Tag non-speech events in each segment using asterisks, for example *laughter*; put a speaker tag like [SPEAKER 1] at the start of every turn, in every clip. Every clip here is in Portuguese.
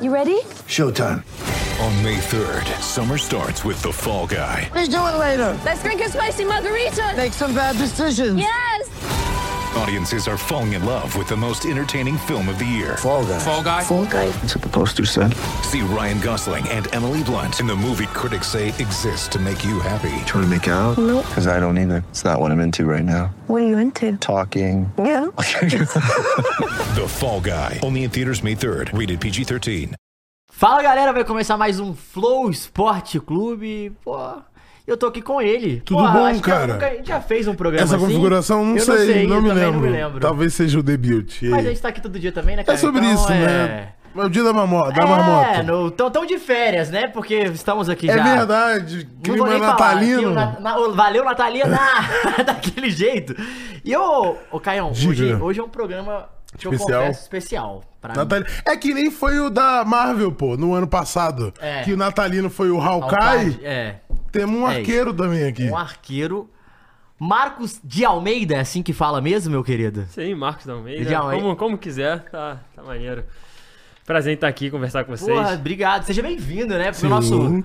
[SPEAKER 1] You ready?
[SPEAKER 2] Showtime.
[SPEAKER 3] On May 3rd, summer starts with The Fall Guy.
[SPEAKER 2] Let's do it later.
[SPEAKER 1] Let's drink a spicy margarita.
[SPEAKER 2] Make some bad decisions.
[SPEAKER 1] Yes.
[SPEAKER 3] Audiences are falling in love with the most entertaining film of the year.
[SPEAKER 2] Fall guy.
[SPEAKER 4] Fall guy.
[SPEAKER 2] That's what the poster said.
[SPEAKER 3] See Ryan Gosling and Emily Blunt in the movie critics say exists to make you happy.
[SPEAKER 5] Trying to make it out?
[SPEAKER 1] Nope.
[SPEAKER 5] Because I don't either. It's not what I'm into right now.
[SPEAKER 1] What are you into?
[SPEAKER 5] Talking.
[SPEAKER 1] Yeah.
[SPEAKER 3] The Fall Guy. Only in theaters May 3rd. Rated PG 13.
[SPEAKER 6] Fala galera, vai começar mais um Flow Esporte Clube. Pô, eu tô aqui com ele.
[SPEAKER 7] Tudo
[SPEAKER 6] Porra,
[SPEAKER 7] bom,
[SPEAKER 6] acho que
[SPEAKER 7] cara?
[SPEAKER 6] nunca- a gente já fez um programa
[SPEAKER 7] Essa
[SPEAKER 6] assim.
[SPEAKER 7] configuração, não
[SPEAKER 6] Eu
[SPEAKER 7] sei, não,
[SPEAKER 6] eu
[SPEAKER 7] me
[SPEAKER 6] também
[SPEAKER 7] lembro.
[SPEAKER 6] não me lembro.
[SPEAKER 7] Talvez seja o debut.
[SPEAKER 6] Mas a gente tá aqui todo dia também, né,
[SPEAKER 7] É
[SPEAKER 6] cara?
[SPEAKER 7] sobre
[SPEAKER 6] Então,
[SPEAKER 7] isso,
[SPEAKER 6] é...
[SPEAKER 7] né? É o dia da mamota. Da
[SPEAKER 6] É,
[SPEAKER 7] marmota.
[SPEAKER 6] no, tão, tão de férias, né? Porque estamos aqui
[SPEAKER 7] É
[SPEAKER 6] já.
[SPEAKER 7] verdade.
[SPEAKER 6] Não vou
[SPEAKER 7] Clima
[SPEAKER 6] nem falar, que
[SPEAKER 7] natalino.
[SPEAKER 6] o Nat- na- o- valeu, Natalina! *laughs* Daquele jeito. E ô, ô Caião, hoje,
[SPEAKER 7] Diga.
[SPEAKER 6] hoje é um programa que eu
[SPEAKER 7] Especial.
[SPEAKER 6] confesso especial. Pra mim.
[SPEAKER 7] Natali- É que nem foi o da Marvel, pô, no ano passado.
[SPEAKER 6] É.
[SPEAKER 7] Que o natalino foi o Hawkeye.
[SPEAKER 6] Alcade, É.
[SPEAKER 7] Temos um
[SPEAKER 6] É isso.
[SPEAKER 7] arqueiro também aqui.
[SPEAKER 6] um arqueiro. Marcos de Almeida, é assim que fala mesmo, meu querido?
[SPEAKER 8] Sim, Marcos da Almeida.
[SPEAKER 6] Legal, hein?
[SPEAKER 8] como, como quiser, tá, tá maneiro. Prazer em estar aqui conversar com vocês.
[SPEAKER 6] Porra, obrigado. Seja bem-vindo, né? Pro
[SPEAKER 7] Sim.
[SPEAKER 6] nosso,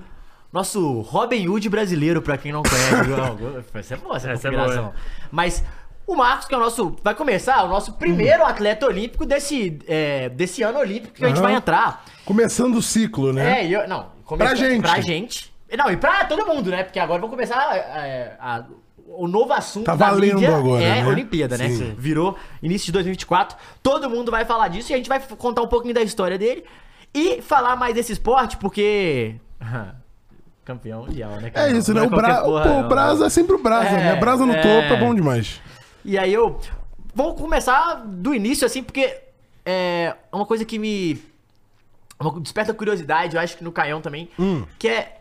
[SPEAKER 6] nosso Robin Hood brasileiro, pra quem não conhece. Não, Essa é boa, essa,
[SPEAKER 8] Essa é
[SPEAKER 6] configuração.
[SPEAKER 8] boa.
[SPEAKER 6] Mas o Marcos, que é o nosso... Vai começar o nosso primeiro atleta olímpico desse, é, desse ano olímpico que a gente
[SPEAKER 7] Aham.
[SPEAKER 6] vai entrar.
[SPEAKER 7] Começando o ciclo, né?
[SPEAKER 6] É, e eu, não. Começa,
[SPEAKER 7] Pra gente.
[SPEAKER 6] Pra gente. Não, e pra todo mundo, né? Porque agora vou começar é, a- o novo assunto
[SPEAKER 7] Tá valendo agora,
[SPEAKER 6] é
[SPEAKER 7] né?
[SPEAKER 6] Olimpíada, né?
[SPEAKER 7] Sim.
[SPEAKER 6] Virou início de 2024. Todo mundo vai falar disso e a gente vai f- contar um pouquinho da história dele e falar mais desse esporte, porque... *laughs* Campeão mundial, né,
[SPEAKER 7] É,
[SPEAKER 6] cara?
[SPEAKER 7] isso,
[SPEAKER 6] Não
[SPEAKER 7] né? O,
[SPEAKER 6] qualquer
[SPEAKER 7] bra...
[SPEAKER 6] porra,
[SPEAKER 7] pô, o
[SPEAKER 6] não.
[SPEAKER 7] Brasa é sempre o Brasa,
[SPEAKER 6] É,
[SPEAKER 7] né? Brasa no
[SPEAKER 6] é.
[SPEAKER 7] topo é bom demais.
[SPEAKER 6] E aí eu vou começar do início, assim, porque é uma coisa que me uma- desperta curiosidade, eu acho que no Caião também, que é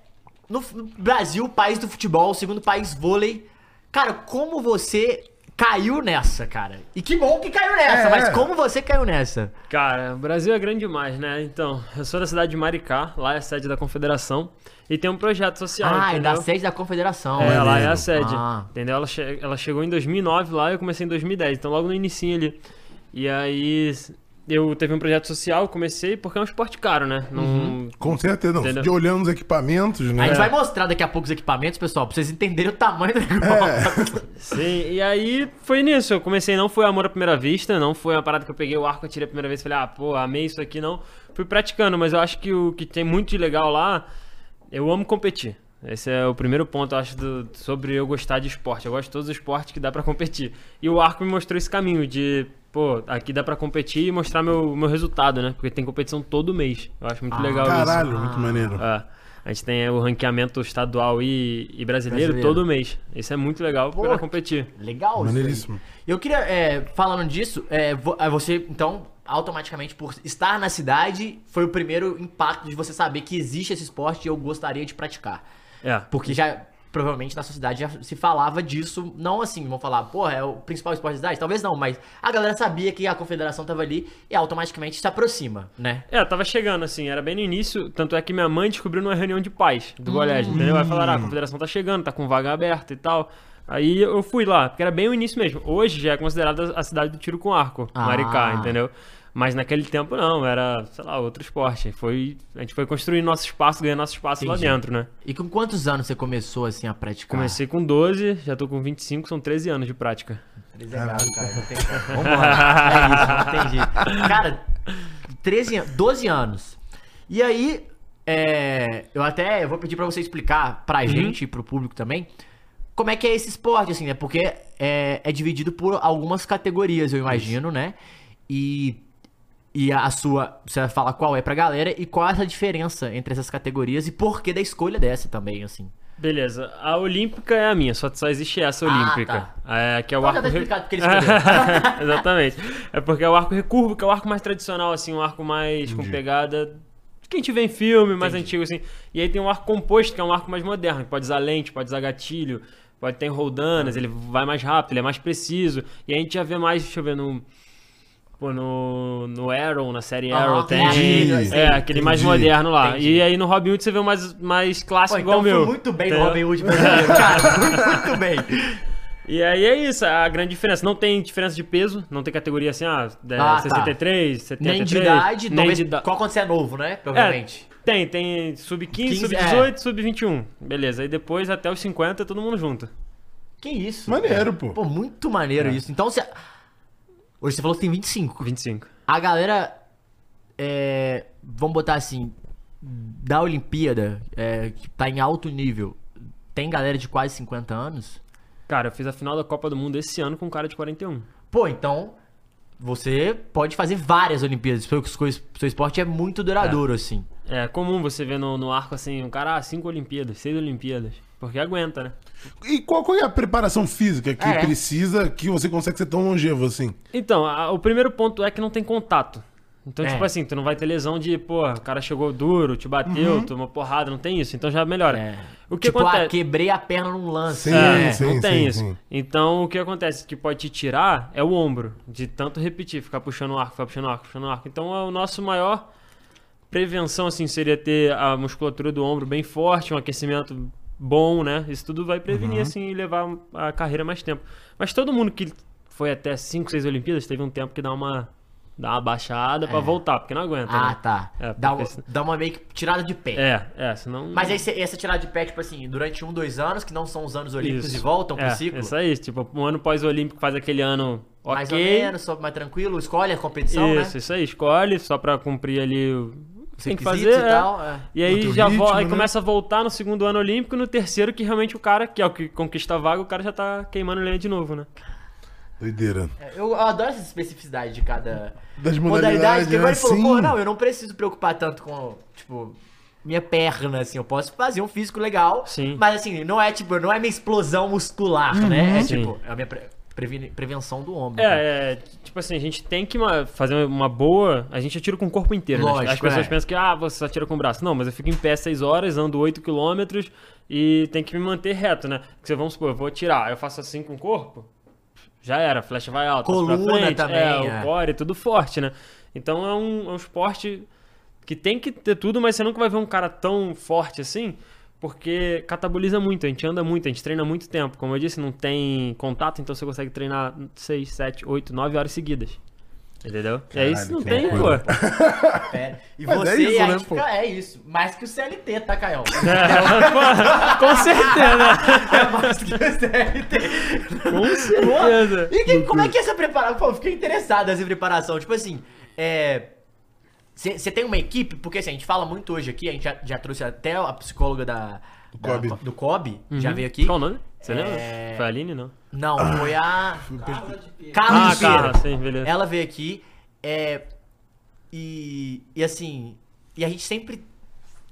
[SPEAKER 6] no f- no Brasil, país do futebol, segundo país vôlei. Cara, como você caiu nessa, cara? E que bom que caiu nessa,
[SPEAKER 7] É.
[SPEAKER 6] mas como você caiu nessa?
[SPEAKER 8] Cara, o Brasil é grande demais, né? Então, eu sou da cidade de Maricá, lá é a sede da Confederação, e tem um projeto social.
[SPEAKER 6] Ah, é
[SPEAKER 8] entendeu?
[SPEAKER 6] da sede da Confederação.
[SPEAKER 8] É, lá é
[SPEAKER 7] Maneiro.
[SPEAKER 8] a sede.
[SPEAKER 6] Ah.
[SPEAKER 8] Entendeu? Ela, che- ela chegou em 2009 lá, eu comecei em 2010, então logo no inicinho ali. E aí eu teve um projeto social, comecei porque é um esporte caro, né? Não,
[SPEAKER 6] Uhum.
[SPEAKER 7] Com certeza, não.
[SPEAKER 8] Entendeu?
[SPEAKER 7] De olhando os equipamentos,
[SPEAKER 6] A
[SPEAKER 7] né?
[SPEAKER 6] gente vai mostrar daqui a pouco os equipamentos, pessoal, pra vocês entenderem o tamanho do negócio.
[SPEAKER 8] Sim, e aí foi nisso. Eu comecei, não foi amor à primeira vista, não foi uma parada que eu peguei o arco, atirei a primeira vez e falei, ah, pô, amei isso aqui, não. Fui praticando, mas eu acho que o que tem muito de legal lá, eu amo competir. Esse é o primeiro ponto, eu acho, do- sobre eu gostar de esporte. Eu gosto de todos os esportes que dá pra competir. E o arco me mostrou esse caminho de, pô, aqui dá pra competir e mostrar meu, meu resultado, né? Porque tem competição todo mês. Eu acho muito legal isso.
[SPEAKER 6] Ah.
[SPEAKER 7] Caralho, muito maneiro.
[SPEAKER 8] É. A gente tem o ranqueamento estadual e, e brasileiro,
[SPEAKER 6] Brasileiro.
[SPEAKER 8] todo mês. Isso é muito legal
[SPEAKER 6] Pô,
[SPEAKER 8] para competir.
[SPEAKER 6] Legal, isso aí.
[SPEAKER 7] Maneiríssimo.
[SPEAKER 6] Eu queria, é, falando disso, é, vo- é, você, então, automaticamente, por estar na cidade, foi o primeiro impacto de você saber que existe esse esporte e eu gostaria de praticar.
[SPEAKER 8] É.
[SPEAKER 6] Porque já, provavelmente, na sua cidade já se falava disso, não assim, vão falar, porra, é o principal esporte da cidade? Talvez não, mas a galera sabia que a confederação tava ali e automaticamente se aproxima, né?
[SPEAKER 8] É, tava chegando, assim, era bem no início, tanto é que minha mãe descobriu numa reunião de pais
[SPEAKER 6] Hum.
[SPEAKER 8] do colégio, entendeu? Aí falaram, ah, a confederação tá chegando, tá com vaga aberta e tal. Aí eu fui lá, porque era bem o início mesmo. Hoje já é considerada a cidade do tiro com arco,
[SPEAKER 6] Ah.
[SPEAKER 8] Maricá, entendeu? Mas naquele tempo não, era, sei lá, outro esporte. Foi, a gente foi construindo nosso espaço, ganhando nosso espaço
[SPEAKER 6] Entendi. Tá.
[SPEAKER 8] lá dentro, né?
[SPEAKER 6] E com quantos anos você começou, assim, a praticar?
[SPEAKER 8] Comecei com 12, já tô com 25, são 13 anos de prática.
[SPEAKER 6] Desregado, cara. Não tem jeito. Vambora. É isso, não tem jeito. Cara, 13, an- 12 anos. E aí, é, eu até eu vou pedir pra você explicar
[SPEAKER 8] Uhum.
[SPEAKER 6] pra gente e pro público também como é que é esse esporte, assim, né? Porque é, é dividido por algumas categorias, eu imagino, né? E, e a sua. Você vai falar qual é pra galera e qual é essa diferença entre essas categorias e por que da escolha dessa também, assim.
[SPEAKER 8] Beleza, a olímpica é a minha, só, só existe essa
[SPEAKER 6] Ah,
[SPEAKER 8] olímpica. É, que é o
[SPEAKER 6] Então já
[SPEAKER 8] arco
[SPEAKER 6] tá
[SPEAKER 8] re-
[SPEAKER 6] explicado porque ele escolheu.
[SPEAKER 8] *laughs* Exatamente. É porque é o arco recurvo, que é o arco mais tradicional, assim, um arco mais com pegada. Que a gente vê em filme, mais antigo, assim. E aí tem um arco composto, que é um arco mais moderno, que pode usar lente, pode usar gatilho, pode ter roldanas, ele vai mais rápido, ele é mais preciso. E aí a gente já vê mais, deixa eu ver, no. Pô, no, no Arrow, na série
[SPEAKER 6] Ah,
[SPEAKER 8] Arrow, tem.
[SPEAKER 6] entendi.
[SPEAKER 8] é, aquele mais
[SPEAKER 7] Entendi.
[SPEAKER 8] moderno lá.
[SPEAKER 6] Entendi.
[SPEAKER 8] E aí no Robin Hood você vê o mais, mais clássico
[SPEAKER 6] Pô,
[SPEAKER 8] igual
[SPEAKER 6] então
[SPEAKER 8] o meu.
[SPEAKER 6] foi muito bem no *laughs*
[SPEAKER 8] entendeu?
[SPEAKER 6] Robin Hood brasileiro, cara. Muito bem.
[SPEAKER 8] E aí é isso, a grande diferença. Não tem diferença de peso, não tem categoria assim, ah, é,
[SPEAKER 6] Ah, tá.
[SPEAKER 8] 63, 73.
[SPEAKER 6] Nem de idade,
[SPEAKER 8] nem
[SPEAKER 6] talvez
[SPEAKER 8] de idade.
[SPEAKER 6] qual quando você é novo, né?
[SPEAKER 8] É,
[SPEAKER 6] Provavelmente.
[SPEAKER 8] tem, tem sub-15,
[SPEAKER 6] 15,
[SPEAKER 8] sub-18, sub-21. Beleza, aí depois até os 50 todo mundo junto.
[SPEAKER 6] Que isso?
[SPEAKER 7] Maneiro,
[SPEAKER 6] cara.
[SPEAKER 7] pô.
[SPEAKER 6] Pô, muito
[SPEAKER 8] É.
[SPEAKER 6] maneiro isso. Então, você... Hoje você falou que tem 25.
[SPEAKER 8] 25.
[SPEAKER 6] A galera, é, vamos botar assim, da Olimpíada, é, que tá em alto nível, tem galera de quase 50 anos?
[SPEAKER 8] Cara, eu fiz a final da Copa do Mundo esse ano com um cara de 41.
[SPEAKER 6] Pô, então você pode fazer várias Olimpíadas, porque o seu seu esporte é muito duradouro, assim.
[SPEAKER 8] É comum você ver no, no arco assim, um cara, ah, 5 Olimpíadas, 6 Olimpíadas. Porque aguenta, né?
[SPEAKER 7] E qual, qual é a preparação física que
[SPEAKER 6] É.
[SPEAKER 7] precisa que você consegue ser tão longevo assim?
[SPEAKER 8] Então, a- o primeiro ponto é que não tem contato. Então,
[SPEAKER 6] É.
[SPEAKER 8] tipo assim, tu não vai ter lesão de, pô, o cara chegou duro, te bateu, tomou porrada, não tem isso. Então já melhora.
[SPEAKER 6] Uhum. É.
[SPEAKER 8] O que
[SPEAKER 6] tipo, ah,
[SPEAKER 8] acontece?
[SPEAKER 6] quebrei a perna num lance.
[SPEAKER 7] Sim,
[SPEAKER 8] É,
[SPEAKER 7] sim,
[SPEAKER 8] não tem
[SPEAKER 7] sim,
[SPEAKER 8] isso.
[SPEAKER 7] sim.
[SPEAKER 8] Então o que acontece que pode te tirar é o ombro, de tanto repetir, ficar puxando o arco, ficar puxando o arco, puxando o arco. Então é o nosso maior prevenção assim seria ter a musculatura do ombro bem forte, um aquecimento bom, né? Isso tudo vai
[SPEAKER 6] Uhum.
[SPEAKER 8] prevenir assim e levar a carreira mais tempo. Mas todo mundo que foi até 5, 6 Olimpíadas teve um tempo que dá uma dá uma baixada pra voltar, porque não aguenta,
[SPEAKER 6] É. Ah,
[SPEAKER 8] né?
[SPEAKER 6] tá.
[SPEAKER 8] É,
[SPEAKER 6] dá,
[SPEAKER 8] porque
[SPEAKER 6] um-
[SPEAKER 8] se-
[SPEAKER 6] dá uma meio que tirada de pé.
[SPEAKER 8] É, é, senão
[SPEAKER 6] Mas aí cê- essa tirada de pé, tipo assim, durante um, dois anos, que não são os anos olímpicos
[SPEAKER 8] Isso.
[SPEAKER 6] e voltam
[SPEAKER 8] É,
[SPEAKER 6] pro ciclo.
[SPEAKER 8] Isso aí, tipo, um ano pós-olímpico faz aquele ano ok.
[SPEAKER 6] Mais ou menos, sobe mais tranquilo, escolhe a competição,
[SPEAKER 8] Isso,
[SPEAKER 6] né?
[SPEAKER 8] isso aí, escolhe só pra cumprir ali o o que tem que fazer.
[SPEAKER 6] Requisitos
[SPEAKER 8] é.
[SPEAKER 6] e tal. é.
[SPEAKER 8] E aí
[SPEAKER 7] Outro
[SPEAKER 8] já
[SPEAKER 7] ritmo,
[SPEAKER 8] vo- aí
[SPEAKER 7] né?
[SPEAKER 8] começa a voltar no segundo ano olímpico e no terceiro que realmente o cara, que é o que conquista a vaga, o cara já tá queimando lenha de novo, né?
[SPEAKER 7] Doideira.
[SPEAKER 6] É, Eu, eu adoro essa especificidade de cada
[SPEAKER 7] Das
[SPEAKER 6] modalidade.
[SPEAKER 7] modalidades,
[SPEAKER 8] né?
[SPEAKER 6] Porque agora ele falou,
[SPEAKER 7] assim.
[SPEAKER 6] pô, não, eu não preciso preocupar tanto com, tipo, minha perna, assim. Eu posso fazer um físico legal.
[SPEAKER 8] Sim. Uhum.
[SPEAKER 6] Mas assim, não é, tipo, não é minha explosão muscular, né? É
[SPEAKER 8] Sim.
[SPEAKER 6] tipo, é a minha pre- previne- prevenção do ombro. né? cara.
[SPEAKER 8] É, é, tipo assim, a gente tem que ma- fazer uma boa. A gente atira com o corpo inteiro. né?
[SPEAKER 6] Lógico,
[SPEAKER 8] As pessoas
[SPEAKER 6] é.
[SPEAKER 8] pensam que, ah, você só atira com o braço. Não, mas eu fico em pé 6 horas, ando 8 km e tem que me manter reto, né? Porque você, vamos supor, eu vou atirar, eu faço assim com o corpo, já era, a flecha vai alta. passo pra
[SPEAKER 6] Coluna
[SPEAKER 8] frente,
[SPEAKER 6] também,
[SPEAKER 8] É,
[SPEAKER 6] é.
[SPEAKER 8] o core, tudo forte, né? Então é um, é um esporte que tem que ter tudo, mas você nunca vai ver um cara tão forte assim. Porque cataboliza muito, a gente anda muito, a gente treina muito tempo. Como eu disse, não tem contato, então você consegue treinar 6, 7, 8, 9 horas seguidas. Entendeu? E aí isso não
[SPEAKER 7] que
[SPEAKER 8] tem, pô. *laughs*
[SPEAKER 7] loucura.
[SPEAKER 6] Pera. E
[SPEAKER 7] Mas
[SPEAKER 6] você,
[SPEAKER 7] é isso,
[SPEAKER 6] a
[SPEAKER 7] né,
[SPEAKER 6] dica
[SPEAKER 7] pô?
[SPEAKER 6] é isso. Mais que o CLT, tá,
[SPEAKER 8] *laughs*
[SPEAKER 6] Caião?
[SPEAKER 8] Pô, Com
[SPEAKER 6] *laughs*
[SPEAKER 8] certeza,
[SPEAKER 6] É mais que o CLT.
[SPEAKER 8] com certeza.
[SPEAKER 6] E que- como é que é essa preparação? Pô, eu fiquei interessado nessa preparação. Tipo assim, é. Você tem uma equipe, porque assim, a gente fala muito hoje aqui, a gente já, já trouxe até a psicóloga da. Do
[SPEAKER 7] Cobe.
[SPEAKER 6] Do Cobe, já veio aqui.
[SPEAKER 8] Uhum. Qual o nome? Você lembra?
[SPEAKER 6] É.
[SPEAKER 8] Foi a Aline, não?
[SPEAKER 6] Não, foi a.
[SPEAKER 8] Ah,
[SPEAKER 6] Carla de Pira.
[SPEAKER 8] Carla, sim, beleza.
[SPEAKER 6] Ela veio aqui. É, e, e assim. E a gente sempre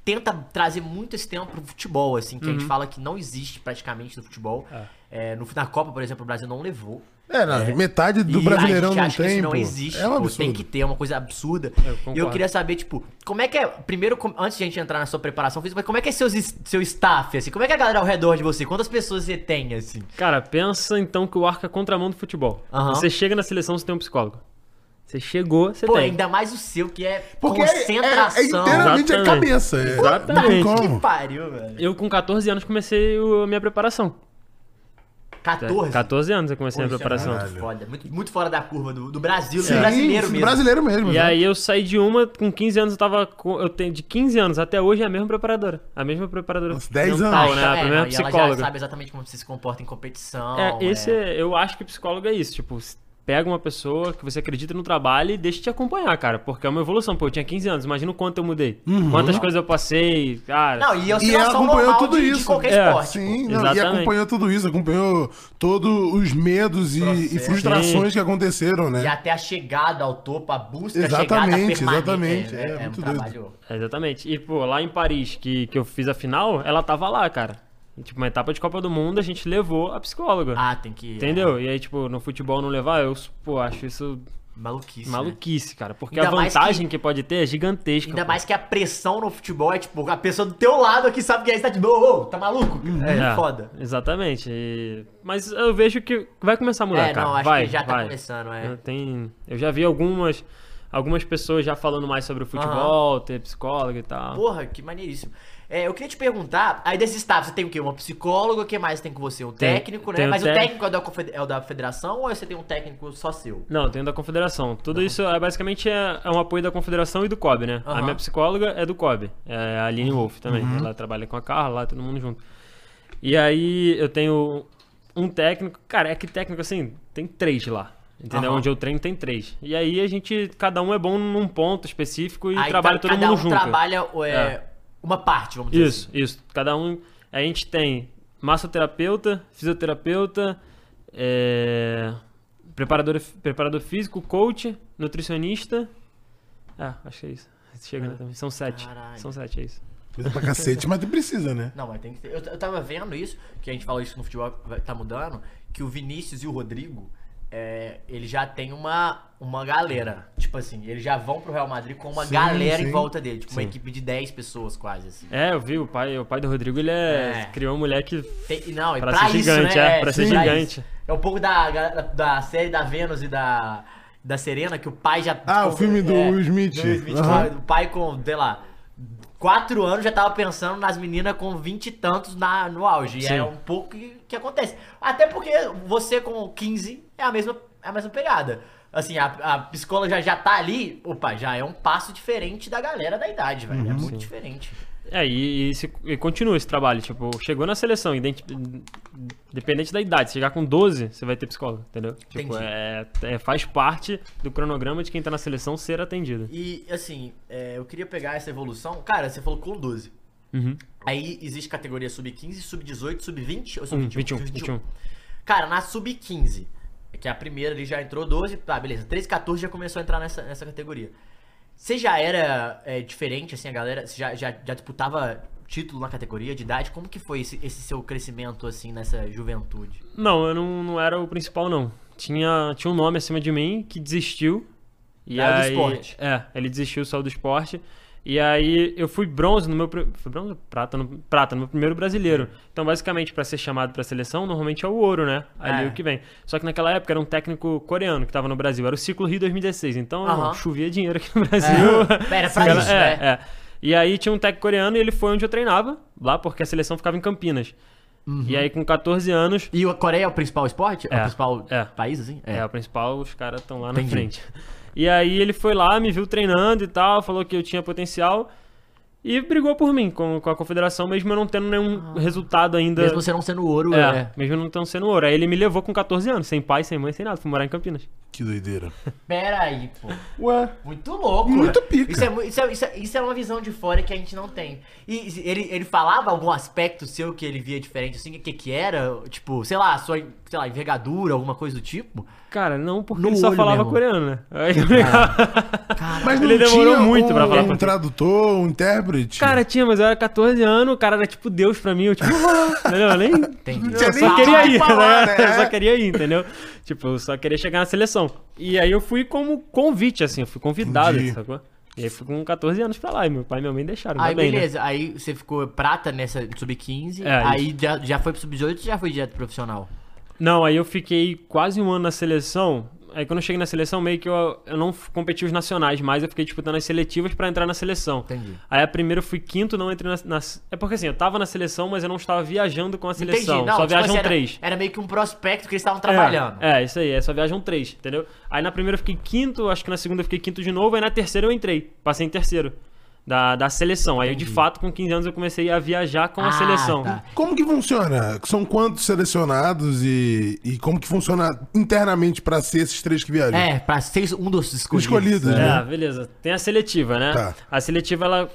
[SPEAKER 6] tenta trazer muito esse tema pro futebol, assim, que a gente fala que não existe praticamente no futebol. É, no, na Copa, por exemplo, o Brasil não levou.
[SPEAKER 7] É, não, metade do
[SPEAKER 6] E
[SPEAKER 7] brasileirão
[SPEAKER 6] a gente
[SPEAKER 7] não
[SPEAKER 6] acha
[SPEAKER 7] tem.
[SPEAKER 6] que isso não
[SPEAKER 7] pô.
[SPEAKER 6] existe,
[SPEAKER 7] É um
[SPEAKER 6] pô,
[SPEAKER 7] absurdo.
[SPEAKER 6] tem que ter uma coisa absurda.
[SPEAKER 8] concordo.
[SPEAKER 6] e eu queria saber, tipo, como é que é. Primeiro, com- antes de a gente entrar na sua preparação física, mas como é que é seus, es- seu staff, assim? Como é que é a galera ao redor de você? Quantas pessoas você tem, assim?
[SPEAKER 8] Cara, pensa então que o arco é contramão do futebol.
[SPEAKER 6] Aham.
[SPEAKER 8] Você chega na seleção, você tem um psicólogo. Você chegou, você
[SPEAKER 6] Pô,
[SPEAKER 8] tem.
[SPEAKER 6] ainda mais o seu, que é
[SPEAKER 7] Porque é- é- É,
[SPEAKER 6] concentração. É
[SPEAKER 7] inteiramente a
[SPEAKER 8] Exatamente.
[SPEAKER 7] cabeça. É, Não tem
[SPEAKER 8] Exatamente.
[SPEAKER 6] Que
[SPEAKER 7] como.
[SPEAKER 6] pariu, velho.
[SPEAKER 8] Eu com 14 anos comecei o- a minha preparação.
[SPEAKER 6] 14.
[SPEAKER 8] 14 anos eu comecei a minha
[SPEAKER 6] Poxa,
[SPEAKER 8] preparação.
[SPEAKER 6] Muito, foda, muito, muito fora da curva do, do Brasil,
[SPEAKER 7] Sim,
[SPEAKER 6] do brasileiro
[SPEAKER 7] sim,
[SPEAKER 6] mesmo.
[SPEAKER 7] Brasileiro mesmo.
[SPEAKER 8] E
[SPEAKER 6] Uhum.
[SPEAKER 7] né?
[SPEAKER 8] aí eu saí de uma, com 15 anos eu tava. com- eu tenho de 15 anos até hoje é a mesma preparadora. A mesma preparadora.
[SPEAKER 7] Uns 10 anos.
[SPEAKER 8] mental,
[SPEAKER 7] Ah,
[SPEAKER 8] né? A
[SPEAKER 6] É,
[SPEAKER 8] primeira
[SPEAKER 6] e Ela já
[SPEAKER 8] psicóloga.
[SPEAKER 6] sabe exatamente como você se comporta em competição.
[SPEAKER 8] É, esse é- eu acho que psicólogo é isso, tipo, s- pega uma pessoa que você acredita no trabalho e deixa te acompanhar, cara, porque é uma evolução, pô, eu tinha 15 anos, imagina o quanto eu mudei.
[SPEAKER 6] Uhum.
[SPEAKER 8] Quantas coisas eu passei, cara.
[SPEAKER 6] Não, e, é
[SPEAKER 7] E ela
[SPEAKER 6] oscilação
[SPEAKER 7] acompanhou
[SPEAKER 6] normal
[SPEAKER 7] tudo
[SPEAKER 6] de, de
[SPEAKER 7] isso.
[SPEAKER 6] qualquer
[SPEAKER 8] É,
[SPEAKER 6] esporte. pô.
[SPEAKER 7] Sim, não, e
[SPEAKER 8] Exatamente.
[SPEAKER 7] acompanhou tudo isso, acompanhou todos os medos e, e frustrações que aconteceram, né?
[SPEAKER 6] E até a chegada ao topo, a busca, a chegada
[SPEAKER 7] Exatamente,
[SPEAKER 6] permanente. um
[SPEAKER 7] exatamente. É, muito doido.
[SPEAKER 6] trabalho.
[SPEAKER 8] Exatamente. E, pô, lá em Paris, que, que eu fiz a final, ela tava lá, cara. E, tipo, uma etapa de Copa do Mundo, a gente levou a psicóloga.
[SPEAKER 6] Ah, tem que.
[SPEAKER 8] Entendeu? E aí, tipo, no futebol não levar, eu, pô, acho isso
[SPEAKER 6] Maluquice. né?
[SPEAKER 8] maluquice, cara. Porque
[SPEAKER 6] Ainda
[SPEAKER 8] a
[SPEAKER 6] mais
[SPEAKER 8] vantagem que... pode ter é gigantesca.
[SPEAKER 6] Ainda
[SPEAKER 8] pô.
[SPEAKER 6] mais que a pressão no futebol é tipo, a pessoa do teu lado aqui sabe que aí você tá de boa, ô, tá maluco? É, foda.
[SPEAKER 8] Exatamente. E- Mas eu vejo que vai começar a mudar,
[SPEAKER 6] É,
[SPEAKER 8] cara.
[SPEAKER 6] não, acho
[SPEAKER 8] vai,
[SPEAKER 6] que já tá
[SPEAKER 8] vai.
[SPEAKER 6] começando, é.
[SPEAKER 8] Eu, tenho- eu já vi algumas, algumas pessoas já falando mais sobre o futebol, ter psicólogo e tal.
[SPEAKER 6] Porra, Ah. que maneiríssimo. É, eu queria te perguntar, aí desse staff, você tem o quê? Uma psicóloga, o que mais tem com você? Um
[SPEAKER 8] Tem-
[SPEAKER 6] técnico, né?
[SPEAKER 8] tem um
[SPEAKER 6] Mas o
[SPEAKER 8] técnico.
[SPEAKER 6] técnico é o, da, confe- é o da federação ou você tem um técnico só seu?
[SPEAKER 8] Não, tem o da confederação. Tudo isso é basicamente é, é um apoio da confederação e do COB, né? A
[SPEAKER 6] Aham. Uhum.
[SPEAKER 8] minha psicóloga é do COB, é a Aline Wolf também. Ela trabalha com a Carla, lá todo mundo junto. E aí eu tenho um técnico, cara, é que técnico assim, tem três lá. Entendeu?
[SPEAKER 6] Aham.
[SPEAKER 8] Onde eu treino tem três. E aí a gente, cada um é bom num ponto específico e
[SPEAKER 6] Aí
[SPEAKER 8] trabalha
[SPEAKER 6] tra-
[SPEAKER 8] todo
[SPEAKER 6] cada
[SPEAKER 8] mundo
[SPEAKER 6] um
[SPEAKER 8] junto.
[SPEAKER 6] trabalha é,
[SPEAKER 8] É.
[SPEAKER 6] uma parte, vamos dizer assim.
[SPEAKER 8] Isso, isso. Cada um. A gente tem massoterapeuta, fisioterapeuta, é, preparador, preparador físico, coach, nutricionista. Ah, acho que é isso. Chega né, também. São sete.
[SPEAKER 6] Ah, Caralho.
[SPEAKER 8] São sete, é isso.
[SPEAKER 7] Coisa pra cacete, mas precisa, né?
[SPEAKER 6] Não, mas tem que ter. Eu, eu tava vendo isso, que a gente falou isso no futebol vai- tá mudando, que o Vinícius e o Rodrigo, é, ele já tem uma, uma galera. Tipo assim, eles já vão pro Real Madrid com uma
[SPEAKER 7] Sim,
[SPEAKER 6] galera em
[SPEAKER 7] sim.
[SPEAKER 6] volta dele. Tipo, uma equipe de 10 pessoas quase, assim.
[SPEAKER 8] É, eu vi, o pai, o pai do Rodrigo, ele é,
[SPEAKER 6] É.
[SPEAKER 8] criou um moleque.
[SPEAKER 6] Tem- e não, é pra,
[SPEAKER 8] Pra
[SPEAKER 6] isso,
[SPEAKER 8] ser gigante,
[SPEAKER 6] né?
[SPEAKER 8] é, pra ser
[SPEAKER 6] sim,
[SPEAKER 8] gigante.
[SPEAKER 6] isso. É um pouco da, da, da série da Vênus e da, da Serena, que o pai já. é,
[SPEAKER 7] Ah, o filme do Will Smith.
[SPEAKER 6] do Will Smith,
[SPEAKER 7] Aham.
[SPEAKER 6] O pai com, sei lá. Quatro anos já tava pensando nas meninas com vinte e tantos na, no auge. E
[SPEAKER 8] Sim.
[SPEAKER 6] é um pouco que, que acontece. Até porque você com 15 é a mesma, é a mesma pegada. Assim, a, a psicóloga já, já tá ali, opa, já é um passo diferente da galera da idade, velho.
[SPEAKER 8] Uhum.
[SPEAKER 6] é muito diferente.
[SPEAKER 8] É, e, e se- e continua esse trabalho. Tipo, chegou na seleção, identi- independente da idade, se chegar com 12, você vai ter psicólogo, entendeu? Tipo,
[SPEAKER 6] Entendi.
[SPEAKER 8] é, é- faz parte do cronograma de quem tá na seleção ser atendido.
[SPEAKER 6] E, assim, é, eu queria pegar essa evolução. Cara, você falou com 12.
[SPEAKER 8] Uhum.
[SPEAKER 6] Aí existe categoria sub-15, sub-18, sub-20 ou sub-21?
[SPEAKER 8] 21, 21.
[SPEAKER 6] Cara, na sub-15, que é a primeira ali já entrou 12, tá, beleza. 13, 14 já começou a entrar nessa, nessa categoria. Você já era é, diferente, assim, a galera? Você já, já, já disputava título na categoria de idade? Como que foi esse, esse seu crescimento, assim, nessa juventude?
[SPEAKER 8] Não, eu não, não era o principal, não. Tinha, tinha um nome acima de mim que desistiu. E
[SPEAKER 6] Era do
[SPEAKER 8] aí-
[SPEAKER 6] esporte.
[SPEAKER 8] É, ele desistiu, saiu do esporte. E aí eu fui bronze no meu. pri- Foi bronze? ou Prata no, prata, no meu primeiro brasileiro. Então, basicamente, pra ser chamado pra seleção, normalmente é o ouro, né? Ali
[SPEAKER 6] É.
[SPEAKER 8] o que vem. Só que naquela época era um técnico coreano que tava no Brasil. Era o Ciclo Rio 2016. Então,
[SPEAKER 6] Aham.
[SPEAKER 8] irmão, chovia dinheiro aqui no Brasil.
[SPEAKER 6] Era pra
[SPEAKER 8] Ela-
[SPEAKER 6] isso,
[SPEAKER 8] é,
[SPEAKER 6] né?
[SPEAKER 8] é. E aí tinha um técnico coreano e ele foi onde eu treinava, lá, porque a seleção ficava em Campinas.
[SPEAKER 6] Uhum.
[SPEAKER 8] E aí, com 14 anos,
[SPEAKER 6] E a Coreia é o principal esporte? É,
[SPEAKER 8] É,
[SPEAKER 6] o principal
[SPEAKER 8] é.
[SPEAKER 6] país, assim?
[SPEAKER 8] é, o principal, os caras estão lá na
[SPEAKER 6] Entendi.
[SPEAKER 8] frente. E aí ele foi lá, me viu treinando e tal, falou que eu tinha potencial e brigou por mim com, com a confederação, mesmo eu não tendo nenhum resultado ainda.
[SPEAKER 6] Mesmo você não sendo ouro,
[SPEAKER 8] é,
[SPEAKER 6] é.
[SPEAKER 8] mesmo eu não tendo sendo ouro. Aí ele me levou com 14 anos, sem pai, sem mãe, sem nada, fui morar em Campinas.
[SPEAKER 7] Que
[SPEAKER 6] *laughs*
[SPEAKER 7] doideira.
[SPEAKER 6] Pera aí, pô.
[SPEAKER 7] Ué.
[SPEAKER 6] Muito louco.
[SPEAKER 7] Muito
[SPEAKER 6] né?
[SPEAKER 7] pica.
[SPEAKER 6] Isso é, mu- isso, é, isso, é, isso é uma visão de fora que a gente não tem. E e ele, ele falava algum aspecto seu que ele via diferente, assim, o que que era? Tipo, sei lá, sua, sei lá, envergadura, alguma coisa do tipo?
[SPEAKER 8] Cara, não, porque
[SPEAKER 6] No
[SPEAKER 8] ele só
[SPEAKER 6] olho
[SPEAKER 8] falava
[SPEAKER 6] mesmo. Ah.
[SPEAKER 8] coreano, né? Aí eu ligava.
[SPEAKER 7] Mas não
[SPEAKER 8] Ele demorou
[SPEAKER 7] tinha
[SPEAKER 8] muito
[SPEAKER 7] um,
[SPEAKER 8] pra falar
[SPEAKER 7] um
[SPEAKER 8] pra ti.
[SPEAKER 7] tradutor, um intérprete.
[SPEAKER 8] Cara, tinha, mas eu era 14 anos, o cara era tipo Deus pra mim, eu tipo, entendeu? Eu nem,
[SPEAKER 6] Entendi.
[SPEAKER 8] eu
[SPEAKER 7] nem
[SPEAKER 8] só queria
[SPEAKER 7] tinha
[SPEAKER 8] ir,
[SPEAKER 7] falar,
[SPEAKER 8] né?
[SPEAKER 7] né?
[SPEAKER 8] Eu só queria ir, entendeu? Tipo, eu só queria chegar na seleção. E aí eu fui como convite, assim, eu fui convidado,
[SPEAKER 7] Entendi.
[SPEAKER 8] sacou? E aí fui com 14 anos pra lá, e meu pai e minha mãe deixaram,
[SPEAKER 6] Aí
[SPEAKER 8] ainda bem, né?
[SPEAKER 6] beleza, aí você ficou prata nessa sub-15,
[SPEAKER 8] É,
[SPEAKER 6] aí já, já foi pro sub-18 e já foi direto profissional?
[SPEAKER 8] Não, aí eu fiquei quase um ano na seleção. Aí quando eu cheguei na seleção, meio que eu, eu não f- competi os nacionais mais, eu fiquei disputando as seletivas pra entrar na seleção.
[SPEAKER 6] Entendi.
[SPEAKER 8] Aí a primeira eu fui quinto, não entrei na, na- É porque assim, eu tava na seleção, mas eu não estava viajando com a seleção.
[SPEAKER 6] Entendi, não,
[SPEAKER 8] só
[SPEAKER 6] tipo assim,
[SPEAKER 8] viajam
[SPEAKER 6] era-
[SPEAKER 8] três.
[SPEAKER 6] Era, meio que um prospecto que eles estavam trabalhando.
[SPEAKER 8] É, é, isso aí, é, só viajam três, entendeu? Aí na primeira eu fiquei quinto, acho que na segunda eu fiquei quinto de novo, aí na terceira eu entrei, passei em terceiro da, da seleção. Aí eu, de fato, com 15 anos eu comecei a viajar com a
[SPEAKER 6] Ah,
[SPEAKER 8] seleção.
[SPEAKER 6] tá.
[SPEAKER 7] Como que funciona? São quantos selecionados e, e como que funciona internamente pra ser esses três que viajam?
[SPEAKER 6] É, pra ser um dos escolhidos.
[SPEAKER 7] Escolhidos,
[SPEAKER 6] É.
[SPEAKER 7] né?
[SPEAKER 8] É, beleza. Tem a seletiva, né?
[SPEAKER 7] Tá.
[SPEAKER 8] A seletiva, ela.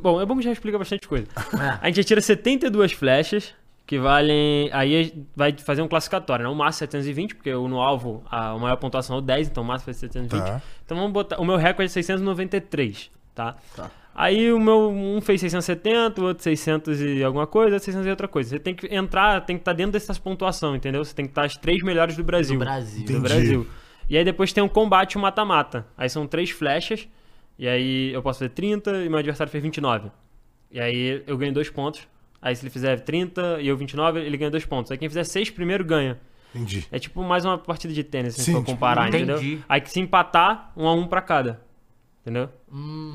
[SPEAKER 8] Bom, é bom que já explica bastante coisa. A gente tira 72 flechas, que valem. Aí vai fazer um classificatório, né? O máximo é 720, porque o no alvo a maior pontuação é o 10, então o máximo é 720.
[SPEAKER 7] Tá.
[SPEAKER 8] Então vamos botar. O meu recorde é 693, tá? Aí o meu um fez 670, o outro 600 e alguma coisa, 600 e outra coisa. Você tem que entrar, tem que estar dentro dessas pontuação, entendeu? Você tem que estar as três melhores do Brasil.
[SPEAKER 6] Brasil.
[SPEAKER 8] Do Brasil. E aí depois tem um combate e um mata-mata. Aí são três flechas. E aí eu posso fazer 30 e meu adversário fez 29. E aí eu ganho dois pontos. Aí se ele fizer 30 e eu 29, ele ganha dois pontos. Aí quem fizer seis primeiro ganha.
[SPEAKER 7] Entendi.
[SPEAKER 8] É tipo mais uma partida de tênis, se
[SPEAKER 7] Sim,
[SPEAKER 8] for
[SPEAKER 7] tipo,
[SPEAKER 8] comparar,
[SPEAKER 6] entendi.
[SPEAKER 8] entendeu? Aí que se empatar, um a um pra cada. Entendeu?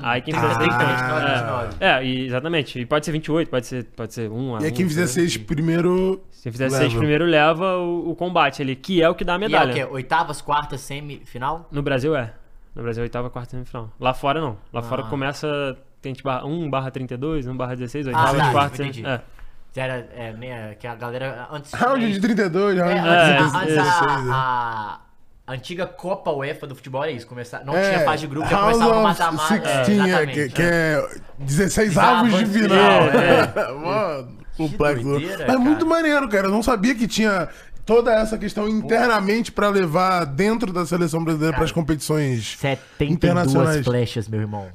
[SPEAKER 8] Aí quem
[SPEAKER 6] Ah,
[SPEAKER 8] fizer
[SPEAKER 6] tem que ter
[SPEAKER 8] 29,
[SPEAKER 6] 29.
[SPEAKER 8] É, é, e exatamente. E pode ser 28, pode ser, pode ser 1 a
[SPEAKER 7] E aí quem
[SPEAKER 8] um,
[SPEAKER 7] fizer
[SPEAKER 8] entendeu?
[SPEAKER 7] seis primeiro.
[SPEAKER 8] Se fizer 6
[SPEAKER 7] leva.
[SPEAKER 8] primeiro, leva o, o combate ali, que é o que
[SPEAKER 6] E
[SPEAKER 8] dá a
[SPEAKER 6] é o
[SPEAKER 8] medalha.
[SPEAKER 6] quê? Oitavas, quartas, semifinal?
[SPEAKER 8] No Brasil é. No Brasil, é oitava, quarta semifinal. Lá fora não. Lá
[SPEAKER 6] Ah.
[SPEAKER 8] fora começa. Tem tipo 1 barra 32, 1 barra 16, oitava,
[SPEAKER 6] tá,
[SPEAKER 8] quarta.
[SPEAKER 6] entendi.
[SPEAKER 8] É.
[SPEAKER 6] Era, é, meia, que a galera antes...
[SPEAKER 7] Round de 32, round
[SPEAKER 6] É,
[SPEAKER 7] de
[SPEAKER 6] antes,
[SPEAKER 7] 32.
[SPEAKER 6] antes a,
[SPEAKER 7] seis, né?
[SPEAKER 6] a- a antiga Copa UEFA do futebol era isso. Começar, não
[SPEAKER 7] É,
[SPEAKER 6] tinha fase de grupo, já
[SPEAKER 7] House
[SPEAKER 6] começava a
[SPEAKER 7] of
[SPEAKER 6] matar mata
[SPEAKER 7] 16, é, que, que é 16 avos de
[SPEAKER 6] Avos de
[SPEAKER 7] final.
[SPEAKER 8] final,
[SPEAKER 7] né? *laughs* Mano, complexo.
[SPEAKER 6] É, doideira,
[SPEAKER 7] Mas
[SPEAKER 6] cara.
[SPEAKER 7] muito maneiro, cara. Eu não sabia que tinha toda essa questão internamente pra levar dentro da seleção brasileira pras competições.
[SPEAKER 6] 72
[SPEAKER 7] Internacionais.
[SPEAKER 6] flechas, meu irmão.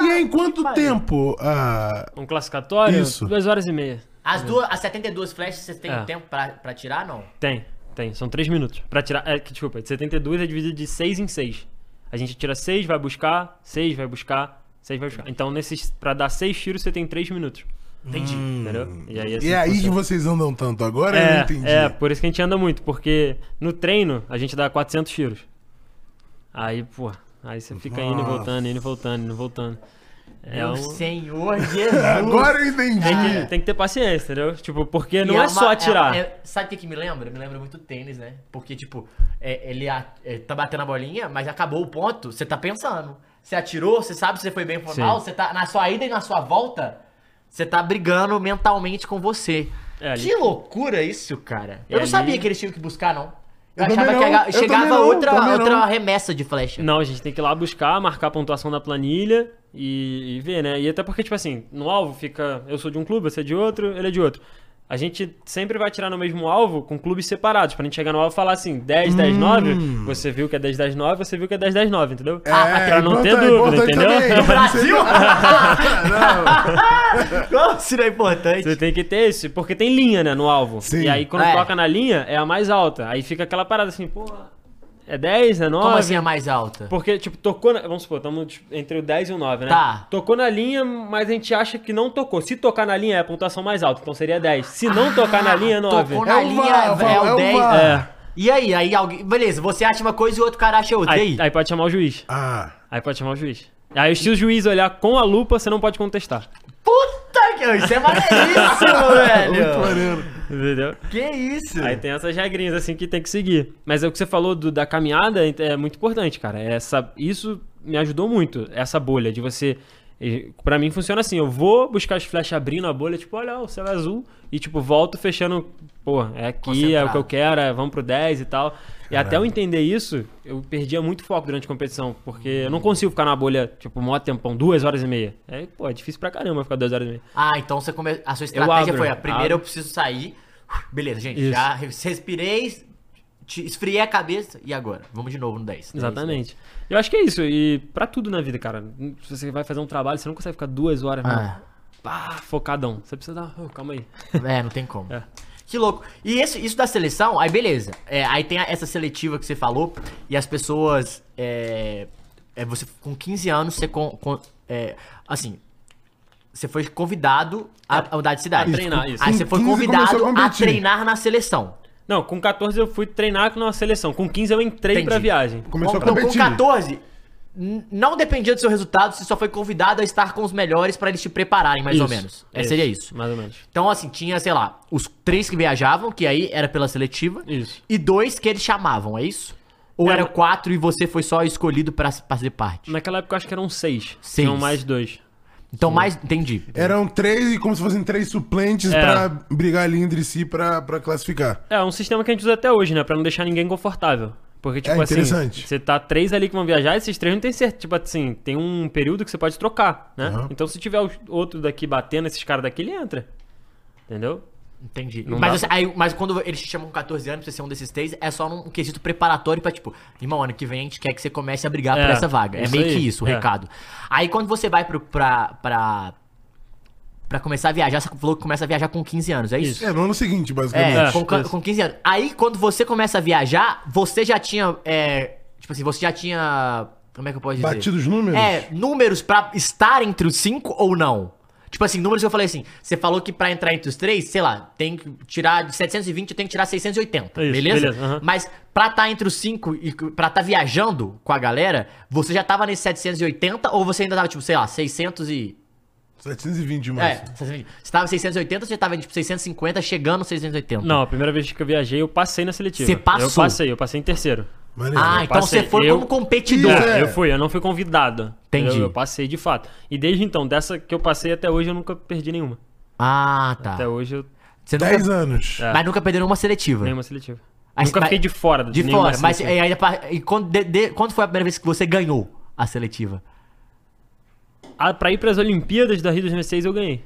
[SPEAKER 7] E em quanto
[SPEAKER 6] pariu.
[SPEAKER 7] tempo? Ah,
[SPEAKER 8] Um classificatório?
[SPEAKER 7] Isso.
[SPEAKER 8] 2 horas e meia.
[SPEAKER 6] *laughs* As, duas, as 72 flechas, vocês têm
[SPEAKER 8] É.
[SPEAKER 6] tempo pra, pra tirar, não?
[SPEAKER 8] Tem, tem. São 3 minutos. Pra tirar. É, que, desculpa, de 72 é dividido de 6 em 6. A gente tira 6, vai buscar, 6, vai buscar, 6, vai buscar. Então, nesses, pra dar 6 tiros, você tem 3 minutos.
[SPEAKER 6] Entendi.
[SPEAKER 8] Entendeu? E aí, assim,
[SPEAKER 7] e é aí que
[SPEAKER 8] funciona.
[SPEAKER 7] vocês andam tanto agora? eu não
[SPEAKER 8] É,
[SPEAKER 7] entendi.
[SPEAKER 8] é, por isso que a gente anda muito, porque no treino a gente dá 400 tiros. Aí, pô, aí você fica indo e
[SPEAKER 7] Nossa.
[SPEAKER 8] voltando, indo e voltando, indo e voltando. É
[SPEAKER 6] Meu
[SPEAKER 8] um...
[SPEAKER 6] Senhor *laughs* Jesus.
[SPEAKER 7] Agora eu entendi.
[SPEAKER 8] tem, que, tem que ter paciência, entendeu? Tipo, porque não
[SPEAKER 6] E
[SPEAKER 8] é,
[SPEAKER 6] uma-
[SPEAKER 8] só atirar.
[SPEAKER 6] é- é- sabe o que, que me lembra? Me lembra muito tênis, né? Porque, tipo, é- ele a- é, tá batendo a bolinha, mas acabou o ponto, você tá pensando. Você atirou, você sabe se você foi bem ou
[SPEAKER 8] Sim.
[SPEAKER 6] mal, você tá na sua ida e na sua volta, você tá brigando mentalmente com você.
[SPEAKER 8] É, ali-
[SPEAKER 6] que loucura isso, cara.
[SPEAKER 8] E
[SPEAKER 6] Eu não
[SPEAKER 8] ali-
[SPEAKER 6] sabia que eles tinham que buscar, não. Eu,
[SPEAKER 7] Eu também
[SPEAKER 6] achava que a
[SPEAKER 7] não,
[SPEAKER 6] ga-
[SPEAKER 7] eu
[SPEAKER 6] chegava
[SPEAKER 7] também não,
[SPEAKER 6] outra,
[SPEAKER 7] também não.
[SPEAKER 6] outra remessa de
[SPEAKER 8] *laughs*
[SPEAKER 6] flecha.
[SPEAKER 8] Não, a gente tem que ir lá buscar, marcar a pontuação da planilha e, e ver, né? E até porque, tipo assim, no alvo fica. Eu sou de um clube, você é de outro, ele é de outro. A gente sempre vai tirar no mesmo alvo com clubes separados, pra gente chegar no alvo e falar assim: 10,
[SPEAKER 7] Hum.
[SPEAKER 8] 10, 9, você viu que é 10, 10, 9, você viu que é 10, 10, 9, entendeu? Ah,
[SPEAKER 7] É,
[SPEAKER 8] pra não ter
[SPEAKER 7] importante-
[SPEAKER 8] dúvida,
[SPEAKER 7] importante
[SPEAKER 6] *laughs*
[SPEAKER 7] também.
[SPEAKER 8] entendeu?
[SPEAKER 7] Não
[SPEAKER 6] Brasil?
[SPEAKER 7] sei- Não.
[SPEAKER 6] Não, isso não é importante.
[SPEAKER 8] *laughs* Você tem que ter esse, porque tem linha, né, no alvo.
[SPEAKER 7] Sim.
[SPEAKER 8] E aí quando
[SPEAKER 6] É.
[SPEAKER 8] toca na linha, é a mais alta. Aí fica aquela parada assim, pô, é 10, é 9.
[SPEAKER 6] Como assim é mais alta?
[SPEAKER 8] Porque, tipo, tocou na... Vamos supor, estamos tipo, entre o 10 e o 9, né?
[SPEAKER 6] Tá.
[SPEAKER 8] Tocou na linha, mas a gente acha que não tocou. Se tocar na linha é a pontuação mais alta, então seria 10. Se não tocar na linha é 9.
[SPEAKER 6] Ah, Tocou na
[SPEAKER 7] É o
[SPEAKER 6] linha,
[SPEAKER 7] VAR,
[SPEAKER 6] é
[SPEAKER 7] é
[SPEAKER 6] o
[SPEAKER 7] o
[SPEAKER 6] 10.
[SPEAKER 7] VAR.
[SPEAKER 8] É.
[SPEAKER 6] E aí, aí alguém. Beleza, você acha uma coisa e o outro cara acha outra.
[SPEAKER 8] Aí,
[SPEAKER 6] e aí?
[SPEAKER 8] aí pode chamar o juiz.
[SPEAKER 7] Ah,
[SPEAKER 8] Aí pode chamar o juiz. Aí se o juiz olhar com a lupa, você não pode contestar.
[SPEAKER 6] Puta que.
[SPEAKER 8] *laughs*
[SPEAKER 6] Isso é
[SPEAKER 7] muito
[SPEAKER 6] maneiríssimo, velho.
[SPEAKER 7] maneiro.
[SPEAKER 8] Entendeu?
[SPEAKER 6] Que isso?
[SPEAKER 8] Aí tem essas regrinhas assim que tem que seguir. Mas é o que você falou do- da caminhada ent- é muito importante, cara. Essa, isso me ajudou muito, essa bolha de você. e, Pra mim funciona assim, eu vou buscar as flechas abrindo a bolha, tipo, olha, ó, o céu é azul, e tipo, volto fechando, pô, é aqui, é o que
[SPEAKER 6] Concentrado.
[SPEAKER 8] eu quero, é, vamos pro 10 e tal. E até eu entender isso, eu perdia muito foco durante a competição, porque eu não consigo ficar na bolha, tipo, mó tempão, duas horas e meia. É, pô, é difícil pra caramba ficar duas horas e meia.
[SPEAKER 6] Ah, então você come... a sua estratégia
[SPEAKER 8] abro,
[SPEAKER 6] foi a primeira
[SPEAKER 8] abro.
[SPEAKER 6] eu preciso sair. Beleza, gente,
[SPEAKER 8] Isso.
[SPEAKER 6] já re- respirei, te- esfriei a cabeça e agora? Vamos de novo no 10.
[SPEAKER 8] Exatamente. Eu acho que é isso. E pra tudo na vida, cara. Se você vai fazer um trabalho, você não consegue ficar duas horas
[SPEAKER 6] Ah.
[SPEAKER 8] não. Pá, focadão. Você precisa dar. oh, calma aí.
[SPEAKER 6] É, não tem como.
[SPEAKER 8] É.
[SPEAKER 6] Que louco. E esse- isso da seleção, aí beleza. É, aí tem a- essa seletiva que você falou, e as pessoas. É, é, você com 15 anos, você. Com, com- é, assim. Você foi convidado a, a mudar de cidade.
[SPEAKER 8] A treinar, isso.
[SPEAKER 6] Aí
[SPEAKER 7] Com
[SPEAKER 6] você foi
[SPEAKER 7] 15
[SPEAKER 6] convidado
[SPEAKER 7] começou a
[SPEAKER 6] a,
[SPEAKER 7] competir.
[SPEAKER 6] treinar na seleção.
[SPEAKER 8] Não, com 14 eu fui treinar com uma seleção. Com 15 eu entrei
[SPEAKER 6] Entendi.
[SPEAKER 8] pra viagem.
[SPEAKER 7] Começou
[SPEAKER 6] Então,
[SPEAKER 7] a
[SPEAKER 6] com
[SPEAKER 7] competir.
[SPEAKER 6] 14, n- não dependia do seu resultado, você só foi convidado a estar com os melhores pra eles te prepararem, mais ou
[SPEAKER 8] Isso,
[SPEAKER 6] menos. É, seria isso.
[SPEAKER 8] Mais ou menos.
[SPEAKER 6] Então, assim, tinha, sei lá, os três que viajavam, que aí era pela seletiva.
[SPEAKER 8] Isso.
[SPEAKER 6] E dois que eles chamavam, é isso? Ou
[SPEAKER 8] Era-
[SPEAKER 6] eram quatro e você foi só escolhido pra pra fazer parte?
[SPEAKER 8] Naquela época eu acho que eram seis.
[SPEAKER 6] Seis.
[SPEAKER 8] Tinham mais dois.
[SPEAKER 6] Então, mais. Entendi.
[SPEAKER 7] É. Eram três, e como se fossem três suplentes
[SPEAKER 8] É.
[SPEAKER 7] pra brigar ali entre si pra, pra classificar.
[SPEAKER 8] É, um sistema que a gente usa até hoje, né? Pra não deixar ninguém confortável. Porque, tipo assim,
[SPEAKER 7] interessante.
[SPEAKER 8] você tá três ali que vão viajar, esses três não tem certo. Tipo assim, tem um período que você pode trocar, né? Então se tiver o outro daqui batendo, esses caras daqui, ele entra. Entendeu?
[SPEAKER 6] Entendi.
[SPEAKER 8] Não
[SPEAKER 6] Mas,
[SPEAKER 8] dá
[SPEAKER 6] você- aí, mas quando eles te chamam com 14 anos pra você ser um desses três, é só num quesito preparatório pra, tipo, irmão, ano que vem a gente quer que você comece a brigar
[SPEAKER 8] É,
[SPEAKER 6] por essa vaga. É
[SPEAKER 8] isso
[SPEAKER 6] meio
[SPEAKER 8] aí,
[SPEAKER 6] que isso o
[SPEAKER 8] é.
[SPEAKER 6] recado. Aí quando você vai pro, pra, pra. pra começar a viajar, você falou que começa a viajar com 15 anos, é isso?
[SPEAKER 7] É, no ano seguinte,
[SPEAKER 6] É,
[SPEAKER 7] basicamente.
[SPEAKER 8] É,
[SPEAKER 6] com, ca-
[SPEAKER 8] isso.
[SPEAKER 6] com 15 anos. Aí, quando você começa a viajar, você já tinha. é, tipo assim, você já tinha. Como é que eu posso dizer?
[SPEAKER 7] Batido os números?
[SPEAKER 6] É, números pra estar entre os cinco ou não? Tipo assim, números que eu falei assim, você falou que pra entrar entre os três, sei lá, tem que tirar de 720, eu tenho que tirar 680,
[SPEAKER 8] Isso,
[SPEAKER 6] beleza?
[SPEAKER 8] beleza, aham.
[SPEAKER 6] Mas pra estar entre os cinco e c- pra estar viajando com a galera, você já tava nesse 780 ou você ainda tava, tipo, sei lá, 600 e...
[SPEAKER 7] 720,
[SPEAKER 6] É,
[SPEAKER 7] mas.
[SPEAKER 6] 620. você tava em 680 ou você tava, tipo, 650, chegando aos 680?
[SPEAKER 8] Não, a primeira vez que eu viajei, eu passei na seletiva.
[SPEAKER 6] Você passou?
[SPEAKER 8] Eu passei, eu passei em terceiro.
[SPEAKER 7] Maneiro.
[SPEAKER 6] Ah, então
[SPEAKER 8] passei.
[SPEAKER 6] você foi
[SPEAKER 8] Eu-
[SPEAKER 6] como competidor.
[SPEAKER 7] Isso,
[SPEAKER 8] É,
[SPEAKER 7] é.
[SPEAKER 8] eu fui, eu não fui convidado.
[SPEAKER 6] Entendi.
[SPEAKER 8] entendeu? Eu, passei de fato. E desde então, dessa que eu passei até hoje, eu nunca perdi nenhuma.
[SPEAKER 6] Ah, tá.
[SPEAKER 8] Até hoje eu
[SPEAKER 6] Você nunca...
[SPEAKER 7] 10 anos.
[SPEAKER 8] É.
[SPEAKER 6] Mas nunca perderam uma seletiva.
[SPEAKER 8] nenhuma seletiva.
[SPEAKER 6] Mas-
[SPEAKER 8] nunca
[SPEAKER 6] mas-
[SPEAKER 8] fiquei de fora
[SPEAKER 6] De
[SPEAKER 8] nenhuma
[SPEAKER 6] fora, mas
[SPEAKER 8] seletiva.
[SPEAKER 6] é, ainda pa- e quando, de- de- quando foi a primeira vez que você ganhou a seletiva?
[SPEAKER 8] Ah, pra ir pras Olimpíadas da Rio 2006 eu ganhei.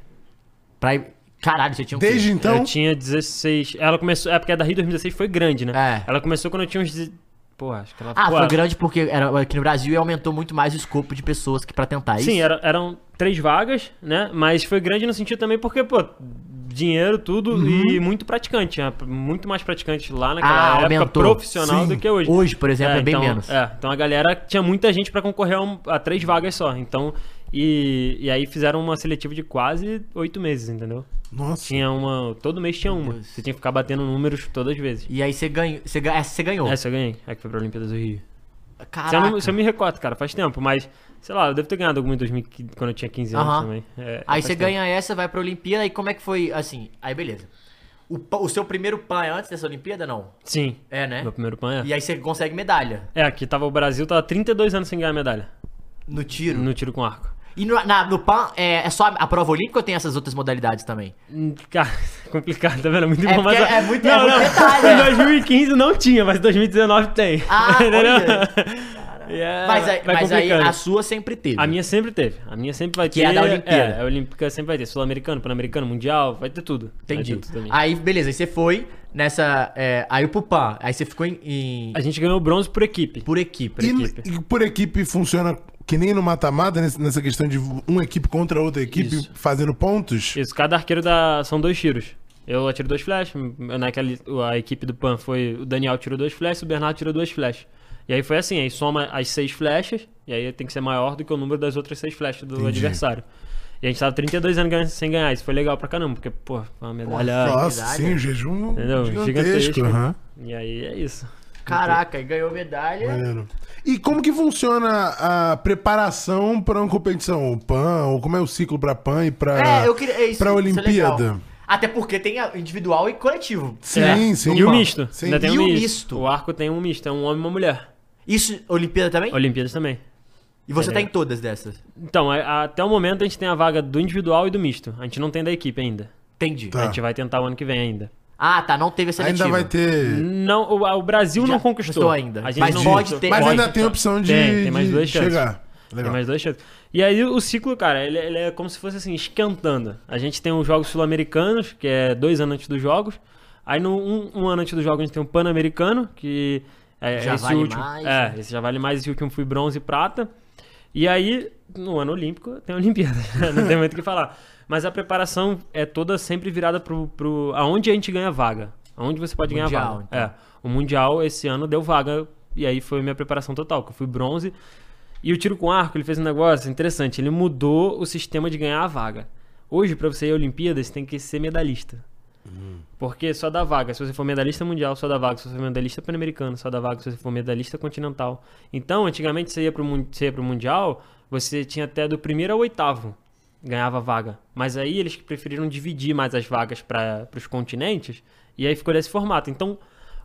[SPEAKER 6] Pra ir- Caralho, você tinha um
[SPEAKER 7] Desde então.
[SPEAKER 8] Eu tinha 16. Ela começou. É porque a da Rio 2016 foi grande, né?
[SPEAKER 6] É.
[SPEAKER 8] Ela começou quando eu tinha uns. deze- Pô, acho que ela
[SPEAKER 6] Ah,
[SPEAKER 8] pô,
[SPEAKER 6] foi
[SPEAKER 8] ela-
[SPEAKER 6] grande porque era, aqui no Brasil e aumentou muito mais o escopo de pessoas que pra tentar é isso.
[SPEAKER 8] Sim, é. era- eram três vagas, né? Mas foi grande no sentido também porque, pô, dinheiro, tudo e muito praticante. né? Muito mais praticante lá naquela
[SPEAKER 6] Uhum. Ah,
[SPEAKER 8] época
[SPEAKER 6] aumentou.
[SPEAKER 8] profissional
[SPEAKER 7] Sim.
[SPEAKER 8] do que hoje.
[SPEAKER 6] Hoje, por exemplo, é bem
[SPEAKER 8] então,
[SPEAKER 6] menos.
[SPEAKER 8] É, então a galera tinha muita gente pra concorrer a, um- a três vagas só. Então, e, e aí fizeram uma seletiva de quase oito meses, entendeu?
[SPEAKER 7] Nossa.
[SPEAKER 8] Tinha uma. Todo mês tinha uma. Você tinha que ficar batendo números todas as vezes.
[SPEAKER 6] E aí você ganhou. Você, ga- essa você ganhou.
[SPEAKER 8] Essa eu ganhei. É que foi pra Olimpíadas do Rio. Se eu,
[SPEAKER 6] Caraca.
[SPEAKER 8] não, se eu me recordo, cara, faz tempo, mas sei lá, eu devo ter ganhado alguma em 2015, quando eu tinha 15 anos
[SPEAKER 6] Aham.
[SPEAKER 8] também. É,
[SPEAKER 6] Aí
[SPEAKER 8] faz
[SPEAKER 6] você
[SPEAKER 8] tempo.
[SPEAKER 6] ganha essa, vai pra Olimpíada, e como é que foi assim? Aí beleza. O, pa- o seu primeiro pan é antes dessa Olimpíada, não?
[SPEAKER 8] Sim.
[SPEAKER 6] É, né?
[SPEAKER 8] Meu primeiro pan é.
[SPEAKER 6] E aí você consegue medalha
[SPEAKER 8] É, aqui tava o Brasil, tava 32 anos sem ganhar medalha
[SPEAKER 6] no tiro.
[SPEAKER 8] no tiro com arco.
[SPEAKER 6] E no, na- no pan é, é só a prova olímpica ou tem essas outras modalidades também?
[SPEAKER 8] Hum, Cara, *laughs* é complicado, tá vendo? É Muita
[SPEAKER 6] É porque
[SPEAKER 8] informação.
[SPEAKER 6] é muito- é
[SPEAKER 8] não,
[SPEAKER 6] muito
[SPEAKER 8] não.
[SPEAKER 6] detalhe,
[SPEAKER 8] *laughs* Em
[SPEAKER 6] né?
[SPEAKER 8] 2015 não tinha, mas em 2019 tem. *laughs*
[SPEAKER 6] Ah, olha.
[SPEAKER 8] E é-
[SPEAKER 6] Mas, aí,
[SPEAKER 8] vai
[SPEAKER 6] mas aí
[SPEAKER 8] complicando.
[SPEAKER 6] a sua sempre teve.
[SPEAKER 8] A minha sempre teve. A minha sempre vai
[SPEAKER 6] Que
[SPEAKER 8] ter.
[SPEAKER 6] é a da Olimpíada.
[SPEAKER 8] É, a Olímpica sempre vai ter. Sul-Americano, Pan-Americano, Mundial, vai ter tudo. Vai
[SPEAKER 6] Entendi.
[SPEAKER 8] ter tudo também.
[SPEAKER 6] Aí, beleza, aí você foi nessa. é, aí o Pupan. Aí você ficou em. em-
[SPEAKER 8] A gente ganhou bronze por equipe.
[SPEAKER 6] por equipe.
[SPEAKER 7] E,
[SPEAKER 8] equipe.
[SPEAKER 7] e por equipe funciona que nem no mata-mata, nesse- nessa questão de uma equipe contra a outra equipe
[SPEAKER 8] Isso.
[SPEAKER 7] fazendo pontos?
[SPEAKER 8] Isso, cada arqueiro dá. São dois tiros. Eu atiro dois flash, naquela, a equipe do Pan foi. O Daniel tirou dois flashes, o Bernardo tirou dois flashes. E aí foi assim, aí soma as seis flechas, e aí tem que ser maior do que o número das outras seis flechas do adversário. E a gente tava 32 anos ganhando- sem ganhar, isso foi legal pra caramba, porque, pô, foi uma medalha.
[SPEAKER 7] Nossa,
[SPEAKER 6] verdade,
[SPEAKER 7] sim,
[SPEAKER 6] né?
[SPEAKER 7] o jejum
[SPEAKER 8] Entendeu?
[SPEAKER 7] gigantesco.
[SPEAKER 8] Gigantesco.
[SPEAKER 7] aham.
[SPEAKER 8] E aí é isso.
[SPEAKER 6] Caraca, aí ganhou medalha.
[SPEAKER 7] Maneiro. E como que funciona a preparação para uma competição? O PAN, ou como é o ciclo para PAN e para
[SPEAKER 6] É, eu queria. é Isso,
[SPEAKER 7] para
[SPEAKER 6] isso é
[SPEAKER 7] Olimpíada?
[SPEAKER 6] legal. Até porque tem a individual e coletivo.
[SPEAKER 7] sim, sim.
[SPEAKER 8] É. E o
[SPEAKER 7] Pan.
[SPEAKER 8] misto.
[SPEAKER 7] Sim.
[SPEAKER 8] Ainda tem
[SPEAKER 6] E
[SPEAKER 8] um
[SPEAKER 6] o
[SPEAKER 8] misto.
[SPEAKER 6] misto?
[SPEAKER 8] O arco tem um misto, é um homem e uma mulher.
[SPEAKER 6] Isso, Olimpíada também?
[SPEAKER 8] Olimpíadas também.
[SPEAKER 6] E você tá em todas dessas.
[SPEAKER 8] Então, a- a- até o momento a gente tem a vaga do individual e do misto. A gente não tem da equipe ainda.
[SPEAKER 6] Entendi.
[SPEAKER 7] Tá.
[SPEAKER 8] A gente vai tentar o ano que vem ainda.
[SPEAKER 6] Ah, tá. Não teve a seletiva.
[SPEAKER 7] Ainda vai ter.
[SPEAKER 8] Não, o, o Brasil
[SPEAKER 6] Já
[SPEAKER 8] não conquistou
[SPEAKER 6] conquistou ainda.
[SPEAKER 8] A gente
[SPEAKER 6] Mas
[SPEAKER 8] não
[SPEAKER 6] pode
[SPEAKER 8] conquistou.
[SPEAKER 6] ter-
[SPEAKER 7] Mas
[SPEAKER 6] Pode,
[SPEAKER 7] ainda tem a opção de,
[SPEAKER 8] Tem, tem mais
[SPEAKER 7] de
[SPEAKER 8] duas chances.
[SPEAKER 7] chegar.
[SPEAKER 8] Tem
[SPEAKER 7] Legal.
[SPEAKER 8] mais dois chances. E aí o ciclo, cara, ele, ele é como se fosse assim, esquentando. A gente tem os Jogos Sul-Americanos, que é dois anos antes dos Jogos. Aí no, um, um ano antes dos Jogos a gente tem o Pan-Americano, que é
[SPEAKER 6] Já
[SPEAKER 8] esse
[SPEAKER 6] vale
[SPEAKER 8] último.
[SPEAKER 6] mais,
[SPEAKER 8] é,
[SPEAKER 6] né?
[SPEAKER 8] esse já vale mais, esse último foi bronze e prata. E aí, no ano olímpico, tem a Olimpíada. *laughs* né? Não tem muito o que falar. Mas a preparação é toda sempre virada pro. pro aonde a gente ganha vaga. Aonde você pode ganhar
[SPEAKER 6] Mundial,
[SPEAKER 8] vaga.
[SPEAKER 6] então.
[SPEAKER 8] É. O Mundial esse ano deu vaga. E aí foi minha preparação total, que eu fui bronze. E o tiro com arco, ele fez um negócio interessante. Ele mudou o sistema de ganhar a vaga. Hoje, pra você ir à Olimpíada, você tem que ser medalhista. Porque só dá vaga. Se você for medalhista mundial, só dá vaga. Se você for medalhista pan-americano, só dá vaga. Se você for medalhista continental. Então, antigamente, você ia pro, mun- você ia pro mundial, você tinha até do primeiro ao oitavo. Ganhava vaga. Mas aí eles preferiram dividir mais as vagas para os continentes. E aí ficou desse formato. Então,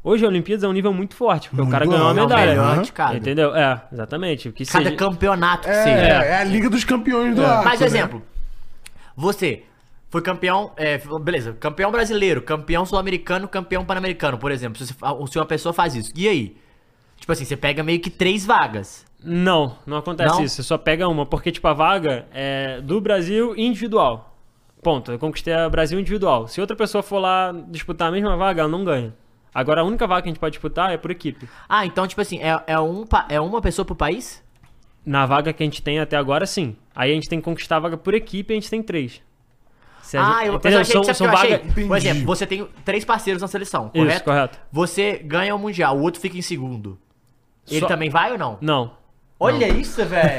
[SPEAKER 8] hoje a Olimpíadas é um nível muito forte. Porque o
[SPEAKER 7] Muito
[SPEAKER 8] cara ganhou uma
[SPEAKER 7] alto,
[SPEAKER 8] medalha.
[SPEAKER 6] melhor de cada.
[SPEAKER 8] Entendeu? É, exatamente. O que
[SPEAKER 6] Cada
[SPEAKER 8] seja-
[SPEAKER 6] campeonato que
[SPEAKER 7] É,
[SPEAKER 6] seja.
[SPEAKER 7] é a Liga dos Campeões
[SPEAKER 8] É.
[SPEAKER 7] do Arco.
[SPEAKER 6] Mas, Ah, por
[SPEAKER 7] né?
[SPEAKER 6] exemplo, você foi campeão, é, beleza, campeão brasileiro, campeão sul-americano, campeão pan-americano, por exemplo. Se, você- se uma pessoa faz isso, e aí? Tipo assim, você pega meio que três vagas.
[SPEAKER 8] Não, não acontece
[SPEAKER 6] Não?
[SPEAKER 8] isso. Você só pega uma, porque, tipo, a vaga é do Brasil individual. Ponto. Eu conquistei a Brasil individual. Se outra pessoa for lá disputar a mesma vaga, ela não ganha. Agora, a única vaga que a gente pode disputar é por equipe.
[SPEAKER 6] Ah, então, tipo assim, é, é um, pa- é uma pessoa pro país?
[SPEAKER 8] Na vaga que a gente tem até agora, sim. Aí a gente tem que conquistar a vaga por equipe e a gente tem três. Se a
[SPEAKER 6] Ah,
[SPEAKER 8] gente-
[SPEAKER 6] eu, mas eu
[SPEAKER 8] entendeu?
[SPEAKER 6] achei,
[SPEAKER 8] São-
[SPEAKER 6] sabe o
[SPEAKER 8] são
[SPEAKER 6] que eu achei?
[SPEAKER 8] vaga-
[SPEAKER 6] Por exemplo, você tem três parceiros na seleção,
[SPEAKER 8] Isso,
[SPEAKER 6] correto?
[SPEAKER 8] correto.
[SPEAKER 6] Você ganha o Mundial, o outro fica em segundo. Ele
[SPEAKER 8] Só-
[SPEAKER 6] também vai ou não?
[SPEAKER 8] Não.
[SPEAKER 6] Olha isso, velho.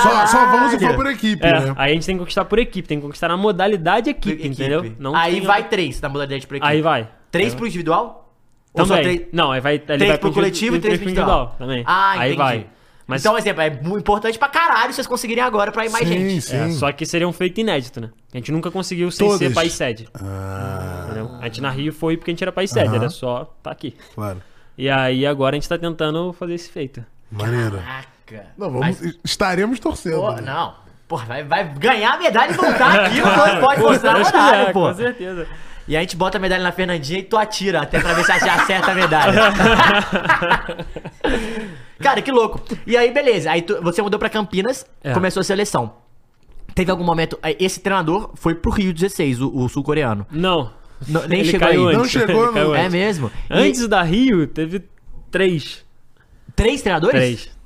[SPEAKER 7] Só, só vamos se
[SPEAKER 6] *laughs* Caralho.
[SPEAKER 7] for por equipe,
[SPEAKER 8] É,
[SPEAKER 7] né?
[SPEAKER 8] aí a gente tem que conquistar por equipe, tem que conquistar na modalidade equipe,
[SPEAKER 6] Equipe.
[SPEAKER 8] entendeu? Não
[SPEAKER 6] aí
[SPEAKER 8] tem-
[SPEAKER 6] vai três na modalidade pra equipe.
[SPEAKER 8] Aí vai.
[SPEAKER 6] Três pro individual? Ou só
[SPEAKER 8] É. Também.
[SPEAKER 6] três-
[SPEAKER 8] Não, aí vai. Ele
[SPEAKER 6] três
[SPEAKER 8] vai
[SPEAKER 6] pro coletivo e três pro individual.
[SPEAKER 8] Também.
[SPEAKER 6] Ah,
[SPEAKER 8] aí
[SPEAKER 6] entendi.
[SPEAKER 8] vai. Mas
[SPEAKER 6] Então, exemplo, é mu- importante pra caralho vocês conseguirem agora pra ir mais
[SPEAKER 7] sim,
[SPEAKER 6] gente.
[SPEAKER 7] sim.
[SPEAKER 8] é, só que seria um feito inédito, né? A gente nunca conseguiu sem
[SPEAKER 7] Todas.
[SPEAKER 8] ser país sede.
[SPEAKER 7] Ah,
[SPEAKER 8] entendeu? A gente na Rio foi porque a gente era país sede, era só tá aqui.
[SPEAKER 7] Claro.
[SPEAKER 8] E aí agora a gente tá tentando fazer esse feito.
[SPEAKER 7] Maneiro.
[SPEAKER 6] Caraca.
[SPEAKER 7] Não, vamos, estaremos torcendo.
[SPEAKER 6] Pô,
[SPEAKER 7] né?
[SPEAKER 6] não. Porra, vai, vai ganhar a medalha e voltar aqui,
[SPEAKER 8] *laughs*
[SPEAKER 6] não pode mostrar o
[SPEAKER 8] Deus
[SPEAKER 6] horário,
[SPEAKER 8] quiser,
[SPEAKER 6] pô.
[SPEAKER 8] é, Com certeza.
[SPEAKER 6] E a gente bota a medalha na Fernandinha e tu atira até pra ver se você acerta a
[SPEAKER 8] *laughs*
[SPEAKER 6] medalha. Cara, que louco. E aí, beleza. Aí tu- você mudou pra Campinas,
[SPEAKER 8] É.
[SPEAKER 6] começou a seleção. Teve algum momento. aí Esse treinador foi pro Rio 16, o, o sul-coreano.
[SPEAKER 8] Não.
[SPEAKER 6] Não- nem
[SPEAKER 8] Ele
[SPEAKER 6] chegou aí.
[SPEAKER 8] caiu
[SPEAKER 7] Não
[SPEAKER 8] antes.
[SPEAKER 7] chegou,
[SPEAKER 8] Ele caiu
[SPEAKER 7] não.
[SPEAKER 6] É
[SPEAKER 8] antes.
[SPEAKER 6] mesmo? E
[SPEAKER 8] Antes da Rio, teve três.
[SPEAKER 6] três treinadores?
[SPEAKER 8] Três.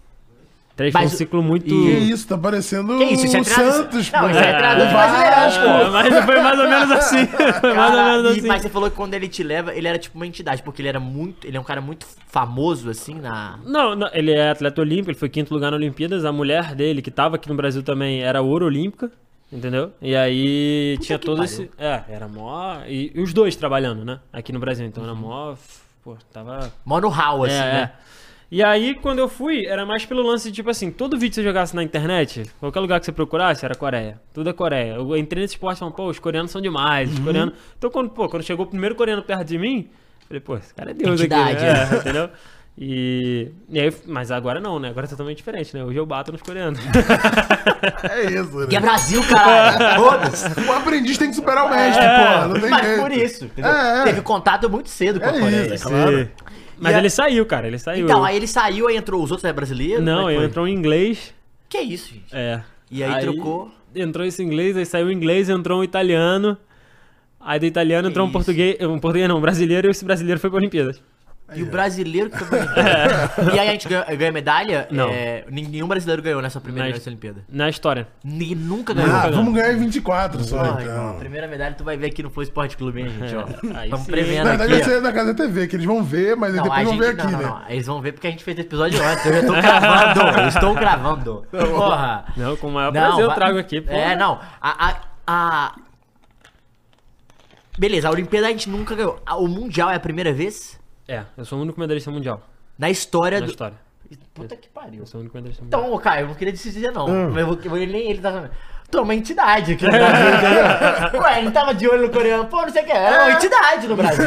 [SPEAKER 8] Três
[SPEAKER 6] Mas
[SPEAKER 8] foi um
[SPEAKER 6] o-
[SPEAKER 8] ciclo muito.
[SPEAKER 7] Que
[SPEAKER 6] e-
[SPEAKER 7] isso, tá parecendo
[SPEAKER 6] Que isso, isso é
[SPEAKER 7] o
[SPEAKER 6] treinador-
[SPEAKER 7] Santos,
[SPEAKER 6] Não,
[SPEAKER 7] pô.
[SPEAKER 6] isso é treinador de
[SPEAKER 7] O
[SPEAKER 6] brasileiros, pô.
[SPEAKER 7] Vasco.
[SPEAKER 8] É, mas foi mais ou menos assim. *laughs* Foi mais ou
[SPEAKER 6] Cara,
[SPEAKER 8] menos
[SPEAKER 6] e-
[SPEAKER 8] assim.
[SPEAKER 6] mas você falou que quando ele te leva, ele era tipo uma entidade, porque ele era muito. Ele é um cara muito famoso, assim, na.
[SPEAKER 8] Não, não, ele é atleta olímpico, ele foi quinto lugar na Olimpíadas. A mulher dele, que tava aqui no Brasil também, era ouro olímpica, entendeu? E aí tinha
[SPEAKER 6] que
[SPEAKER 8] todo
[SPEAKER 6] pariu.
[SPEAKER 8] esse. É, era mó. E, e os dois trabalhando, né? Aqui no Brasil. Então era mó. f- Pô, tava.
[SPEAKER 6] Mó no how, assim,
[SPEAKER 8] É,
[SPEAKER 6] né?
[SPEAKER 8] é. E aí, quando eu fui, era mais pelo lance de, tipo assim, todo vídeo que você jogasse na internet, qualquer lugar que você procurasse, era Coreia. Tudo é Coreia. Eu entrei nesse esporte falando, pô, os coreanos são demais,
[SPEAKER 6] Uhum.
[SPEAKER 8] os coreanos... Então, quando, pô, quando chegou o primeiro coreano perto de mim, eu falei, pô, esse cara é Deus aqui, né?
[SPEAKER 6] Entidade.
[SPEAKER 8] É, *laughs* entendeu? E, e aí, mas agora não, né? Agora é totalmente diferente, né? Hoje eu bato nos coreanos.
[SPEAKER 6] *laughs*
[SPEAKER 7] É isso,
[SPEAKER 6] E
[SPEAKER 7] né?
[SPEAKER 6] é Brasil, cara.
[SPEAKER 8] *laughs*
[SPEAKER 6] Foda-se.
[SPEAKER 7] O aprendiz tem que superar o mestre,
[SPEAKER 8] É.
[SPEAKER 7] pô. Não tem
[SPEAKER 6] Mas por
[SPEAKER 7] jeito.
[SPEAKER 6] isso, entendeu?
[SPEAKER 7] É, é.
[SPEAKER 6] Teve contato muito cedo com a
[SPEAKER 7] É
[SPEAKER 6] Coreia.
[SPEAKER 7] isso, claro.
[SPEAKER 8] *laughs* Mas
[SPEAKER 6] E a-
[SPEAKER 8] ele saiu, cara, ele saiu.
[SPEAKER 6] Então, aí ele saiu, aí entrou os outros, é brasileiro?
[SPEAKER 8] Não,
[SPEAKER 6] eu
[SPEAKER 8] ele entrou em inglês,
[SPEAKER 6] Que isso, gente?
[SPEAKER 8] É.
[SPEAKER 6] E aí trocou?
[SPEAKER 8] Entrou esse inglês, aí saiu o inglês, entrou um italiano. Aí do italiano entrou um
[SPEAKER 6] isso?
[SPEAKER 8] português, um português não, um brasileiro, e esse brasileiro foi pra Olimpíadas.
[SPEAKER 7] É
[SPEAKER 6] E o brasileiro
[SPEAKER 8] *laughs*
[SPEAKER 6] que foi pra Olimpíada. E aí a gente ganha, ganha medalha?
[SPEAKER 8] Não.
[SPEAKER 6] é, nin- nenhum brasileiro ganhou nessa primeira
[SPEAKER 8] Mas-
[SPEAKER 6] nessa Olimpíada.
[SPEAKER 8] Na história.
[SPEAKER 6] Ni- nunca ganhou.
[SPEAKER 7] Ah, vamos ganhar em 24 só,
[SPEAKER 6] Porra, irmão,
[SPEAKER 7] então.
[SPEAKER 6] primeira medalha tu vai ver aqui no Flow Esporte Clube, hein, gente, ó.
[SPEAKER 8] *laughs* Aí
[SPEAKER 6] Estamos
[SPEAKER 8] sim.
[SPEAKER 6] prevendo
[SPEAKER 7] Na verdade,
[SPEAKER 6] aqui.
[SPEAKER 7] vai
[SPEAKER 6] ó.
[SPEAKER 7] ser da Casa TV, que eles vão ver, mas
[SPEAKER 6] Não, a
[SPEAKER 7] depois vão
[SPEAKER 6] gente,
[SPEAKER 7] ver aqui,
[SPEAKER 6] não, não,
[SPEAKER 7] né?
[SPEAKER 6] não, eles vão ver porque a gente fez o episódio antes. Eu já tô
[SPEAKER 7] *laughs*
[SPEAKER 6] gravando, eu estou gravando.
[SPEAKER 7] Tá
[SPEAKER 6] Porra.
[SPEAKER 8] Não, com o maior prazer eu
[SPEAKER 6] vai-
[SPEAKER 8] trago aqui. pô.
[SPEAKER 6] É, não. A, a, a- Beleza, a Olimpíada a gente nunca ganhou. A- O Mundial é a primeira vez
[SPEAKER 8] É, eu sou o único medalhista mundial.
[SPEAKER 6] na história
[SPEAKER 8] Na
[SPEAKER 6] É do.
[SPEAKER 8] história.
[SPEAKER 6] Puta que pariu.
[SPEAKER 8] Eu sou o único medalhista mundial.
[SPEAKER 6] Então, ô, Caio, eu não queria decidir, não.
[SPEAKER 7] Hum.
[SPEAKER 6] Mas eu vou, eu vou- ele nem ele tá. Tu é uma entidade aqui no Brasil,
[SPEAKER 7] *laughs*
[SPEAKER 6] entendeu? Ué, ele tava de olho no coreano, pô, não sei o que. É uma entidade
[SPEAKER 7] *laughs*
[SPEAKER 6] no Brasil.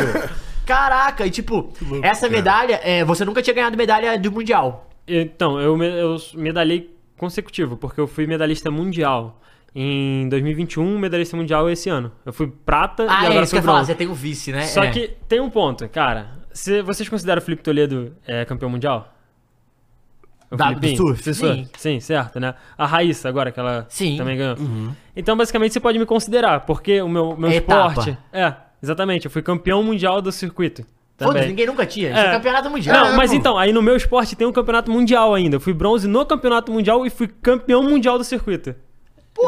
[SPEAKER 6] Caraca, e tipo, essa medalha, é, você nunca tinha ganhado medalha do Mundial.
[SPEAKER 8] Então, eu, me- eu medalhei consecutivo, porque eu fui medalhista mundial em 2021, medalhista mundial esse ano. Eu fui prata
[SPEAKER 6] Ah,
[SPEAKER 8] e
[SPEAKER 6] é isso que
[SPEAKER 8] agora
[SPEAKER 6] eu
[SPEAKER 8] fui
[SPEAKER 6] ia falar,
[SPEAKER 8] bronze.
[SPEAKER 6] você tem o vice, né?
[SPEAKER 8] Só
[SPEAKER 6] É.
[SPEAKER 8] que tem um ponto, cara. Se vocês consideram o Felipe Toledo é, campeão mundial? O
[SPEAKER 6] Da-
[SPEAKER 8] Felipinho?
[SPEAKER 6] do surf, sim.
[SPEAKER 8] Sim. sim, certo, né? A Raíssa agora, que ela
[SPEAKER 6] Sim.
[SPEAKER 8] também ganhou. Então, basicamente, você pode me considerar, porque o meu, meu
[SPEAKER 6] É etapa.
[SPEAKER 8] esporte... É, exatamente. Eu fui campeão mundial do circuito.
[SPEAKER 6] Foda-se,
[SPEAKER 8] também.
[SPEAKER 6] ninguém nunca tinha. Isso é,
[SPEAKER 8] É.
[SPEAKER 6] campeonato mundial.
[SPEAKER 8] Não, mas então, aí no meu esporte tem um campeonato mundial ainda. Eu fui bronze no campeonato mundial e fui campeão mundial do circuito.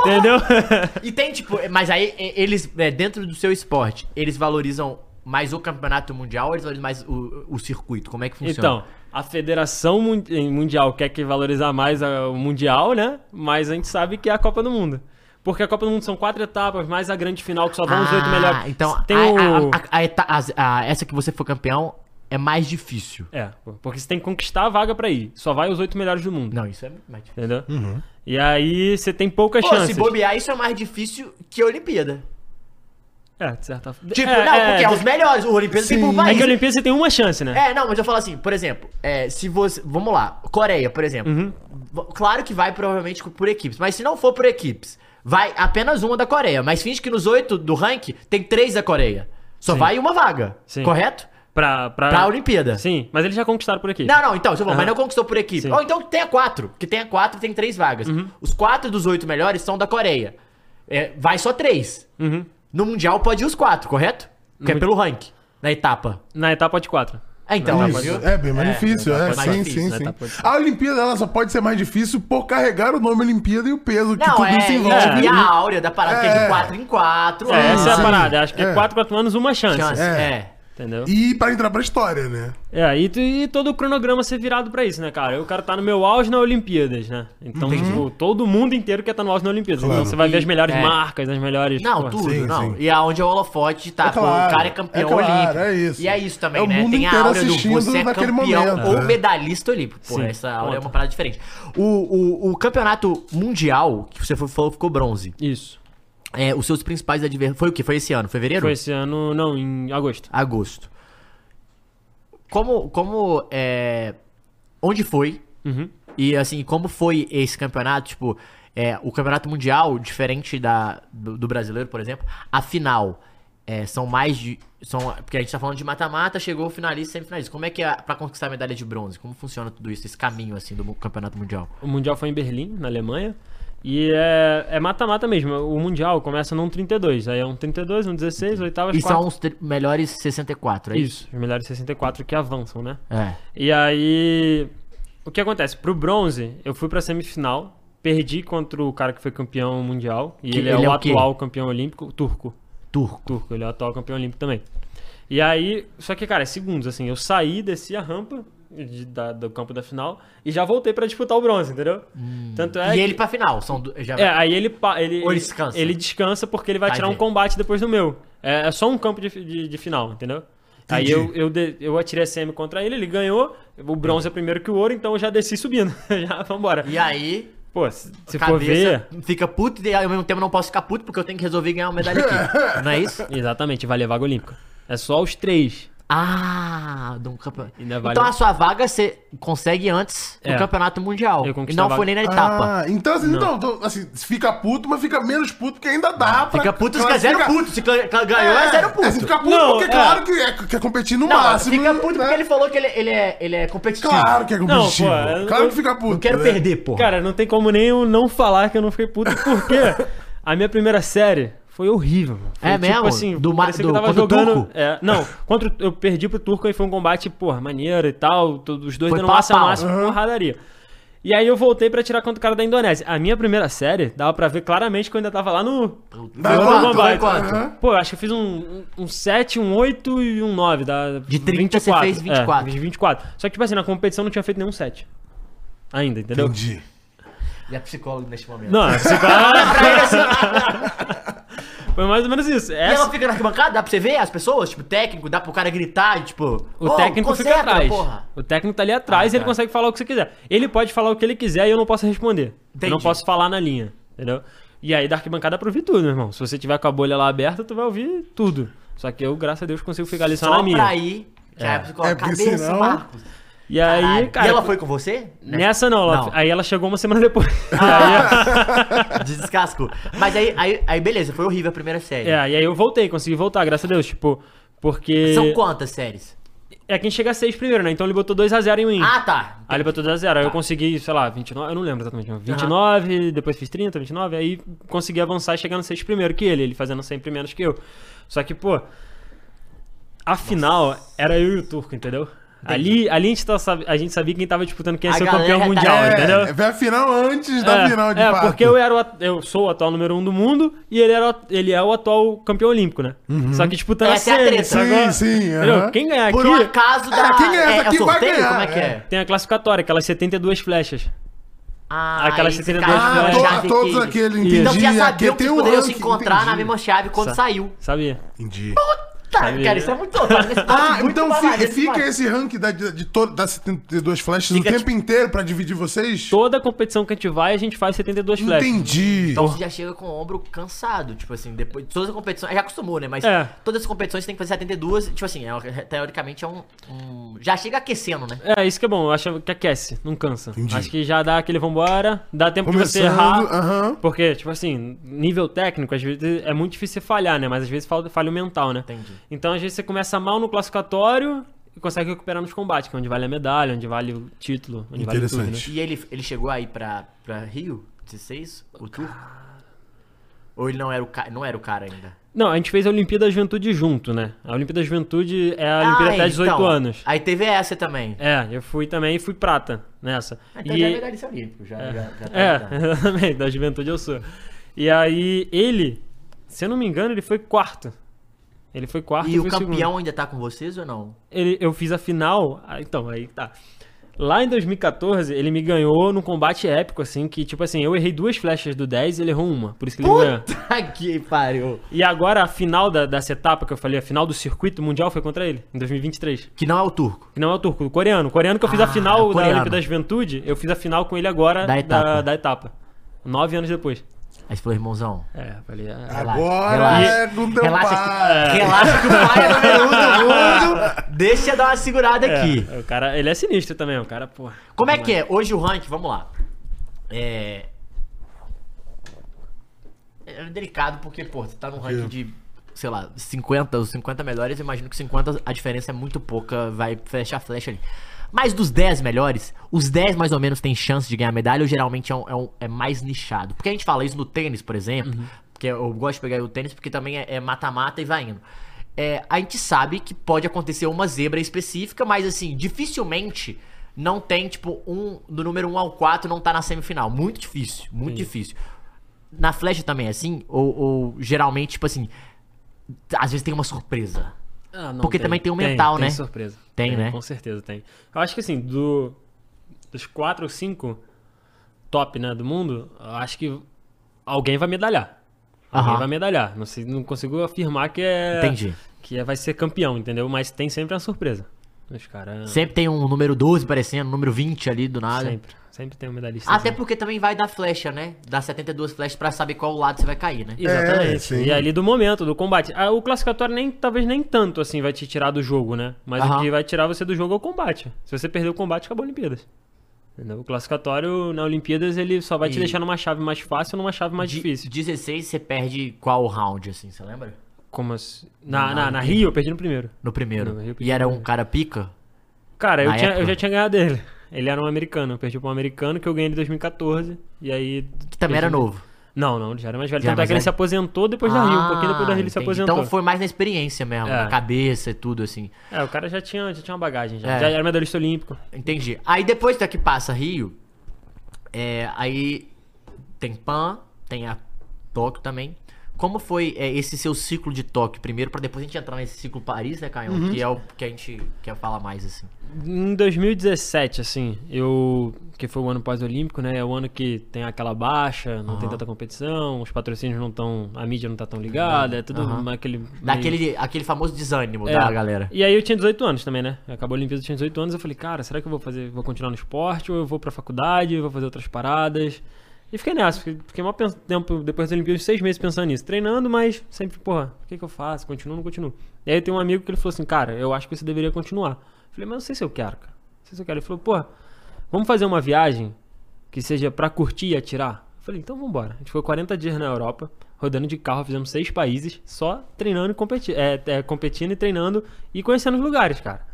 [SPEAKER 8] Entendeu? *laughs*
[SPEAKER 6] E tem, tipo, mas aí é, eles, é, dentro do seu esporte, eles valorizam mais o campeonato mundial ou eles valorizam mais o, o circuito? Como é que funciona?
[SPEAKER 8] Então, a Federação Mun- eh, Mundial quer que valorizar mais a- o Mundial, né? Mas a gente sabe que é a Copa do Mundo. Porque a Copa do Mundo são quatro etapas, mais a grande final, que só vão os oito melhores.
[SPEAKER 6] Então,
[SPEAKER 8] tem
[SPEAKER 6] a-
[SPEAKER 8] o...
[SPEAKER 6] a- a- a eta- as- a- essa que você for campeão é mais difícil.
[SPEAKER 8] É, porque você tem que conquistar a vaga pra ir. Só vai os oito melhores do mundo.
[SPEAKER 6] Não, isso é mais difícil.
[SPEAKER 8] Entendeu? E aí você tem poucas
[SPEAKER 6] Pô,
[SPEAKER 8] chances.
[SPEAKER 6] se bobear, isso é mais difícil que a Olimpíada.
[SPEAKER 8] É, de certa forma.
[SPEAKER 6] Tipo,
[SPEAKER 8] é,
[SPEAKER 6] não,
[SPEAKER 8] é,
[SPEAKER 6] porque é, os melhores. O Olimpíada tem por
[SPEAKER 8] é
[SPEAKER 6] país.
[SPEAKER 8] que a Olimpíada você tem uma chance, né?
[SPEAKER 6] É, não, mas eu falo assim, por exemplo, é, se você. Vamos lá, Coreia, por exemplo.
[SPEAKER 8] Uhum.
[SPEAKER 6] V- Claro que vai provavelmente por equipes, mas se não for por equipes, vai apenas uma da Coreia. Mas finge que nos oito do ranking tem três da Coreia. Só vai uma vaga,
[SPEAKER 8] Sim.
[SPEAKER 6] correto?
[SPEAKER 8] Pra, pra...
[SPEAKER 6] Pra Olimpíada.
[SPEAKER 8] Sim, mas eles já conquistaram por aqui.
[SPEAKER 6] Não, não, então, você falou, mas
[SPEAKER 8] Aham.
[SPEAKER 6] não conquistou por equipe.
[SPEAKER 8] Sim. Uhum.
[SPEAKER 6] Ou então tenha quatro, que tenha quatro tem três vagas. Os quatro dos oito melhores são da Coreia. É, vai só três.
[SPEAKER 8] Uhum.
[SPEAKER 6] No Mundial pode ir os quatro, correto? Que é
[SPEAKER 8] Mun-
[SPEAKER 6] pelo ranking, na etapa.
[SPEAKER 8] Na etapa de quatro.
[SPEAKER 6] É, então,
[SPEAKER 7] Isso,
[SPEAKER 6] viu?
[SPEAKER 7] É bem mais difícil, é.
[SPEAKER 6] mais
[SPEAKER 7] Sim,
[SPEAKER 6] difícil,
[SPEAKER 7] sim,
[SPEAKER 8] né?
[SPEAKER 7] sim.
[SPEAKER 8] Tá, pode ser.
[SPEAKER 7] A Olimpíada ela só pode ser mais difícil por carregar o nome Olimpíada e o peso que tudo isso
[SPEAKER 6] e-
[SPEAKER 7] envolve. né?
[SPEAKER 6] E é, a áurea da parada que é
[SPEAKER 7] É.
[SPEAKER 6] de 4 em 4.
[SPEAKER 8] É, essa é a
[SPEAKER 7] sim.
[SPEAKER 8] parada. Acho que
[SPEAKER 7] É.
[SPEAKER 8] é 4, 4 anos, uma chance.
[SPEAKER 6] Chance,
[SPEAKER 7] É.
[SPEAKER 6] é.
[SPEAKER 8] Entendeu?
[SPEAKER 7] E pra entrar pra história, né?
[SPEAKER 8] É, e, tu- e todo o cronograma ser virado pra isso, né, cara? Eu quero estar no meu auge na Olimpíadas, né? Então, tipo, todo mundo inteiro quer estar no auge na Olimpíadas. Então
[SPEAKER 7] Claro.
[SPEAKER 8] você vai ver as melhores
[SPEAKER 6] É.
[SPEAKER 8] marcas, as melhores. tipo,
[SPEAKER 6] Não,
[SPEAKER 8] porra,
[SPEAKER 6] tudo,
[SPEAKER 7] sim,
[SPEAKER 6] não.
[SPEAKER 7] sim.
[SPEAKER 6] E aonde é o holofote tá,
[SPEAKER 7] É claro,
[SPEAKER 6] pô, o cara é campeão
[SPEAKER 7] é claro,
[SPEAKER 6] olímpico.
[SPEAKER 7] é isso.
[SPEAKER 6] E é isso também,
[SPEAKER 7] É o
[SPEAKER 6] né?
[SPEAKER 7] mundo
[SPEAKER 6] Tem a
[SPEAKER 7] inteiro
[SPEAKER 6] aura do
[SPEAKER 7] assistindo
[SPEAKER 6] você é
[SPEAKER 7] naquele
[SPEAKER 6] campeão
[SPEAKER 7] momento,
[SPEAKER 6] ou
[SPEAKER 7] né?
[SPEAKER 6] medalhista olímpico. Pô,
[SPEAKER 8] Sim,
[SPEAKER 6] essa aura é
[SPEAKER 8] conta.
[SPEAKER 6] uma parada diferente. O, o, o campeonato mundial, que você falou, ficou bronze.
[SPEAKER 8] Isso.
[SPEAKER 6] É, os seus principais adversários. Foi o quê? Foi esse ano? Fevereiro?
[SPEAKER 8] Foi esse ano, não, em agosto.
[SPEAKER 6] Agosto. Como. como é, onde foi?
[SPEAKER 8] Uhum.
[SPEAKER 6] E assim, como foi esse campeonato? Tipo, é, o campeonato mundial, diferente da, do, do brasileiro, por exemplo, a final. é, são mais de. São, porque a gente tá falando de mata-mata, chegou o finalista, semifinalista. Como é que é pra conquistar a medalha de bronze? Como funciona tudo isso, esse caminho assim do mu- campeonato mundial?
[SPEAKER 8] O Mundial foi em Berlim, na Alemanha. E é é mata-mata mesmo. O Mundial começa num 32. Aí é um 32, um 16, oitavas,
[SPEAKER 6] E são
[SPEAKER 8] quartas.
[SPEAKER 6] os tre- melhores 64, é isso?
[SPEAKER 8] Isso, os melhores 64 que avançam, né?
[SPEAKER 6] É.
[SPEAKER 8] E aí, o que acontece? Pro bronze, eu fui pra semifinal, perdi contra o cara que foi campeão mundial, e
[SPEAKER 6] Que-
[SPEAKER 8] ele, é,
[SPEAKER 6] ele é
[SPEAKER 8] o
[SPEAKER 6] o quê?
[SPEAKER 8] atual campeão olímpico, turco.
[SPEAKER 6] Turco.
[SPEAKER 8] Turco, ele é o atual campeão olímpico também. E aí, só que, cara, é segundos, assim, eu saí, desci a rampa de- da- do campo da final e já voltei pra disputar o bronze, entendeu? Tanto é
[SPEAKER 6] Hum. E
[SPEAKER 8] que-
[SPEAKER 6] ele pra final. São du- já...
[SPEAKER 8] é, aí ele, pa- ele,
[SPEAKER 6] Ou ele descansa?
[SPEAKER 8] ele descansa porque ele vai
[SPEAKER 6] Vai
[SPEAKER 8] tirar um
[SPEAKER 6] ver.
[SPEAKER 8] combate depois do meu. É, é só um campo de, de, de final, entendeu? Aí eu, eu, de- eu atirei a semi contra ele, ele ganhou. O bronze é primeiro que o ouro, então eu já desci subindo. *laughs* já, vambora.
[SPEAKER 6] E aí,
[SPEAKER 8] Pô, se, se for ver.
[SPEAKER 6] cabeça fica puto e ao mesmo tempo não posso ficar puto porque eu tenho que resolver ganhar uma
[SPEAKER 7] *laughs*
[SPEAKER 6] medalha aqui. não é isso?
[SPEAKER 8] Exatamente, vai levar a vaga olímpica. É só os três.
[SPEAKER 6] Ah, do campeonato.
[SPEAKER 8] Ainda vale-
[SPEAKER 6] Então a sua vaga você consegue antes do
[SPEAKER 8] É.
[SPEAKER 6] campeonato mundial.
[SPEAKER 8] Eu
[SPEAKER 6] E
[SPEAKER 8] conquistei
[SPEAKER 6] não
[SPEAKER 8] a vaga.
[SPEAKER 6] foi nem na etapa.
[SPEAKER 7] Ah, então, assim, então, então, assim, fica puto, mas fica menos puto, porque ainda dá pra.
[SPEAKER 6] Fica puto, fica zero puto. Se cla- cla- ganhou, é, zero puto.
[SPEAKER 7] assim, fica puto
[SPEAKER 8] Não,
[SPEAKER 7] porque,
[SPEAKER 8] é.
[SPEAKER 7] claro, que é, quer competir no
[SPEAKER 6] Não,
[SPEAKER 7] máximo.
[SPEAKER 6] fica puto
[SPEAKER 7] né?
[SPEAKER 6] porque ele falou que ele, ele é, ele é competitivo.
[SPEAKER 7] Claro que é competitivo.
[SPEAKER 8] Não, pô, eu-
[SPEAKER 7] claro
[SPEAKER 8] eu-
[SPEAKER 7] que fica puto.
[SPEAKER 6] Não quero
[SPEAKER 7] né?
[SPEAKER 6] perder, pô.
[SPEAKER 8] Cara, não tem como nem eu não falar que eu não fiquei puto,
[SPEAKER 7] *laughs*
[SPEAKER 8] porque a minha primeira série foi horrível. mano. Foi tipo assim,
[SPEAKER 6] É mesmo? Do ma-
[SPEAKER 8] parecia que
[SPEAKER 6] do-
[SPEAKER 8] eu tava
[SPEAKER 6] contra o
[SPEAKER 8] jogando.
[SPEAKER 6] Turco?
[SPEAKER 8] É, não, contra o- eu perdi pro Turco e foi um combate, porra, maneiro e tal. Todos os dois
[SPEAKER 6] Foi
[SPEAKER 8] dando
[SPEAKER 6] pau a
[SPEAKER 8] massa a
[SPEAKER 6] pau.
[SPEAKER 8] massa, porradaria. E aí eu voltei pra tirar contra o cara da Indonésia. A minha primeira série, dava pra ver claramente que eu ainda tava lá no.
[SPEAKER 7] Vai
[SPEAKER 8] no
[SPEAKER 7] quanto,
[SPEAKER 8] combate.
[SPEAKER 7] vai quanto?
[SPEAKER 8] Aham. Pô, eu acho que eu fiz um, um, um 7, um 8 e um 9. Da,
[SPEAKER 6] De 30 você fez 24.
[SPEAKER 8] É, fiz 24. Só que, tipo assim, na competição não tinha feito nenhum 7. Ainda, entendeu?
[SPEAKER 7] Entendi.
[SPEAKER 6] E a psicóloga neste momento. *laughs*
[SPEAKER 8] Não, a psicóloga-
[SPEAKER 6] assim.
[SPEAKER 8] *laughs* Foi mais ou menos isso.
[SPEAKER 6] E
[SPEAKER 8] Essa-
[SPEAKER 6] ela fica na arquibancada, dá pra você ver as pessoas? Tipo, técnico, dá pro cara gritar, e, tipo...
[SPEAKER 8] O
[SPEAKER 6] "Ô,
[SPEAKER 8] técnico fica
[SPEAKER 6] concentra,
[SPEAKER 8] atrás.
[SPEAKER 6] porra." Ah,
[SPEAKER 8] O técnico tá ali atrás e ele consegue falar o que você quiser. Ele pode falar o que ele quiser e eu não posso responder. Eu não
[SPEAKER 6] Entendi.
[SPEAKER 8] posso falar na linha, entendeu? E aí da arquibancada pra ouvir tudo, meu irmão. Se você tiver com a bolha lá aberta, tu vai ouvir tudo. Só que eu, graças a Deus, consigo ficar ali só,
[SPEAKER 6] Só
[SPEAKER 8] na minha.
[SPEAKER 6] pra ir... Já é, a psicóloga,
[SPEAKER 7] É, porque
[SPEAKER 6] cadê esse
[SPEAKER 7] senão-
[SPEAKER 6] Marcos?
[SPEAKER 8] E aí,
[SPEAKER 6] Caralho.
[SPEAKER 8] cara. Né?
[SPEAKER 6] e ela foi com você? Né?
[SPEAKER 8] Nessa não, ela-
[SPEAKER 6] Não. Ah.
[SPEAKER 8] aí ela chegou uma semana depois.
[SPEAKER 6] *laughs* Descasco. Mas aí, aí, aí, beleza, foi horrível a primeira série.
[SPEAKER 8] é, e *laughs* aí eu voltei, consegui voltar, graças a Deus. Tipo, porque.
[SPEAKER 6] São quantas séries?
[SPEAKER 8] É quem chega a seis primeiro, né? Então ele botou 2x0 em win.
[SPEAKER 6] Ah, tá.
[SPEAKER 8] Aí ele botou 2 a 0 Aí eu consegui, sei lá, 29, eu não lembro exatamente. mas 29, depois fiz 30, 29, aí consegui avançar e chegar no 6 primeiro que ele, ele fazendo sempre menos que eu. Só que, pô, a final era eu e o Turco, entendeu? Ali, ali a, gente tá sab- a gente sabia quem tava disputando quem ia
[SPEAKER 6] A
[SPEAKER 8] ser o
[SPEAKER 6] galera
[SPEAKER 8] campeão
[SPEAKER 6] tá-
[SPEAKER 8] mundial,
[SPEAKER 6] É, tá
[SPEAKER 8] entendeu?
[SPEAKER 7] É, vai a final antes da final, de
[SPEAKER 8] é,
[SPEAKER 7] fato.
[SPEAKER 8] porque eu, era o at- eu sou o atual número um do mundo e ele, era o at- ele é o atual campeão olímpico, né? Só que disputando
[SPEAKER 6] Essa é a
[SPEAKER 8] semi,
[SPEAKER 6] treta.
[SPEAKER 8] sacou?
[SPEAKER 7] Sim, sim.
[SPEAKER 8] Entendeu?
[SPEAKER 7] aham.
[SPEAKER 8] Quem ganhar
[SPEAKER 6] Por
[SPEAKER 8] aqui
[SPEAKER 6] um acaso da.
[SPEAKER 7] É, quem ganha essa
[SPEAKER 6] é, é
[SPEAKER 7] aqui vai
[SPEAKER 6] sorteio?
[SPEAKER 7] ganhar, né?
[SPEAKER 6] Como é que é?
[SPEAKER 8] tem a classificatória, aquelas 72 flechas.
[SPEAKER 6] Ah,
[SPEAKER 8] Aquelas
[SPEAKER 6] aí
[SPEAKER 8] 72
[SPEAKER 6] você
[SPEAKER 7] Ah,
[SPEAKER 6] cai
[SPEAKER 8] to-
[SPEAKER 6] na chave
[SPEAKER 7] to- todos
[SPEAKER 6] que-
[SPEAKER 7] aqueles, entendi.
[SPEAKER 6] Então já
[SPEAKER 7] Aqui
[SPEAKER 6] sabia que
[SPEAKER 7] tem um
[SPEAKER 6] vocês poderiam se
[SPEAKER 7] ranking,
[SPEAKER 6] encontrar na
[SPEAKER 7] entendi.
[SPEAKER 6] mesma chave quando
[SPEAKER 8] Sa-
[SPEAKER 6] saiu.
[SPEAKER 8] Sabia?
[SPEAKER 7] Entendi.
[SPEAKER 6] Tá,
[SPEAKER 8] Sabia.
[SPEAKER 6] cara, isso é muito otário. nesse papo,
[SPEAKER 7] Ah,
[SPEAKER 6] muito
[SPEAKER 7] então
[SPEAKER 6] babado,
[SPEAKER 7] fica,
[SPEAKER 6] esse papo.
[SPEAKER 7] fica esse rank da, de, de to- das 72 flashes
[SPEAKER 6] Fica
[SPEAKER 7] o
[SPEAKER 8] tipo
[SPEAKER 7] tempo inteiro pra dividir vocês?
[SPEAKER 8] toda competição que a gente vai, a gente faz 72 flash.
[SPEAKER 7] Entendi.
[SPEAKER 6] Então você já chega com o ombro cansado, tipo assim, depois de todas as competições, já acostumou, né? Mas
[SPEAKER 8] É.
[SPEAKER 6] todas as competições tem que fazer 72, tipo assim, é- teoricamente é um, um- Já chega aquecendo, né?
[SPEAKER 8] É, isso que é bom. Eu acho que aquece, não cansa.
[SPEAKER 7] Entendi.
[SPEAKER 8] Acho que já dá aquele vambora, dá tempo de você
[SPEAKER 7] Começando,
[SPEAKER 8] errar.
[SPEAKER 7] aham.
[SPEAKER 8] Porque, tipo assim, nível técnico, às vezes é muito difícil você falhar, né? Mas às vezes falha, falha o mental, né?
[SPEAKER 6] Entendi.
[SPEAKER 8] Então, às vezes você começa mal no classificatório e consegue recuperar nos combates, que é onde vale a medalha, onde vale o título, onde vale tudo, né?
[SPEAKER 7] Interessante.
[SPEAKER 6] E ele, ele chegou aí pra, pra Rio, 16, o turco? Ou ele não era o, ca... não era o cara ainda?
[SPEAKER 8] Não, a gente fez a Olimpíada da Juventude junto, né? A Olimpíada da Juventude é a Olimpíada até 18
[SPEAKER 6] então.
[SPEAKER 8] anos.
[SPEAKER 6] Aí teve essa também.
[SPEAKER 8] É, eu fui também e fui prata nessa.
[SPEAKER 6] Então
[SPEAKER 8] E-
[SPEAKER 6] já é medalhista olímpico, já, já, já tá
[SPEAKER 8] *laughs* É,
[SPEAKER 6] ligado.
[SPEAKER 8] exatamente, da juventude eu sou. E aí, ele, se eu não me engano, ele foi quarto. Ele foi quarto
[SPEAKER 6] E
[SPEAKER 8] eu
[SPEAKER 6] o
[SPEAKER 8] fui
[SPEAKER 6] campeão
[SPEAKER 8] segundo.
[SPEAKER 6] ainda tá com vocês ou não?
[SPEAKER 8] Ele, eu fiz a final. ah, Então, aí tá. Lá em 2014, ele me ganhou num combate épico, assim, que, tipo assim, eu errei duas flechas do 10 e ele errou uma. Por isso que ele ganhou.
[SPEAKER 6] Puta *laughs* que pariu.
[SPEAKER 8] E agora a final da, dessa etapa que eu falei, a final do circuito mundial foi contra ele, em 2023.
[SPEAKER 6] Que não é o turco.
[SPEAKER 8] Que não é o turco, o coreano. O coreano que eu fiz a
[SPEAKER 6] Ah,
[SPEAKER 8] final da
[SPEAKER 6] coreano.
[SPEAKER 8] Olimpíada da Juventude, eu fiz a final com ele agora
[SPEAKER 6] Da etapa.
[SPEAKER 8] Da, etapa. Nove anos depois.
[SPEAKER 6] Aí você falou, irmãozão.
[SPEAKER 8] É, falei. ah,
[SPEAKER 6] relaxa,
[SPEAKER 7] Agora
[SPEAKER 6] relaxa.
[SPEAKER 7] é com teu
[SPEAKER 6] relaxa
[SPEAKER 7] pai.
[SPEAKER 6] Que, *laughs* relaxa que o pai é número um do mundo. Deixa eu dar uma segurada
[SPEAKER 8] é,
[SPEAKER 6] aqui.
[SPEAKER 8] o cara, ele é sinistro também, o cara, pô.
[SPEAKER 6] Como é que é? Hoje o ranking, vamos lá. É. É delicado porque, pô, você tá num ranking de, sei lá, 50, os 50 melhores, eu imagino que 50 a diferença é muito pouca, vai fechar a flecha ali. Mas dos 10 melhores, os 10 mais ou menos têm chance de ganhar medalha ou geralmente é, um- é um- é mais nichado? Porque a gente fala isso no tênis, por exemplo, porque eu gosto de pegar o tênis porque também é é mata-mata e vai indo. É, a gente sabe que pode acontecer uma zebra específica, mas assim, dificilmente não tem, tipo, um do número 1 ao 4 não tá na semifinal. Muito difícil, muito difícil. Na flecha também é assim? Ou, ou geralmente, tipo assim, às vezes tem uma surpresa.
[SPEAKER 8] Ah, não,
[SPEAKER 6] Porque também tem o mental, né?
[SPEAKER 8] Tem surpresa.
[SPEAKER 6] Tem, né?
[SPEAKER 8] Com certeza tem. Eu acho que assim, do, dos quatro ou cinco top, né, do mundo, eu acho que alguém vai medalhar. Alguém
[SPEAKER 6] Aham.
[SPEAKER 8] vai medalhar. Não, sei, não consigo afirmar que é.
[SPEAKER 6] Entendi.
[SPEAKER 8] Que é- vai ser campeão, entendeu? Mas tem sempre uma surpresa. Os caras.
[SPEAKER 6] Sempre tem um número 12 parecendo, um número 20 ali do nada.
[SPEAKER 8] Sempre. Sempre tem um medalhista.
[SPEAKER 6] Até porque também vai dar flecha, né? Dá 72 flechas pra saber qual lado você vai cair, né?
[SPEAKER 7] É,
[SPEAKER 8] Exatamente.
[SPEAKER 7] sim.
[SPEAKER 8] e ali do momento, do combate. Ah, o classificatório nem, talvez nem tanto assim vai te tirar do jogo, né? Mas
[SPEAKER 6] Aham.
[SPEAKER 8] o que vai tirar você do jogo é o combate. Se você perder o combate, acabou a Olimpíadas. Entendeu? O classificatório na Olimpíadas ele só vai te
[SPEAKER 6] E-
[SPEAKER 8] deixar numa chave mais fácil ou numa chave mais
[SPEAKER 6] De-
[SPEAKER 8] é difícil.
[SPEAKER 6] 16 você perde qual round, assim, você lembra?
[SPEAKER 8] Como assim? Na, na, na Rio, eu perdi no primeiro.
[SPEAKER 6] No primeiro.
[SPEAKER 8] Não, eu perdi
[SPEAKER 6] e era
[SPEAKER 8] também.
[SPEAKER 6] um cara pica?
[SPEAKER 8] Cara, eu,
[SPEAKER 6] Na
[SPEAKER 8] tinha- eu
[SPEAKER 6] época?
[SPEAKER 8] já tinha ganhado dele. *laughs* Ele era um americano. Eu perdi pra um americano que eu ganhei em 2014. E aí.
[SPEAKER 6] Que também era
[SPEAKER 8] perdi-
[SPEAKER 6] novo.
[SPEAKER 8] Não, não, ele já era mais velho.
[SPEAKER 6] Já era
[SPEAKER 8] Tanto é
[SPEAKER 6] mais
[SPEAKER 8] que ele
[SPEAKER 6] velho?
[SPEAKER 8] se aposentou depois da Rio. Um pouquinho depois da Rio ele se
[SPEAKER 6] Ah, entendi.
[SPEAKER 8] aposentou.
[SPEAKER 6] Então foi mais na experiência mesmo,
[SPEAKER 8] É.
[SPEAKER 6] na cabeça e tudo, assim.
[SPEAKER 8] É, o cara já tinha, já tinha uma bagagem. Já,
[SPEAKER 6] É.
[SPEAKER 8] já era medalhista olímpico.
[SPEAKER 6] Entendi. Aí depois daqui passa Rio, é, aí tem Pan, tem a Tóquio também. Como foi é, esse seu ciclo de Tóquio primeiro, pra depois a gente entrar nesse ciclo Paris, né, Caio?
[SPEAKER 8] Uhum.
[SPEAKER 6] Que é o que a gente quer falar mais, assim.
[SPEAKER 8] Em 2017, assim, eu. Que foi o ano pós-olímpico, né? É o ano que tem aquela baixa, não tem tanta competição, os patrocínios não estão. A mídia não tá tão ligada, é tudo
[SPEAKER 6] Aham.
[SPEAKER 8] aquele. meio-
[SPEAKER 6] Daquele aquele famoso desânimo
[SPEAKER 8] É.
[SPEAKER 6] da galera.
[SPEAKER 8] E aí eu tinha 18 anos também, né? Acabou a Olimpíada, eu tinha 18 anos. Eu falei, cara, será que eu vou fazer, vou continuar no esporte ou eu vou pra faculdade, vou fazer outras paradas? E fiquei nessa, fiquei, fiquei maior pens- tempo depois da Olimpíada, uns seis meses pensando nisso. Treinando, mas sempre, porra, o que, que eu faço? Continuo, não continuo. E aí tem um amigo que ele falou assim, cara, eu acho que você deveria continuar. Eu falei, mas não sei se eu quero, cara. Não sei se eu quero. Ele falou, porra, vamos fazer uma viagem que seja pra curtir e atirar? Eu falei, então vambora. A gente foi 40 dias na Europa, rodando de carro, fizemos seis países, só treinando e competindo, é, é, competindo e treinando e conhecendo os lugares, cara.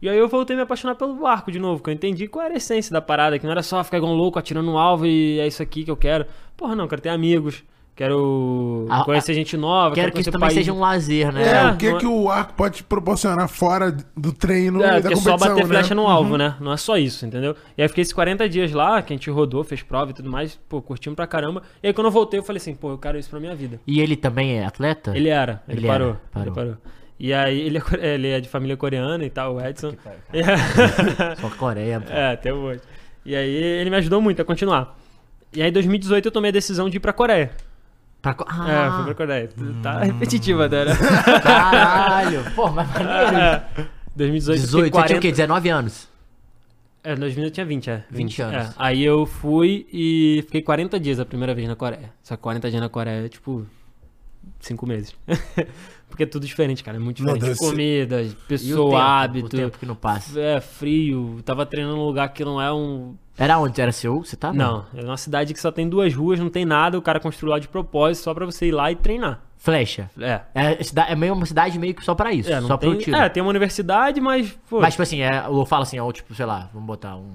[SPEAKER 8] E aí eu voltei a me apaixonar pelo arco de novo, que eu entendi qual era a essência da parada, que não era só ficar igual um louco atirando um alvo e é isso aqui que eu quero. Porra, não, quero ter amigos, quero
[SPEAKER 6] Ah,
[SPEAKER 8] conhecer
[SPEAKER 6] ah,
[SPEAKER 8] gente nova,
[SPEAKER 6] Quero que isso
[SPEAKER 8] conhecer
[SPEAKER 6] também
[SPEAKER 8] país.
[SPEAKER 6] seja um lazer, né?
[SPEAKER 7] É,
[SPEAKER 8] É,
[SPEAKER 7] o que,
[SPEAKER 8] não é-
[SPEAKER 7] que o arco pode te proporcionar fora do treino
[SPEAKER 8] É,
[SPEAKER 7] e da
[SPEAKER 8] porque é só
[SPEAKER 7] competição,
[SPEAKER 8] bater
[SPEAKER 7] né?
[SPEAKER 8] flecha no alvo, né? Não é só isso, entendeu? E aí eu fiquei esses 40 dias lá, que a gente rodou, fez prova e tudo mais, pô, curtimos pra caramba. E aí quando eu voltei, eu falei assim, pô, eu quero isso pra minha vida.
[SPEAKER 6] E ele também é atleta?
[SPEAKER 8] Ele era, ele,
[SPEAKER 6] Ele
[SPEAKER 8] parou,
[SPEAKER 6] era,
[SPEAKER 8] Ele
[SPEAKER 6] parou.
[SPEAKER 8] parou. E aí ele é, core- ele é de família coreana e tal, o Edson.
[SPEAKER 6] Só Coreia, pô.
[SPEAKER 8] *laughs* é, até hoje. E aí ele me ajudou muito a continuar. E aí em 2018 eu tomei a decisão de ir pra Coreia.
[SPEAKER 6] Pra co- Ah, Hum.
[SPEAKER 8] É, fui pra Coreia. Tá repetitiva, até,
[SPEAKER 6] *laughs*
[SPEAKER 8] né?
[SPEAKER 6] caralho. Pô, mas maneiro.
[SPEAKER 8] É, 2018 eu fiquei
[SPEAKER 6] 18, você tinha o
[SPEAKER 8] 40...
[SPEAKER 6] quê? 19 anos?
[SPEAKER 8] É, 2000 eu tinha 20, é. 20,
[SPEAKER 6] 20 anos.
[SPEAKER 8] é. Aí eu fui e fiquei 40 dias a primeira vez na Coreia. Só que 40 dias na Coreia é tipo. 5 meses. *laughs* Porque é tudo diferente, cara. É muito
[SPEAKER 7] Meu
[SPEAKER 8] diferente.
[SPEAKER 7] Deus,
[SPEAKER 8] Comida,
[SPEAKER 6] E
[SPEAKER 8] pessoa,
[SPEAKER 6] o tempo?
[SPEAKER 8] hábito.
[SPEAKER 6] O tempo que não passa.
[SPEAKER 8] É, frio. Tava treinando num lugar que não é um.
[SPEAKER 6] Era onde? Era Seul? Você tá?
[SPEAKER 8] Não, é uma cidade que só tem duas ruas, não tem nada. O cara construiu lá de propósito só pra você ir lá e treinar.
[SPEAKER 6] Flecha.
[SPEAKER 8] É.
[SPEAKER 6] É, cida- é meio uma cidade meio que só pra isso,
[SPEAKER 8] É, não
[SPEAKER 6] só
[SPEAKER 8] tem...
[SPEAKER 6] pro tiro.
[SPEAKER 8] É, tem uma universidade, mas. Pô,
[SPEAKER 6] Mas, tipo assim, é, eu falo assim, é o tipo, sei lá, vamos botar um.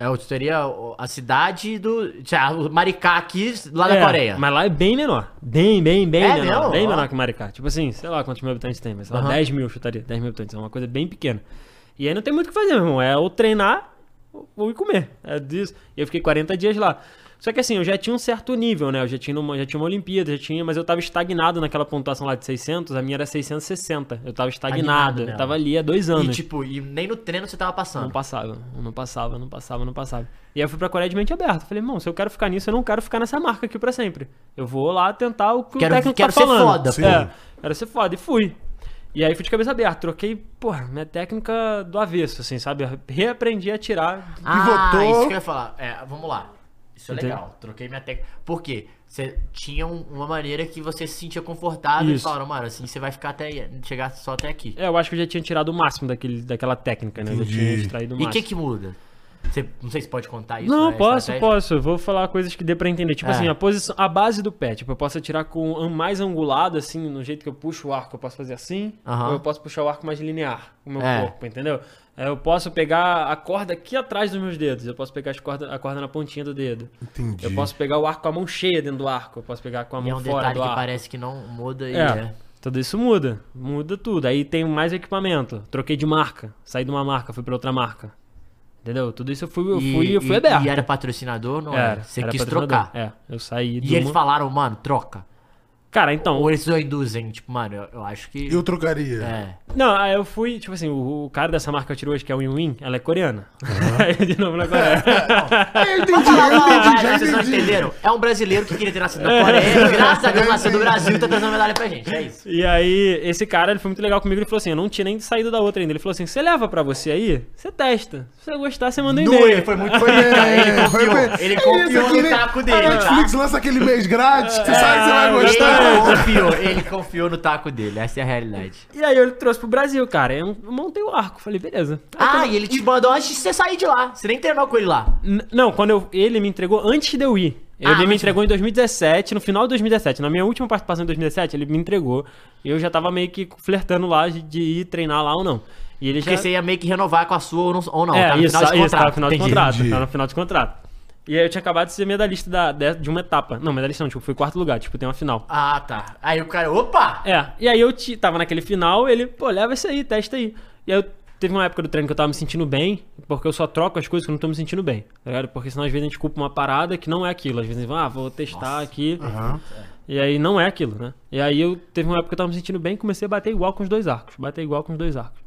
[SPEAKER 6] É, o- seria o- a cidade do. sei lá, o Maricá aqui, lá
[SPEAKER 8] É,
[SPEAKER 6] da Coreia.
[SPEAKER 8] Mas lá é bem menor. Bem, bem, bem
[SPEAKER 6] É
[SPEAKER 8] menor.
[SPEAKER 6] mesmo?
[SPEAKER 8] Bem
[SPEAKER 6] Ó.
[SPEAKER 8] menor que Maricá. Tipo assim, sei lá quantos mil habitantes tem, mas sei lá,
[SPEAKER 6] Aham.
[SPEAKER 8] 10 mil eu chutaria. 10 mil habitantes. É uma coisa bem pequena. E aí não tem muito o que fazer, meu irmão. É ou treinar ou- ou ir comer. É disso. E eu fiquei 40 dias lá. Só que assim, eu já tinha um certo nível, né? Eu já tinha uma, já tinha uma Olimpíada, já tinha, mas eu tava estagnado naquela pontuação lá de 600, a minha era 660. Eu tava
[SPEAKER 6] Estagnado
[SPEAKER 8] estagnado,
[SPEAKER 6] nela.
[SPEAKER 8] eu tava ali há dois anos.
[SPEAKER 6] Tá E tipo, e nem no treino você tava
[SPEAKER 8] Não
[SPEAKER 6] passando.
[SPEAKER 8] passava, não passava, não passava, não passava. E aí eu fui pra Coreia de mente aberta. Falei, irmão, se eu quero ficar nisso, eu não quero ficar nessa marca aqui pra sempre. Eu vou lá tentar o que
[SPEAKER 6] Quero-
[SPEAKER 8] o técnico
[SPEAKER 6] quero
[SPEAKER 8] tá
[SPEAKER 6] ser
[SPEAKER 8] falando.
[SPEAKER 6] foda, pô.
[SPEAKER 8] É, quero ser foda. E fui. E aí fui de cabeça aberta. Troquei, porra, minha técnica do avesso, assim, sabe? Eu reaprendi a tirar.
[SPEAKER 6] Ah,
[SPEAKER 7] Pivotou.
[SPEAKER 6] isso que eu ia falar. É, vamos lá. Isso é
[SPEAKER 8] Entendi.
[SPEAKER 6] legal. Troquei minha técnica. Por quê? Você tinha um- uma maneira que você se sentia confortável e
[SPEAKER 8] Isso.
[SPEAKER 6] falaram, mano, assim você vai ficar até chegar só até aqui.
[SPEAKER 8] É, eu acho que eu já tinha tirado o máximo daquele, daquela técnica, né? Eu já tinha
[SPEAKER 7] Entendi.
[SPEAKER 8] extraído o
[SPEAKER 6] E o
[SPEAKER 8] máximo.
[SPEAKER 6] que que muda? Você- não sei se pode contar isso.
[SPEAKER 8] Não,
[SPEAKER 6] né,
[SPEAKER 8] posso,
[SPEAKER 6] estratégia.
[SPEAKER 8] posso. Eu Vou falar coisas que dê pra entender. Tipo
[SPEAKER 6] É.
[SPEAKER 8] assim, a posição, a base do pé. Tipo, eu posso atirar com an- mais angulado, assim, no jeito que eu puxo o arco, eu posso fazer assim.
[SPEAKER 6] Aham.
[SPEAKER 8] Ou eu posso puxar o arco mais linear com o meu
[SPEAKER 6] É.
[SPEAKER 8] corpo, entendeu? É, Eu posso pegar a corda aqui atrás dos meus dedos. Eu posso pegar as corda, a corda na pontinha do dedo.
[SPEAKER 7] Entendi.
[SPEAKER 8] Eu posso pegar o arco com a mão cheia dentro do arco. Eu posso pegar com a
[SPEAKER 6] E é
[SPEAKER 8] mão
[SPEAKER 6] um
[SPEAKER 8] fora
[SPEAKER 6] detalhe
[SPEAKER 8] do
[SPEAKER 6] que
[SPEAKER 8] arco.
[SPEAKER 6] parece que não muda e
[SPEAKER 8] É.
[SPEAKER 6] é.
[SPEAKER 8] Tudo isso muda. Muda tudo. Aí tem mais equipamento. Troquei de marca. Saí de uma marca, fui pra outra marca. Entendeu? Tudo isso eu fui, eu
[SPEAKER 6] E-
[SPEAKER 8] fui, eu fui
[SPEAKER 6] e-
[SPEAKER 8] aberto.
[SPEAKER 6] E era patrocinador, não era?
[SPEAKER 8] Era,
[SPEAKER 6] É, Você
[SPEAKER 8] era
[SPEAKER 6] quis
[SPEAKER 8] patrocinador.
[SPEAKER 6] trocar.
[SPEAKER 8] É, eu saí
[SPEAKER 6] E
[SPEAKER 8] de
[SPEAKER 6] eles
[SPEAKER 8] uma-
[SPEAKER 6] falaram, mano, troca.
[SPEAKER 8] Cara, então.
[SPEAKER 6] Ou eles só induzem, tipo, mano, eu, eu acho que.
[SPEAKER 7] Eu trocaria.
[SPEAKER 8] *laughs*
[SPEAKER 6] É.
[SPEAKER 8] Não, aí eu fui, tipo assim, o, o cara dessa marca que eu tiro hoje, que é o Win Win, ela é coreana. Aí eu *laughs* de novo é na Coreia.
[SPEAKER 7] Eu entendi,
[SPEAKER 6] Fala,
[SPEAKER 7] eu
[SPEAKER 6] fala,
[SPEAKER 7] entendi,
[SPEAKER 6] fala,
[SPEAKER 7] já
[SPEAKER 6] Vocês não
[SPEAKER 7] entendi.
[SPEAKER 6] entenderam? É um brasileiro que queria ter nascido
[SPEAKER 8] É.
[SPEAKER 6] na Coreia. Graças a Deus nasceu no Brasil e tá trazendo medalha pra gente. É isso.
[SPEAKER 8] E aí, esse cara, ele foi muito legal comigo, ele falou assim, eu não tinha nem saído da outra ainda. Ele falou assim, você leva pra você aí, você testa. Se você gostar, você manda um
[SPEAKER 6] Não,
[SPEAKER 8] e-mail.
[SPEAKER 6] ele foi muito foi bem, cara. Ele
[SPEAKER 7] É, foi
[SPEAKER 6] confiou.
[SPEAKER 7] bem.
[SPEAKER 6] Ele
[SPEAKER 7] É
[SPEAKER 6] confiou
[SPEAKER 7] isso, que
[SPEAKER 6] no
[SPEAKER 7] nem
[SPEAKER 6] taco dele,
[SPEAKER 7] A
[SPEAKER 6] tá?
[SPEAKER 7] Netflix lança aquele mês grátis, que você sabe que você vai
[SPEAKER 6] Ele é
[SPEAKER 7] gostar.
[SPEAKER 6] confiou, ele confiou no taco dele, essa é a realidade.
[SPEAKER 8] E aí eu trouxe pro Brasil, cara. Eu montei o arco, falei, beleza.
[SPEAKER 6] Ah, e ele te mandou antes de você sair de lá. Você nem treinou com ele lá.
[SPEAKER 8] N- Não, quando eu, ele me entregou antes de eu ir. Ele
[SPEAKER 6] Ah,
[SPEAKER 8] me
[SPEAKER 6] antes.
[SPEAKER 8] entregou em 2017, no final de 2017. Na minha última participação em 2017, ele me entregou. E eu já tava meio que flertando lá de- de ir treinar lá ou não. E ele já...
[SPEAKER 6] Porque você ia meio que renovar com a sua ou não. Ou não
[SPEAKER 8] é,
[SPEAKER 6] tá no
[SPEAKER 8] isso,
[SPEAKER 6] final de
[SPEAKER 8] isso, tava no
[SPEAKER 6] contrato.
[SPEAKER 8] final de
[SPEAKER 6] entendi.
[SPEAKER 8] contrato.
[SPEAKER 7] Entendi.
[SPEAKER 8] Tava no final de contrato. E aí eu tinha acabado de ser medalhista da, de, de uma etapa. Não, medalhista não, tipo, fui quarto lugar, tipo, tem uma final.
[SPEAKER 6] Ah, tá. Aí o cara, opa!
[SPEAKER 8] É, e aí eu ti- tava naquele final, ele, pô, leva isso aí, testa aí. E aí eu, teve uma época do treino que eu tava me sentindo bem, porque eu só troco as coisas que eu não tô me sentindo bem, tá ligado? Porque senão às vezes a gente culpa uma parada que não é aquilo. Às vezes, ah, vou testar aqui. E aí não é aquilo, né? E aí eu teve uma época que eu tava me sentindo bem comecei a bater igual com os dois arcos. Bater igual com os dois arcos.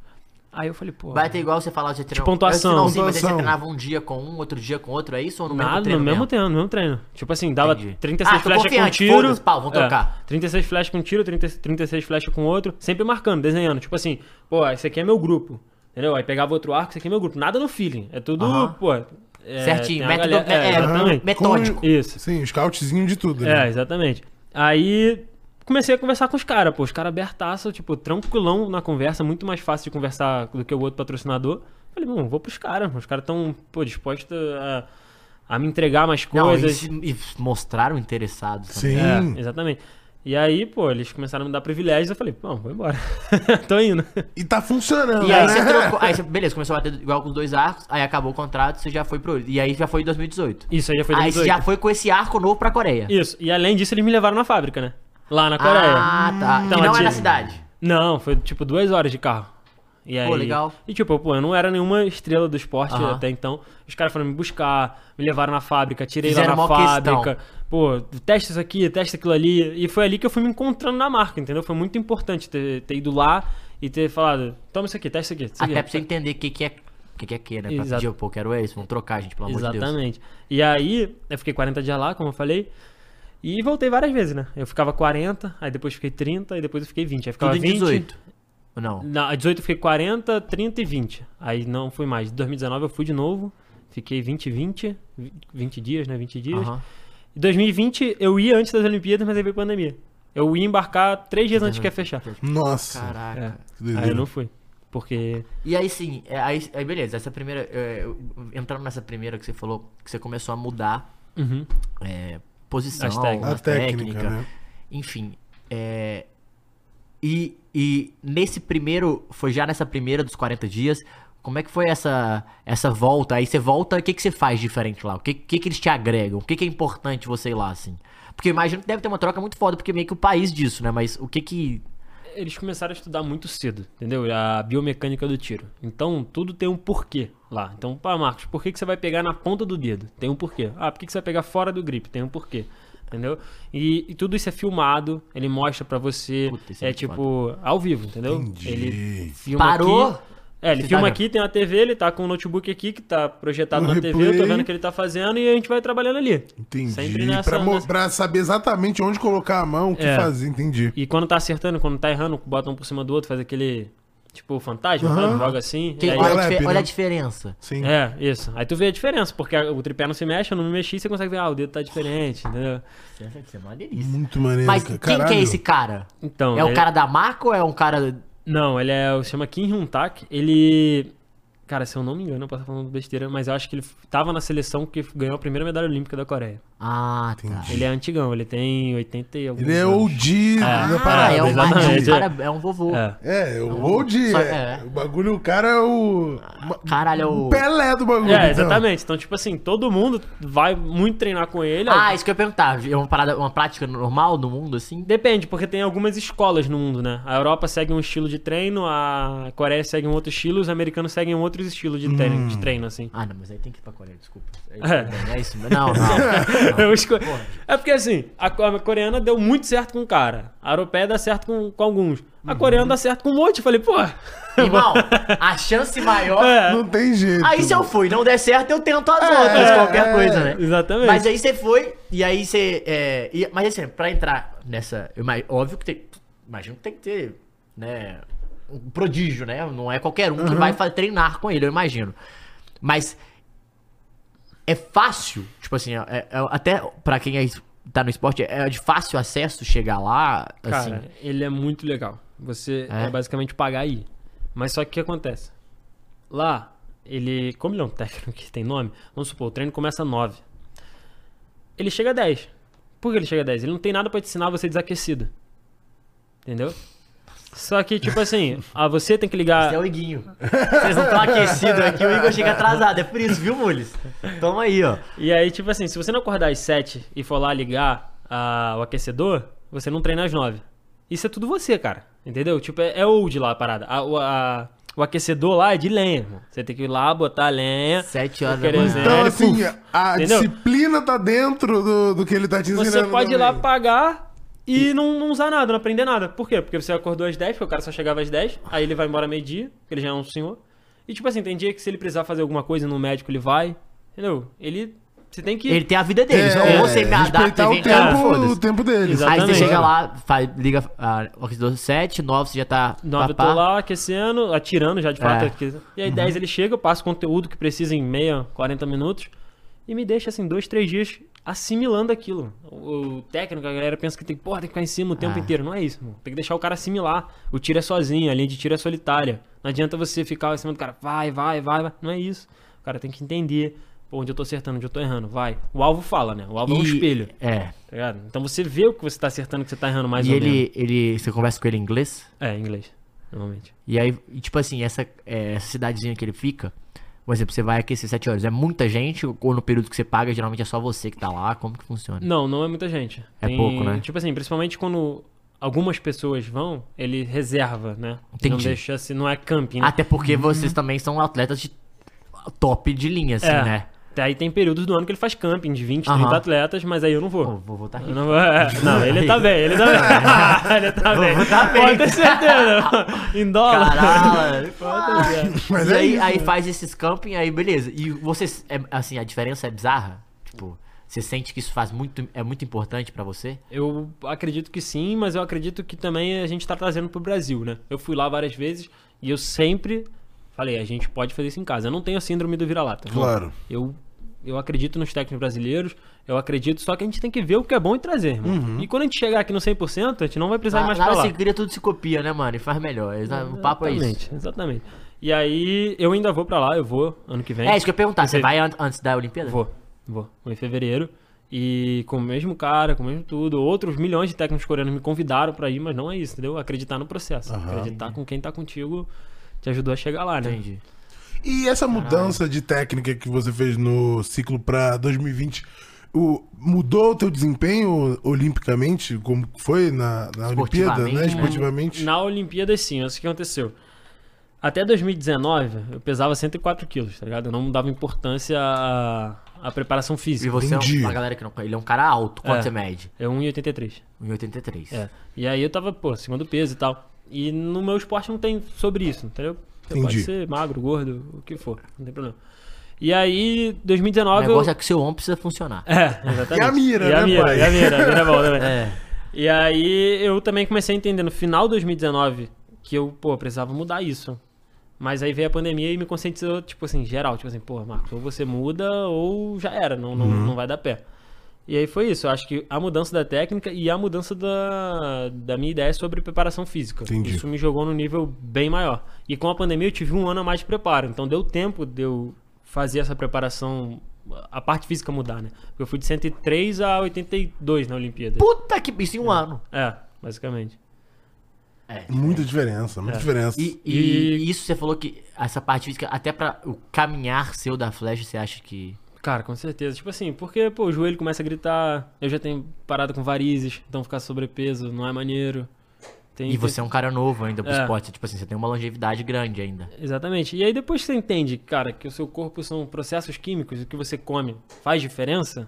[SPEAKER 8] Aí eu falei, pô.
[SPEAKER 6] Vai ter igual você falar, você treinou.
[SPEAKER 8] pontuação.
[SPEAKER 6] Eu, não, sim, mas aí você
[SPEAKER 7] Pontuação.
[SPEAKER 6] treinava um dia com um, outro dia com outro, é isso? Ou no mesmo
[SPEAKER 8] Nada,
[SPEAKER 6] treino
[SPEAKER 8] no mesmo
[SPEAKER 6] mesmo?
[SPEAKER 8] treino, no mesmo treino. Tipo assim, dava
[SPEAKER 6] Entendi.
[SPEAKER 8] 36
[SPEAKER 6] Ah, tô
[SPEAKER 8] flechas com um
[SPEAKER 6] confiante,
[SPEAKER 8] tiro.
[SPEAKER 6] foda-se, pau, vamos trocar.
[SPEAKER 8] 36 flechas com um tiro, 30, 36 flechas com outro. Sempre marcando, desenhando. Tipo assim, pô, esse aqui é meu grupo. Entendeu? Aí pegava outro arco, esse aqui é meu grupo. Nada no feeling. É tudo,
[SPEAKER 6] Aham.
[SPEAKER 8] pô. é, tem
[SPEAKER 6] Certinho,
[SPEAKER 8] a
[SPEAKER 6] método,
[SPEAKER 8] galera-
[SPEAKER 6] é,
[SPEAKER 8] exatamente.
[SPEAKER 6] metódico.
[SPEAKER 7] Com-
[SPEAKER 8] Isso.
[SPEAKER 7] Sim, scoutzinho de tudo.
[SPEAKER 8] É,
[SPEAKER 7] né?
[SPEAKER 8] exatamente. Aí comecei a conversar com os caras, pô. Os caras abertaço, tipo, tranquilão na conversa, muito mais fácil de conversar do que o outro patrocinador. Falei, mano, vou pros caras. Os caras tão, pô, dispostos a, a me entregar mais
[SPEAKER 6] Não, e,
[SPEAKER 8] coisas.
[SPEAKER 6] se- e mostraram interessados. também.
[SPEAKER 7] Sim.
[SPEAKER 8] É, exatamente. E aí, pô, eles começaram a me dar privilégios, eu falei, pô, vou embora. *laughs* Tô indo.
[SPEAKER 7] E tá funcionando,
[SPEAKER 6] E
[SPEAKER 7] né?
[SPEAKER 6] aí
[SPEAKER 7] *laughs*
[SPEAKER 6] você trocou. Aí você, beleza, começou a bater igual com os dois arcos, aí acabou o contrato, você já foi pro. E aí já foi em 2018.
[SPEAKER 8] Isso aí já foi
[SPEAKER 6] Aí você
[SPEAKER 8] 2018.
[SPEAKER 6] já foi com esse arco novo pra Coreia.
[SPEAKER 8] Isso. E além disso, eles me levaram na fábrica, né? Lá na Coreia.
[SPEAKER 6] Ah, tá.
[SPEAKER 8] Então,
[SPEAKER 6] que não é
[SPEAKER 8] ati-
[SPEAKER 6] na cidade.
[SPEAKER 8] Não, foi tipo duas horas de carro. E aí,
[SPEAKER 6] legal.
[SPEAKER 8] E tipo, pô, eu não era nenhuma estrela do esporte
[SPEAKER 6] Aham.
[SPEAKER 8] até então. Os caras foram me buscar, me levaram na fábrica, tirei
[SPEAKER 6] Fizeram
[SPEAKER 8] lá
[SPEAKER 6] mó
[SPEAKER 8] na
[SPEAKER 6] questão.
[SPEAKER 8] fábrica. Pô, testa isso aqui, testa aquilo ali. E foi ali que eu fui me encontrando na marca, entendeu? Foi muito importante ter, ter ido lá e ter falado, toma isso aqui, testa isso aqui. isso aqui.
[SPEAKER 6] Até pra você entender o que, que é. O que, que é que, né? Pra
[SPEAKER 8] Exato.
[SPEAKER 6] pedir, pô, quero esse, vamos trocar, gente, pelo amor de Deus.
[SPEAKER 8] Exatamente. E aí, eu fiquei 40 dias lá, como eu falei. E voltei várias vezes, né? Eu ficava 40, aí depois fiquei 30, aí depois eu fiquei 20. Aí ficava
[SPEAKER 6] Tudo em
[SPEAKER 8] 20.
[SPEAKER 6] 18. Ou Não.
[SPEAKER 8] Na, a 18 eu fiquei 40, 30 e 20. Aí não fui mais. Em 2019 eu fui de novo. Fiquei 20, 20. 20 dias, né? 20 dias.
[SPEAKER 6] Aham.
[SPEAKER 8] Em 2020 eu ia antes das Olimpíadas, mas aí veio pandemia. Eu ia embarcar três dias antes que ia fechar.
[SPEAKER 7] Nossa.
[SPEAKER 6] Caraca.
[SPEAKER 8] É.
[SPEAKER 7] que doideira.
[SPEAKER 8] Aí eu não fui. Porque.
[SPEAKER 6] E aí sim, é, aí, aí beleza, essa primeira. é, entrando nessa primeira que você falou, que você começou a mudar
[SPEAKER 8] Uhum.
[SPEAKER 6] é, posição,
[SPEAKER 8] As técnicas.
[SPEAKER 7] A
[SPEAKER 6] as
[SPEAKER 7] técnica,
[SPEAKER 6] técnica,
[SPEAKER 7] né?
[SPEAKER 6] Enfim. é, e, e nesse primeiro. Foi já nessa primeira dos 40 dias. Como é que foi essa, essa volta? Aí você volta, o que, que você faz diferente lá? O que, que, que eles te agregam? O que, que é importante você ir lá, assim? Porque eu imagino que deve ter uma troca muito foda, porque meio que o país disso, né? Mas o que que.
[SPEAKER 8] eles começaram a estudar muito cedo, entendeu? A biomecânica do tiro. Então, tudo tem um porquê. lá. Então, pá, Marcos, por que, que você vai pegar na ponta do dedo? Tem um porquê. Ah, por que, que você vai pegar fora do grip? Tem um porquê. Entendeu? E, e tudo isso é filmado, ele mostra pra você.
[SPEAKER 6] Puta, isso é
[SPEAKER 8] é
[SPEAKER 6] muito
[SPEAKER 8] tipo, ao vivo, entendeu?
[SPEAKER 7] Entendi.
[SPEAKER 8] Ele filma
[SPEAKER 6] Parou?
[SPEAKER 8] aqui- É, ele
[SPEAKER 6] Você
[SPEAKER 8] filma
[SPEAKER 6] tá-
[SPEAKER 8] aqui, tem uma TV, ele tá com o notebook aqui que tá projetado
[SPEAKER 7] Um
[SPEAKER 8] na TV, eu tô
[SPEAKER 7] replay.
[SPEAKER 8] vendo o que ele tá fazendo e a gente vai trabalhando ali. Sempre
[SPEAKER 7] Entendi.
[SPEAKER 8] nessa-
[SPEAKER 7] Pra, mo-
[SPEAKER 8] nessa-
[SPEAKER 7] pra saber exatamente onde colocar a mão, o que
[SPEAKER 8] né? É.
[SPEAKER 7] fazer, entendi.
[SPEAKER 8] E quando tá acertando, quando tá errando, bota um por cima do outro, faz aquele. Tipo, fantasma,
[SPEAKER 7] Aham.
[SPEAKER 8] sabe? Joga assim.
[SPEAKER 6] Quem-
[SPEAKER 8] e aí-
[SPEAKER 6] olha, a
[SPEAKER 7] Overlap,
[SPEAKER 6] dife-
[SPEAKER 7] né?
[SPEAKER 6] olha a diferença.
[SPEAKER 7] Sim.
[SPEAKER 8] É, isso. Aí tu vê a diferença, porque a- o tripé não se mexe, eu não me mexi, você consegue ver, ah, o dedo tá diferente, entendeu?
[SPEAKER 6] Isso é uma delícia.
[SPEAKER 7] Muito maneiro,
[SPEAKER 6] Mas
[SPEAKER 7] cara.
[SPEAKER 6] quem que é
[SPEAKER 7] Caralho.
[SPEAKER 6] esse cara?
[SPEAKER 8] Então.
[SPEAKER 6] É o
[SPEAKER 8] ele-
[SPEAKER 6] cara da marca ou é um cara.
[SPEAKER 8] Não, ele é. Se chama Kim Hyun Tak. Ele. Cara, se eu não me engano, eu posso estar falando besteira, mas eu acho que ele tava na seleção que ganhou a primeira medalha olímpica da Coreia.
[SPEAKER 6] Ah, tá.
[SPEAKER 8] Ele é antigão, ele tem 80 e alguns
[SPEAKER 7] Ele é
[SPEAKER 8] anos.
[SPEAKER 7] OG da
[SPEAKER 6] Ah,
[SPEAKER 7] parada.
[SPEAKER 6] é um,
[SPEAKER 8] exatamente.
[SPEAKER 6] cara, é um vovô.
[SPEAKER 8] É.
[SPEAKER 7] É, o OG.
[SPEAKER 6] Só-
[SPEAKER 7] é.
[SPEAKER 6] é.
[SPEAKER 7] O bagulho, o cara é o.
[SPEAKER 6] Caralho, é o.
[SPEAKER 7] Pelé do bagulho.
[SPEAKER 8] É,
[SPEAKER 7] então.
[SPEAKER 8] exatamente. Então, tipo assim, todo mundo vai muito treinar com ele.
[SPEAKER 6] Ah, isso que eu ia perguntar. É uma, parada, uma prática normal no mundo, assim?
[SPEAKER 8] Depende, porque tem algumas escolas no mundo, né? A Europa segue um estilo de treino, a Coreia segue um outro estilo, os americanos seguem outros estilos de treino, de treino assim.
[SPEAKER 6] Ah, não, mas aí tem que ir pra Coreia, desculpa. É,
[SPEAKER 8] É.
[SPEAKER 6] é isso mesmo. Não, não.
[SPEAKER 8] *laughs* Eu esco- É porque assim, a, co- a coreana deu muito certo com um cara, a europeia dá certo com, com alguns,
[SPEAKER 6] Uhum.
[SPEAKER 8] a coreana dá certo com um monte. Eu falei, pô,
[SPEAKER 6] Irmão, a chance maior.
[SPEAKER 8] É.
[SPEAKER 7] Não tem jeito.
[SPEAKER 6] Aí se eu fui, não der certo, eu tento as outras,
[SPEAKER 7] é,
[SPEAKER 6] qualquer
[SPEAKER 7] é,
[SPEAKER 6] coisa, né?
[SPEAKER 8] *laughs* exatamente.
[SPEAKER 6] Mas aí você foi, e aí você. é, e- mas assim, pra entrar nessa. eu ima- Óbvio que tem. Imagino que tem que ter, né? Um prodígio, né? Não é qualquer um que vai fa- treinar com ele, eu imagino. Mas. É fácil, tipo assim, é- é- até pra quem é, tá no esporte, é de fácil acesso chegar lá, assim.
[SPEAKER 8] cara, ele é muito legal. Você é,
[SPEAKER 6] É?
[SPEAKER 8] basicamente pagar aí. Mas só que o que acontece? Lá, ele, como ele é um técnico que tem nome, vamos supor, o treino começa às 9. Ele chega a 10. Por que ele chega a 10? Ele não tem nada pra te ensinar você desaquecido. Entendeu? Só que,
[SPEAKER 6] *laughs*
[SPEAKER 8] tipo assim, a você tem que ligar.
[SPEAKER 6] Esse é o Iguinho. *laughs* Vocês não estão aquecidos aqui, o Igor chega atrasado. É por isso, viu, Mules? Toma aí, ó.
[SPEAKER 8] E aí, tipo assim, se você não acordar às 7 e for lá ligar ah, o aquecedor, você não treina às 9. Isso é tudo você, cara. Entendeu? Tipo, é, é old lá a parada. A- o, a- o aquecedor lá é de lenha, irmão. Você tem que ir lá botar a lenha.
[SPEAKER 6] Sete horas
[SPEAKER 8] Quer
[SPEAKER 6] da manhã.
[SPEAKER 8] dizer,
[SPEAKER 7] Então,
[SPEAKER 8] ele-
[SPEAKER 7] assim, a
[SPEAKER 8] Entendeu?
[SPEAKER 7] disciplina tá dentro do, do que ele tá te ensinando.
[SPEAKER 8] Você pode ir lá
[SPEAKER 7] também.
[SPEAKER 8] pagar e não, não usar nada, não aprender nada. Por quê? Porque você acordou às 10, porque o cara só chegava às 10, aí ele vai embora meio-dia, porque ele já é um senhor. E tipo assim, tem dia que se ele precisar fazer alguma coisa no médico, ele vai. Entendeu? Ele. Você tem que.
[SPEAKER 6] Ele tem a vida dele. só
[SPEAKER 7] É,
[SPEAKER 6] ou você me adapta
[SPEAKER 7] respeitar
[SPEAKER 6] e
[SPEAKER 7] o
[SPEAKER 6] vem cá,
[SPEAKER 7] tempo, o
[SPEAKER 6] foda-se.
[SPEAKER 7] tempo dele.
[SPEAKER 8] Exato.
[SPEAKER 6] Aí você
[SPEAKER 8] Exatamente.
[SPEAKER 6] chega lá, faz, liga ah, o aquecedor 7, 9 você já tá.
[SPEAKER 8] 9 eu tô
[SPEAKER 6] papá.
[SPEAKER 8] lá aquecendo, atirando já de fato.
[SPEAKER 6] É.
[SPEAKER 8] aquecendo. E aí 10 ele chega, eu passo o conteúdo que precisa em meia, 40 minutos. E me deixa assim, dois, três dias assimilando aquilo. O, o técnico, a galera pensa que tem, porra, tem que ficar em cima o tempo
[SPEAKER 6] Ah.
[SPEAKER 8] inteiro. Não é isso, mano. Tem que deixar o cara assimilar. O tiro é sozinho, a linha de tiro é solitária. Não adianta você ficar em cima do cara, vai, vai, vai, vai. Não é isso. O cara tem que entender. Pô, onde eu tô acertando, onde eu tô errando, vai. O alvo fala, né? O alvo é um
[SPEAKER 6] E-
[SPEAKER 8] espelho.
[SPEAKER 6] É.
[SPEAKER 8] Tá ligado? Então você vê o que você tá acertando, o que você tá errando mais
[SPEAKER 6] E
[SPEAKER 8] ou menos.
[SPEAKER 6] ele, ele. Você conversa com ele em inglês?
[SPEAKER 8] É, em inglês. Normalmente.
[SPEAKER 6] E aí, e tipo assim, essa, é, essa cidadezinha que ele fica. Por exemplo, você vai aquecer 7 horas. É muita gente, ou no período que você paga, geralmente é só você que tá lá. Como que funciona?
[SPEAKER 8] Não, não é muita gente.
[SPEAKER 6] É pouco, né?
[SPEAKER 8] Tipo assim, principalmente quando algumas pessoas vão, ele reserva, né? Não
[SPEAKER 6] Entendi. Ah,
[SPEAKER 8] deixa assim, não é camping. Né?
[SPEAKER 6] Até porque vocês também são atletas de top de linha, assim,
[SPEAKER 8] é.
[SPEAKER 6] né?
[SPEAKER 8] Aí tem períodos do ano que ele faz camping de 20, 30
[SPEAKER 6] Aham.
[SPEAKER 8] atletas, mas aí eu não vou.
[SPEAKER 6] Pô, vou voltar
[SPEAKER 8] Eu
[SPEAKER 6] aqui.
[SPEAKER 8] não, vou- é, não, ele tá bem, ele tá
[SPEAKER 6] *laughs* É.
[SPEAKER 8] bem. *laughs* ele tá bem. Pode ter certeza. em dólar.
[SPEAKER 6] Caralho!
[SPEAKER 8] Pode ter certeza.
[SPEAKER 7] Mas
[SPEAKER 6] e
[SPEAKER 7] é
[SPEAKER 6] aí,
[SPEAKER 7] isso,
[SPEAKER 6] aí
[SPEAKER 7] né?
[SPEAKER 6] faz esses camping, aí beleza. E vocês, é, assim, a diferença é bizarra? Tipo, você sente que isso faz muito, é muito importante pra você?
[SPEAKER 8] Eu acredito que sim, mas eu acredito que também a gente tá trazendo pro Brasil, né? Eu fui lá várias vezes e eu sempre falei, a gente pode fazer isso em casa. Eu não tenho a síndrome do vira-lata. não.
[SPEAKER 7] Claro.
[SPEAKER 8] Eu, eu acredito nos técnicos brasileiros, eu acredito, só que a gente tem que ver o que é bom e trazer, irmão. E quando a gente chegar aqui no 100%, a gente não vai precisar ir mais pra
[SPEAKER 6] nada
[SPEAKER 8] lá.
[SPEAKER 6] se cria, tudo se copia, né, mano? E faz melhor. Exa- O papo é isso.
[SPEAKER 8] Exatamente, exatamente. E aí, eu ainda vou pra lá, eu vou ano que vem.
[SPEAKER 6] É isso que eu ia perguntar. Você
[SPEAKER 8] Fe-
[SPEAKER 6] vai an- antes da Olimpíada?
[SPEAKER 8] Vou, vou. Vou em fevereiro. E com o mesmo cara, com o mesmo tudo. Outros milhões de técnicos coreanos me convidaram pra ir, mas não é isso, entendeu? Acreditar no processo. Acreditar com quem tá contigo te ajudou a chegar lá, né?
[SPEAKER 6] Entendi.
[SPEAKER 7] E essa mudança de técnica que você fez no ciclo pra 2020, o, mudou o teu desempenho olimpicamente, como foi na, na Olimpíada, né?
[SPEAKER 6] Esportivamente, né?
[SPEAKER 7] Esportivamente?
[SPEAKER 8] Na Olimpíada, sim, olha o que é aconteceu. Até 2019, eu pesava 104 quilos, tá ligado? Eu não dava importância à, à preparação
[SPEAKER 6] E
[SPEAKER 8] física.
[SPEAKER 6] você
[SPEAKER 7] Entendi.
[SPEAKER 6] é uma galera que não. Ele é um cara alto. Quanto
[SPEAKER 8] É.
[SPEAKER 6] você mede?
[SPEAKER 8] É 1,83.
[SPEAKER 6] 1,83.
[SPEAKER 8] É. E aí eu tava, pô, acima do peso e tal. E no meu esporte não tem sobre isso, entendeu? Você
[SPEAKER 7] Entendi.
[SPEAKER 8] pode ser magro, gordo, o que for, não tem problema. E aí, 2019.
[SPEAKER 6] O negócio
[SPEAKER 8] eu...
[SPEAKER 6] é que seu ombro precisa funcionar.
[SPEAKER 8] É, exatamente.
[SPEAKER 7] E a mira,
[SPEAKER 8] e a
[SPEAKER 7] né,
[SPEAKER 8] mira,
[SPEAKER 7] pai?
[SPEAKER 8] E a mira, a mira é bom também.
[SPEAKER 6] É.
[SPEAKER 8] E aí eu também comecei a entender no final de 2019 que eu, pô, precisava mudar isso. Mas aí veio a pandemia e me conscientizou, tipo assim, geral, tipo assim, pô, Marcos, ou você muda ou já era, não, não,
[SPEAKER 7] Uhum.
[SPEAKER 8] não vai dar pé. E aí foi isso, eu acho que a mudança da técnica e a mudança da, da minha ideia sobre preparação física.
[SPEAKER 7] Entendi.
[SPEAKER 8] Isso me jogou num nível bem maior. E com a pandemia eu tive um ano a mais de preparo, então deu tempo de eu fazer essa preparação, a parte física mudar, né? Porque eu fui de 103 a 82 na Olimpíada.
[SPEAKER 6] Puta que. Isso em um ano.
[SPEAKER 8] É, basicamente.
[SPEAKER 6] É.
[SPEAKER 7] Muita diferença, muita diferença.
[SPEAKER 6] E, e isso você falou que essa parte física, até pra o caminhar seu da flecha, você acha que.
[SPEAKER 8] Cara, com certeza. Tipo assim, porque, pô, o joelho começa a gritar, eu já tenho parado com varizes, então ficar sobrepeso não é maneiro. Tem-
[SPEAKER 6] E você é um cara novo ainda pro
[SPEAKER 8] É.
[SPEAKER 6] esporte, tipo assim, você tem uma longevidade grande ainda.
[SPEAKER 8] Exatamente. E aí depois que você entende, cara, que o seu corpo são processos químicos, o que você come faz diferença,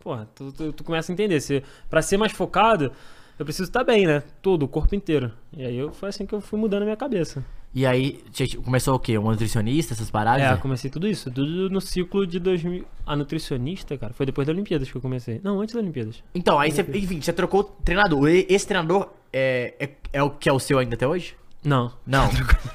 [SPEAKER 8] porra, tu, tu, tu começa a entender. Se, pra ser mais focado, eu preciso estar bem, né? Todo, o corpo inteiro. E aí eu, foi assim que eu fui mudando a minha cabeça.
[SPEAKER 6] E aí, tch- tch- começou o quê? Um nutricionista, essas paradas?
[SPEAKER 8] É, eu comecei tudo isso, tudo no ciclo de 2000. A nutricionista, cara, foi depois da Olimpíadas que eu comecei. Não, antes da Olimpíadas.
[SPEAKER 6] Então, aí você, enfim, você trocou o treinador. E- Esse treinador é, é, é o que é o seu ainda até hoje?
[SPEAKER 8] Não. *laughs*
[SPEAKER 6] Não.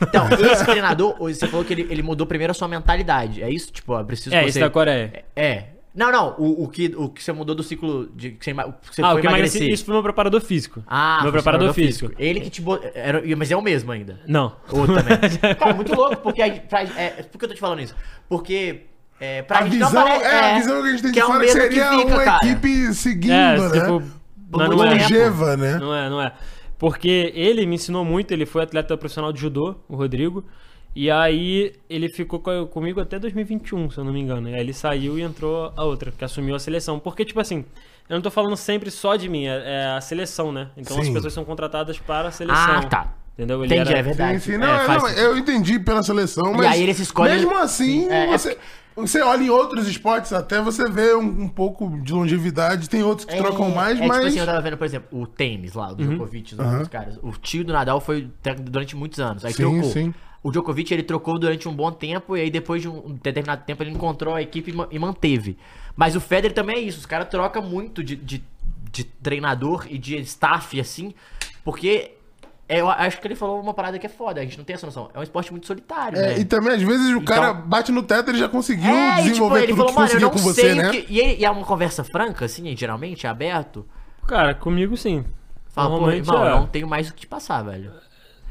[SPEAKER 6] Então, esse treinador, hoje você falou que ele, ele mudou primeiro a sua mentalidade. É isso? Tipo, eu preciso
[SPEAKER 8] É,
[SPEAKER 6] que
[SPEAKER 8] esse
[SPEAKER 6] você...
[SPEAKER 8] da Coreia.
[SPEAKER 6] É. Não, não. O, o que, o que você mudou do ciclo de que você, ema- o que você
[SPEAKER 8] ah, o
[SPEAKER 6] foi
[SPEAKER 8] que eu emagreci,
[SPEAKER 6] emagrecer.
[SPEAKER 8] isso foi meu preparador físico.
[SPEAKER 6] Ah,
[SPEAKER 8] meu
[SPEAKER 6] foi seu
[SPEAKER 8] preparador físico.
[SPEAKER 6] Ele que te botou. Mas é o mesmo ainda.
[SPEAKER 8] Não.
[SPEAKER 6] Outro *laughs* também. Cara, muito louco, porque. a gente- pra- é, por que eu tô te falando isso? Porque. É, pra
[SPEAKER 7] a
[SPEAKER 6] gente
[SPEAKER 7] visão,
[SPEAKER 6] não parece,
[SPEAKER 7] é, a visão que a gente tem de
[SPEAKER 6] é o
[SPEAKER 7] fora que
[SPEAKER 6] mesmo que
[SPEAKER 7] seria
[SPEAKER 6] fica,
[SPEAKER 7] uma
[SPEAKER 6] cara.
[SPEAKER 7] equipe seguindo,
[SPEAKER 8] É,
[SPEAKER 7] né?
[SPEAKER 8] tipo, não, não
[SPEAKER 6] um
[SPEAKER 8] é.
[SPEAKER 7] Longeva, né?
[SPEAKER 8] Não é, não é. Porque ele me ensinou muito, ele foi atleta profissional de judô, o Rodrigo. E aí ele ficou co- comigo até 2021, se eu não me engano. E aí ele saiu e entrou a outra, que assumiu a seleção. Porque, tipo assim, eu não tô falando sempre só de mim, é, é a seleção, né? Então as
[SPEAKER 7] Sim.
[SPEAKER 8] pessoas são contratadas para a seleção.
[SPEAKER 6] Ah, tá.
[SPEAKER 8] Entendeu? Ele
[SPEAKER 6] Entendi,
[SPEAKER 8] era-
[SPEAKER 6] é verdade.
[SPEAKER 7] Sim, sim. Não,
[SPEAKER 8] É,
[SPEAKER 7] é,
[SPEAKER 8] faz
[SPEAKER 7] não,
[SPEAKER 8] sentido.
[SPEAKER 7] eu entendi pela seleção, mas.
[SPEAKER 6] aí ele se escolhe-
[SPEAKER 7] Mesmo assim,
[SPEAKER 6] Sim, é, é
[SPEAKER 7] você, você olha em outros esportes, até você vê um, um pouco de longevidade. Tem outros que
[SPEAKER 6] É,
[SPEAKER 7] trocam mais,
[SPEAKER 6] é, Tipo
[SPEAKER 7] mas. Uhum.
[SPEAKER 6] assim, eu tava vendo, por exemplo, o tênis lá, o Djokovic, os outros caras. O tio do Nadal foi técnico durante muitos anos. Aí
[SPEAKER 7] Sim,
[SPEAKER 6] trocou.
[SPEAKER 7] sim.
[SPEAKER 6] O Djokovic, ele trocou durante um bom tempo, e aí depois de um determinado tempo ele encontrou a equipe e ma- e manteve. Mas o Federer também é isso, os caras trocam muito de, de, de treinador e de staff, assim, porque é, eu acho que ele falou uma parada que é foda, a gente não tem essa noção. É um esporte muito solitário,
[SPEAKER 7] é,
[SPEAKER 6] né? É,
[SPEAKER 7] e também, às vezes, o cara
[SPEAKER 6] Então-
[SPEAKER 7] bate no teto, ele já conseguiu desenvolver
[SPEAKER 6] tipo, ele
[SPEAKER 7] tudo
[SPEAKER 6] falou,
[SPEAKER 7] que
[SPEAKER 6] mano,
[SPEAKER 7] conseguiu
[SPEAKER 6] eu não
[SPEAKER 7] com
[SPEAKER 6] sei
[SPEAKER 7] você,
[SPEAKER 6] o
[SPEAKER 7] né?
[SPEAKER 6] que... E, ele- e é uma conversa franca, assim, geralmente, é aberto.
[SPEAKER 8] Cara, comigo sim.
[SPEAKER 6] Fala, pô,
[SPEAKER 8] Normalmente
[SPEAKER 6] irmão,
[SPEAKER 8] é.
[SPEAKER 6] não tenho mais o que te passar, velho.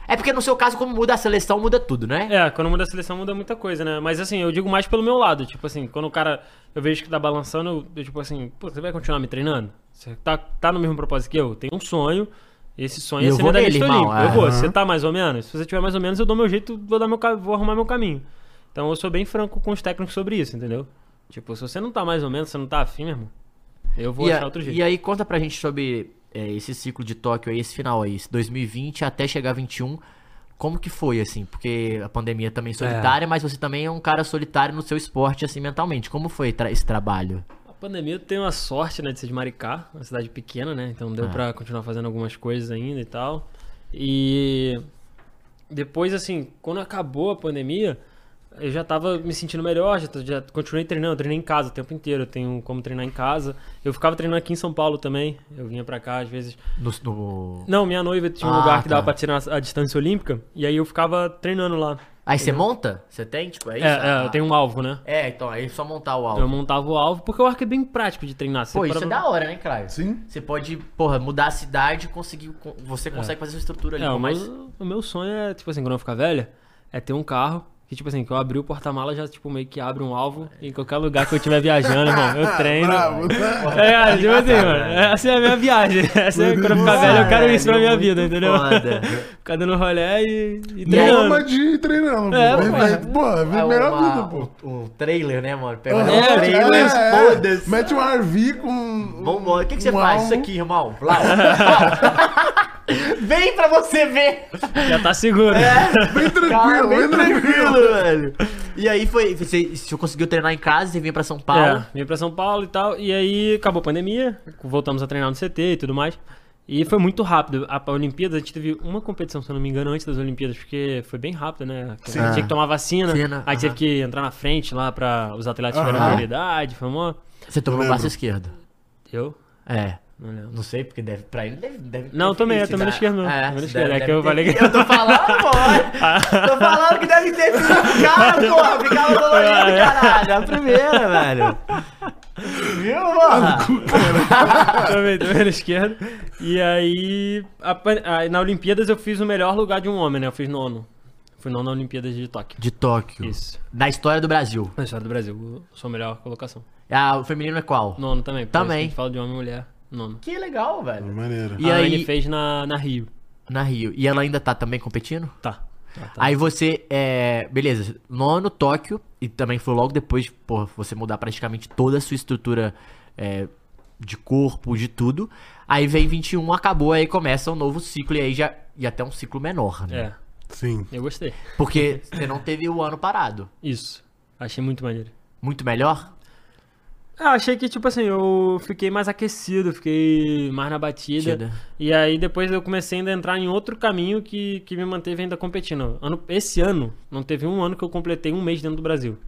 [SPEAKER 6] É porque no seu caso, como muda a seleção, muda tudo, né?
[SPEAKER 8] É, quando muda a seleção muda muita coisa, né? Mas assim, eu digo mais pelo meu lado. Tipo assim, quando o cara eu vejo que tá balançando, eu, eu, tipo assim, pô, você vai continuar me treinando? Você tá, tá no mesmo propósito que eu? Tem um sonho. Esse sonho
[SPEAKER 6] Eu
[SPEAKER 8] é ser
[SPEAKER 6] vou
[SPEAKER 8] medalhista
[SPEAKER 6] nele, irmão,
[SPEAKER 8] olímpico. Eu vou,
[SPEAKER 6] aham.
[SPEAKER 8] você tá mais ou menos? Se você tiver mais ou menos, eu dou meu jeito, vou, dar meu, ca- vou arrumar meu caminho. Então eu sou bem franco com os técnicos sobre isso, entendeu? Tipo, se você não tá mais ou menos, você não tá afim, meu irmão, eu vou
[SPEAKER 6] e,
[SPEAKER 8] achar
[SPEAKER 6] a-
[SPEAKER 8] outro jeito.
[SPEAKER 6] e aí, conta pra gente sobre é, esse ciclo de Tóquio aí, esse final aí, esse 2020 até chegar 21. Como que foi, assim? Porque a pandemia também é solitária, mas você também é um cara solitário no seu esporte, assim, mentalmente. Como foi tra- esse trabalho?
[SPEAKER 8] A pandemia tem uma sorte, né, de ser de Maricá, uma cidade pequena, né? Então
[SPEAKER 6] É.
[SPEAKER 8] deu pra continuar fazendo algumas coisas ainda e tal. E depois, assim, quando acabou a pandemia, eu já tava me sentindo melhor, já, já continuei treinando, eu treinei em casa o tempo inteiro, eu tenho como treinar em casa. Eu ficava treinando aqui em São Paulo também, eu vinha pra cá às vezes.
[SPEAKER 6] No, no-
[SPEAKER 8] Não, minha noiva tinha um
[SPEAKER 6] Ah,
[SPEAKER 8] lugar que
[SPEAKER 6] tá.
[SPEAKER 8] dava pra tirar a distância olímpica, e aí eu ficava treinando lá.
[SPEAKER 6] Aí você monta? Você tem, tipo, é isso?
[SPEAKER 8] É, é,
[SPEAKER 6] Ah,
[SPEAKER 8] eu tenho um alvo, né?
[SPEAKER 6] É, então, aí é só montar o
[SPEAKER 8] Eu
[SPEAKER 6] álbum.
[SPEAKER 8] montava o alvo, porque o arco é bem prático de treinar. você
[SPEAKER 6] Pô,
[SPEAKER 8] para
[SPEAKER 6] isso é
[SPEAKER 8] pra-
[SPEAKER 6] da hora, né, Caio?
[SPEAKER 7] Sim.
[SPEAKER 6] Você pode, porra, mudar a cidade e conseguir. con- Você consegue fazer sua estrutura ali.
[SPEAKER 8] É,
[SPEAKER 6] por
[SPEAKER 8] o,
[SPEAKER 6] mais-
[SPEAKER 8] meu, o meu sonho é, tipo assim, quando eu ficar velha, é ter um carro que, tipo assim, que eu abri o porta-mala já, tipo, meio que abre um alvo em qualquer lugar que eu estiver viajando, irmão. Eu treino.
[SPEAKER 7] Bravo.
[SPEAKER 8] É, tipo assim, mano. Essa é a minha viagem. Essa é, quando eu ficar velho, eu quero isso pra minha
[SPEAKER 6] Caralho,
[SPEAKER 8] vida,
[SPEAKER 6] muito
[SPEAKER 8] entendeu?
[SPEAKER 6] foda.
[SPEAKER 8] *laughs* Ficar dando rolé e,
[SPEAKER 7] Nômade
[SPEAKER 8] e treinando.
[SPEAKER 7] de treinando.
[SPEAKER 8] É,
[SPEAKER 7] pô. Perfeito. Pô, é a
[SPEAKER 6] É
[SPEAKER 7] melhor
[SPEAKER 6] uma-
[SPEAKER 7] vida, pô.
[SPEAKER 6] Um, um trailer, né, mano? Pega
[SPEAKER 7] Aham.
[SPEAKER 6] um trailer, foda-se.
[SPEAKER 7] Mete um RV com.
[SPEAKER 6] Vamos embora. O que, que você
[SPEAKER 7] um
[SPEAKER 6] faz? Isso
[SPEAKER 7] álbum.
[SPEAKER 6] aqui, irmão. Lá, ó. *laughs* Vem pra você ver!
[SPEAKER 8] Já tá seguro.
[SPEAKER 6] bem tranquilo, Cara, bem tranquilo, velho. E aí foi. Você, você conseguiu treinar em casa, você vinha pra São Paulo.
[SPEAKER 8] É, vim pra São Paulo e tal. E aí acabou a pandemia, voltamos a treinar no CT e tudo mais. E foi muito rápido. A, a Olimpíadas, a gente teve uma competição, se eu não me engano, antes das Olimpíadas, porque foi bem rápido, né? A gente tinha que tomar vacina,
[SPEAKER 6] Vacina,
[SPEAKER 8] aí teve
[SPEAKER 6] aham.
[SPEAKER 8] que entrar na frente lá pra os atletas tiverem
[SPEAKER 7] Aham.
[SPEAKER 8] mobilidade, foi mó...
[SPEAKER 6] Você tomou o
[SPEAKER 7] lembro.
[SPEAKER 6] braço esquerdo.
[SPEAKER 8] Eu?
[SPEAKER 6] É.
[SPEAKER 8] Não lembro.
[SPEAKER 6] Não sei, porque deve. Pra ele deve. deve
[SPEAKER 8] Não, eu tomei, eu tomei na esquerda, não.
[SPEAKER 6] É,
[SPEAKER 8] Tomei na
[SPEAKER 6] deve-
[SPEAKER 8] esquerda, é que
[SPEAKER 6] deve
[SPEAKER 8] eu
[SPEAKER 6] ter-
[SPEAKER 8] falei que-
[SPEAKER 6] Eu tô falando, pô. tô falando que deve ter sido. Cara, porra,
[SPEAKER 8] *laughs*
[SPEAKER 6] ficava
[SPEAKER 8] É.
[SPEAKER 6] dolorido, caralho. É A primeira, velho. Viu, mano?
[SPEAKER 8] também, também na esquerda. E aí, a pan- aí, na Olimpíadas eu fiz o melhor lugar de um homem, né? Eu fiz nono. Fui nono na Olimpíadas de Tóquio.
[SPEAKER 6] De Tóquio.
[SPEAKER 8] Isso.
[SPEAKER 6] Da história do Brasil.
[SPEAKER 8] Na história do Brasil, sou a melhor colocação.
[SPEAKER 6] Ah, o feminino é qual?
[SPEAKER 8] Nono também. por isso
[SPEAKER 6] Também.
[SPEAKER 8] que A gente fala de homem e mulher. Nono.
[SPEAKER 6] Que legal, velho.
[SPEAKER 7] Maneiro.
[SPEAKER 6] E
[SPEAKER 8] Hum. a
[SPEAKER 6] aí-
[SPEAKER 8] Anne fez na, na Rio.
[SPEAKER 6] Na Rio. E ela ainda tá também competindo?
[SPEAKER 8] Tá. Tá, tá.
[SPEAKER 6] Aí você, é, beleza, nono Tóquio, e também foi logo depois, porra, você mudar praticamente toda a sua estrutura é, de corpo, de tudo. Aí vem 21, acabou, aí começa um novo ciclo, e aí já. E até um ciclo menor, né?
[SPEAKER 8] É,
[SPEAKER 7] Sim.
[SPEAKER 8] eu gostei.
[SPEAKER 6] Porque você não teve o ano parado.
[SPEAKER 8] Isso. Achei muito maneiro.
[SPEAKER 6] Muito melhor?
[SPEAKER 8] Ah, achei que, tipo assim, eu fiquei mais aquecido, fiquei mais na batida.
[SPEAKER 6] Batida.
[SPEAKER 8] E aí depois eu comecei ainda a entrar em outro caminho que, que me manteve ainda competindo. Ano, esse ano, não teve um ano que eu completei um mês dentro do Brasil.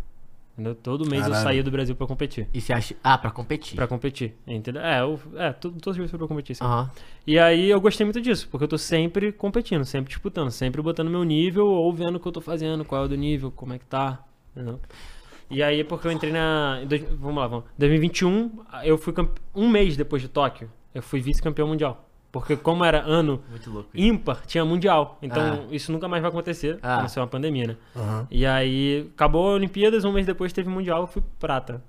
[SPEAKER 8] Entendeu? Todo mês eu
[SPEAKER 7] Caralho.
[SPEAKER 8] saía do Brasil pra competir.
[SPEAKER 6] E você acha. Ah, pra competir.
[SPEAKER 8] Pra competir, entendeu? É, eu, é todo- todos os dias foi pra competir. sim.
[SPEAKER 6] Aham.
[SPEAKER 8] E aí eu gostei muito disso, porque eu tô sempre competindo, sempre disputando, sempre botando meu nível ou vendo o que eu tô fazendo, qual é o do nível, como é que tá, entendeu? E aí é porque eu entrei na... em dois- vamos lá, vamos. 2021, eu fui campe- um mês depois de Tóquio, eu fui vice-campeão mundial. Porque como era ano
[SPEAKER 6] Muito louco.
[SPEAKER 8] ímpar, tinha mundial. Então isso nunca mais vai acontecer,
[SPEAKER 6] Ah.
[SPEAKER 8] a não ser uma pandemia, né?
[SPEAKER 7] Aham.
[SPEAKER 8] E aí acabou a Olimpíadas, um mês depois teve mundial, eu fui prata.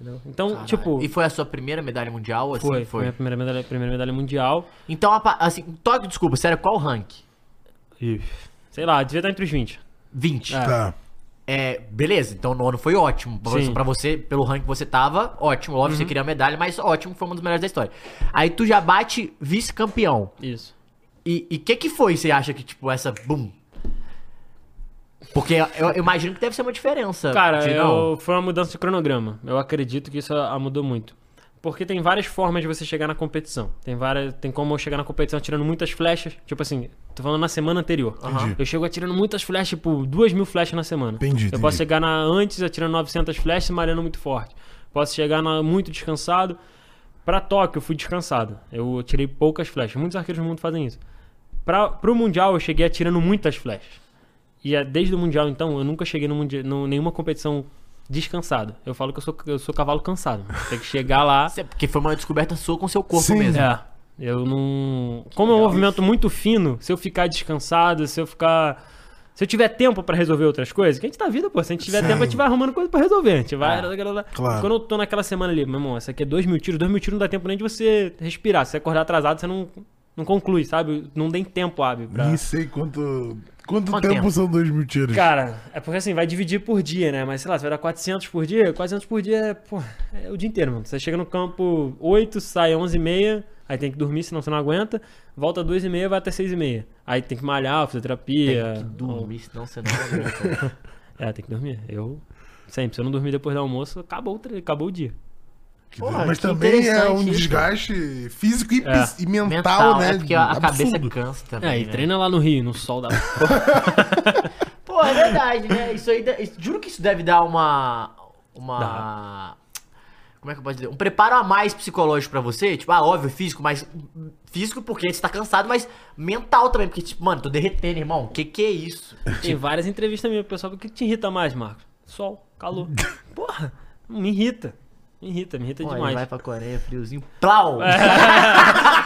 [SPEAKER 8] entendeu? Então, tipo...
[SPEAKER 6] E foi a sua primeira medalha mundial? Assim,
[SPEAKER 8] Foi, foi a primeira medalha, primeira medalha mundial.
[SPEAKER 6] Então, a pa- assim, Tóquio, desculpa, sério, qual o rank?
[SPEAKER 8] Sei lá, devia estar entre os 20.
[SPEAKER 6] 20.
[SPEAKER 7] Tá.
[SPEAKER 6] É, beleza, então o nono foi ótimo. Pra
[SPEAKER 8] Sim. Uhum.
[SPEAKER 6] você, pra você, pelo rank que você tava, ótimo. Óbvio, você queria a medalha, mas ótimo, foi uma das melhores da história. Aí tu já bate vice-campeão.
[SPEAKER 8] Isso.
[SPEAKER 6] E o que que foi, você acha que, tipo, essa boom? Porque eu, eu imagino que deve ser uma diferença.
[SPEAKER 8] Cara,
[SPEAKER 6] de não.
[SPEAKER 8] eu, foi uma mudança de cronograma. Eu acredito que isso a, a mudou muito. Porque tem várias formas de você chegar na competição. Tem várias, tem como eu chegar na competição atirando muitas flechas. Tipo assim, tô falando na semana anterior. Eu chego atirando muitas flechas, tipo, duas mil flechas na semana.
[SPEAKER 7] Entendi,
[SPEAKER 8] Eu
[SPEAKER 7] entendi.
[SPEAKER 8] posso chegar na antes atirando 900 flechas e malhando muito forte. Posso chegar na, muito descansado. Pra Tóquio, eu fui descansado. Eu tirei poucas flechas. Muitos arqueiros no mundo fazem isso. Pra, pro Mundial, eu cheguei atirando muitas flechas. E é, desde o Mundial, então, eu nunca cheguei no mundial, no, nenhuma competição descansado. Eu falo que eu sou, eu sou cavalo cansado. mano. Tem que chegar lá.
[SPEAKER 6] Isso é Porque foi uma descoberta sua com seu corpo
[SPEAKER 7] Sim.
[SPEAKER 6] mesmo.
[SPEAKER 8] é. Eu não. Como é um movimento muito fino, se eu ficar descansado, se eu ficar. Se eu tiver tempo pra resolver outras coisas, que a gente tá vida, pô. Se a gente tiver tempo, a gente vai arrumando coisa pra resolver. A gente vai.
[SPEAKER 7] Claro.
[SPEAKER 8] Quando eu tô naquela semana ali, meu irmão, essa aqui é dois mil tiros, dois mil tiros não dá tempo nem de você respirar. Se você acordar atrasado, você não, não conclui, sabe? Não tem tempo, hábil. pra-
[SPEAKER 7] Nem sei quanto. Quanto
[SPEAKER 6] Quanto
[SPEAKER 7] tempo,
[SPEAKER 6] tempo?
[SPEAKER 7] são dois mil tiros?
[SPEAKER 8] Cara, é porque assim, vai dividir por dia, né? Mas sei lá, você vai dar 400 por dia, 400 por dia é, pô, é o dia inteiro, mano. Você chega no campo 8, sai 11 e meia, aí tem que dormir, senão você não aguenta. Volta 2 e meia, vai até 6 e meia. Aí tem que malhar, fisioterapia.
[SPEAKER 6] Que dormir, senão você não aguenta.
[SPEAKER 8] É, tem que dormir. Eu sempre, se eu não dormir depois do almoço, acabou, o tre- acabou o dia.
[SPEAKER 7] *laughs* Que doido.
[SPEAKER 6] Porra,
[SPEAKER 7] Mas
[SPEAKER 6] Ah, que
[SPEAKER 7] também é um
[SPEAKER 6] interessante isso.
[SPEAKER 7] desgaste físico e,
[SPEAKER 8] É.
[SPEAKER 7] pis- e mental,
[SPEAKER 6] Mental,
[SPEAKER 7] né?
[SPEAKER 6] é porque a cabeça
[SPEAKER 7] Absurdo.
[SPEAKER 6] cansa também.
[SPEAKER 8] É, e
[SPEAKER 6] né?
[SPEAKER 8] treina lá no Rio, no sol da...
[SPEAKER 6] Pô, é verdade, né? Isso aí. dá- isso- Juro que isso deve dar uma. Uma. Como é que eu posso dizer? Um preparo a mais psicológico pra você. Tipo, ah, óbvio, físico, mas. Físico porque você tá cansado, mas mental também. Porque, tipo, mano, tô derretendo, irmão. Que que é isso?
[SPEAKER 8] *laughs* Tem várias entrevistas minhas, pro pessoal. O que te irrita mais, Marcos? Sol, calor. *laughs* Porra, me irrita. Me irrita, me irrita
[SPEAKER 6] Pô, ele
[SPEAKER 8] demais. É.
[SPEAKER 6] vai pra Coreia, friozinho. Plau!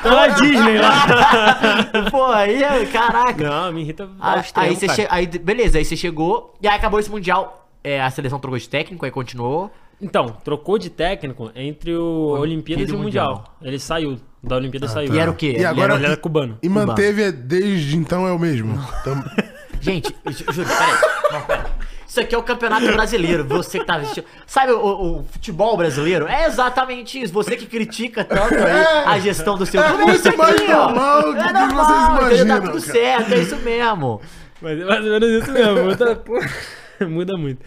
[SPEAKER 8] Então é Disney lá.
[SPEAKER 6] *laughs* Pô, aí, é- caraca.
[SPEAKER 8] Não, me irrita
[SPEAKER 6] Ah,
[SPEAKER 8] ao extremo,
[SPEAKER 6] aí você
[SPEAKER 8] tá
[SPEAKER 6] che-
[SPEAKER 8] cara.
[SPEAKER 6] aí, beleza, aí você chegou. E aí acabou esse mundial. É, a seleção trocou de técnico, aí continuou.
[SPEAKER 8] Então, trocou de técnico entre o Olimpíadas e o Mundial.
[SPEAKER 6] Mundial. Ah, tá.
[SPEAKER 8] Ele saiu. Da Olimpíada saiu.
[SPEAKER 6] E era o quê?
[SPEAKER 7] E agora-
[SPEAKER 8] Ele era cubano.
[SPEAKER 7] E
[SPEAKER 6] Cuba. *laughs*
[SPEAKER 7] manteve desde então é o mesmo. Tam-
[SPEAKER 6] Gente, ju- juro, peraí. Não, pera. Isso aqui é o campeonato brasileiro. Você que tá assistindo. Sabe o, o futebol brasileiro? É exatamente isso. Você que critica tanto aí
[SPEAKER 7] É.
[SPEAKER 6] a gestão do seu
[SPEAKER 7] É
[SPEAKER 6] clube.
[SPEAKER 7] muito
[SPEAKER 6] isso aqui,
[SPEAKER 7] mais
[SPEAKER 6] ó. É
[SPEAKER 7] normal do que vocês
[SPEAKER 6] normal, entendeu?
[SPEAKER 7] imaginam,
[SPEAKER 6] Tá tudo
[SPEAKER 7] cara.
[SPEAKER 6] certo, é isso mesmo.
[SPEAKER 8] Mas é mais ou menos isso mesmo. Muda, pô, *laughs* muda muito.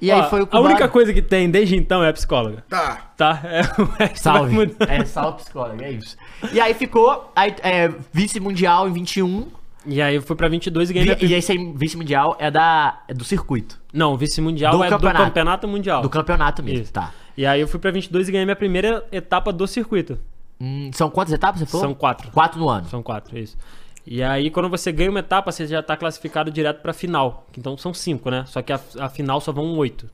[SPEAKER 6] E
[SPEAKER 8] Ó,
[SPEAKER 6] aí foi o
[SPEAKER 8] A
[SPEAKER 6] Cubano-
[SPEAKER 8] única coisa que tem desde então é a psicóloga.
[SPEAKER 7] Tá.
[SPEAKER 8] Tá? É, o *laughs* resto
[SPEAKER 6] Salve.
[SPEAKER 8] vai mudar.
[SPEAKER 6] É, salve psicólogo, é isso. E aí ficou aí, é, vice-mundial em 21.
[SPEAKER 8] E aí eu fui pra 22 e
[SPEAKER 6] Vi,
[SPEAKER 8] ganhei. minha
[SPEAKER 6] e
[SPEAKER 8] prim-
[SPEAKER 6] esse aí, vice-mundial é, da, é do circuito,
[SPEAKER 8] Não, vice-mundial
[SPEAKER 6] Do
[SPEAKER 8] é
[SPEAKER 6] campeonato.
[SPEAKER 8] do campeonato mundial.
[SPEAKER 6] do campeonato mesmo,
[SPEAKER 8] Isso.
[SPEAKER 6] tá.
[SPEAKER 8] E aí eu fui pra 22 e ganhei minha primeira etapa do circuito.
[SPEAKER 6] Hum, são quantas etapas você falou?
[SPEAKER 8] São quatro.
[SPEAKER 6] Quatro no ano.
[SPEAKER 8] São quatro, é isso. E aí, quando você ganha uma etapa, você já tá classificado direto pra final. Então são cinco, né? Só que a, a final só vão oito.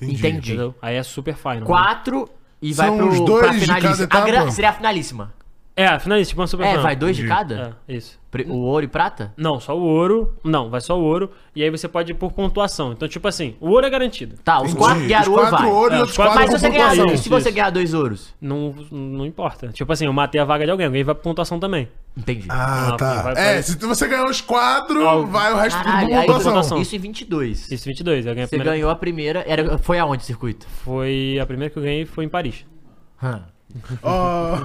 [SPEAKER 6] Entendi.
[SPEAKER 8] Entendeu? Aí é super final. né?
[SPEAKER 6] Quatro e vai
[SPEAKER 7] São
[SPEAKER 6] pro,
[SPEAKER 7] os dois
[SPEAKER 6] pra
[SPEAKER 7] de
[SPEAKER 6] finalíssima.
[SPEAKER 7] cada etapa?
[SPEAKER 6] A gran- Seria a finalíssima.
[SPEAKER 8] É, a finalista, tipo uma super
[SPEAKER 6] É,
[SPEAKER 8] final.
[SPEAKER 6] vai dois de cada?
[SPEAKER 8] É, isso.
[SPEAKER 6] Pre- O ouro e prata?
[SPEAKER 8] Não, só o ouro. Não, vai só o ouro. E aí você pode ir por pontuação. Então, tipo assim, o ouro é garantido.
[SPEAKER 6] Tá, os quatro
[SPEAKER 7] Entendi.
[SPEAKER 6] ganharam
[SPEAKER 7] Os
[SPEAKER 6] ouro,
[SPEAKER 7] quatro
[SPEAKER 6] vai.
[SPEAKER 7] ouro e
[SPEAKER 8] É,
[SPEAKER 7] outros
[SPEAKER 8] os quatro-
[SPEAKER 7] quatro
[SPEAKER 6] Mas se
[SPEAKER 7] com
[SPEAKER 6] você ganhar,
[SPEAKER 7] pontuação.
[SPEAKER 8] pontuação.
[SPEAKER 6] se você
[SPEAKER 8] Isso.
[SPEAKER 6] ganhar dois ouros?
[SPEAKER 8] Não, não importa. Tipo assim, eu matei a vaga de alguém, alguém vai pra pontuação também.
[SPEAKER 6] Entendi.
[SPEAKER 7] Ah,
[SPEAKER 8] Ah,
[SPEAKER 7] tá.
[SPEAKER 8] vai- vai-
[SPEAKER 7] É, se você ganhar os quatro,
[SPEAKER 8] Ó,
[SPEAKER 7] vai o resto tudo
[SPEAKER 6] Caralho,
[SPEAKER 7] pra
[SPEAKER 6] aí,
[SPEAKER 7] pontuação.
[SPEAKER 6] isso em 22.
[SPEAKER 8] Isso, 22. Eu ganhei a
[SPEAKER 6] Você
[SPEAKER 8] primeira.
[SPEAKER 6] ganhou a primeira. Era, foi aonde o circuito?
[SPEAKER 8] Foi a primeira que eu ganhei foi em Paris.
[SPEAKER 6] Hã.
[SPEAKER 7] Ó,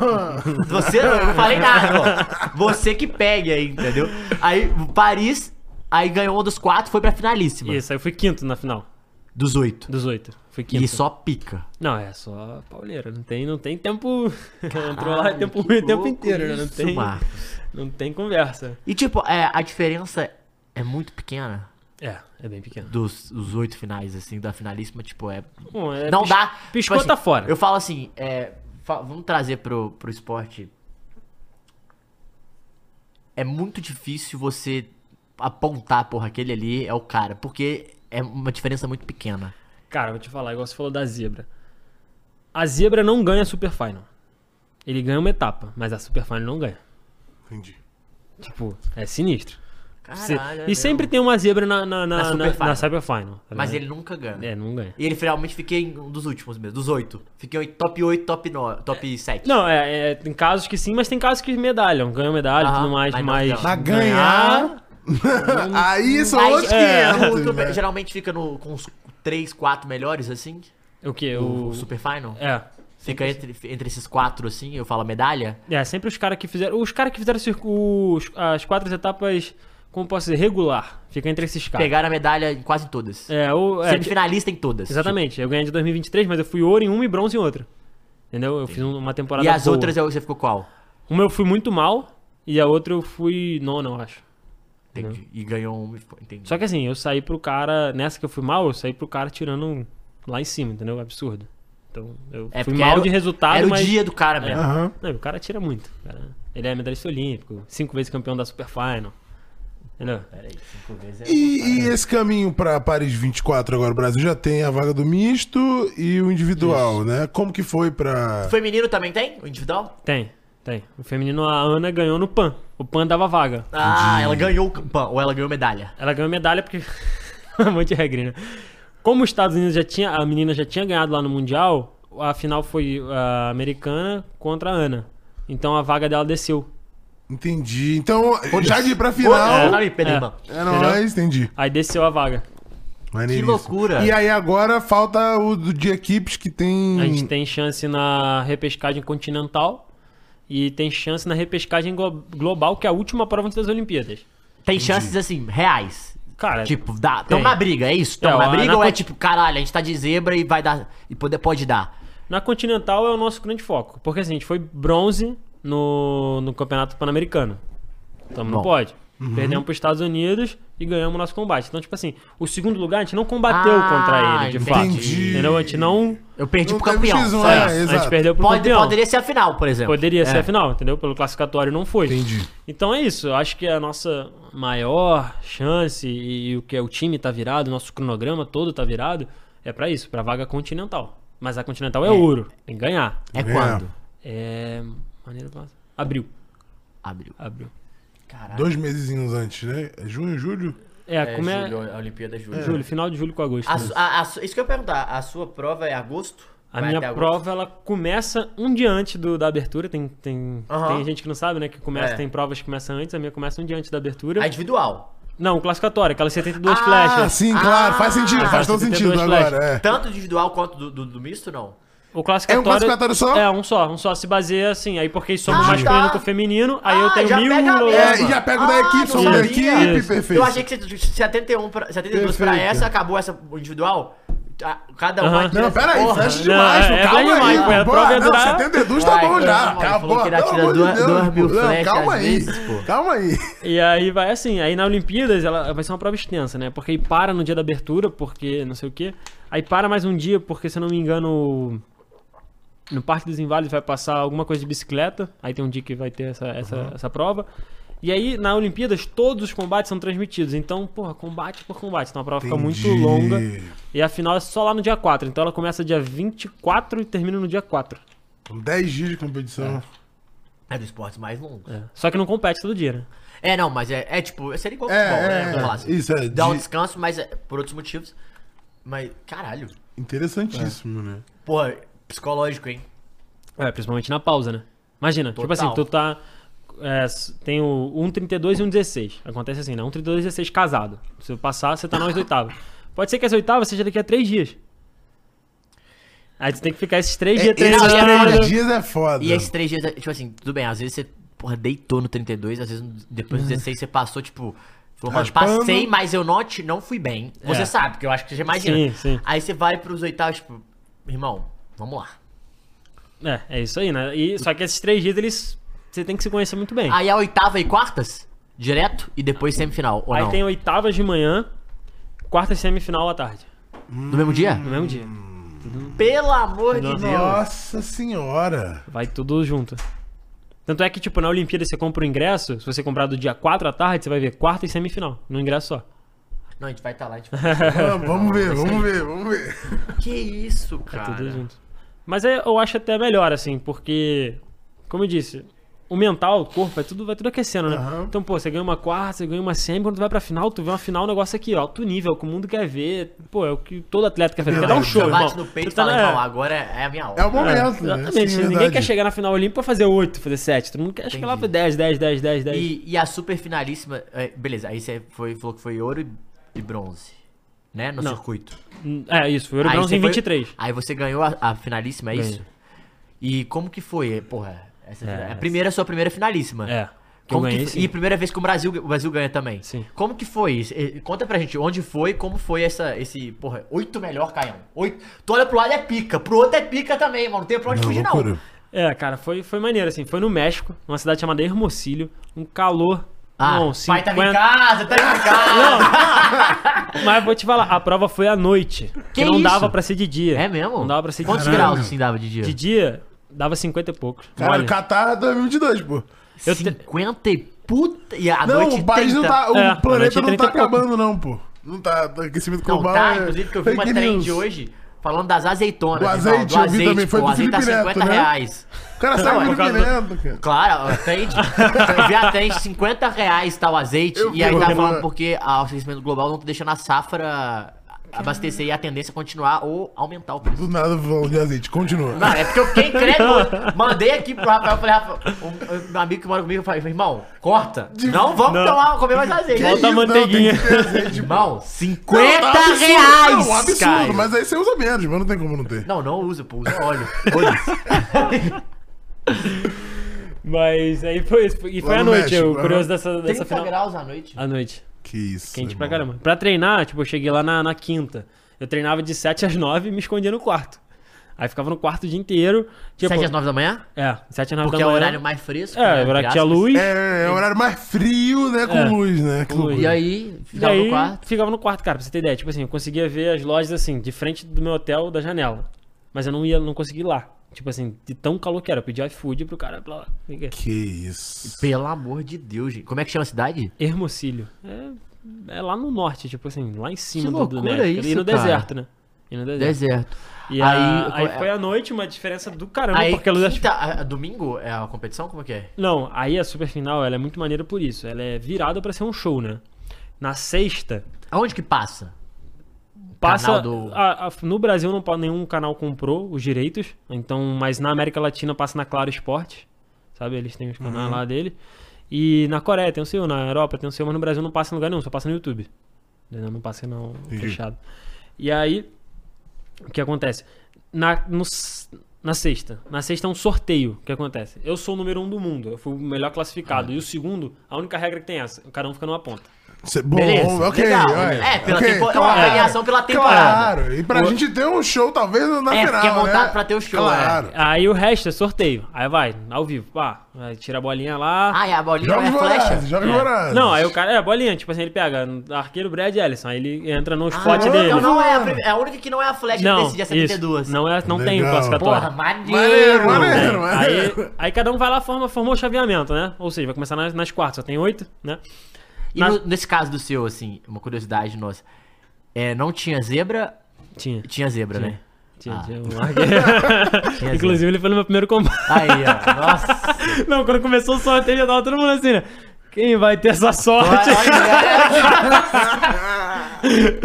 [SPEAKER 6] Você eu não falei nada, pô. Você que pegue aí, entendeu? Aí, Paris, aí ganhou um dos quatro, foi pra finalíssima.
[SPEAKER 8] Isso, aí eu fui quinto na final
[SPEAKER 6] Dos oito.
[SPEAKER 8] dos oito. Fui quinto.
[SPEAKER 6] E só pica.
[SPEAKER 8] Não, é só pauleira. Não tem, não tem tempo. *laughs* Entrou lá é tempo ruim *laughs* o tempo
[SPEAKER 6] louco
[SPEAKER 8] inteiro, né? Não
[SPEAKER 6] isso,
[SPEAKER 8] tem,
[SPEAKER 6] Marcos.
[SPEAKER 8] não tem conversa.
[SPEAKER 6] E tipo, é, a diferença é muito pequena
[SPEAKER 8] É, é bem pequeno.
[SPEAKER 6] dos os oito finais, assim, da finalíssima, tipo, é.
[SPEAKER 8] Bom, é
[SPEAKER 6] não
[SPEAKER 8] pis-
[SPEAKER 6] dá.
[SPEAKER 8] Piscou
[SPEAKER 6] tipo assim,
[SPEAKER 8] tá fora.
[SPEAKER 6] Eu falo assim, é, fa- vamos trazer pro, pro esporte. É muito difícil você apontar, porra, aquele ali é o cara, porque é uma diferença muito pequena.
[SPEAKER 8] Cara, vou te falar, igual você falou da zebra. A zebra não ganha a Super Final. Ele ganha uma etapa, mas a Super Final não ganha.
[SPEAKER 7] entendi.
[SPEAKER 8] Tipo, é sinistro. Você-
[SPEAKER 6] Caralho, é
[SPEAKER 8] e
[SPEAKER 6] mesmo.
[SPEAKER 8] sempre tem uma zebra na, na, na,
[SPEAKER 6] Na
[SPEAKER 8] na,
[SPEAKER 6] Super
[SPEAKER 8] na,
[SPEAKER 6] Final.
[SPEAKER 8] Cyber Final. tá
[SPEAKER 6] Mas
[SPEAKER 8] ligado?
[SPEAKER 6] ele nunca ganha.
[SPEAKER 8] É, não ganha.
[SPEAKER 6] E ele realmente fiquei em um dos últimos mesmo, dos oito. Fiquei em top 8, top 9, top 7.
[SPEAKER 8] Não, é, é, tem casos que sim, mas tem casos que medalham, ganham medalha e
[SPEAKER 6] Aham,
[SPEAKER 8] tudo mais,
[SPEAKER 6] mas
[SPEAKER 8] mas.
[SPEAKER 6] não ganha.
[SPEAKER 7] Pra ganhar.
[SPEAKER 6] Hum,
[SPEAKER 7] aí são
[SPEAKER 8] é,
[SPEAKER 7] outros 500.
[SPEAKER 6] o- o-
[SPEAKER 7] né?
[SPEAKER 6] geralmente fica no, com os 3, 4 melhores, assim.
[SPEAKER 8] O que?
[SPEAKER 6] O,
[SPEAKER 8] O.
[SPEAKER 6] Super Final.
[SPEAKER 8] É.
[SPEAKER 6] Fica entre, entre esses quatro, assim, eu falo medalha.
[SPEAKER 8] É, sempre os caras que fizeram. Os caras que fizeram circu- os- as quatro etapas, como posso dizer, regular. Fica entre esses caras.
[SPEAKER 6] Pegaram a medalha em quase todas.
[SPEAKER 8] Tá. É, ou. É,
[SPEAKER 6] Semifinalista em todas.
[SPEAKER 8] exatamente. Eu ganhei de 2023, mas eu fui ouro em uma e bronze em outra. Entendeu? Eu fiz um- uma temporada.
[SPEAKER 6] E as
[SPEAKER 8] boa.
[SPEAKER 6] outras é o- você ficou qual?
[SPEAKER 8] Uma eu fui muito mal e a outra eu fui nona, eu acho.
[SPEAKER 6] Entendi. E ganhou um. Entendi.
[SPEAKER 8] Só que assim, eu saí pro cara. Nessa que eu fui mal, eu saí pro cara tirando um- lá em cima, entendeu? Absurdo. Então, eu fui
[SPEAKER 6] É, porque
[SPEAKER 8] mal
[SPEAKER 6] era o-
[SPEAKER 8] de resultado,
[SPEAKER 6] Era o
[SPEAKER 8] mas. É.
[SPEAKER 6] dia do cara mesmo.
[SPEAKER 7] Aham.
[SPEAKER 8] Não, o cara tira muito. cara. Ele é medalhista olímpico, cinco vezes campeão da Super Final. Entendeu?
[SPEAKER 6] É.
[SPEAKER 7] E, e esse caminho pra Paris 24 agora, o Brasil já tem a vaga do misto e o individual, né? Como que foi pra.
[SPEAKER 6] Feminino também tem? O individual?
[SPEAKER 8] Tem, tem. O feminino, a Ana ganhou no PAN. O PAN dava vaga.
[SPEAKER 6] Ah, ela ganhou o campeão, ou ela ganhou medalha.
[SPEAKER 8] Ela ganhou medalha porque. *laughs* um monte de regrinha. né? Como os Estados Unidos já tinha. A menina já tinha ganhado lá no Mundial, a final foi a americana contra a Ana. Então a vaga dela desceu.
[SPEAKER 7] Entendi. Então, já de ir pra final.
[SPEAKER 6] Não, me perdi,
[SPEAKER 8] É.
[SPEAKER 6] irmão.
[SPEAKER 7] É nóis, entendi.
[SPEAKER 8] Aí desceu a vaga. É.
[SPEAKER 7] Maneiríssimo.
[SPEAKER 6] loucura.
[SPEAKER 7] E aí agora falta o do de equipes que tem.
[SPEAKER 8] A gente tem chance na repescagem continental e tem chance na repescagem glo- global, que é a última prova antes das Olimpíadas.
[SPEAKER 6] Tem chances, assim, reais.
[SPEAKER 8] Cara,
[SPEAKER 6] Tipo, dá. Tão
[SPEAKER 8] Tem.
[SPEAKER 6] na briga, é isso? Tão
[SPEAKER 8] É,
[SPEAKER 6] na
[SPEAKER 8] a-
[SPEAKER 6] briga
[SPEAKER 8] na
[SPEAKER 6] ou é
[SPEAKER 8] conti-
[SPEAKER 6] tipo, caralho, a gente tá de zebra e vai dar. E poder, pode dar.
[SPEAKER 8] na continental é o nosso grande foco, porque assim, a gente foi bronze no, no Campeonato Pan-Americano. Então não
[SPEAKER 6] Bom.
[SPEAKER 8] pode.
[SPEAKER 7] Uhum.
[SPEAKER 8] Perdemos para os Estados Unidos e ganhamos o nosso combate. Então, tipo assim, o segundo lugar a gente não combateu
[SPEAKER 6] Ah,
[SPEAKER 8] contra ele, de fato.
[SPEAKER 7] entendi.
[SPEAKER 8] Entendeu? A gente não.
[SPEAKER 6] Eu perdi
[SPEAKER 7] Não
[SPEAKER 6] pro
[SPEAKER 7] teve
[SPEAKER 6] campeão.
[SPEAKER 7] X1,
[SPEAKER 6] só
[SPEAKER 7] é,
[SPEAKER 6] isso.
[SPEAKER 7] exato.
[SPEAKER 8] A gente perdeu pro
[SPEAKER 6] Pode,
[SPEAKER 8] campeão.
[SPEAKER 6] poderia ser a final, por exemplo.
[SPEAKER 8] Poderia ser
[SPEAKER 6] É.
[SPEAKER 8] a final, entendeu? Pelo classificatório não foi.
[SPEAKER 7] Entendi.
[SPEAKER 8] Então é isso. Eu acho que a nossa maior chance e, e o que é o time tá virado, o nosso cronograma todo tá virado, é pra isso, pra vaga continental. Mas a continental é, ouro, tem que ganhar.
[SPEAKER 6] É quando?
[SPEAKER 8] É. Maneiro pra- Abril.
[SPEAKER 6] Abril.
[SPEAKER 8] Abril.
[SPEAKER 7] Dois mesezinhos antes, né? É Junho, julho?
[SPEAKER 8] É, como é. Julho,
[SPEAKER 6] a Olimpíada julho.
[SPEAKER 8] final de julho com agosto.
[SPEAKER 6] A
[SPEAKER 8] né?
[SPEAKER 6] su- a- a su- isso que eu ia perguntar, a sua prova é agosto?
[SPEAKER 8] A
[SPEAKER 6] Vai
[SPEAKER 8] minha
[SPEAKER 6] até agosto?
[SPEAKER 8] prova, ela começa um dia antes do, da abertura. Tem, tem,
[SPEAKER 6] Aham.
[SPEAKER 8] tem gente que não sabe, né? Que começa,
[SPEAKER 6] É.
[SPEAKER 8] tem provas que começam antes, a minha começa um dia antes da abertura.
[SPEAKER 6] A individual.
[SPEAKER 8] Não, classificatória, aquelas 72
[SPEAKER 6] Ah,
[SPEAKER 8] flechas.
[SPEAKER 7] Sim, claro, faz sentido,
[SPEAKER 8] Ah,
[SPEAKER 7] faz todo
[SPEAKER 8] 72
[SPEAKER 7] sentido agora.
[SPEAKER 8] flash.
[SPEAKER 7] É.
[SPEAKER 6] Tanto individual quanto do, do, do misto, não?
[SPEAKER 8] O classificatório.
[SPEAKER 7] classificatório só?
[SPEAKER 8] É, um só. Um só se baseia assim. Aí porque soma o
[SPEAKER 6] Ah,
[SPEAKER 8] masculino
[SPEAKER 6] tá.
[SPEAKER 8] com o feminino, aí eu
[SPEAKER 6] Ah,
[SPEAKER 8] tenho
[SPEAKER 6] já
[SPEAKER 8] mil.
[SPEAKER 6] pega a
[SPEAKER 8] lorama.
[SPEAKER 6] mesma.
[SPEAKER 7] É, e já pega o da
[SPEAKER 6] Ah,
[SPEAKER 7] equipe,
[SPEAKER 6] não
[SPEAKER 7] soma da
[SPEAKER 6] sabia.
[SPEAKER 7] equipe, perfeito.
[SPEAKER 6] Eu achei que você- 71 pra, 72 pra
[SPEAKER 7] Perfeito.
[SPEAKER 6] essa, acabou essa individual. tá, Cada uma.
[SPEAKER 8] Aham.
[SPEAKER 6] tira-
[SPEAKER 7] Não, peraí,
[SPEAKER 6] Porra.
[SPEAKER 7] flash
[SPEAKER 8] Não,
[SPEAKER 7] demais,
[SPEAKER 8] é-
[SPEAKER 7] pô,
[SPEAKER 8] é
[SPEAKER 7] calma
[SPEAKER 8] flash
[SPEAKER 7] aí.
[SPEAKER 8] demais, pô, é
[SPEAKER 7] pô,
[SPEAKER 8] pra
[SPEAKER 7] não,
[SPEAKER 8] durar.
[SPEAKER 7] 72 tá
[SPEAKER 6] Vai,
[SPEAKER 7] bom já.
[SPEAKER 6] calma aí,
[SPEAKER 7] Acabou,
[SPEAKER 6] falou que ele
[SPEAKER 7] pelo
[SPEAKER 6] atira
[SPEAKER 7] amor de
[SPEAKER 6] duas-
[SPEAKER 7] Deus,
[SPEAKER 6] duas mil
[SPEAKER 7] pô. Não,
[SPEAKER 6] flechas
[SPEAKER 7] Calma
[SPEAKER 6] às
[SPEAKER 7] aí,
[SPEAKER 6] vezes, pô.
[SPEAKER 7] calma aí.
[SPEAKER 8] E aí vai assim, aí na Olimpíadas ela vai ser uma prova extensa, né? Porque aí para no dia da abertura, porque não sei o quê. Aí para mais um dia, porque se eu não me engano, no Parque dos Inválidos vai passar alguma coisa de bicicleta. Aí tem um dia que vai ter essa, essa, essa prova. E aí, na Olimpíadas, todos os combates são transmitidos. Então, porra, combate por combate. Então a prova fica
[SPEAKER 7] Entendi.
[SPEAKER 8] muito longa. E a final é só lá no dia 4. Então ela começa dia 24 e termina no dia 4.
[SPEAKER 7] São 10 dias de competição.
[SPEAKER 6] É do esporte mais longo. É,
[SPEAKER 8] Só que não compete todo dia, né?
[SPEAKER 6] não, mas é, é tipo, seria igual
[SPEAKER 7] É,
[SPEAKER 6] futebol,
[SPEAKER 7] é,
[SPEAKER 6] né? Vamos falar assim.
[SPEAKER 7] isso é,
[SPEAKER 6] Dá um
[SPEAKER 7] de-
[SPEAKER 6] descanso, mas é, por outros motivos. Mas, caralho. É.
[SPEAKER 7] Interessantíssimo, né?
[SPEAKER 6] Porra, psicológico, hein?
[SPEAKER 8] É, principalmente na pausa, né? Imagina, tipo
[SPEAKER 6] Total.
[SPEAKER 8] assim, tu tá. é, s- tem o 1,32 e 1,16. Acontece assim, né? 1,32 e 16 casado. Se eu passar, você tá nas oitavas. Pode ser que essa oitava seja daqui a três dias. Aí tu tem que ficar esses
[SPEAKER 6] É,
[SPEAKER 8] três dias
[SPEAKER 7] Esses
[SPEAKER 8] treinando.
[SPEAKER 7] três dias é foda.
[SPEAKER 6] E esses três dias, tipo assim, tudo bem, às vezes você, porra, deitou no 32, às vezes no- depois
[SPEAKER 8] Uhum.
[SPEAKER 6] do 16 você passou, tipo, falou, mano,
[SPEAKER 7] Raspando.
[SPEAKER 6] passei, mas eu não, te- não fui bem. Você
[SPEAKER 8] É.
[SPEAKER 6] sabe, porque eu acho que você imagina.
[SPEAKER 8] Sim, sim.
[SPEAKER 6] Aí você vai pros oitavos, tipo, irmão, vamos lá.
[SPEAKER 8] É, é isso aí, né? E, só que esses três dias eles. Você tem que se conhecer muito bem.
[SPEAKER 6] Aí a oitava e quartas, direto, e depois semifinal, ou
[SPEAKER 8] Aí
[SPEAKER 6] não?
[SPEAKER 8] tem oitavas de manhã, quarta e semifinal à tarde.
[SPEAKER 6] No mesmo dia?
[SPEAKER 8] No mesmo dia.
[SPEAKER 6] Pelo amor de Deus.
[SPEAKER 7] Nossa senhora.
[SPEAKER 8] Vai tudo junto. Tanto é que, tipo, na Olimpíada você compra o ingresso, se você comprar do dia 4 à tarde, você vai ver quarta e semifinal, no ingresso só.
[SPEAKER 6] Não, a gente vai estar lá,
[SPEAKER 8] *laughs*
[SPEAKER 6] a gente vai...
[SPEAKER 7] Vamos, vamos ver, vamos ver, vamos ver.
[SPEAKER 6] Que isso, cara.
[SPEAKER 8] É Tudo junto. Mas é- eu acho até melhor, assim, porque, como eu disse, o mental, o corpo, vai tudo, vai tudo aquecendo, né?
[SPEAKER 7] Aham.
[SPEAKER 8] Então, pô, você ganha uma quarta, você ganha uma semi, quando tu vai pra final, tu vê uma final, um negócio aqui, ó, alto nível, que o mundo quer ver. Pô, é o que todo atleta quer ver. Quer dar um
[SPEAKER 7] Você
[SPEAKER 8] show,
[SPEAKER 6] Você
[SPEAKER 8] irmão.
[SPEAKER 6] bate no peito e
[SPEAKER 8] Tu tá
[SPEAKER 6] fala,
[SPEAKER 8] na-
[SPEAKER 6] irmão, agora é a minha hora.
[SPEAKER 7] É o momento, né?
[SPEAKER 8] Exatamente,
[SPEAKER 7] Sim,
[SPEAKER 8] ninguém
[SPEAKER 7] verdade.
[SPEAKER 8] quer chegar na final olímpica pra fazer 8, fazer 7. Todo mundo quer chegar lá pra 10, 10, 10, 10, 10.
[SPEAKER 6] E, e a super finalíssima. é, beleza, aí você foi, falou que foi ouro e, e bronze. Né? No
[SPEAKER 8] Não.
[SPEAKER 6] circuito.
[SPEAKER 8] É, isso, foi o
[SPEAKER 6] Aí
[SPEAKER 8] bronze
[SPEAKER 6] você
[SPEAKER 8] em
[SPEAKER 6] foi-
[SPEAKER 8] 23.
[SPEAKER 6] Aí você ganhou a, a finalíssima, é
[SPEAKER 8] Ganhei.
[SPEAKER 6] isso? E como que foi, é, porra? Essa fina-
[SPEAKER 8] essa-
[SPEAKER 6] a primeira, sua primeira finalíssima.
[SPEAKER 8] É. que eu
[SPEAKER 6] Como que,
[SPEAKER 8] ganhei, sim.
[SPEAKER 6] foi- e primeira vez que o Brasil, o Brasil ganha também.
[SPEAKER 8] Sim.
[SPEAKER 6] Como que foi isso? E- Conta pra gente onde foi, como foi essa, esse. Porra, oito melhor, Caião. Oito. Tu olha pro lado é pica, pro outro é pica também, mano. Não tem pra onde fugir, não.
[SPEAKER 7] loucura.
[SPEAKER 8] É, cara, foi, foi maneiro, assim. Foi no México, numa cidade chamada Hermosillo. Um calor.
[SPEAKER 6] Ah,
[SPEAKER 8] não,
[SPEAKER 6] pai
[SPEAKER 8] 50...
[SPEAKER 6] tava em casa, tava em
[SPEAKER 8] *laughs*
[SPEAKER 6] casa.
[SPEAKER 8] Mas vou te falar, a prova foi à noite. Que
[SPEAKER 6] Que
[SPEAKER 8] não
[SPEAKER 6] isso?
[SPEAKER 8] dava pra ser de dia.
[SPEAKER 6] É mesmo?
[SPEAKER 8] Não dava pra ser de
[SPEAKER 6] Quantos
[SPEAKER 8] dia.
[SPEAKER 6] graus assim dava de dia?
[SPEAKER 8] De dia, dava 50 e poucos.
[SPEAKER 7] Cara, é
[SPEAKER 8] Olha,
[SPEAKER 7] o Catar 2022, pô.
[SPEAKER 8] eu te-
[SPEAKER 6] 50 e puta. E a
[SPEAKER 7] Não,
[SPEAKER 6] noite
[SPEAKER 7] o país não
[SPEAKER 6] 30.
[SPEAKER 7] tá. O
[SPEAKER 8] É,
[SPEAKER 7] planeta não
[SPEAKER 8] noite
[SPEAKER 7] tá
[SPEAKER 8] 30 e pouco.
[SPEAKER 7] acabando, não, pô. Não tá. tá Aquecimento
[SPEAKER 6] Não,
[SPEAKER 7] global.
[SPEAKER 6] tá,
[SPEAKER 7] é
[SPEAKER 6] inclusive que eu vi
[SPEAKER 7] fake
[SPEAKER 6] uma trend
[SPEAKER 7] news.
[SPEAKER 6] hoje falando das azeitonas.
[SPEAKER 7] Do
[SPEAKER 6] irmão,
[SPEAKER 7] azeite, eu vi também, foi
[SPEAKER 6] pô,
[SPEAKER 7] do
[SPEAKER 6] o azeite tá
[SPEAKER 7] Felipe
[SPEAKER 6] 50
[SPEAKER 7] Neto, né?
[SPEAKER 6] reais.
[SPEAKER 7] O cara saiu
[SPEAKER 6] é
[SPEAKER 7] do
[SPEAKER 6] por causa
[SPEAKER 7] Mineiro, cara.
[SPEAKER 6] Claro, a trend. eu vi a trend, 50 reais tá o azeite.
[SPEAKER 7] Eu
[SPEAKER 6] e aí
[SPEAKER 7] vi,
[SPEAKER 6] tá
[SPEAKER 7] eu vi.
[SPEAKER 6] falando porque ah, o aquecimento global não tá deixando a safra abastecer e a tendência é continuar ou aumentar o preço.
[SPEAKER 7] Do nada falando de azeite. Continua.
[SPEAKER 6] Não, é porque eu fiquei incrédulo. Mandei aqui pro Rafael, eu falei, Rafael, um, um amigo que mora comigo, eu falei, irmão, corta. Não vamos
[SPEAKER 8] Não.
[SPEAKER 6] tomar, comer mais azeite.
[SPEAKER 7] Que
[SPEAKER 8] Volta a
[SPEAKER 7] isso, não, tem que
[SPEAKER 8] manteiguinha.
[SPEAKER 7] ter
[SPEAKER 6] *laughs*
[SPEAKER 7] azeite.
[SPEAKER 6] Irmão, 50
[SPEAKER 7] Não, tá absurdo,
[SPEAKER 6] reais!
[SPEAKER 7] Não, absurdo,
[SPEAKER 6] Caio.
[SPEAKER 7] mas aí você usa menos, mas não tem como não ter.
[SPEAKER 6] Não, não usa, pô, usa
[SPEAKER 8] *laughs*
[SPEAKER 6] óleo. Foda-se.
[SPEAKER 8] Mas aí foi isso. E foi
[SPEAKER 7] Lá
[SPEAKER 8] à
[SPEAKER 7] no
[SPEAKER 8] noite,
[SPEAKER 7] México,
[SPEAKER 8] eu
[SPEAKER 7] aham.
[SPEAKER 8] curioso dessa, dessa
[SPEAKER 6] 30
[SPEAKER 8] final.
[SPEAKER 6] graus à noite.
[SPEAKER 8] À noite.
[SPEAKER 7] Que isso.
[SPEAKER 8] Quente pra
[SPEAKER 7] irmão.
[SPEAKER 8] caramba. Pra treinar, tipo, eu cheguei lá na, na quinta. Eu treinava de 7 às 9 e me escondia no quarto. Aí ficava no quarto o dia inteiro. Tipo,
[SPEAKER 6] 7 às 9 da manhã?
[SPEAKER 8] É, 7 às 9
[SPEAKER 6] Porque
[SPEAKER 8] da
[SPEAKER 6] é o
[SPEAKER 8] manhã.
[SPEAKER 6] horário mais fresco.
[SPEAKER 8] É,
[SPEAKER 6] né,
[SPEAKER 8] o horário que tinha
[SPEAKER 6] entre aspas.
[SPEAKER 8] luz.
[SPEAKER 7] É, é o horário mais frio, né? Com
[SPEAKER 8] É,
[SPEAKER 7] luz, né? Que
[SPEAKER 8] com luz.
[SPEAKER 7] loucura.
[SPEAKER 6] E aí,
[SPEAKER 8] E
[SPEAKER 6] ficava
[SPEAKER 8] aí,
[SPEAKER 6] no quarto.
[SPEAKER 8] ficava no quarto, cara, pra você ter ideia. Tipo assim, eu conseguia ver as lojas assim, de frente do meu hotel, da janela. Mas eu não ia, não consegui ir lá. Tipo assim, de tão calor que era. Eu pedi iFood pro cara. Blá, blá, liga.
[SPEAKER 7] Que isso.
[SPEAKER 6] Pelo amor de Deus, gente. Como é que chama a cidade?
[SPEAKER 8] Hermocílio. É, é lá no norte, tipo assim, lá em cima
[SPEAKER 6] Que
[SPEAKER 8] do, do
[SPEAKER 6] loucura
[SPEAKER 8] México. e
[SPEAKER 6] isso,
[SPEAKER 8] no
[SPEAKER 6] cara.
[SPEAKER 8] deserto, né? E no deserto.
[SPEAKER 6] Deserto.
[SPEAKER 8] E aí,
[SPEAKER 6] Aí- é
[SPEAKER 8] aí foi à noite uma diferença do caramba,
[SPEAKER 6] Aí, tá.
[SPEAKER 8] porque a luz das-
[SPEAKER 6] quinta, a- a- domingo é a competição? Como é que é?
[SPEAKER 8] Não, aí a super final ela é muito maneira por isso. Ela é virada pra ser um show, né? Na sexta,
[SPEAKER 6] Aonde que passa?
[SPEAKER 8] passa.
[SPEAKER 6] Canal do-
[SPEAKER 8] a- a- no Brasil não pode nenhum canal comprou os direitos,
[SPEAKER 6] Uhum.
[SPEAKER 8] então, mas na América Latina passa na Claro Esporte, sabe? Eles têm os canais lá dele. E na Coreia tem o seu, na Europa tem o seu, mas no Brasil não passa em lugar nenhum, só passa no YouTube. Entendeu? Não passa não fechado. E aí, o que acontece? Na, no s- na sexta. Na sexta é um sorteio que acontece. Eu sou o número um do mundo, eu fui o melhor
[SPEAKER 6] Ah.
[SPEAKER 8] classificado. E o segundo, a única regra que tem é essa: cada um fica numa ponta.
[SPEAKER 7] Cê- Bom,
[SPEAKER 6] Beleza,
[SPEAKER 7] ok.
[SPEAKER 6] legal.
[SPEAKER 7] vai.
[SPEAKER 6] É, pela
[SPEAKER 7] Ok,
[SPEAKER 6] tempo- é uma avaliação pela temporada.
[SPEAKER 7] Claro, e pra gente ter um show, talvez, na
[SPEAKER 6] É,
[SPEAKER 7] final,
[SPEAKER 6] porque é montado
[SPEAKER 7] né?
[SPEAKER 6] pra ter o show,
[SPEAKER 7] Claro.
[SPEAKER 8] Aí o resto é sorteio. Aí vai, ao vivo, pá. Aí tira a bolinha lá.
[SPEAKER 6] Ah, e a bolinha
[SPEAKER 7] Jogos
[SPEAKER 6] é flecha?
[SPEAKER 7] vorazes, jogos
[SPEAKER 8] É.
[SPEAKER 7] vorazes.
[SPEAKER 8] Não, aí o cara é bolinha, tipo assim, ele pega no arqueiro Brad Ellison, aí ele entra no
[SPEAKER 6] Ah,
[SPEAKER 8] spot
[SPEAKER 6] então
[SPEAKER 8] dele.
[SPEAKER 6] não é a, prime- é a única que não é a flecha
[SPEAKER 8] Não,
[SPEAKER 6] que decide a 72.
[SPEAKER 8] isso. não é, não tem
[SPEAKER 7] Legal. É,
[SPEAKER 6] Porra,
[SPEAKER 8] classificatório.
[SPEAKER 6] *laughs*
[SPEAKER 8] É,
[SPEAKER 7] Maneiro,
[SPEAKER 6] maneiro!
[SPEAKER 7] maneiro,
[SPEAKER 8] Aí,
[SPEAKER 7] maneiro.
[SPEAKER 8] aí cada um vai lá, forma, formou o chaveamento, né? Ou seja, vai começar nas, nas quartas, só tem oito, né?
[SPEAKER 6] E
[SPEAKER 8] Mas-
[SPEAKER 6] no- nesse caso do seu, assim, uma curiosidade nossa. É, não tinha zebra?
[SPEAKER 8] Tinha.
[SPEAKER 6] Tinha zebra, né?
[SPEAKER 8] tinha,
[SPEAKER 6] Ah. É,
[SPEAKER 8] tinha um
[SPEAKER 6] *laughs*
[SPEAKER 8] arqueiro.
[SPEAKER 6] Tinha zebra.
[SPEAKER 8] Inclusive, ele foi no meu primeiro combate. *laughs*
[SPEAKER 6] Aí, ó. Nossa.
[SPEAKER 8] Não, quando começou o sorteio, já tava todo mundo assim, né? Quem vai ter essa sorte?
[SPEAKER 7] *laughs*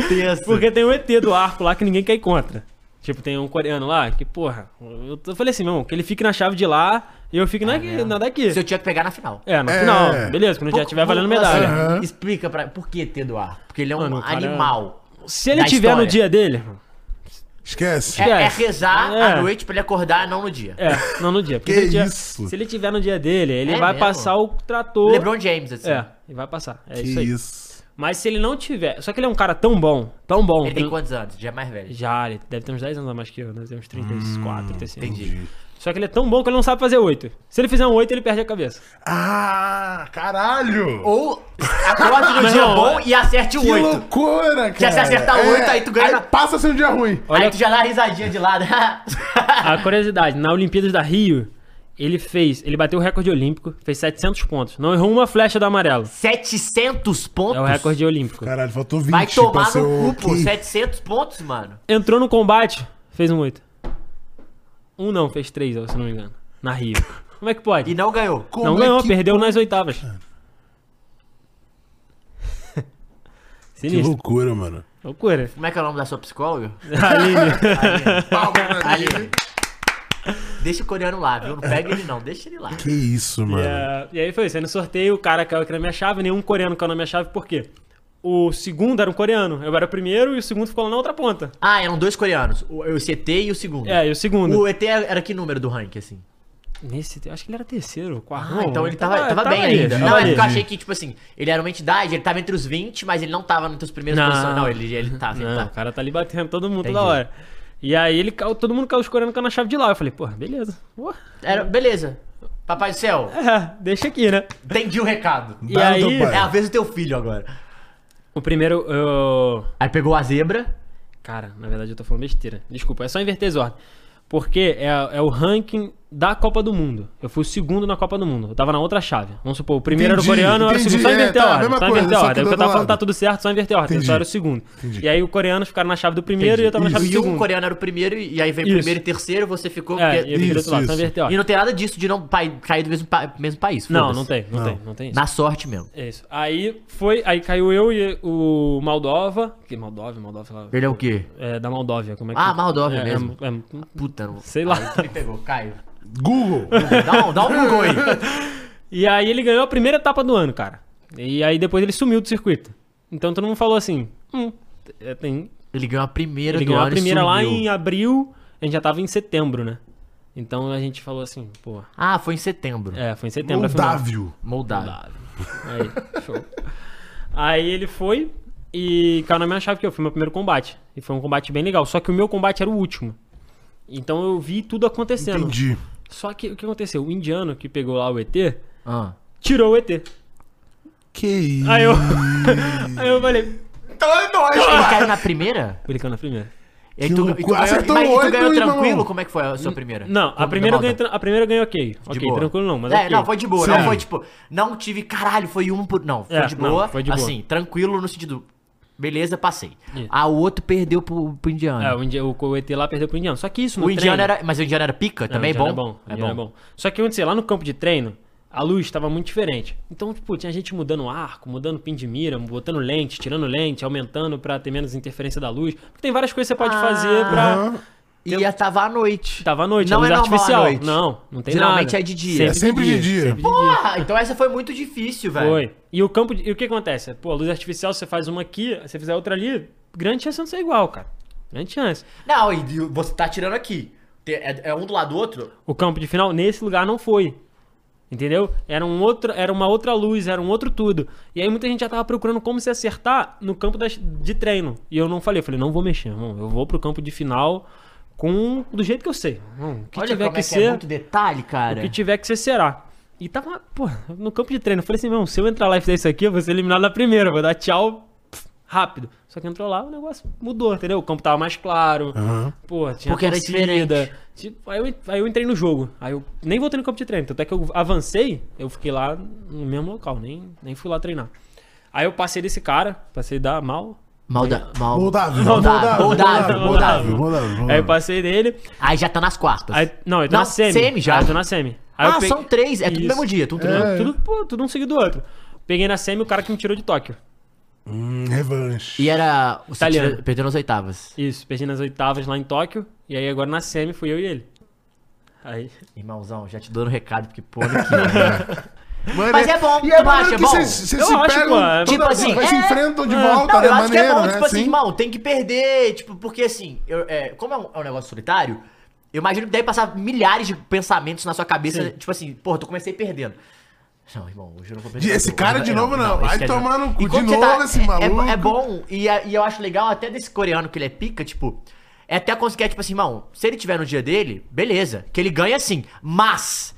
[SPEAKER 6] Tenso.
[SPEAKER 8] Porque tem o ET do arco lá que ninguém quer ir contra. Tipo, tem um coreano lá que, porra, eu, eu falei assim, meu irmão, que ele fique na chave de lá e eu fique na, na daqui.
[SPEAKER 6] Ah, Se eu tinha que pegar na final.
[SPEAKER 8] É, no
[SPEAKER 7] É.
[SPEAKER 8] final, beleza, quando já
[SPEAKER 6] Por-
[SPEAKER 8] tiver valendo
[SPEAKER 6] assim,
[SPEAKER 8] medalha.
[SPEAKER 7] Aham.
[SPEAKER 6] Explica pra. Por que ter do ar? Porque ele é um
[SPEAKER 8] Mano, o cara é-
[SPEAKER 6] animal.
[SPEAKER 8] Se ele
[SPEAKER 6] Da
[SPEAKER 8] tiver no
[SPEAKER 6] história.
[SPEAKER 8] dia dele,
[SPEAKER 7] Esquece.
[SPEAKER 6] É, é
[SPEAKER 8] esquece.
[SPEAKER 6] rezar
[SPEAKER 8] É.
[SPEAKER 6] à noite pra ele acordar, não no dia.
[SPEAKER 8] é,
[SPEAKER 7] *laughs*
[SPEAKER 8] não no dia. Porque
[SPEAKER 7] Que
[SPEAKER 8] se ele tiver-
[SPEAKER 7] isso?
[SPEAKER 8] Se ele tiver no dia dele, ele
[SPEAKER 6] É
[SPEAKER 8] vai
[SPEAKER 6] mesmo?
[SPEAKER 8] passar o trator.
[SPEAKER 6] LeBron James, assim.
[SPEAKER 8] É, e vai passar. É
[SPEAKER 7] Que
[SPEAKER 8] isso aí.
[SPEAKER 7] isso.
[SPEAKER 8] Mas se ele não tiver. Só que ele é um cara tão bom, tão bom.
[SPEAKER 6] Ele tem quantos anos? Já é mais velho.
[SPEAKER 8] Já, ele deve ter uns 10 anos a mais que eu, né? Tem uns
[SPEAKER 7] Hum,
[SPEAKER 8] 34, 35.
[SPEAKER 6] Entendi.
[SPEAKER 8] Só que ele é tão bom que ele não sabe fazer 8. Se ele fizer um 8, ele perde a cabeça.
[SPEAKER 7] Ah, caralho.
[SPEAKER 6] Ou acorde no
[SPEAKER 8] Mas
[SPEAKER 6] dia
[SPEAKER 8] não,
[SPEAKER 6] bom e acerte o
[SPEAKER 7] que
[SPEAKER 6] 8.
[SPEAKER 7] loucura, cara. É,
[SPEAKER 6] se acertar oito, aí tu ganha-
[SPEAKER 7] passa a ser um dia ruim.
[SPEAKER 8] Olha-
[SPEAKER 6] Aí tu já dá a risadinha de lado. *laughs*
[SPEAKER 8] A curiosidade, na Olimpíadas da Rio, ele fez. Ele bateu o recorde olímpico, fez 700 pontos. Não errou uma flecha do amarelo.
[SPEAKER 6] 700 pontos?
[SPEAKER 8] É o recorde olímpico.
[SPEAKER 7] Caralho, faltou 20
[SPEAKER 6] Vai
[SPEAKER 7] pra
[SPEAKER 6] tomar
[SPEAKER 7] ser
[SPEAKER 6] no
[SPEAKER 7] o
[SPEAKER 6] cu, pô. é
[SPEAKER 7] quinto.
[SPEAKER 6] 700 pontos, mano.
[SPEAKER 8] Entrou no combate, fez um 8. Um não, fez 3, se não me engano. Na Rio. Como é que pode?
[SPEAKER 6] E não ganhou. Como
[SPEAKER 8] não
[SPEAKER 6] é
[SPEAKER 8] ganhou,
[SPEAKER 6] que-
[SPEAKER 8] perdeu nas oitavas.
[SPEAKER 7] Que
[SPEAKER 8] *laughs* Sinistro.
[SPEAKER 7] loucura, mano.
[SPEAKER 8] Loucura.
[SPEAKER 6] *laughs* Como é que é o nome da sua psicóloga?
[SPEAKER 8] Aline.
[SPEAKER 6] Aline. Deixa o coreano lá, viu? Não pega ele não, deixa ele lá.
[SPEAKER 7] Que isso, mano.
[SPEAKER 8] *laughs* E, eh, e aí foi isso. Aí no sorteio, o cara caiu aqui na minha chave, nenhum coreano caiu na minha chave, por quê? O segundo era um coreano, eu era o primeiro e o segundo ficou lá na outra ponta.
[SPEAKER 6] Ah, eram dois coreanos. O, o ET e o segundo.
[SPEAKER 8] É, e o segundo.
[SPEAKER 6] O ET era que número do ranking, assim?
[SPEAKER 8] Nesse, eu acho que ele era terceiro, quarto.
[SPEAKER 6] Ah,
[SPEAKER 8] não,
[SPEAKER 6] então ele tava, tava bem
[SPEAKER 8] ali,
[SPEAKER 6] ainda.
[SPEAKER 8] tava
[SPEAKER 6] Não, é
[SPEAKER 8] ali.
[SPEAKER 6] porque eu achei que, tipo assim, ele era uma entidade, ele tava entre os 20, mas ele não tava entre os primeiros
[SPEAKER 8] Não.
[SPEAKER 6] posições. Não, ele, ele tava, ele
[SPEAKER 8] Não,
[SPEAKER 6] tava.
[SPEAKER 8] o cara tá ali batendo todo mundo
[SPEAKER 6] Entendi.
[SPEAKER 8] toda hora. E aí ele caiu, todo mundo caiu os coreanos caiu na chave de lá. Eu falei, porra,
[SPEAKER 6] *laughs*
[SPEAKER 8] beleza. Ué,
[SPEAKER 6] Era, beleza. Papai do céu,
[SPEAKER 8] é, deixa aqui, né?
[SPEAKER 6] entendi o recado.
[SPEAKER 8] E
[SPEAKER 7] Dá no teu
[SPEAKER 8] aí,
[SPEAKER 7] pai.
[SPEAKER 6] É a vez do teu filho agora.
[SPEAKER 8] o primeiro. eu-
[SPEAKER 6] Aí pegou a zebra.
[SPEAKER 8] Cara, na verdade eu tô falando besteira. Desculpa, é só inverter as ordens. Porque é, é o ranking da Copa do Mundo. Eu fui o segundo na Copa do Mundo. Eu tava na outra chave. Vamos supor, o primeiro
[SPEAKER 7] Entendi,
[SPEAKER 8] era o coreano, eu era o
[SPEAKER 7] entendi.
[SPEAKER 8] segundo. Só
[SPEAKER 7] É, tá,
[SPEAKER 8] inverter a ordem.
[SPEAKER 7] mesma
[SPEAKER 8] Só
[SPEAKER 7] coisa,
[SPEAKER 8] inverter a
[SPEAKER 7] só
[SPEAKER 8] ordem.
[SPEAKER 7] que
[SPEAKER 8] É
[SPEAKER 7] do
[SPEAKER 8] Porque eu tava
[SPEAKER 7] outro
[SPEAKER 8] falando, tá
[SPEAKER 7] lado.
[SPEAKER 8] tudo certo, só inverter a ordem. Eu
[SPEAKER 7] Entendi.
[SPEAKER 8] só era o segundo.
[SPEAKER 7] Entendi.
[SPEAKER 8] E aí o coreano ficaram na chave do primeiro
[SPEAKER 6] Entendi.
[SPEAKER 8] e eu tava na chave
[SPEAKER 6] E
[SPEAKER 8] do
[SPEAKER 6] o
[SPEAKER 8] segundo.
[SPEAKER 6] coreano era o primeiro, e aí veio
[SPEAKER 8] Isso.
[SPEAKER 6] primeiro e terceiro, você ficou.
[SPEAKER 8] É,
[SPEAKER 6] porque-
[SPEAKER 8] e eu fiquei do outro lado, só
[SPEAKER 7] Isso,
[SPEAKER 8] inverter a
[SPEAKER 6] E
[SPEAKER 8] ordem.
[SPEAKER 6] não tem nada disso de não pai- cair do mesmo, pa- mesmo país.
[SPEAKER 8] Não,
[SPEAKER 6] foda-se.
[SPEAKER 8] não tem, não,
[SPEAKER 7] Não.
[SPEAKER 8] tem, não tem isso.
[SPEAKER 6] Na sorte mesmo.
[SPEAKER 8] É isso. Aí foi, aí caiu eu e o Moldova. Que Moldova, Moldova, sei lá.
[SPEAKER 6] Ele é o quê?
[SPEAKER 8] É, da Moldóvia, como é que
[SPEAKER 6] Ah, Moldóvia
[SPEAKER 8] é,
[SPEAKER 6] mesmo.
[SPEAKER 8] é, é,
[SPEAKER 6] Puta, não.
[SPEAKER 8] sei lá.
[SPEAKER 6] Aí tu me pegou, Caio.
[SPEAKER 7] Google.
[SPEAKER 6] Dá um, dá um Google aí.
[SPEAKER 8] *laughs* E aí ele ganhou a primeira etapa do ano, cara. E aí depois ele sumiu do circuito. Então todo mundo falou assim: hum, é, tem.
[SPEAKER 6] Ele ganhou a primeira
[SPEAKER 8] Ele
[SPEAKER 6] do
[SPEAKER 8] ganhou a
[SPEAKER 6] ano e
[SPEAKER 8] primeira lá
[SPEAKER 6] sumiu.
[SPEAKER 8] em abril, a gente já tava em setembro, né? Então a gente falou assim, pô.
[SPEAKER 6] Ah, foi em setembro.
[SPEAKER 8] É, foi em setembro. afinal.
[SPEAKER 7] Moldávio.
[SPEAKER 6] Moldado.
[SPEAKER 8] Aí, show. Aí ele foi e caiu na minha chave que eu foi meu primeiro combate. E foi um combate bem legal. Só que o meu combate era o último. Então eu vi tudo acontecendo.
[SPEAKER 7] Entendi.
[SPEAKER 8] Só que o que aconteceu? O indiano que pegou lá o ET
[SPEAKER 6] Ah.
[SPEAKER 8] tirou o ET.
[SPEAKER 7] Que isso.
[SPEAKER 8] Aí eu. *laughs* aí eu falei.
[SPEAKER 6] Ele caiu na primeira?
[SPEAKER 8] Ele caiu na primeira.
[SPEAKER 6] E
[SPEAKER 7] Que
[SPEAKER 6] tu, e tu
[SPEAKER 7] loucura.
[SPEAKER 6] ganhou,
[SPEAKER 7] Acertou
[SPEAKER 6] mas e tu
[SPEAKER 7] oito
[SPEAKER 6] ganhou
[SPEAKER 7] e não-
[SPEAKER 6] tranquilo? Como é que foi a sua primeira?
[SPEAKER 8] Não, a
[SPEAKER 6] Como
[SPEAKER 8] primeira, eu
[SPEAKER 6] da
[SPEAKER 8] ganhei,
[SPEAKER 6] Malta?
[SPEAKER 8] tran- a primeira eu ganhei ok.
[SPEAKER 6] De
[SPEAKER 8] ok,
[SPEAKER 6] boa.
[SPEAKER 8] tranquilo não, mas
[SPEAKER 6] é,
[SPEAKER 8] ok.
[SPEAKER 6] não, foi de boa. Não
[SPEAKER 7] Sim.
[SPEAKER 6] foi tipo, não tive, caralho, foi um por. Não, foi
[SPEAKER 8] É,
[SPEAKER 6] de
[SPEAKER 8] não,
[SPEAKER 6] boa.
[SPEAKER 8] foi de boa.
[SPEAKER 6] Assim, tranquilo no sentido. Beleza, passei.
[SPEAKER 8] Isso.
[SPEAKER 6] Ah, o outro perdeu pro, pro indiano.
[SPEAKER 8] É, o, indi- o, o ET lá perdeu pro indiano. Só que isso no
[SPEAKER 6] o indiano
[SPEAKER 8] treino-
[SPEAKER 6] era. Mas o indiano era pica?
[SPEAKER 8] Não,
[SPEAKER 6] também
[SPEAKER 8] o
[SPEAKER 6] é bom?
[SPEAKER 8] indiano É bom, o indiano é bom. Só que onde sei lá no campo de treino, a luz tava muito diferente. Então, tipo, tinha gente mudando arco, mudando pin de mira, botando lente, tirando lente, aumentando pra ter menos interferência da luz. Porque tem várias coisas que você pode fazer pra.
[SPEAKER 6] E ia tava à noite.
[SPEAKER 8] Tava à noite,
[SPEAKER 6] Ah. não
[SPEAKER 8] luz
[SPEAKER 6] é normal
[SPEAKER 8] artificial.
[SPEAKER 6] à noite.
[SPEAKER 8] Não, não tem
[SPEAKER 6] Geralmente
[SPEAKER 8] nada.
[SPEAKER 6] é de dia.
[SPEAKER 7] É sempre de dia.
[SPEAKER 8] sempre
[SPEAKER 6] Porra, então essa foi muito difícil, velho.
[SPEAKER 8] Foi. E o campo. de- E o que acontece? Pô, a luz artificial, você faz uma aqui, você fizer outra ali, grande chance de não ser igual, cara. Grande chance.
[SPEAKER 6] Não, e de- você tá tirando aqui. Te- É, é um do lado do outro?
[SPEAKER 8] O campo de final, nesse lugar, não foi. Entendeu? Era, um outro, era uma outra luz, era um outro tudo. E aí muita gente já tava procurando como se acertar no campo das- de treino. E eu não falei, eu falei, não vou mexer, irmão. Eu vou pro campo de final com do jeito que eu sei. Irmão, o que tiver que, ser.
[SPEAKER 6] é muito detalhe, cara.
[SPEAKER 8] O que tiver que ser será. E tava, pô, no campo de treino. Eu falei assim, meu, se eu entrar lá e fizer isso aqui, eu vou ser eliminado na primeira, vou dar tchau pf, rápido. Só que entrou lá, o negócio mudou, entendeu? O campo tava mais claro. Pô, tinha
[SPEAKER 6] Porque era
[SPEAKER 8] torcida.
[SPEAKER 6] diferente.
[SPEAKER 8] Tipo, aí, eu, aí eu entrei no jogo. Aí eu nem voltei no campo de treino. Tanto é que eu avancei, eu fiquei lá no mesmo local, nem, nem fui lá treinar. Aí eu passei desse cara, passei da mal.
[SPEAKER 6] Malda, mal...
[SPEAKER 7] Moldável.
[SPEAKER 6] Moldável. Moldável.
[SPEAKER 7] Moldável.
[SPEAKER 6] Moldável.
[SPEAKER 7] Moldável.
[SPEAKER 8] Aí eu passei dele.
[SPEAKER 6] Aí já tá nas quartas.
[SPEAKER 8] Aí, não, eu tô
[SPEAKER 6] Não,
[SPEAKER 8] na semi.
[SPEAKER 6] semi já.
[SPEAKER 8] Aí eu tô na semi. Aí eu
[SPEAKER 6] ah,
[SPEAKER 8] peguei-
[SPEAKER 6] são três. É tudo no
[SPEAKER 8] Isso.
[SPEAKER 6] mesmo dia. Tudo no mesmo
[SPEAKER 8] Tudo, tudo, pô, tudo um seguido do outro. Peguei na semi o cara que me tirou de Tóquio.
[SPEAKER 7] Hum, revanche.
[SPEAKER 6] E era. O
[SPEAKER 8] Italiano.
[SPEAKER 6] Italiano. Perdeu nas oitavas.
[SPEAKER 8] Isso, perdi nas oitavas lá em Tóquio. E aí agora na semi fui eu e ele. Aí. *laughs*
[SPEAKER 6] Irmãozão, já te dando recado, porque pô, *laughs* olha aqui.
[SPEAKER 7] Mano,
[SPEAKER 6] Mas é bom,
[SPEAKER 7] e
[SPEAKER 6] tu acha
[SPEAKER 7] que
[SPEAKER 6] é bom?
[SPEAKER 7] Vocês vocês
[SPEAKER 8] Eu
[SPEAKER 7] se
[SPEAKER 8] acho,
[SPEAKER 7] pegam,
[SPEAKER 8] pô,
[SPEAKER 7] toda
[SPEAKER 8] é-
[SPEAKER 6] Tipo
[SPEAKER 7] hora,
[SPEAKER 6] assim,
[SPEAKER 7] mas se
[SPEAKER 6] é-
[SPEAKER 7] enfrentam de
[SPEAKER 8] Não,
[SPEAKER 7] volta,
[SPEAKER 6] Não,
[SPEAKER 7] né?
[SPEAKER 6] eu acho que é
[SPEAKER 7] Maneiro,
[SPEAKER 6] bom,
[SPEAKER 7] né?
[SPEAKER 6] tipo assim,
[SPEAKER 7] Sim.
[SPEAKER 6] irmão, tem que perder. Tipo, porque assim, eu- é, como é um, é um negócio solitário, eu imagino que deve passar milhares de pensamentos na sua cabeça. Tipo assim, porra, eu comecei perdendo. Não, irmão, hoje eu não vou perder.
[SPEAKER 7] Esse cara de novo não, vai
[SPEAKER 6] esse cara de
[SPEAKER 7] tomar
[SPEAKER 6] novo.
[SPEAKER 7] no cu
[SPEAKER 6] E quando
[SPEAKER 7] de
[SPEAKER 6] você
[SPEAKER 7] novo esse
[SPEAKER 6] é- é-
[SPEAKER 7] maluco.
[SPEAKER 6] É, bom, e, a- e eu acho legal até desse coreano que ele é pica, tipo. É até conseguir, tipo assim, irmão, se ele tiver no dia dele, beleza, que ele ganha sim, mas.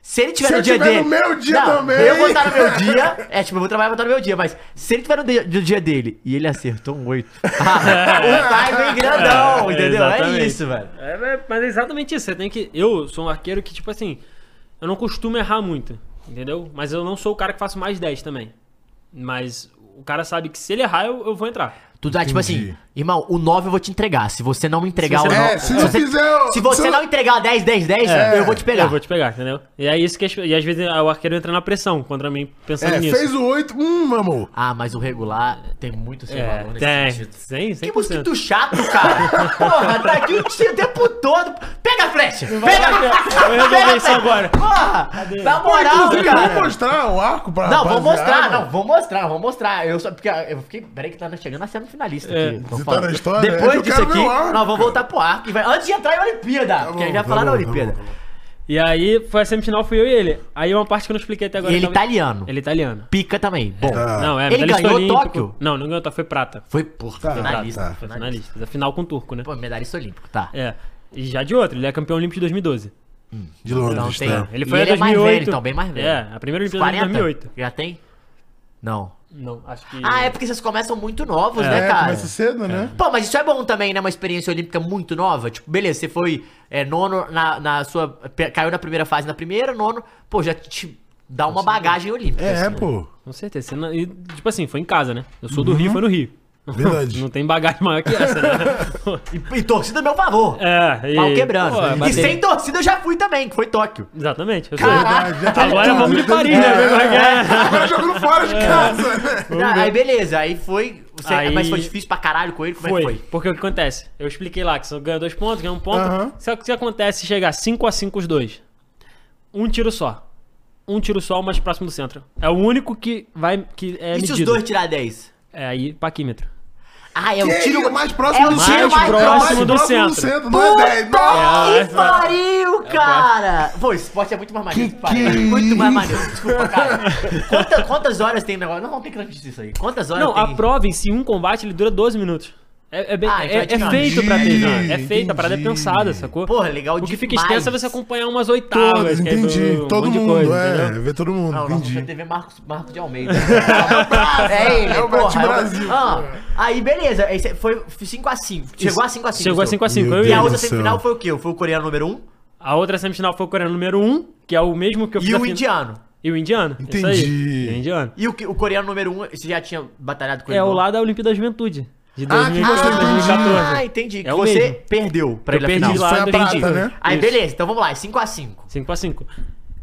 [SPEAKER 6] Se ele tiver
[SPEAKER 7] Se
[SPEAKER 6] no
[SPEAKER 7] eu
[SPEAKER 6] dia
[SPEAKER 7] tiver
[SPEAKER 6] dele.
[SPEAKER 7] no meu dia
[SPEAKER 6] não,
[SPEAKER 7] também.
[SPEAKER 6] Eu vou estar no meu dia. É, tipo, eu vou trabalhar e vou estar no meu dia, mas se ele tiver no dia, no dia dele e ele acertou um
[SPEAKER 8] *laughs*
[SPEAKER 6] 8. ah, o timing grandão,
[SPEAKER 8] É,
[SPEAKER 6] entendeu? É
[SPEAKER 8] exatamente.
[SPEAKER 6] isso, velho.
[SPEAKER 8] É, é, mas é exatamente isso. Você tem que. Eu sou um arqueiro que, tipo assim, eu não costumo errar muito, entendeu? Mas eu não sou o cara que faço mais 10 também. Mas o cara sabe que se ele errar, eu, eu vou entrar.
[SPEAKER 6] Tu dá, tipo assim, irmão, o 9 eu vou te entregar. Se você não me entregar
[SPEAKER 8] você
[SPEAKER 6] o
[SPEAKER 8] não-
[SPEAKER 6] 9.
[SPEAKER 7] É, se não fizer.
[SPEAKER 6] Se você não entregar 10, 10, 10, eu vou te pegar.
[SPEAKER 8] É. Eu vou te pegar, entendeu? E é isso que. as- E às vezes o arqueiro entra na pressão contra mim pensando
[SPEAKER 7] É,
[SPEAKER 8] nisso.
[SPEAKER 7] fez o 8. Hum, amor.
[SPEAKER 6] Ah, mas o regular tem muito seu
[SPEAKER 8] É,
[SPEAKER 6] valor nesse
[SPEAKER 8] tem.
[SPEAKER 6] sentido.
[SPEAKER 8] 100, 100%.
[SPEAKER 6] Que mosquito chato, cara. Porra, tá aqui o tempo todo. Pega a flecha! Pega a flecha!
[SPEAKER 8] Eu resolvi isso
[SPEAKER 6] Pega-
[SPEAKER 8] agora. um
[SPEAKER 6] Porra! Na moral,
[SPEAKER 7] Inclusive, vamos
[SPEAKER 6] cara.
[SPEAKER 7] mostrar o arco pra
[SPEAKER 6] Não, vou
[SPEAKER 7] rapaziada.
[SPEAKER 6] mostrar, não, vou mostrar, vou mostrar. Eu só. Porque eu fiquei. Peraí, que tá chegando a semifinalista
[SPEAKER 8] É,
[SPEAKER 6] aqui. tô
[SPEAKER 7] você tá
[SPEAKER 6] falando.
[SPEAKER 7] na história? É que
[SPEAKER 6] Depois
[SPEAKER 7] eu
[SPEAKER 6] disso
[SPEAKER 7] quero ver
[SPEAKER 6] aqui,
[SPEAKER 7] o arco,
[SPEAKER 6] nós vamos voltar pro arco. e vai- Antes de entrar em Olimpíada. porque
[SPEAKER 7] bom,
[SPEAKER 6] a gente vai
[SPEAKER 7] tá
[SPEAKER 6] falar na
[SPEAKER 7] bom, tá
[SPEAKER 6] Olimpíada.
[SPEAKER 7] bom, tá bom.
[SPEAKER 8] E aí foi a semifinal, fui eu e ele. Aí uma parte que eu não expliquei até agora.
[SPEAKER 6] E ele é
[SPEAKER 8] talvez-
[SPEAKER 6] italiano.
[SPEAKER 8] Ele é italiano.
[SPEAKER 6] Pica também. Bom.
[SPEAKER 7] Tá.
[SPEAKER 8] Não, é,
[SPEAKER 6] Ele
[SPEAKER 8] medalhista
[SPEAKER 6] ganhou
[SPEAKER 8] olímpico.
[SPEAKER 6] Tóquio?
[SPEAKER 8] Não, não ganhou Tóquio, foi prata.
[SPEAKER 6] Foi, porra, finalista.
[SPEAKER 7] tá.
[SPEAKER 6] finalista.
[SPEAKER 8] Foi finalista. Mas é Final com o turco, né?
[SPEAKER 6] Pô, medalhista olímpico, tá.
[SPEAKER 8] É. E já de outro, ele é campeão olímpico de 2012.
[SPEAKER 7] De
[SPEAKER 6] Não,
[SPEAKER 7] Londres,
[SPEAKER 6] tem.
[SPEAKER 7] tá?
[SPEAKER 8] Ele
[SPEAKER 6] E
[SPEAKER 8] foi em
[SPEAKER 6] ele é mais
[SPEAKER 8] 2008.
[SPEAKER 6] velho, então, bem mais velho.
[SPEAKER 8] É, a primeira Olimpíada de
[SPEAKER 6] 40?
[SPEAKER 8] 2008.
[SPEAKER 6] Já tem? Não.
[SPEAKER 8] Não, acho que.
[SPEAKER 6] Ah, é porque vocês começam muito novos, né,
[SPEAKER 7] É,
[SPEAKER 6] cara?
[SPEAKER 7] começa cedo, né?
[SPEAKER 6] Pô, mas isso é bom também, né? Uma experiência olímpica muito nova. Tipo, beleza, você foi é, nono na, na sua. pe- Caiu na primeira fase na primeira, nono. Pô, já te dá uma bagagem olímpica.
[SPEAKER 7] É,
[SPEAKER 6] assim.
[SPEAKER 7] pô.
[SPEAKER 8] Com certeza. Você não- e, tipo assim, foi em casa, né? Eu sou do
[SPEAKER 6] Uhum.
[SPEAKER 8] Rio, foi no Rio.
[SPEAKER 7] Verdade.
[SPEAKER 8] não tem bagagem maior que essa,
[SPEAKER 6] *laughs*
[SPEAKER 8] né?
[SPEAKER 6] E, e torcida a meu favor.
[SPEAKER 8] é, e.
[SPEAKER 6] Pau quebrando.
[SPEAKER 8] Pô,
[SPEAKER 6] e
[SPEAKER 8] bater-
[SPEAKER 6] sem torcida eu já fui também, que foi Tóquio.
[SPEAKER 8] Exatamente. Eu sou...
[SPEAKER 6] Caraca.
[SPEAKER 8] Agora vamos de Paris, né? Ver como é que é.
[SPEAKER 7] tá Agora jogando fora de casa, né?
[SPEAKER 6] Ah, aí beleza, aí foi. você-
[SPEAKER 8] um Aí-
[SPEAKER 6] Mas foi difícil pra caralho com ele? Como
[SPEAKER 8] Foi,
[SPEAKER 6] é que foi?
[SPEAKER 8] porque o que acontece? Eu expliquei lá que você ganha dois pontos, ganha um ponto.
[SPEAKER 7] Aham.
[SPEAKER 8] Só que se acontece se chegar 5 a 5 os dois, um tiro só. Um tiro só, o mais próximo do centro. É o único que vai que é
[SPEAKER 6] e se
[SPEAKER 8] medido.
[SPEAKER 6] os dois tirar 10?
[SPEAKER 8] É aí paquímetro.
[SPEAKER 6] Ah, é o
[SPEAKER 7] Que
[SPEAKER 6] tiro
[SPEAKER 7] mais próximo
[SPEAKER 6] é o
[SPEAKER 7] do
[SPEAKER 6] tiro
[SPEAKER 7] centro.
[SPEAKER 6] mais
[SPEAKER 7] é o mais
[SPEAKER 8] próximo do centro.
[SPEAKER 7] não é 10. Não.
[SPEAKER 8] É,
[SPEAKER 6] Que pariu, cara! Pô, esse esporte é muito mais maneiro.
[SPEAKER 7] Que
[SPEAKER 6] pariu.
[SPEAKER 7] que
[SPEAKER 6] muito mais
[SPEAKER 7] isso?
[SPEAKER 6] maneiro. Desculpa, cara. Quanta- quantas horas tem o negócio? Não, não tem que transmitir isso aí. Quantas horas
[SPEAKER 8] Não,
[SPEAKER 6] tem?
[SPEAKER 8] a prova em si, um combate, ele dura 12 minutos. É, é bem-
[SPEAKER 6] Ah, então
[SPEAKER 8] é-
[SPEAKER 6] é de
[SPEAKER 8] é
[SPEAKER 6] cara.
[SPEAKER 8] feito pra TV. É
[SPEAKER 7] Entendi,
[SPEAKER 8] feita, a parada é
[SPEAKER 7] entendi.
[SPEAKER 8] pensada, sacou?
[SPEAKER 6] Porra, legal
[SPEAKER 8] O que fica
[SPEAKER 6] demais.
[SPEAKER 8] extenso é você acompanhar umas
[SPEAKER 7] Todos,
[SPEAKER 8] oitavas. que é
[SPEAKER 7] entendi.
[SPEAKER 8] um
[SPEAKER 7] Todo
[SPEAKER 8] monte de
[SPEAKER 7] mundo,
[SPEAKER 8] coisa,
[SPEAKER 7] é.
[SPEAKER 8] entendeu?
[SPEAKER 7] Vê todo mundo,
[SPEAKER 6] Não, nossa,
[SPEAKER 7] entendi.
[SPEAKER 6] TV Marcos, Marcos de Almeida. é ele,
[SPEAKER 7] É o
[SPEAKER 6] porra,
[SPEAKER 7] Beto
[SPEAKER 6] é o-
[SPEAKER 7] Brasil.
[SPEAKER 6] Ah, aí, beleza. Aí cê- foi 5x5. Chegou a 5x5.
[SPEAKER 8] Chegou a 5 a 5
[SPEAKER 7] Meu
[SPEAKER 8] eu
[SPEAKER 6] E a
[SPEAKER 8] e ele.
[SPEAKER 7] Deus.
[SPEAKER 6] outra
[SPEAKER 7] do céu.
[SPEAKER 6] semifinal foi o quê? Foi o coreano número 1
[SPEAKER 8] A outra semifinal foi o coreano número 1, que é o mesmo que eu fiz
[SPEAKER 6] e
[SPEAKER 8] a
[SPEAKER 6] o
[SPEAKER 8] fin-
[SPEAKER 6] indiano.
[SPEAKER 8] E o indiano? isso
[SPEAKER 7] Entendi.
[SPEAKER 8] aí. E o indiano.
[SPEAKER 6] E o, que- o coreano número 1, um, você já tinha batalhado com ele?
[SPEAKER 8] É o
[SPEAKER 6] não?
[SPEAKER 8] lá da Olimpíada da Juventude. De
[SPEAKER 7] Ah, que
[SPEAKER 8] 2014.
[SPEAKER 7] você entendi.
[SPEAKER 6] Ah, entendi. que
[SPEAKER 8] o
[SPEAKER 6] você
[SPEAKER 8] mesmo.
[SPEAKER 6] perdeu pra
[SPEAKER 8] Eu
[SPEAKER 6] ele
[SPEAKER 8] perdi
[SPEAKER 6] na final.
[SPEAKER 8] lá
[SPEAKER 7] Foi
[SPEAKER 8] no
[SPEAKER 7] a
[SPEAKER 8] Entendi.
[SPEAKER 7] prata, né?
[SPEAKER 6] Aí,
[SPEAKER 8] Isso.
[SPEAKER 6] beleza. Então vamos lá. 5x5.
[SPEAKER 8] 5x5.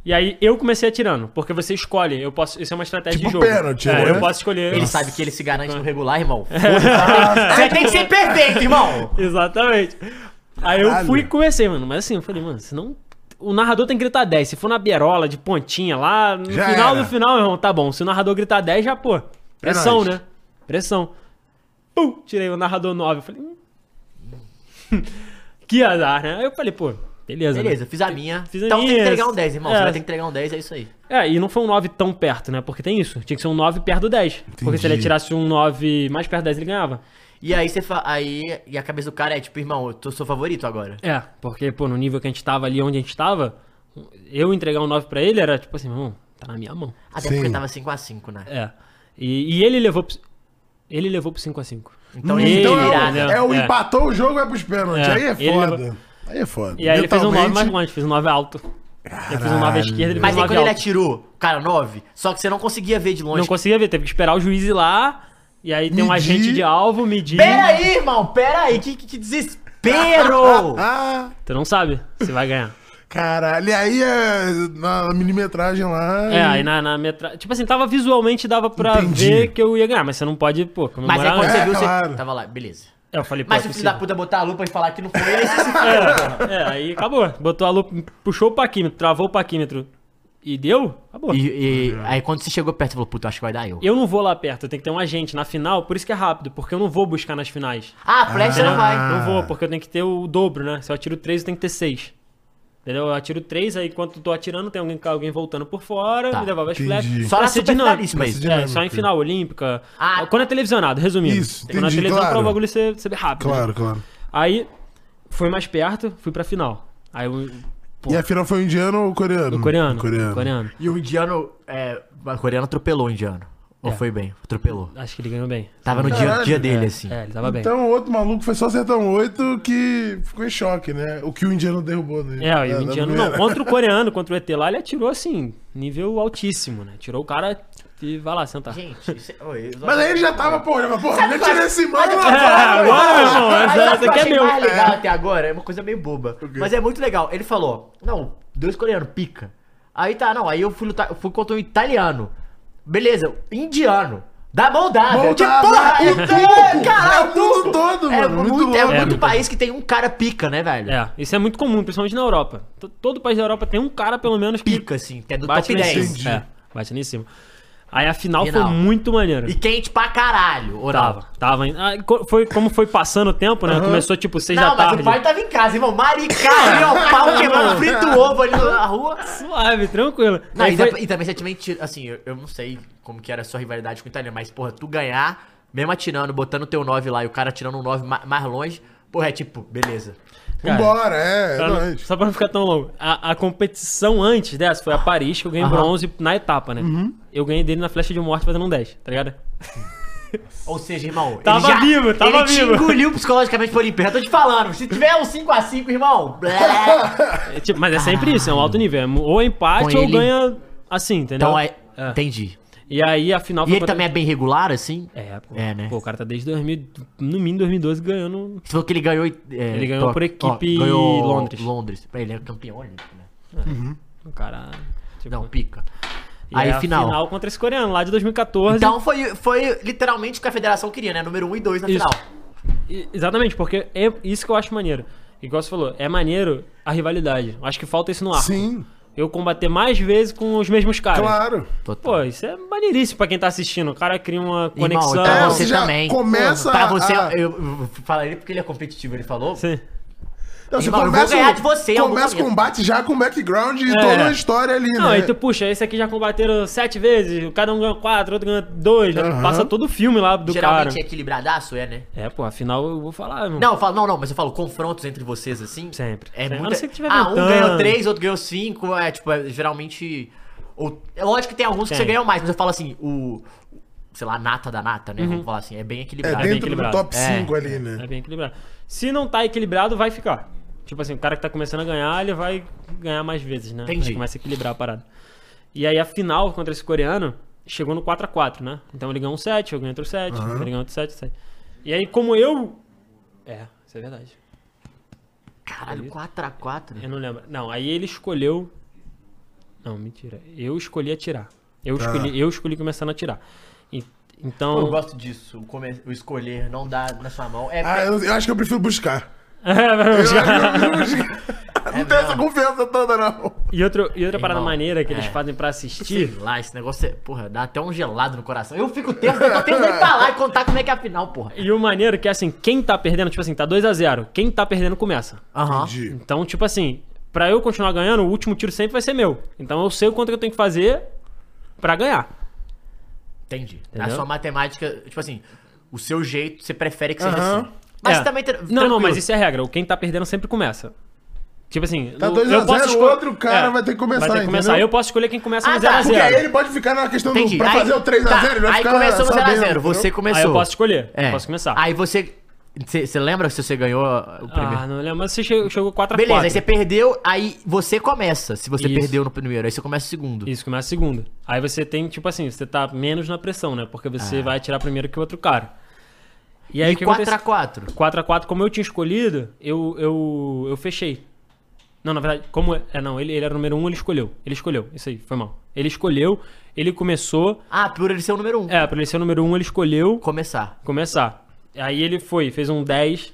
[SPEAKER 8] E aí eu comecei atirando, porque você escolhe, eu posso, isso é uma estratégia
[SPEAKER 7] Tipo
[SPEAKER 8] de jogo.
[SPEAKER 7] pênalti,
[SPEAKER 8] é,
[SPEAKER 7] né?
[SPEAKER 8] eu posso escolher.
[SPEAKER 6] Ele sabe que ele
[SPEAKER 8] *laughs*
[SPEAKER 6] se garante no regular, irmão. Foda-se. Você tem que ser perfeito, irmão.
[SPEAKER 8] Exatamente. Aí eu fui e comecei, mano. Mas assim, eu falei, mano, senão. O narrador tem que gritar 10. Se for na bierola, de pontinha, lá no
[SPEAKER 7] Já
[SPEAKER 8] final
[SPEAKER 7] era. É
[SPEAKER 8] do final, meu irmão, tá bom. Se o narrador gritar 10, já, pô. Pressão,
[SPEAKER 7] nóis.
[SPEAKER 8] né? Pressão. Pum, tirei o narrador 9. Eu falei. hum. *laughs* que azar, né? Aí eu falei, pô, beleza. né?
[SPEAKER 6] Beleza, fiz a minha.
[SPEAKER 8] Fiz a
[SPEAKER 6] então tem
[SPEAKER 8] minha.
[SPEAKER 6] que entregar um 10, irmão.
[SPEAKER 8] É.
[SPEAKER 6] Você vai ter que entregar um 10, é isso aí.
[SPEAKER 8] É, e não foi um 9 tão perto, né? Porque tem isso. Tinha que ser um 9 perto do 10. Porque se ele
[SPEAKER 7] Entendi.
[SPEAKER 8] tirasse um 9 mais perto do 10, ele ganhava.
[SPEAKER 6] E aí você fa... aí E a cabeça do cara é tipo, irmão, eu tô, sou favorito agora.
[SPEAKER 8] É, porque, pô, no nível que a gente tava ali onde a gente tava, eu entregar um 9 pra ele era tipo assim, irmão, tá na minha mão.
[SPEAKER 6] Até
[SPEAKER 7] Sim.
[SPEAKER 6] porque tava 5x5, né?
[SPEAKER 8] É. E, e ele levou pro, ele levou pro 5x5.
[SPEAKER 6] Então
[SPEAKER 8] Ih,
[SPEAKER 6] ele
[SPEAKER 7] Então é, o-
[SPEAKER 6] virado.
[SPEAKER 8] né?
[SPEAKER 7] é o
[SPEAKER 8] É.
[SPEAKER 7] empatou o jogo, vai pros pênaltis.
[SPEAKER 8] É,
[SPEAKER 7] Aí é
[SPEAKER 8] ele
[SPEAKER 7] foda.
[SPEAKER 8] levou-
[SPEAKER 7] Aí é foda.
[SPEAKER 8] E aí ele fez um 9 mais
[SPEAKER 7] Mentalmente,
[SPEAKER 8] longe, fez um 9 alto. Eu fiz um 9 à esquerda, ele
[SPEAKER 6] Mas
[SPEAKER 8] fez um
[SPEAKER 6] aí
[SPEAKER 8] 9
[SPEAKER 6] quando ele
[SPEAKER 8] alto.
[SPEAKER 6] atirou, cara, 9, só que você não conseguia ver de longe.
[SPEAKER 8] Não conseguia ver, teve que esperar o juiz ir lá, e aí tem um
[SPEAKER 7] Medir.
[SPEAKER 8] agente de alvo, medir.
[SPEAKER 6] Pera aí, irmão, pera aí, que, que- que
[SPEAKER 8] *laughs*
[SPEAKER 6] desespero!
[SPEAKER 7] Ah,
[SPEAKER 8] Tu não sabe se vai ganhar.
[SPEAKER 7] caralho. E aí é na milimetragem lá.
[SPEAKER 8] É,
[SPEAKER 7] e-
[SPEAKER 8] aí na, na metra... Tipo assim, tava visualmente, dava pra
[SPEAKER 7] Hum. Entendi.
[SPEAKER 8] ver que eu ia ganhar, mas você não pode, pô, comemorar.
[SPEAKER 6] Mas aí quando
[SPEAKER 8] antes.
[SPEAKER 6] você
[SPEAKER 7] É,
[SPEAKER 6] viu, você.
[SPEAKER 7] claro.
[SPEAKER 6] Tava lá, beleza.
[SPEAKER 8] É, Eu falei, pô,
[SPEAKER 6] Mas
[SPEAKER 8] é
[SPEAKER 6] se o filho
[SPEAKER 8] possível.
[SPEAKER 6] da puta botar a lupa e falar que não foi, aí
[SPEAKER 8] *laughs*
[SPEAKER 6] você se fudeu.
[SPEAKER 8] É, aí acabou. Botou a lupa, puxou o paquímetro, travou o paquímetro e deu, acabou.
[SPEAKER 6] E, e aí quando você chegou perto, você falou, puta, acho que vai dar eu.
[SPEAKER 8] Eu não vou lá perto, eu tenho que ter um agente na final, por isso que é rápido, porque eu não vou buscar nas finais.
[SPEAKER 6] Ah, flash você não vai.
[SPEAKER 8] Não vou, porque eu tenho que ter o dobro, né? Se eu atiro 3, eu tenho que ter 6. Entendeu? Eu atiro 3, aí enquanto eu tô atirando, tem alguém, alguém voltando por fora,
[SPEAKER 6] Tá.
[SPEAKER 8] me devolve as
[SPEAKER 7] Entendi.
[SPEAKER 8] flash.
[SPEAKER 6] Só na super finalíssima
[SPEAKER 7] Pra
[SPEAKER 6] isso.
[SPEAKER 7] ser
[SPEAKER 8] É,
[SPEAKER 7] dinâmico.
[SPEAKER 8] só em final olímpica.
[SPEAKER 6] Ah.
[SPEAKER 8] Quando é televisionado, resumindo.
[SPEAKER 7] Isso,
[SPEAKER 8] Quando é
[SPEAKER 7] entendi,
[SPEAKER 8] televisão,
[SPEAKER 7] claro.
[SPEAKER 8] pra o bagulho ser, ser rápido. né?
[SPEAKER 7] Claro, claro.
[SPEAKER 8] Aí, foi mais perto, fui pra final. Aí eu. Pô,
[SPEAKER 7] E a final foi o indiano ou o coreano?
[SPEAKER 6] Hum,
[SPEAKER 8] o coreano,
[SPEAKER 7] Coreano.
[SPEAKER 8] coreano.
[SPEAKER 6] E o indiano. É, o coreano atropelou o indiano. Ou
[SPEAKER 8] É.
[SPEAKER 6] foi bem? Atropelou.
[SPEAKER 8] Acho que ele ganhou bem.
[SPEAKER 6] Tava no dia,
[SPEAKER 7] Caralho,
[SPEAKER 6] dia dele, assim.
[SPEAKER 8] É, ele tava bem.
[SPEAKER 7] Então o outro maluco foi só acertar um 8 que ficou em choque, né? O que o indiano derrubou nele.
[SPEAKER 8] É, e
[SPEAKER 7] Na-
[SPEAKER 8] o
[SPEAKER 7] na
[SPEAKER 8] indiano não.
[SPEAKER 7] primeira.
[SPEAKER 8] Contra o coreano, contra o ET lá, ele atirou assim, nível altíssimo, né? Tirou o cara e vai lá sentar.
[SPEAKER 6] Gente, isso é... Oi, eu-
[SPEAKER 7] Mas aí ele já tava, pô, ele falou, pô, já tirei esse mano
[SPEAKER 8] É, agora, meu irmão, essa,
[SPEAKER 6] Mas
[SPEAKER 8] essa aqui é
[SPEAKER 6] achei
[SPEAKER 8] meu.
[SPEAKER 6] mais legal até agora, é uma coisa meio boba. Mas é muito legal. Ele falou: Não, dois coreanos, pica. Aí tá, não. Aí eu fui lutar, eu fui contra um italiano. Beleza, indiano. Dá mão dá, velho. Que
[SPEAKER 7] dá,
[SPEAKER 6] porra!
[SPEAKER 7] dá.
[SPEAKER 6] é-
[SPEAKER 7] O
[SPEAKER 6] é,
[SPEAKER 7] turco,
[SPEAKER 6] cara,
[SPEAKER 7] é o mundo todo,
[SPEAKER 6] é
[SPEAKER 7] mano, muito
[SPEAKER 6] Muito, é
[SPEAKER 7] louco.
[SPEAKER 6] muito
[SPEAKER 8] É.
[SPEAKER 6] país que tem um cara pica, né, velho?
[SPEAKER 8] É, isso é muito comum, principalmente na Europa. To- Todo país da Europa tem um cara, pelo menos, que
[SPEAKER 6] Pica, assim, que é do
[SPEAKER 8] bate
[SPEAKER 6] top
[SPEAKER 8] lá
[SPEAKER 6] 10.
[SPEAKER 8] em cima. É, bate lá em cima. Aí a final
[SPEAKER 6] Final.
[SPEAKER 8] foi muito maneira.
[SPEAKER 6] E quente pra caralho, oral.
[SPEAKER 8] Tava, tava. em- ah, co- foi como foi passando o tempo, né? Começou tipo 6
[SPEAKER 6] Não, mas
[SPEAKER 8] da tarde.
[SPEAKER 6] o pai tava em casa, irmão. Maricá, ali, ó,
[SPEAKER 8] *laughs*
[SPEAKER 6] pau quebrando frito ovo ali na rua.
[SPEAKER 8] Suave, tranquilo.
[SPEAKER 6] tá Não,
[SPEAKER 8] Aí
[SPEAKER 6] e,
[SPEAKER 8] foi-
[SPEAKER 6] da- e também você também tira, assim, eu, eu não sei como que era a sua rivalidade com o italiano, mas, porra, tu ganhar, mesmo atirando, botando teu 9 lá e o cara atirando um 9 ma- mais longe, porra, é tipo, beleza.
[SPEAKER 8] cara,
[SPEAKER 7] Vambora, é, é
[SPEAKER 8] pra não-
[SPEAKER 7] nóis.
[SPEAKER 8] só pra não ficar tão longo. A, a competição antes dessa foi a Paris, que eu ganhei bronze na etapa, né?
[SPEAKER 6] Uhum.
[SPEAKER 8] Eu ganhei dele na flecha de morte fazendo um 10, tá ligado?
[SPEAKER 6] Ou seja, irmão, ele
[SPEAKER 8] Tava vivo, tava
[SPEAKER 6] ele
[SPEAKER 8] vivo.
[SPEAKER 6] te engoliu psicologicamente por Olimpíada, eu tô te falando, se tiver um 5x5, irmão, blé.
[SPEAKER 8] É, tipo, mas é sempre isso, é um alto nível. é mu- Ou empate
[SPEAKER 6] Com
[SPEAKER 8] ou
[SPEAKER 6] ele-
[SPEAKER 8] ganha assim, entendeu?
[SPEAKER 6] Então, é,
[SPEAKER 8] É.
[SPEAKER 6] entendi.
[SPEAKER 8] E aí a final
[SPEAKER 6] E ele
[SPEAKER 8] contra-
[SPEAKER 6] também é bem regular, assim?
[SPEAKER 8] É, pô,
[SPEAKER 6] É, né?
[SPEAKER 8] pô, o cara tá desde 2000, no mínimo 2012 ganhando.
[SPEAKER 6] Você falou que ele ganhou... é,
[SPEAKER 8] Ele ganhou
[SPEAKER 6] to-
[SPEAKER 8] por
[SPEAKER 6] ó,
[SPEAKER 8] equipe
[SPEAKER 6] ganhou
[SPEAKER 8] Londres.
[SPEAKER 6] Londres. Pô, Ele é campeão olímpico, né?
[SPEAKER 8] O cara. tipo,
[SPEAKER 6] Não, pica.
[SPEAKER 8] e
[SPEAKER 6] Hum. Aí,
[SPEAKER 8] a
[SPEAKER 6] final.
[SPEAKER 8] final contra esse coreano lá de 2014.
[SPEAKER 6] Então foi, foi literalmente o que a federação queria, né? Número 1 e 2 na
[SPEAKER 8] Isso.
[SPEAKER 6] final.
[SPEAKER 8] E- Exatamente, porque é isso que eu acho maneiro. Igual você falou, é maneiro a rivalidade. Eu Acho que falta isso no arco.
[SPEAKER 7] Sim,
[SPEAKER 8] Eu combater mais vezes com os mesmos caras.
[SPEAKER 7] claro.
[SPEAKER 8] Pô, isso é maneiríssimo pra quem tá assistindo. O cara cria uma
[SPEAKER 6] Irmão,
[SPEAKER 8] conexão.
[SPEAKER 6] pra
[SPEAKER 7] É,
[SPEAKER 6] você
[SPEAKER 7] você já
[SPEAKER 6] também.
[SPEAKER 7] começa
[SPEAKER 6] pra você,
[SPEAKER 7] a-
[SPEAKER 6] eu, eu falaria porque ele é competitivo, ele falou.
[SPEAKER 8] Sim.
[SPEAKER 7] Então, você
[SPEAKER 6] Irmão, eu vou
[SPEAKER 7] começa,
[SPEAKER 6] ganhar
[SPEAKER 7] o-
[SPEAKER 6] de você em algum
[SPEAKER 7] começa o
[SPEAKER 6] momento.
[SPEAKER 7] combate já com o background e
[SPEAKER 8] É.
[SPEAKER 7] toda a história ali,
[SPEAKER 8] Não,
[SPEAKER 7] né?
[SPEAKER 8] aí tu puxa, esse aqui já combateram sete vezes, cada um ganhou quatro, outro ganhou dois, já
[SPEAKER 7] Aham.
[SPEAKER 8] passa todo o filme lá do
[SPEAKER 6] Geralmente é
[SPEAKER 8] cara.
[SPEAKER 6] equilibradaço, é, né?
[SPEAKER 8] É, pô, afinal eu vou falar, irmão.
[SPEAKER 6] Não, eu falo, não, não, mas eu falo confrontos entre vocês assim.
[SPEAKER 8] Sempre.
[SPEAKER 6] É
[SPEAKER 8] Sempre.
[SPEAKER 6] muito.
[SPEAKER 8] A não ser que tiver
[SPEAKER 6] ah, um
[SPEAKER 8] ventando.
[SPEAKER 6] ganhou três, outro ganhou cinco. É, tipo, é, geralmente. Ou, é lógico que tem alguns
[SPEAKER 8] Tem.
[SPEAKER 6] que você ganhou mais, mas eu falo assim, o. Sei lá, a nata da nata, né? Vamos falar assim, é bem
[SPEAKER 7] É
[SPEAKER 6] equilibrado.
[SPEAKER 7] dentro do
[SPEAKER 8] equilibrado.
[SPEAKER 7] top
[SPEAKER 6] É,
[SPEAKER 7] 5 ali, né?
[SPEAKER 8] É bem equilibrado. Se não tá equilibrado, vai ficar. Tipo assim, o cara que tá começando a ganhar, ele vai ganhar mais vezes, né?
[SPEAKER 6] Entendi.
[SPEAKER 8] Aí começa a equilibrar a parada. E aí a final contra esse coreano chegou no 4x4, né? Então ele ganhou um 7, eu ganhei outro 7, ele ganhou outro 7, 7. E aí, como eu. É, isso é verdade.
[SPEAKER 6] Caralho, 4x4.
[SPEAKER 8] Eu não lembro. Não, aí ele escolheu. Não, mentira. Eu escolhi atirar. Eu, escolhi, eu escolhi começando a atirar. E- então.
[SPEAKER 6] Eu gosto disso, o, come- o escolher não dá na sua mão. É,
[SPEAKER 8] Ah,
[SPEAKER 7] Ah, eu, eu acho que eu prefiro buscar. *laughs*
[SPEAKER 6] É
[SPEAKER 7] Não tem essa confiança toda, não.
[SPEAKER 8] *laughs* E, outro, e outra parada
[SPEAKER 6] Irmão,
[SPEAKER 8] maneira que eles
[SPEAKER 6] é.
[SPEAKER 8] fazem pra assistir.
[SPEAKER 6] Sei lá, esse negócio é. Porra, dá até um gelado no coração. Eu fico tenso, eu tô tentando ir pra lá e contar como é que é a final, porra.
[SPEAKER 8] E o maneiro que é assim, quem tá perdendo, tipo assim, tá 2x0. Quem tá perdendo começa.
[SPEAKER 6] Aham.
[SPEAKER 7] Entendi.
[SPEAKER 8] Então, tipo assim, pra eu continuar ganhando, o último tiro sempre vai ser meu. Então eu sei o quanto que eu tenho que fazer pra ganhar.
[SPEAKER 6] Entendi. A
[SPEAKER 8] Entendeu?
[SPEAKER 6] sua matemática, tipo assim, o seu jeito, você prefere que seja
[SPEAKER 7] Aham.
[SPEAKER 6] assim. Mas
[SPEAKER 8] É.
[SPEAKER 6] você também. tra-
[SPEAKER 8] Não, não,
[SPEAKER 6] tranquilo.
[SPEAKER 8] mas isso é regra. o Quem tá perdendo sempre começa. Tipo assim,
[SPEAKER 7] Tá
[SPEAKER 8] eu-
[SPEAKER 7] 2 a
[SPEAKER 8] eu posso
[SPEAKER 7] 0,
[SPEAKER 8] escol- É.
[SPEAKER 7] o outro cara vai ter que começar,
[SPEAKER 8] Vai ter que começar.
[SPEAKER 7] entendeu?
[SPEAKER 8] Eu posso escolher quem começa
[SPEAKER 6] Ah,
[SPEAKER 8] no
[SPEAKER 6] tá. Porque
[SPEAKER 7] Porque aí
[SPEAKER 8] 0x0.
[SPEAKER 7] ele pode ficar na
[SPEAKER 8] é um
[SPEAKER 7] questão
[SPEAKER 6] Entendi.
[SPEAKER 7] do. Pra
[SPEAKER 6] Aí-
[SPEAKER 7] fazer o 3x0,
[SPEAKER 6] tá,
[SPEAKER 8] né?
[SPEAKER 7] ele vai
[SPEAKER 6] Aí
[SPEAKER 7] ficar.
[SPEAKER 6] começou no 0x0,
[SPEAKER 7] sabendo,
[SPEAKER 6] você
[SPEAKER 7] entendeu?
[SPEAKER 6] começou.
[SPEAKER 8] Aí eu posso escolher.
[SPEAKER 6] É.
[SPEAKER 8] Posso começar.
[SPEAKER 6] Aí você. Você lembra se você ganhou o primeiro?
[SPEAKER 8] Ah, não lembro. Mas você chegou, chegou 4x4.
[SPEAKER 6] Beleza, aí você perdeu, aí você começa. Se você
[SPEAKER 8] Isso.
[SPEAKER 6] perdeu no primeiro, aí você começa o segundo.
[SPEAKER 8] Isso, começa a segunda. Aí você tem, tipo assim, você tá menos na pressão, né? Porque
[SPEAKER 7] Ah.
[SPEAKER 8] você vai atirar primeiro que o outro cara. E É aí
[SPEAKER 6] E
[SPEAKER 8] o que aconteceu?
[SPEAKER 6] 4x4.
[SPEAKER 8] 4x4, como eu tinha escolhido, eu, eu, eu fechei. Não, na verdade, como. É, é, não, ele, ele era o número 1, um, ele escolheu. Ele escolheu, isso aí, foi mal. Ele escolheu, ele começou.
[SPEAKER 6] Ah, por ele ser o número 1. Um.
[SPEAKER 8] É, pra ele ser o número 1, um, ele escolheu
[SPEAKER 6] Começar.
[SPEAKER 8] começar. Aí ele foi, fez um 10,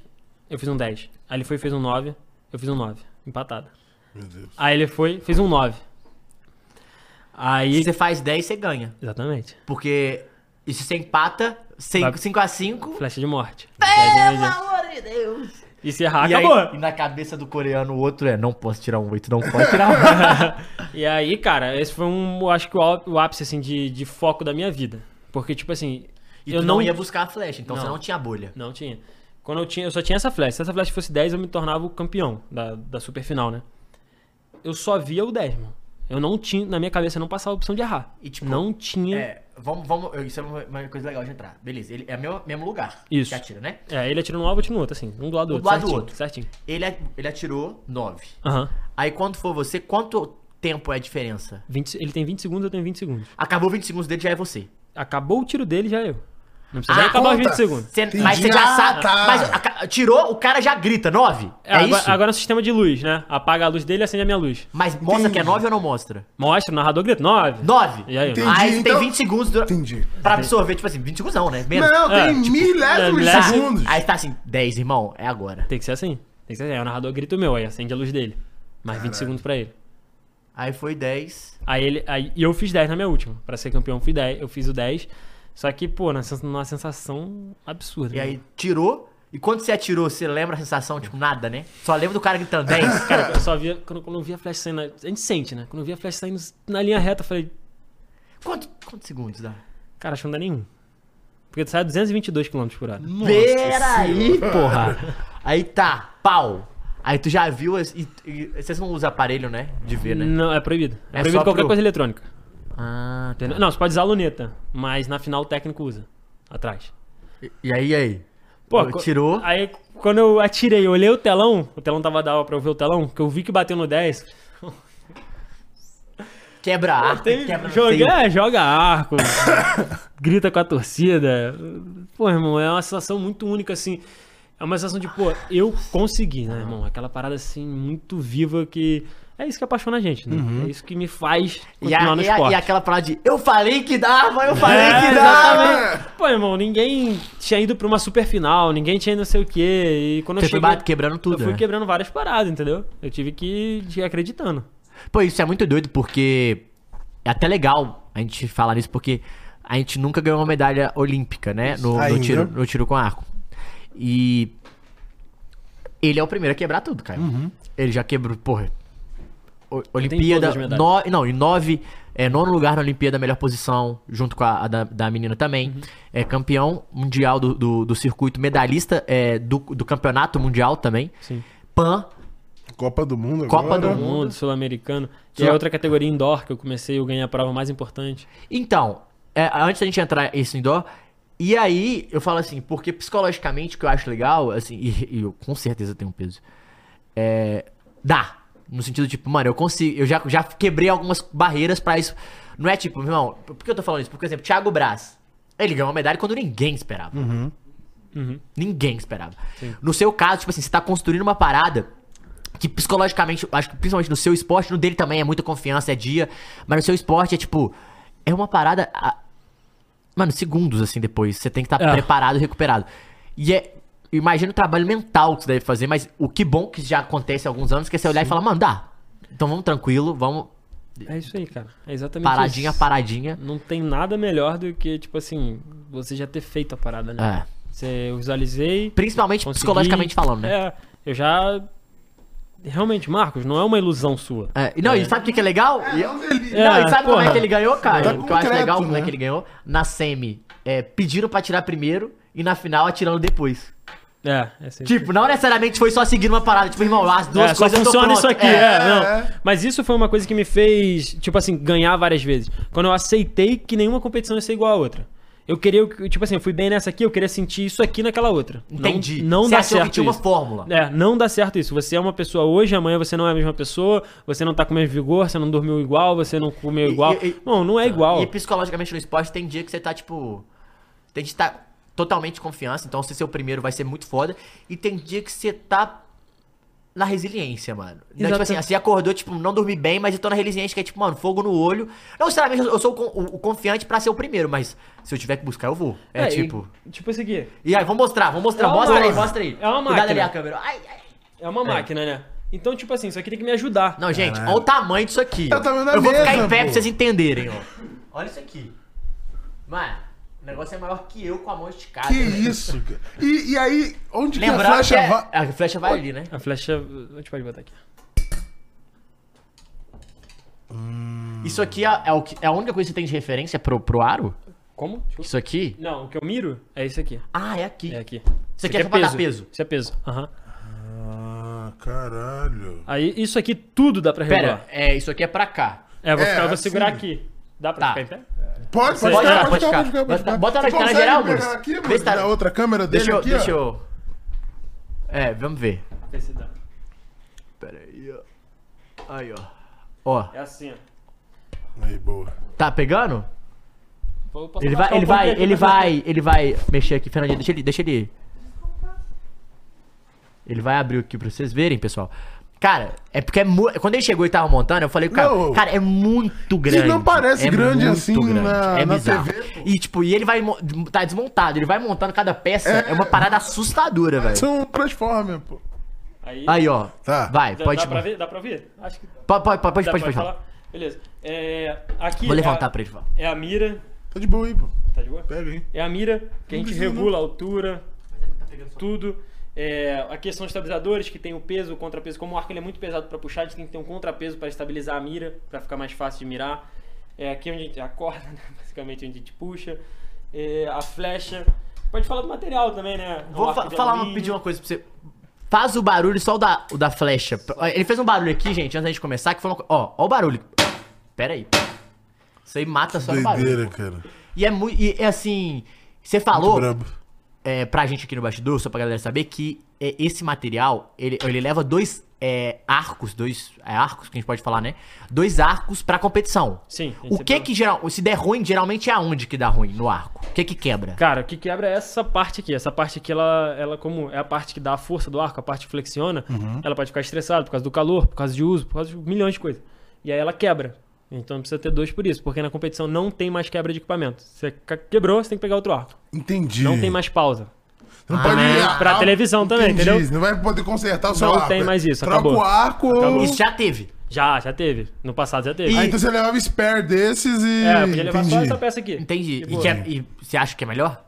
[SPEAKER 8] eu fiz um 10. Aí ele foi, fez um 9, eu fiz um 9. Empatada.
[SPEAKER 7] Meu Deus.
[SPEAKER 8] Aí ele foi, fez um 9.
[SPEAKER 6] Se
[SPEAKER 8] Aí.
[SPEAKER 6] você faz 10, você ganha.
[SPEAKER 8] Exatamente.
[SPEAKER 6] Porque. E se você empata,
[SPEAKER 8] Vai-
[SPEAKER 6] 5x5.
[SPEAKER 8] Flecha de morte. Pelo amor de Deus! E se errar,
[SPEAKER 6] E, aí,
[SPEAKER 8] acabou.
[SPEAKER 6] e na cabeça do coreano, o outro é: não posso tirar um 8, não pode tirar um.
[SPEAKER 8] E aí, cara, esse foi um, eu acho que o á- o ápice, assim, de, de foco da minha vida. Porque, tipo assim,
[SPEAKER 6] E
[SPEAKER 8] *laughs* eu
[SPEAKER 6] tu não
[SPEAKER 8] não
[SPEAKER 6] ia buscar a flecha, então você não tinha bolha.
[SPEAKER 8] Não tinha. Quando eu tinha, eu só tinha essa flecha. Se essa flecha fosse 10, eu me tornava o campeão da, da super final, né? Eu só via o 10, mano. Eu não tinha, na minha cabeça, não passava a opção de errar.
[SPEAKER 6] E, tipo,
[SPEAKER 8] não tinha. É,
[SPEAKER 6] É, vamos, vamos. Isso é uma uma coisa legal de entrar. Beleza, ele é o mesmo, mesmo lugar.
[SPEAKER 8] Isso.
[SPEAKER 6] Que atira, né?
[SPEAKER 8] É, ele atira num alvo, eu atiro no outro, assim. Um do lado do
[SPEAKER 6] Um
[SPEAKER 8] outro.
[SPEAKER 6] do lado do
[SPEAKER 8] certinho,
[SPEAKER 6] outro.
[SPEAKER 8] Certinho.
[SPEAKER 6] Ele, a- ele atirou 9.
[SPEAKER 8] Aham.
[SPEAKER 6] Aí quando for você, quanto tempo é a diferença?
[SPEAKER 8] 20 ele tem 20 segundos, eu tenho 20 segundos.
[SPEAKER 6] Acabou 20 segundos dele, já é você.
[SPEAKER 8] Acabou o tiro dele, já é eu. Não precisa
[SPEAKER 6] Ah,
[SPEAKER 8] nem acabar os
[SPEAKER 7] conta.
[SPEAKER 8] 20 segundos.
[SPEAKER 6] Cê-
[SPEAKER 7] Entendi.
[SPEAKER 6] mas você já
[SPEAKER 7] Ah,
[SPEAKER 6] sabe.
[SPEAKER 7] tá.
[SPEAKER 6] Mas aca- tirou, o cara já grita 9. É,
[SPEAKER 8] agora,
[SPEAKER 6] isso?
[SPEAKER 8] agora é o sistema de luz, né? Apaga a luz dele e acende a minha luz.
[SPEAKER 6] Mas mostra
[SPEAKER 7] Entendi.
[SPEAKER 6] que é 9 ou não mostra?
[SPEAKER 8] Mostra, o narrador grita 9.
[SPEAKER 6] 9.
[SPEAKER 8] E aí, Ah,
[SPEAKER 7] Entendi,
[SPEAKER 6] Aí você tem
[SPEAKER 7] então-
[SPEAKER 6] 20 segundos dura-
[SPEAKER 7] Entendi.
[SPEAKER 6] pra absorver, tipo assim, 20 segundos não, né? Menos.
[SPEAKER 7] Não,
[SPEAKER 8] É,
[SPEAKER 7] tem
[SPEAKER 8] tipo,
[SPEAKER 7] milésimos
[SPEAKER 8] é,
[SPEAKER 7] de segundos.
[SPEAKER 6] Aí tá assim, 10, irmão, é agora.
[SPEAKER 8] Tem que ser assim. Tem que ser assim. Aí o narrador grita o meu, aí acende a luz dele. Mais 20 segundos pra ele.
[SPEAKER 6] Aí foi 10.
[SPEAKER 8] Aí ele. Aí, e eu fiz 10 na minha última. Pra ser campeão, eu fiz 10, eu fiz o 10. Só que, pô, na sens- numa sensação absurda.
[SPEAKER 6] E
[SPEAKER 8] né?
[SPEAKER 6] aí tirou. E quando você atirou, você lembra a sensação, tipo, nada, né? Só lembra do cara gritando 10.
[SPEAKER 8] Cara, eu só via. Quando, quando eu via a flash saindo. na- A gente sente, né? Quando eu via a flash saindo na linha reta, eu falei,
[SPEAKER 6] Quanto- quantos segundos dá?
[SPEAKER 8] cara, acho que não dá nenhum. Porque tu sai a 222 km por hora.
[SPEAKER 6] Peraí, porra. Aí tá, pau. Aí tu já viu. as- E, e- vocês não usam aparelho, né? De ver, né?
[SPEAKER 8] Não, é proibido.
[SPEAKER 6] É
[SPEAKER 8] É, proibido
[SPEAKER 6] só
[SPEAKER 8] qualquer
[SPEAKER 6] pro-
[SPEAKER 8] coisa eletrônica.
[SPEAKER 6] Ah, tá.
[SPEAKER 8] Entendeu? Não, você pode usar a luneta, mas na final o técnico usa. Atrás.
[SPEAKER 6] E aí, e aí? Pô,
[SPEAKER 8] co-
[SPEAKER 6] tirou.
[SPEAKER 8] Aí, quando eu atirei, eu olhei o telão, o telão tava dava pra eu ver o telão, que eu vi que bateu no 10.
[SPEAKER 6] Quebra a arco,
[SPEAKER 8] Tem,
[SPEAKER 6] quebra não
[SPEAKER 8] joga,
[SPEAKER 6] sei.
[SPEAKER 8] é, joga arco, *coughs* grita com a torcida. Pô, irmão, é uma sensação muito única, assim. É uma sensação de, pô, eu consegui, né, irmão? Aquela parada, assim, muito viva que... É isso que apaixona a gente, né?
[SPEAKER 6] Uhum.
[SPEAKER 8] É isso que me faz
[SPEAKER 6] E, a,
[SPEAKER 8] continuar no
[SPEAKER 6] e, a,
[SPEAKER 8] esporte.
[SPEAKER 6] e aquela parada de eu falei que dava, eu falei
[SPEAKER 8] É,
[SPEAKER 6] que dava.
[SPEAKER 8] exatamente. Pô, irmão, ninguém tinha ido pra uma super final, ninguém tinha ido não sei o quê. E quando
[SPEAKER 6] Você
[SPEAKER 8] eu
[SPEAKER 6] foi
[SPEAKER 8] cheguei...
[SPEAKER 6] bate- quebrando tudo.
[SPEAKER 8] Eu fui
[SPEAKER 6] né?
[SPEAKER 8] quebrando várias paradas, entendeu? Eu tive que ir acreditando.
[SPEAKER 6] Pô, isso é muito doido porque é até legal a gente falar nisso porque a gente nunca ganhou uma medalha olímpica, né? No, no
[SPEAKER 7] Ainda.
[SPEAKER 6] tiro, no tiro com arco. E ele é o primeiro a quebrar tudo, cara. Ele já quebrou, porra. o-
[SPEAKER 8] todas
[SPEAKER 6] Olimpíada,
[SPEAKER 8] as medalhas.
[SPEAKER 6] no, não, em nove, é, nono lugar na Olimpíada, melhor posição, junto com a, a da, da menina também. É campeão mundial do, do, do circuito, medalhista é, do, do campeonato mundial também.
[SPEAKER 8] Sim.
[SPEAKER 6] Pan,
[SPEAKER 7] Copa do Mundo agora.
[SPEAKER 6] Copa do
[SPEAKER 8] Do mundo, sul-americano. E é
[SPEAKER 6] Sul-
[SPEAKER 8] outra categoria indoor que eu comecei, eu ganhei a prova mais importante.
[SPEAKER 6] Então, é, antes da gente entrar isso indoor, e aí eu falo assim, porque psicologicamente o que eu acho legal, assim, e, e eu com certeza tenho um peso, é, dá. No sentido, tipo, mano, eu consigo, eu já, já quebrei algumas barreiras pra isso. Não é tipo, meu irmão, por que eu tô falando isso? Porque, por exemplo, Thiago Braz, ele ganhou uma medalha quando ninguém esperava. Ninguém esperava. No seu caso, tipo assim, você tá construindo uma parada que psicologicamente, acho que principalmente no seu esporte, no dele também é muita confiança, é dia, mas no seu esporte é tipo. É uma parada. a- Mano, segundos assim depois. Você tem que estar
[SPEAKER 8] É.
[SPEAKER 6] preparado e recuperado. E é. e imagino o trabalho mental que você deve fazer, mas o que bom que já acontece há alguns anos, que é você olhar e falar, mano, dá. Então vamos tranquilo, vamos
[SPEAKER 8] É isso aí, cara. É exatamente
[SPEAKER 6] paradinha,
[SPEAKER 8] isso.
[SPEAKER 6] paradinha.
[SPEAKER 8] Não tem nada melhor do que, tipo assim, você já ter feito a parada, né?
[SPEAKER 6] É.
[SPEAKER 8] Você, eu visualizei.
[SPEAKER 6] Principalmente
[SPEAKER 8] consegui.
[SPEAKER 6] psicologicamente falando, né?
[SPEAKER 8] É, eu já. Realmente, Marcos, não é uma ilusão sua.
[SPEAKER 6] É, e não, e sabe o que, que é legal? E-
[SPEAKER 7] um delírio.
[SPEAKER 6] não,
[SPEAKER 8] É,
[SPEAKER 6] e sabe como é
[SPEAKER 8] porra.
[SPEAKER 6] que ele ganhou, Caio?
[SPEAKER 7] Tá
[SPEAKER 6] o que eu acho
[SPEAKER 7] concreto,
[SPEAKER 6] legal como é
[SPEAKER 7] né?
[SPEAKER 6] que ele ganhou. Na semi, é, pediram pra tirar primeiro e na final atirando depois.
[SPEAKER 8] É, é sempre-
[SPEAKER 6] Tipo, não necessariamente foi só seguir uma parada, tipo, irmão, as duas
[SPEAKER 8] É, só
[SPEAKER 6] coisas eu tô
[SPEAKER 8] funciona isso
[SPEAKER 6] pronto.
[SPEAKER 8] aqui, é, não.
[SPEAKER 7] é.
[SPEAKER 8] Mas isso foi uma coisa que me fez, tipo assim, ganhar várias vezes. Quando eu aceitei que nenhuma competição ia ser igual à outra. Eu queria, o- tipo assim, eu fui bem nessa aqui, eu queria sentir isso aqui naquela outra. Não-
[SPEAKER 6] Entendi.
[SPEAKER 8] Não,
[SPEAKER 6] Você
[SPEAKER 8] dá
[SPEAKER 6] achou que
[SPEAKER 8] certo
[SPEAKER 6] tinha uma
[SPEAKER 8] isso.
[SPEAKER 6] fórmula.
[SPEAKER 8] É, não dá certo isso. Você é uma pessoa hoje, amanhã você não é a mesma pessoa, você não tá com o mesmo vigor, você não dormiu igual, você não comeu
[SPEAKER 6] E-
[SPEAKER 8] igual.
[SPEAKER 6] e- e-
[SPEAKER 8] Não, não é igual.
[SPEAKER 6] E psicologicamente no esporte tem dia que você tá, tipo. Tem dia que tá totalmente confiança, então se ser o primeiro vai ser muito foda. E tem dia que você tá na resiliência, mano. Não, tipo
[SPEAKER 8] Exato.
[SPEAKER 6] assim, você acordou, tipo, não dormi bem, mas eu tô na resiliência, que é tipo, mano, fogo no olho. Não, sinceramente, eu sou o, con- o- o confiante pra ser o primeiro, mas se eu tiver que buscar, eu vou. É,
[SPEAKER 8] e-
[SPEAKER 6] tipo.
[SPEAKER 8] tipo isso aqui.
[SPEAKER 6] E... aí, vamos mostrar, vamos mostrar.
[SPEAKER 8] É uma
[SPEAKER 6] mostra aí,
[SPEAKER 8] máquina.
[SPEAKER 6] mostra aí.
[SPEAKER 8] É uma
[SPEAKER 6] Cuidado ali
[SPEAKER 8] máquina.
[SPEAKER 6] a câmera. Ai, ai.
[SPEAKER 8] É uma máquina, né? Então, tipo assim, isso aqui tem que me ajudar.
[SPEAKER 6] Não, gente, olha o tamanho disso aqui.
[SPEAKER 7] É
[SPEAKER 6] ó.
[SPEAKER 7] o tamanho da
[SPEAKER 6] Eu vou ficar
[SPEAKER 7] mesa,
[SPEAKER 6] em pé
[SPEAKER 7] pô.
[SPEAKER 6] pra vocês entenderem, ó. Olha isso aqui. Mano, o negócio é maior que eu com a mão esticada.
[SPEAKER 7] Que
[SPEAKER 6] né?
[SPEAKER 7] isso, cara. E, e aí, onde que a
[SPEAKER 6] Lembrando que
[SPEAKER 7] flecha
[SPEAKER 6] é-
[SPEAKER 7] vai.
[SPEAKER 6] a flecha vai ali, né?
[SPEAKER 8] A flecha. A gente pode botar aqui.
[SPEAKER 6] Isso aqui é, é o que- é a única coisa que você tem de referência pro, pro aro?
[SPEAKER 8] Como? Desculpa.
[SPEAKER 6] Isso aqui?
[SPEAKER 8] Não, o que eu miro é isso aqui.
[SPEAKER 6] Ah, é aqui.
[SPEAKER 8] É aqui.
[SPEAKER 6] Isso
[SPEAKER 8] Isso
[SPEAKER 6] aqui é só pra dar peso.
[SPEAKER 8] Isso é peso. Aham.
[SPEAKER 7] Ah, caralho.
[SPEAKER 8] Aí, isso aqui tudo dá pra
[SPEAKER 6] Pera,
[SPEAKER 8] regular.
[SPEAKER 6] é, isso aqui é pra cá.
[SPEAKER 8] É, eu vou,
[SPEAKER 7] É,
[SPEAKER 8] ficar, eu vou
[SPEAKER 7] assim.
[SPEAKER 8] segurar aqui. Dá pra
[SPEAKER 6] Tá.
[SPEAKER 8] ficar em pé?
[SPEAKER 7] Pode, pode,
[SPEAKER 6] Pode
[SPEAKER 7] ficar, pode ficar,
[SPEAKER 6] ficar, pode
[SPEAKER 7] pode
[SPEAKER 6] ficar.
[SPEAKER 7] ficar, pode ficar.
[SPEAKER 6] Bota na-
[SPEAKER 7] Você
[SPEAKER 6] na
[SPEAKER 7] consegue
[SPEAKER 6] geral,
[SPEAKER 7] pegar
[SPEAKER 6] Bruno?
[SPEAKER 7] aqui,
[SPEAKER 6] Vê se
[SPEAKER 7] mano,
[SPEAKER 6] tá-
[SPEAKER 7] da outra câmera dele
[SPEAKER 6] Deixa eu.
[SPEAKER 7] aqui,
[SPEAKER 6] deixa
[SPEAKER 7] ó.
[SPEAKER 6] eu. É, vamos ver.
[SPEAKER 8] Vê se dá.
[SPEAKER 6] Pera aí, ó. Aí, ó. Ó,
[SPEAKER 8] É assim, ó.
[SPEAKER 7] Aí, boa.
[SPEAKER 6] tá pegando?
[SPEAKER 8] Vou- posso
[SPEAKER 6] Ele
[SPEAKER 8] baixar
[SPEAKER 6] vai,
[SPEAKER 8] um
[SPEAKER 6] ele vai,
[SPEAKER 8] pouquinho
[SPEAKER 6] ele
[SPEAKER 8] aqui, mas-
[SPEAKER 6] vai, ele vai mexer aqui, Fernandinho, deixa ele, deixa ele. Ele vai abrir aqui pra vocês verem, pessoal. Cara, é porque é mu... quando ele chegou e tava montando, eu falei, cara,
[SPEAKER 7] Não.
[SPEAKER 6] cara, é muito grande.
[SPEAKER 7] não parece
[SPEAKER 6] é
[SPEAKER 7] grande
[SPEAKER 6] muito É
[SPEAKER 7] assim na- na
[SPEAKER 6] bizarro.
[SPEAKER 7] TV, pô.
[SPEAKER 6] E tipo, e ele vai mo- tá desmontado, ele vai montando cada peça, é,
[SPEAKER 7] É.
[SPEAKER 6] uma parada
[SPEAKER 7] *laughs*
[SPEAKER 6] assustadora, velho.
[SPEAKER 7] São um Transformer, pô.
[SPEAKER 8] Aí,
[SPEAKER 6] Aí, ó.
[SPEAKER 7] Tá.
[SPEAKER 6] Vai,
[SPEAKER 8] dá,
[SPEAKER 6] pode
[SPEAKER 8] dá pra
[SPEAKER 6] pode
[SPEAKER 8] ver? Dá pra ver? Acho que.
[SPEAKER 6] pode pode pode,
[SPEAKER 8] dá
[SPEAKER 6] pode
[SPEAKER 8] pra
[SPEAKER 6] falar.
[SPEAKER 8] Beleza. É, aqui
[SPEAKER 6] Vou
[SPEAKER 8] é
[SPEAKER 6] levantar
[SPEAKER 8] a-
[SPEAKER 6] pra ele falar.
[SPEAKER 8] É a mira.
[SPEAKER 7] Tá de boa aí, pô.
[SPEAKER 8] Tá de boa?
[SPEAKER 7] Pega aí.
[SPEAKER 8] É a mira que a gente
[SPEAKER 7] precisa, não.
[SPEAKER 8] regula a altura, tudo. É, aqui são os estabilizadores que tem o peso, o contrapeso. Como o arco ele é muito pesado para puxar, a gente tem que ter um contrapeso para estabilizar a mira, para ficar mais fácil de mirar. É aqui onde a gente acorda, *laughs* né? basicamente onde a gente puxa. É, a flecha. Pode falar do material também, né? É um
[SPEAKER 6] Vou
[SPEAKER 8] arco
[SPEAKER 6] fa-
[SPEAKER 8] de
[SPEAKER 6] falar, uma,
[SPEAKER 8] alumínio.
[SPEAKER 6] pedir uma coisa pra você. Faz o barulho só o da, o da flecha. Ele fez um barulho aqui, gente, antes da gente começar, que foi uma co- Ó, ó o barulho. Pera aí. Isso aí mata
[SPEAKER 8] Tá
[SPEAKER 6] só o barulho.
[SPEAKER 7] Doideira, cara.
[SPEAKER 6] E é muito. E é assim. Você
[SPEAKER 7] Muito
[SPEAKER 6] falou
[SPEAKER 7] brabo.
[SPEAKER 6] é, pra gente aqui no bastidor, só pra galera saber, que é, esse material, ele, ele leva dois é, arcos, dois é, arcos que a gente pode falar, né? Dois arcos pra competição.
[SPEAKER 8] Sim, a gente
[SPEAKER 6] O que
[SPEAKER 8] separa.
[SPEAKER 6] que geral, se der ruim, geralmente é aonde que dá ruim no arco? O que que quebra?
[SPEAKER 8] Cara, o que quebra é essa parte aqui. Essa parte aqui, ela, ela como é a parte que dá a força do arco, a parte que flexiona,
[SPEAKER 7] Uhum.
[SPEAKER 8] ela pode ficar estressada por causa do calor, por causa de uso, por causa de milhões de coisas. E aí ela quebra. Então precisa ter dois por isso, porque na competição não tem mais quebra de equipamento. Você ca- quebrou, você tem que pegar outro arco.
[SPEAKER 7] Entendi.
[SPEAKER 8] Não tem mais pausa.
[SPEAKER 7] Não pode
[SPEAKER 6] Ah,
[SPEAKER 7] ir-
[SPEAKER 8] pra televisão também, entendeu?
[SPEAKER 7] Não vai poder consertar o seu
[SPEAKER 8] Não
[SPEAKER 7] arco.
[SPEAKER 8] tem mais isso,
[SPEAKER 7] Troca
[SPEAKER 8] acabou.
[SPEAKER 7] o arco ou...
[SPEAKER 6] Isso já teve.
[SPEAKER 8] Já, já teve. No passado já teve.
[SPEAKER 6] E-
[SPEAKER 7] Ah, então você levava spare desses e...
[SPEAKER 8] É, eu podia levar só
[SPEAKER 7] Entendi.
[SPEAKER 8] essa peça aqui.
[SPEAKER 6] Entendi.
[SPEAKER 8] De
[SPEAKER 6] E,
[SPEAKER 8] boa.
[SPEAKER 6] que é- e você acha que é melhor?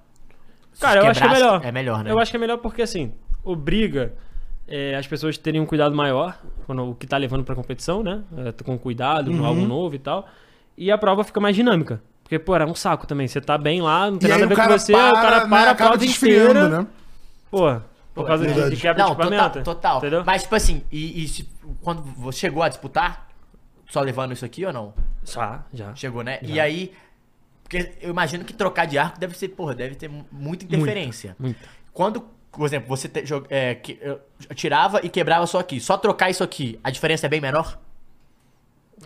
[SPEAKER 6] Se
[SPEAKER 8] Cara, eu acho que é
[SPEAKER 6] quebrasse,
[SPEAKER 8] melhor.
[SPEAKER 6] É melhor, né?
[SPEAKER 8] Eu acho que é melhor porque, assim, obriga eh, as pessoas a terem um cuidado maior quando, o que tá levando pra competição, né? Eh, com cuidado,
[SPEAKER 7] Uhum.
[SPEAKER 8] com algo novo e tal. E a prova fica mais dinâmica. Porque, pô, era um saco também. Você tá bem lá, não tem
[SPEAKER 7] E
[SPEAKER 8] nada
[SPEAKER 7] aí
[SPEAKER 8] a
[SPEAKER 7] o
[SPEAKER 8] ver com
[SPEAKER 7] cara
[SPEAKER 8] você,
[SPEAKER 7] para,
[SPEAKER 8] o cara
[SPEAKER 7] né,
[SPEAKER 8] para a
[SPEAKER 7] acaba
[SPEAKER 8] prova
[SPEAKER 7] desfriando,
[SPEAKER 8] inteira.
[SPEAKER 7] né?
[SPEAKER 8] Pô, por causa de- de,
[SPEAKER 7] verdade.
[SPEAKER 8] quebra de
[SPEAKER 6] Não, total,
[SPEAKER 8] equipamento.
[SPEAKER 6] total.
[SPEAKER 8] Entendeu?
[SPEAKER 6] Mas, tipo assim, e, e se- quando você chegou a disputar, só levando isso aqui ou não?
[SPEAKER 8] Já, já.
[SPEAKER 6] Chegou, né? E aí. Porque eu imagino que trocar de arco deve ser, porra, deve ter mu- muita interferência. Quando, por exemplo, você te- jog- é, que- eu tirava e quebrava só aqui, só trocar isso aqui, a diferença é bem menor?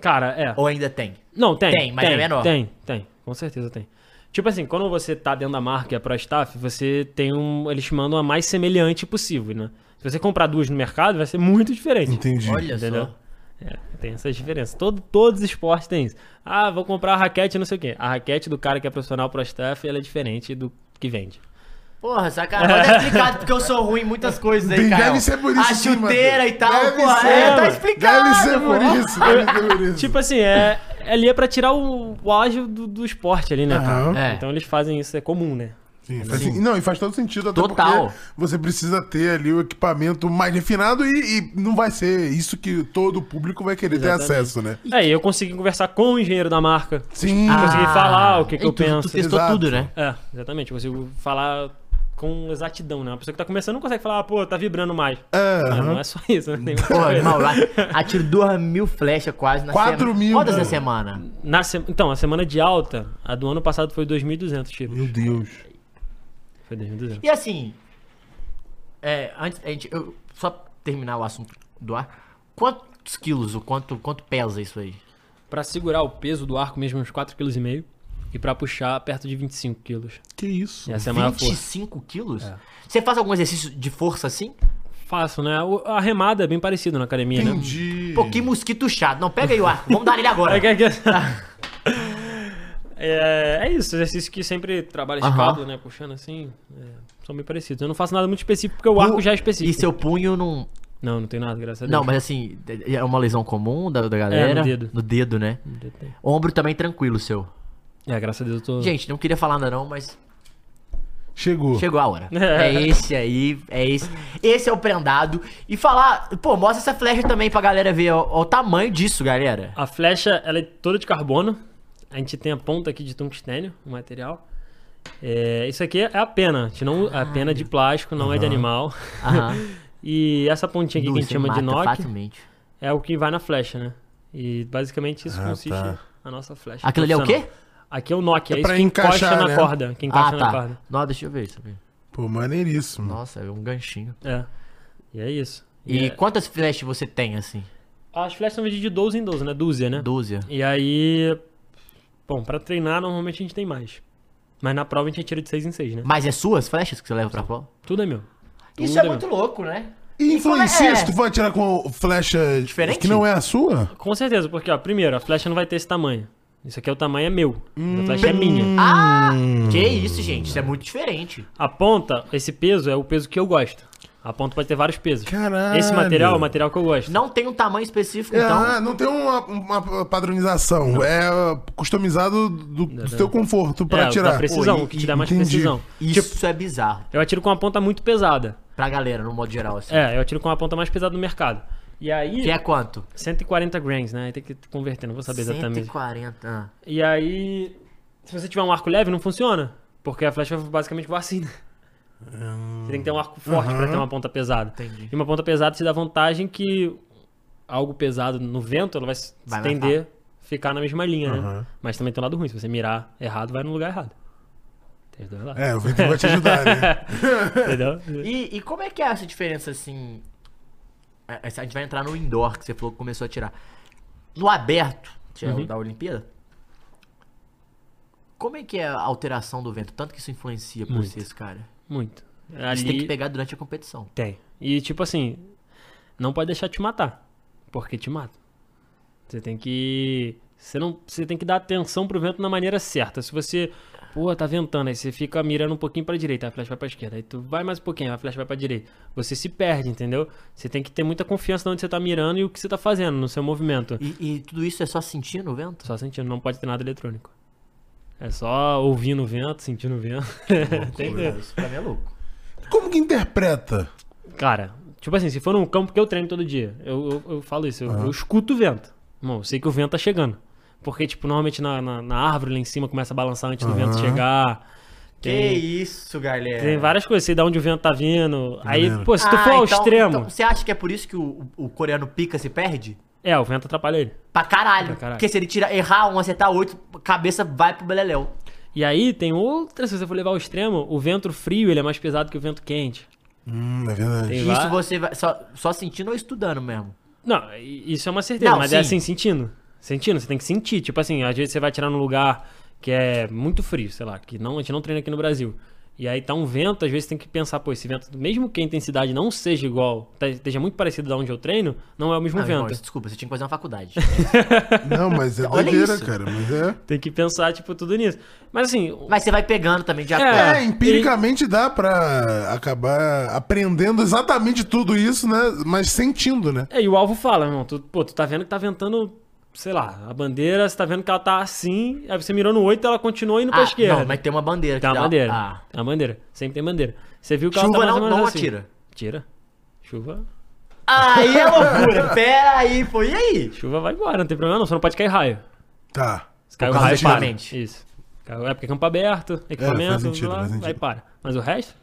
[SPEAKER 8] Cara, é.
[SPEAKER 6] Ou ainda tem?
[SPEAKER 8] Não, tem.
[SPEAKER 6] Tem, mas é menor.
[SPEAKER 8] Tem, tem. Com certeza tem. Tipo assim, quando você tá dentro da marca e é pro staff, você tem um. Eles te mandam a mais semelhante possível, né? Se você comprar duas no mercado, vai ser muito diferente.
[SPEAKER 7] Entendi.
[SPEAKER 6] Olha
[SPEAKER 8] Entendeu?
[SPEAKER 6] só.
[SPEAKER 8] É, tem essas diferenças. Todo, todos os esportes têm isso. Ah, vou comprar a raquete, não sei o quê. A raquete do cara que é profissional pro staff, ela é diferente do que vende.
[SPEAKER 6] Porra, sacanagem. Mas tá explicado porque eu sou ruim em muitas coisas aí,
[SPEAKER 7] Deve
[SPEAKER 6] cara.
[SPEAKER 7] ser por isso,
[SPEAKER 6] A
[SPEAKER 7] sim, mano.
[SPEAKER 6] chuteira e tal,
[SPEAKER 7] Deve
[SPEAKER 6] porra.
[SPEAKER 7] ser,
[SPEAKER 6] é, tá
[SPEAKER 7] mano.
[SPEAKER 6] explicado.
[SPEAKER 7] Deve ser por
[SPEAKER 6] mano.
[SPEAKER 7] isso, deve ser por isso.
[SPEAKER 8] Tipo assim, é, ali é pra tirar o, o ágio do, do esporte ali, né, cara?
[SPEAKER 7] Aham.
[SPEAKER 6] É.
[SPEAKER 8] Então eles fazem isso, é comum, né?
[SPEAKER 7] Sim, faz sen- Não, e faz todo sentido até
[SPEAKER 6] Total.
[SPEAKER 7] porque você precisa ter ali o equipamento mais refinado e, e não vai ser isso que todo o público vai querer ter acesso, né?
[SPEAKER 8] Aí eu consegui conversar com o engenheiro da marca.
[SPEAKER 7] Sim.
[SPEAKER 8] Consegui falar o que, que
[SPEAKER 6] Ei,
[SPEAKER 8] eu
[SPEAKER 6] tu,
[SPEAKER 8] penso.
[SPEAKER 6] Tu testou
[SPEAKER 7] Exato.
[SPEAKER 6] tudo, né?
[SPEAKER 8] É, exatamente. Eu consigo falar com exatidão, né? Uma pessoa que tá começando não consegue falar, ah, pô, tá vibrando mais.
[SPEAKER 7] É,
[SPEAKER 8] Mas
[SPEAKER 7] aham.
[SPEAKER 8] Não é só isso, né? Tem outra
[SPEAKER 6] Pô,
[SPEAKER 8] coisa.
[SPEAKER 7] *laughs*
[SPEAKER 6] irmão, lá atiro duas mil flechas quase na
[SPEAKER 7] Quatro
[SPEAKER 6] semana.
[SPEAKER 7] mil,
[SPEAKER 6] Quantas
[SPEAKER 7] mano.
[SPEAKER 6] na semana?
[SPEAKER 8] Na se- Então, a semana de alta, a do ano passado foi 2.200 tiros.
[SPEAKER 7] Meu Deus.
[SPEAKER 8] Foi 2.200.
[SPEAKER 6] E assim. É, antes. A gente, eu, só terminar o assunto do ar. Quantos quilos, o quanto, quanto pesa isso aí?
[SPEAKER 8] Pra segurar o peso do arco mesmo, uns 4,5 kg. E pra puxar, perto de 25 kg.
[SPEAKER 7] Que isso?
[SPEAKER 8] Essa é a maior força. É.
[SPEAKER 6] 25 quilos? Você faz algum exercício de força assim?
[SPEAKER 8] Faço, né? O- A remada é bem parecida na academia, né?
[SPEAKER 7] Entendi.
[SPEAKER 6] Pô, que mosquito chato. Não, pega aí o arco. Vamos dar nele
[SPEAKER 8] *laughs*
[SPEAKER 6] agora.
[SPEAKER 8] É, que-
[SPEAKER 6] *laughs*
[SPEAKER 8] é que-
[SPEAKER 6] Ah.
[SPEAKER 8] É- é isso, exercício que sempre trabalha
[SPEAKER 6] Aham.
[SPEAKER 8] escada, né? Puxando assim. é, são bem parecidos. Eu não faço nada muito específico porque o arco já é
[SPEAKER 6] E
[SPEAKER 8] específico.
[SPEAKER 6] seu punho não.
[SPEAKER 8] Não, não tem nada, graças a Deus.
[SPEAKER 6] Não, mas assim, é uma lesão comum da, da galera.
[SPEAKER 8] É, no dedo.
[SPEAKER 6] No dedo, né? Ombro também tranquilo, seu.
[SPEAKER 8] É, graças a Deus eu tô.
[SPEAKER 6] Gente, não queria falar ainda não, mas
[SPEAKER 7] Chegou.
[SPEAKER 6] chegou a hora. É
[SPEAKER 8] *laughs*
[SPEAKER 6] esse aí, é esse. Esse é o prendado. E falar, pô, mostra essa flecha também pra galera ver ó, ó o tamanho disso, galera.
[SPEAKER 8] A flecha, ela é toda de carbono. A gente tem a ponta aqui de tungstênio, o material. É, isso aqui é a pena. A, gente não, a pena de plástico, não é de animal.
[SPEAKER 6] Aham.
[SPEAKER 8] E essa pontinha aqui que a gente
[SPEAKER 6] Você
[SPEAKER 8] chama
[SPEAKER 6] mata
[SPEAKER 8] de nock
[SPEAKER 6] facilmente.
[SPEAKER 8] é o que vai na flecha, né? E basicamente isso
[SPEAKER 7] Ah,
[SPEAKER 8] consiste
[SPEAKER 7] tá.
[SPEAKER 8] a nossa flecha.
[SPEAKER 6] Aquilo ali é o quê?
[SPEAKER 8] profissional. Aqui é o nock, é,
[SPEAKER 7] É
[SPEAKER 8] isso
[SPEAKER 7] pra
[SPEAKER 8] que encosta
[SPEAKER 7] encaixar,
[SPEAKER 8] na
[SPEAKER 7] né?
[SPEAKER 8] corda. Que encaixa
[SPEAKER 6] Ah,
[SPEAKER 8] na Hum.
[SPEAKER 6] tá.
[SPEAKER 8] corda.
[SPEAKER 6] Não, deixa eu ver isso aqui.
[SPEAKER 7] Pô, maneiríssimo.
[SPEAKER 6] Nossa, é um ganchinho.
[SPEAKER 8] É. E é isso.
[SPEAKER 6] E
[SPEAKER 8] é-
[SPEAKER 6] quantas flechas você tem, assim?
[SPEAKER 8] As flechas são vendidas de 12 em 12, né? Dúzia, né?
[SPEAKER 6] 12.
[SPEAKER 8] E aí. Bom, pra treinar normalmente a gente tem mais. Mas na prova a gente retira de 6 em 6, né?
[SPEAKER 6] Mas é suas flechas que você leva pra prova?
[SPEAKER 8] Tudo é meu.
[SPEAKER 6] Isso
[SPEAKER 8] Tudo
[SPEAKER 6] é
[SPEAKER 8] é
[SPEAKER 6] muito louco, né?
[SPEAKER 7] E influencia
[SPEAKER 6] é?
[SPEAKER 7] se tu for atirar com flecha
[SPEAKER 6] Diferente?
[SPEAKER 7] que não é a sua?
[SPEAKER 8] Com certeza, porque, ó, primeiro, a flecha não vai ter esse tamanho. Isso aqui é o tamanho é meu.
[SPEAKER 7] Hum.
[SPEAKER 8] a flecha é minha.
[SPEAKER 6] Ah!
[SPEAKER 8] Hum.
[SPEAKER 6] Que isso, gente? Isso é muito diferente.
[SPEAKER 8] A ponta, esse peso é o peso que eu gosto. A ponta pode ter vários pesos.
[SPEAKER 7] Caralho.
[SPEAKER 8] Esse material é o material que eu gosto.
[SPEAKER 6] Não tem um tamanho específico,
[SPEAKER 8] É.
[SPEAKER 7] ah,
[SPEAKER 6] então.
[SPEAKER 7] não tem uma, uma padronização. É customizado do, do teu conforto pra
[SPEAKER 8] é,
[SPEAKER 7] atirar.
[SPEAKER 8] da precisão,
[SPEAKER 7] Pô,
[SPEAKER 8] o que te dá mais
[SPEAKER 7] entendi.
[SPEAKER 8] precisão.
[SPEAKER 6] Isso é bizarro.
[SPEAKER 8] Eu atiro com uma ponta muito pesada.
[SPEAKER 6] Pra galera, no modo geral, assim.
[SPEAKER 8] É, eu atiro com uma ponta mais pesada do mercado. E aí,
[SPEAKER 6] Que é quanto?
[SPEAKER 8] 140 grains, né? Aí Tem que converter, não vou saber exatamente.
[SPEAKER 6] 140. ah.
[SPEAKER 8] E aí, se você tiver um arco leve, não funciona. Porque a flecha vai basicamente voar assim, né? Você tem que ter um arco forte pra ter uma ponta pesada.
[SPEAKER 6] Hum. Entendi.
[SPEAKER 8] E uma ponta pesada te dá vantagem que algo pesado no vento, ela vai se
[SPEAKER 6] Vai mais
[SPEAKER 8] estender, ficar na mesma linha, né? Mas também tem um lado ruim. Se você mirar errado, vai no lugar errado. Tem os
[SPEAKER 6] *laughs*
[SPEAKER 8] dois lados.
[SPEAKER 7] É, o vento vai te ajudar,
[SPEAKER 8] *laughs*
[SPEAKER 7] né?
[SPEAKER 8] Entendeu?
[SPEAKER 6] E, e como é que é essa diferença, assim? é, é, A gente vai entrar no indoor, que você falou que começou a tirar. No aberto, que
[SPEAKER 8] Uhum.
[SPEAKER 6] é o da Olimpíada, como é que é a alteração do vento? Tanto que isso influencia pra vocês, cara.
[SPEAKER 8] Muito.
[SPEAKER 6] Você tem que
[SPEAKER 8] Ali
[SPEAKER 6] pegar durante a competição.
[SPEAKER 8] tem. E tipo assim, não pode deixar te matar. Porque te mata. Você tem que. Você, não, você tem que dar atenção pro vento na maneira certa. Se você. Pô, tá ventando, aí você fica mirando um pouquinho pra direita, a flecha vai pra esquerda. Aí tu vai mais um pouquinho, a flecha vai pra direita. Você se perde, entendeu? Você tem que ter muita confiança de onde você tá mirando e o que você tá fazendo no seu movimento.
[SPEAKER 6] E, e tudo isso é só sentindo o vento?
[SPEAKER 8] Só sentindo, não pode ter nada eletrônico. É só ouvindo o vento, sentindo o vento. *laughs* Entendeu?
[SPEAKER 6] Isso pra mim é louco.
[SPEAKER 7] Como que interpreta?
[SPEAKER 8] Cara, tipo assim, se for num campo que eu treino todo dia, eu, eu, eu falo isso, eu, eu escuto o vento. Irmão, eu sei que o vento tá chegando. Porque, tipo, normalmente na, na, na árvore lá em cima começa a balançar antes do vento chegar. Tem,
[SPEAKER 6] isso, galera.
[SPEAKER 8] tem várias coisas, sei de onde o vento tá vindo. Aí, pô, se tu
[SPEAKER 6] Ah,
[SPEAKER 8] for ao
[SPEAKER 6] então-
[SPEAKER 8] extremo.
[SPEAKER 6] então você acha que é por isso que o, o- o coreano pica se perde?
[SPEAKER 8] É, o vento atrapalha ele.
[SPEAKER 6] Pra caralho.
[SPEAKER 8] Pra caralho.
[SPEAKER 6] Porque se ele tira, errar um, acertar oito, cabeça vai pro Beleléu.
[SPEAKER 8] E aí tem outra, se você for levar ao extremo, o vento frio ele é mais pesado que o vento quente.
[SPEAKER 7] Hum, é verdade.
[SPEAKER 8] Tem
[SPEAKER 6] E
[SPEAKER 8] vá-
[SPEAKER 6] Isso você vai só, só sentindo ou estudando mesmo?
[SPEAKER 8] Não, i- isso é uma certeza,
[SPEAKER 6] Não,
[SPEAKER 8] mas
[SPEAKER 6] sim.
[SPEAKER 8] é assim, sentindo. Sentindo, você tem que sentir. Tipo assim, às vezes você vai tirar num lugar que é muito frio, sei lá, que não, a gente não treina aqui no Brasil. E aí tá um vento, às vezes tem que pensar, pô, esse vento, mesmo que a intensidade não seja igual, tá- esteja muito parecido da onde eu treino, não é o mesmo
[SPEAKER 6] Não, irmão,
[SPEAKER 8] vento.
[SPEAKER 6] desculpa, você tinha que fazer uma faculdade. *laughs*
[SPEAKER 7] Não, mas
[SPEAKER 8] *laughs*
[SPEAKER 7] é
[SPEAKER 6] Olha
[SPEAKER 7] doideira,
[SPEAKER 6] isso.
[SPEAKER 7] cara. Mas é.
[SPEAKER 8] Tem que pensar, tipo, tudo nisso. Mas assim,
[SPEAKER 6] Mas você vai pegando também de acordo.
[SPEAKER 8] É,
[SPEAKER 7] É, empiricamente dá pra acabar aprendendo exatamente tudo isso, né? Mas sentindo, né?
[SPEAKER 8] É, e o alvo fala, irmão, tu, pô, tu tá vendo que tá ventando, sei lá, a bandeira, você tá vendo que ela tá assim, aí você mirou no 8 ela continua indo pra
[SPEAKER 6] Ah,
[SPEAKER 8] esquerda.
[SPEAKER 6] Não, mas tem uma bandeira que
[SPEAKER 8] Tem uma
[SPEAKER 6] dá-
[SPEAKER 8] bandeira.
[SPEAKER 6] Ah,
[SPEAKER 8] Tem uma bandeira. Sempre tem bandeira. Você viu que
[SPEAKER 6] Chuva
[SPEAKER 8] ela tá mais ou
[SPEAKER 6] não-
[SPEAKER 8] menos
[SPEAKER 6] não
[SPEAKER 8] assim.
[SPEAKER 6] atira.
[SPEAKER 8] Tira. Chuva.
[SPEAKER 6] Aí
[SPEAKER 7] *laughs*
[SPEAKER 6] é loucura. Pera aí, pô. E aí?
[SPEAKER 8] Chuva vai embora, não tem problema não. Só não pode cair raio.
[SPEAKER 7] Tá.
[SPEAKER 8] Se cair o
[SPEAKER 6] causa
[SPEAKER 8] raio,
[SPEAKER 6] do
[SPEAKER 8] para.
[SPEAKER 6] equipamento.
[SPEAKER 8] Isso. Caiu- É porque é campo aberto, equipamento,
[SPEAKER 7] faz sentido,
[SPEAKER 8] lá,
[SPEAKER 7] faz sentido.
[SPEAKER 8] vai para. Mas o resto,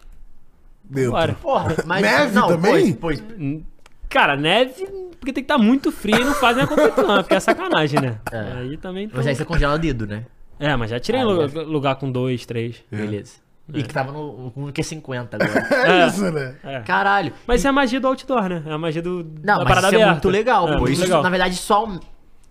[SPEAKER 7] Deu.
[SPEAKER 8] bora.
[SPEAKER 6] Porra, mas.
[SPEAKER 7] Neve
[SPEAKER 6] não,
[SPEAKER 7] também?
[SPEAKER 6] Pois, pois.
[SPEAKER 8] Cara, neve, porque tem que estar muito frio e não fazem a competição, porque é sacanagem, né? Aí também.
[SPEAKER 6] Mas aí você né? congela dedo, né?
[SPEAKER 8] É, mas já tirei lu- lugar com dois, três.
[SPEAKER 6] Beleza. E que tava no no Q50
[SPEAKER 7] *laughs*
[SPEAKER 6] agora.
[SPEAKER 7] É
[SPEAKER 8] É.
[SPEAKER 7] isso, né?
[SPEAKER 6] Caralho.
[SPEAKER 8] Mas isso é a magia do outdoor, né? É a magia do. da
[SPEAKER 6] Não, mas isso
[SPEAKER 8] parada
[SPEAKER 6] é
[SPEAKER 8] aberta.
[SPEAKER 6] muito legal,
[SPEAKER 8] É,
[SPEAKER 6] pô.
[SPEAKER 8] muito
[SPEAKER 6] Isso,
[SPEAKER 8] legal.
[SPEAKER 6] na verdade, só,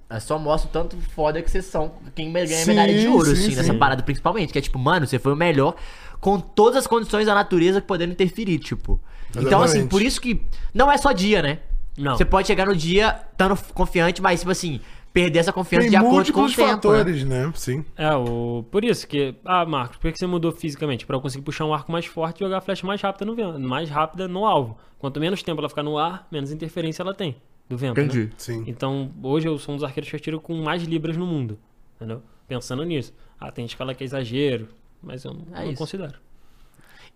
[SPEAKER 6] é, só mostra o tanto foda que vocês são. Quem ganha
[SPEAKER 7] Sim,
[SPEAKER 6] medalha de ouro,
[SPEAKER 7] sim,
[SPEAKER 6] assim,
[SPEAKER 7] sim.
[SPEAKER 6] nessa parada, principalmente. Que é tipo, mano, você foi o melhor com todas as condições da natureza que podendo interferir, tipo. Então,
[SPEAKER 7] Exatamente.
[SPEAKER 6] assim, por isso que. Não é só dia, né?
[SPEAKER 8] Não.
[SPEAKER 6] Você pode chegar no dia estando confiante, mas, tipo assim, perder essa confiança
[SPEAKER 7] Tem
[SPEAKER 6] de acordo com o
[SPEAKER 7] múltiplos
[SPEAKER 6] tempo. né?
[SPEAKER 7] fatores, né? Sim.
[SPEAKER 8] É, o... por isso que. Ah, Marcos, por que que você mudou fisicamente? Pra eu conseguir puxar um arco mais forte e jogar a flecha mais rápida no vento, mais rápida no alvo. Quanto menos tempo ela ficar no ar, menos interferência ela tem do vento. Entendi.
[SPEAKER 7] Sim.
[SPEAKER 8] Então, hoje eu sou um dos arqueiros que eu tiro com mais libras no mundo. Entendeu? Pensando nisso. Ah, tem gente que fala que é exagero, mas eu não,
[SPEAKER 6] É
[SPEAKER 8] não
[SPEAKER 6] isso.
[SPEAKER 8] considero.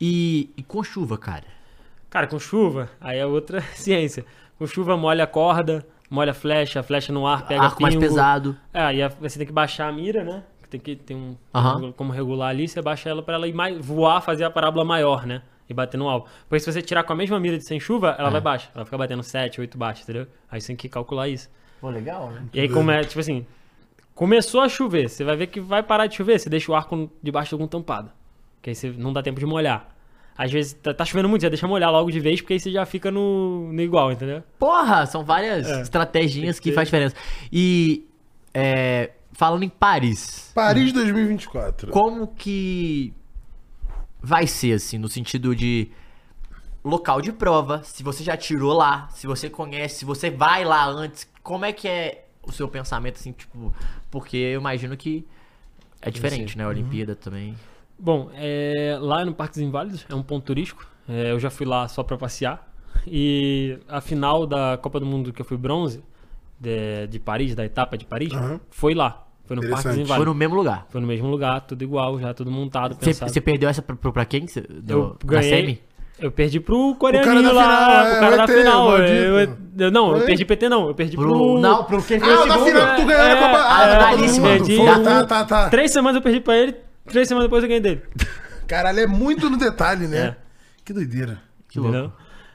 [SPEAKER 6] E, e com chuva, cara.
[SPEAKER 8] Cara, com chuva, aí é outra *laughs* ciência. Com chuva, molha a corda, molha a flecha, a flecha no ar, pega
[SPEAKER 6] arco mais
[SPEAKER 8] pingo.
[SPEAKER 6] pesado.
[SPEAKER 8] É, e a- você tem que baixar a mira, né? Tem que tem um
[SPEAKER 6] Aham.
[SPEAKER 8] como regular ali, você baixa ela pra ela ir mais, voar, fazer a parábola maior, né? E bater no alvo. Porque se você tirar com a mesma mira de sem chuva, ela vai baixa. Ela fica batendo 7, 8 baixo, entendeu? Aí você tem que calcular isso.
[SPEAKER 6] Pô, legal, né?
[SPEAKER 8] E aí como é, tipo assim, começou a chover, você vai ver que vai parar de chover, você deixa o arco debaixo de algum tampado. Que aí você não dá tempo de molhar. Às vezes tá, tá chovendo muito, já deixa molhar logo de vez, porque aí você já fica no, no igual, entendeu?
[SPEAKER 6] Porra, são várias estratégias que faz diferença. E é, falando em Paris,
[SPEAKER 8] Hum.
[SPEAKER 7] Paris 2024.
[SPEAKER 6] como que vai ser assim no sentido de local de prova? Se você já tirou lá, se você conhece, se você vai lá antes, como é que é o seu pensamento assim, tipo, porque eu imagino que é diferente, né? A Olimpíada também.
[SPEAKER 8] Bom, é, lá é no Parque dos Inválidos, é um ponto turístico. É, eu já fui lá só pra passear. E a final da Copa do Mundo que eu fui bronze, de, de Paris, da etapa de Paris,
[SPEAKER 7] Aham.
[SPEAKER 8] foi lá. Foi no Parque dos
[SPEAKER 7] Interessante.
[SPEAKER 8] Inválidos.
[SPEAKER 6] Foi no mesmo lugar.
[SPEAKER 8] Foi no mesmo lugar, tudo igual, já tudo montado,
[SPEAKER 6] Você-
[SPEAKER 8] pensado.
[SPEAKER 6] Você perdeu essa pra, pra quem? Cê-
[SPEAKER 8] Eu
[SPEAKER 6] Do, na
[SPEAKER 8] ganhei.
[SPEAKER 6] semi?
[SPEAKER 8] Eu perdi pro coreaninho
[SPEAKER 7] da
[SPEAKER 8] lá,
[SPEAKER 7] final, é,
[SPEAKER 8] pro cara
[SPEAKER 7] o
[SPEAKER 8] da
[SPEAKER 7] ET,
[SPEAKER 8] final.
[SPEAKER 7] maldito.
[SPEAKER 8] Eu, eu- não, eu
[SPEAKER 7] Oi?
[SPEAKER 8] perdi PT não, eu perdi pro...
[SPEAKER 6] Pro, não, pro quem fez
[SPEAKER 7] Ah, da
[SPEAKER 6] segundo.
[SPEAKER 7] final que tu ganhou na
[SPEAKER 8] É,
[SPEAKER 7] Copa. Ah,
[SPEAKER 8] é,
[SPEAKER 7] da Copa do
[SPEAKER 8] isso,
[SPEAKER 7] Mundo.
[SPEAKER 8] perdi.
[SPEAKER 7] Foi, Tá, tá, tá.
[SPEAKER 8] Três semanas eu perdi pra ele, três semanas depois eu ganhei dele.
[SPEAKER 7] Caralho, é muito no detalhe, né?
[SPEAKER 8] É.
[SPEAKER 7] Que doideira.
[SPEAKER 6] Que louco.
[SPEAKER 8] Entendeu?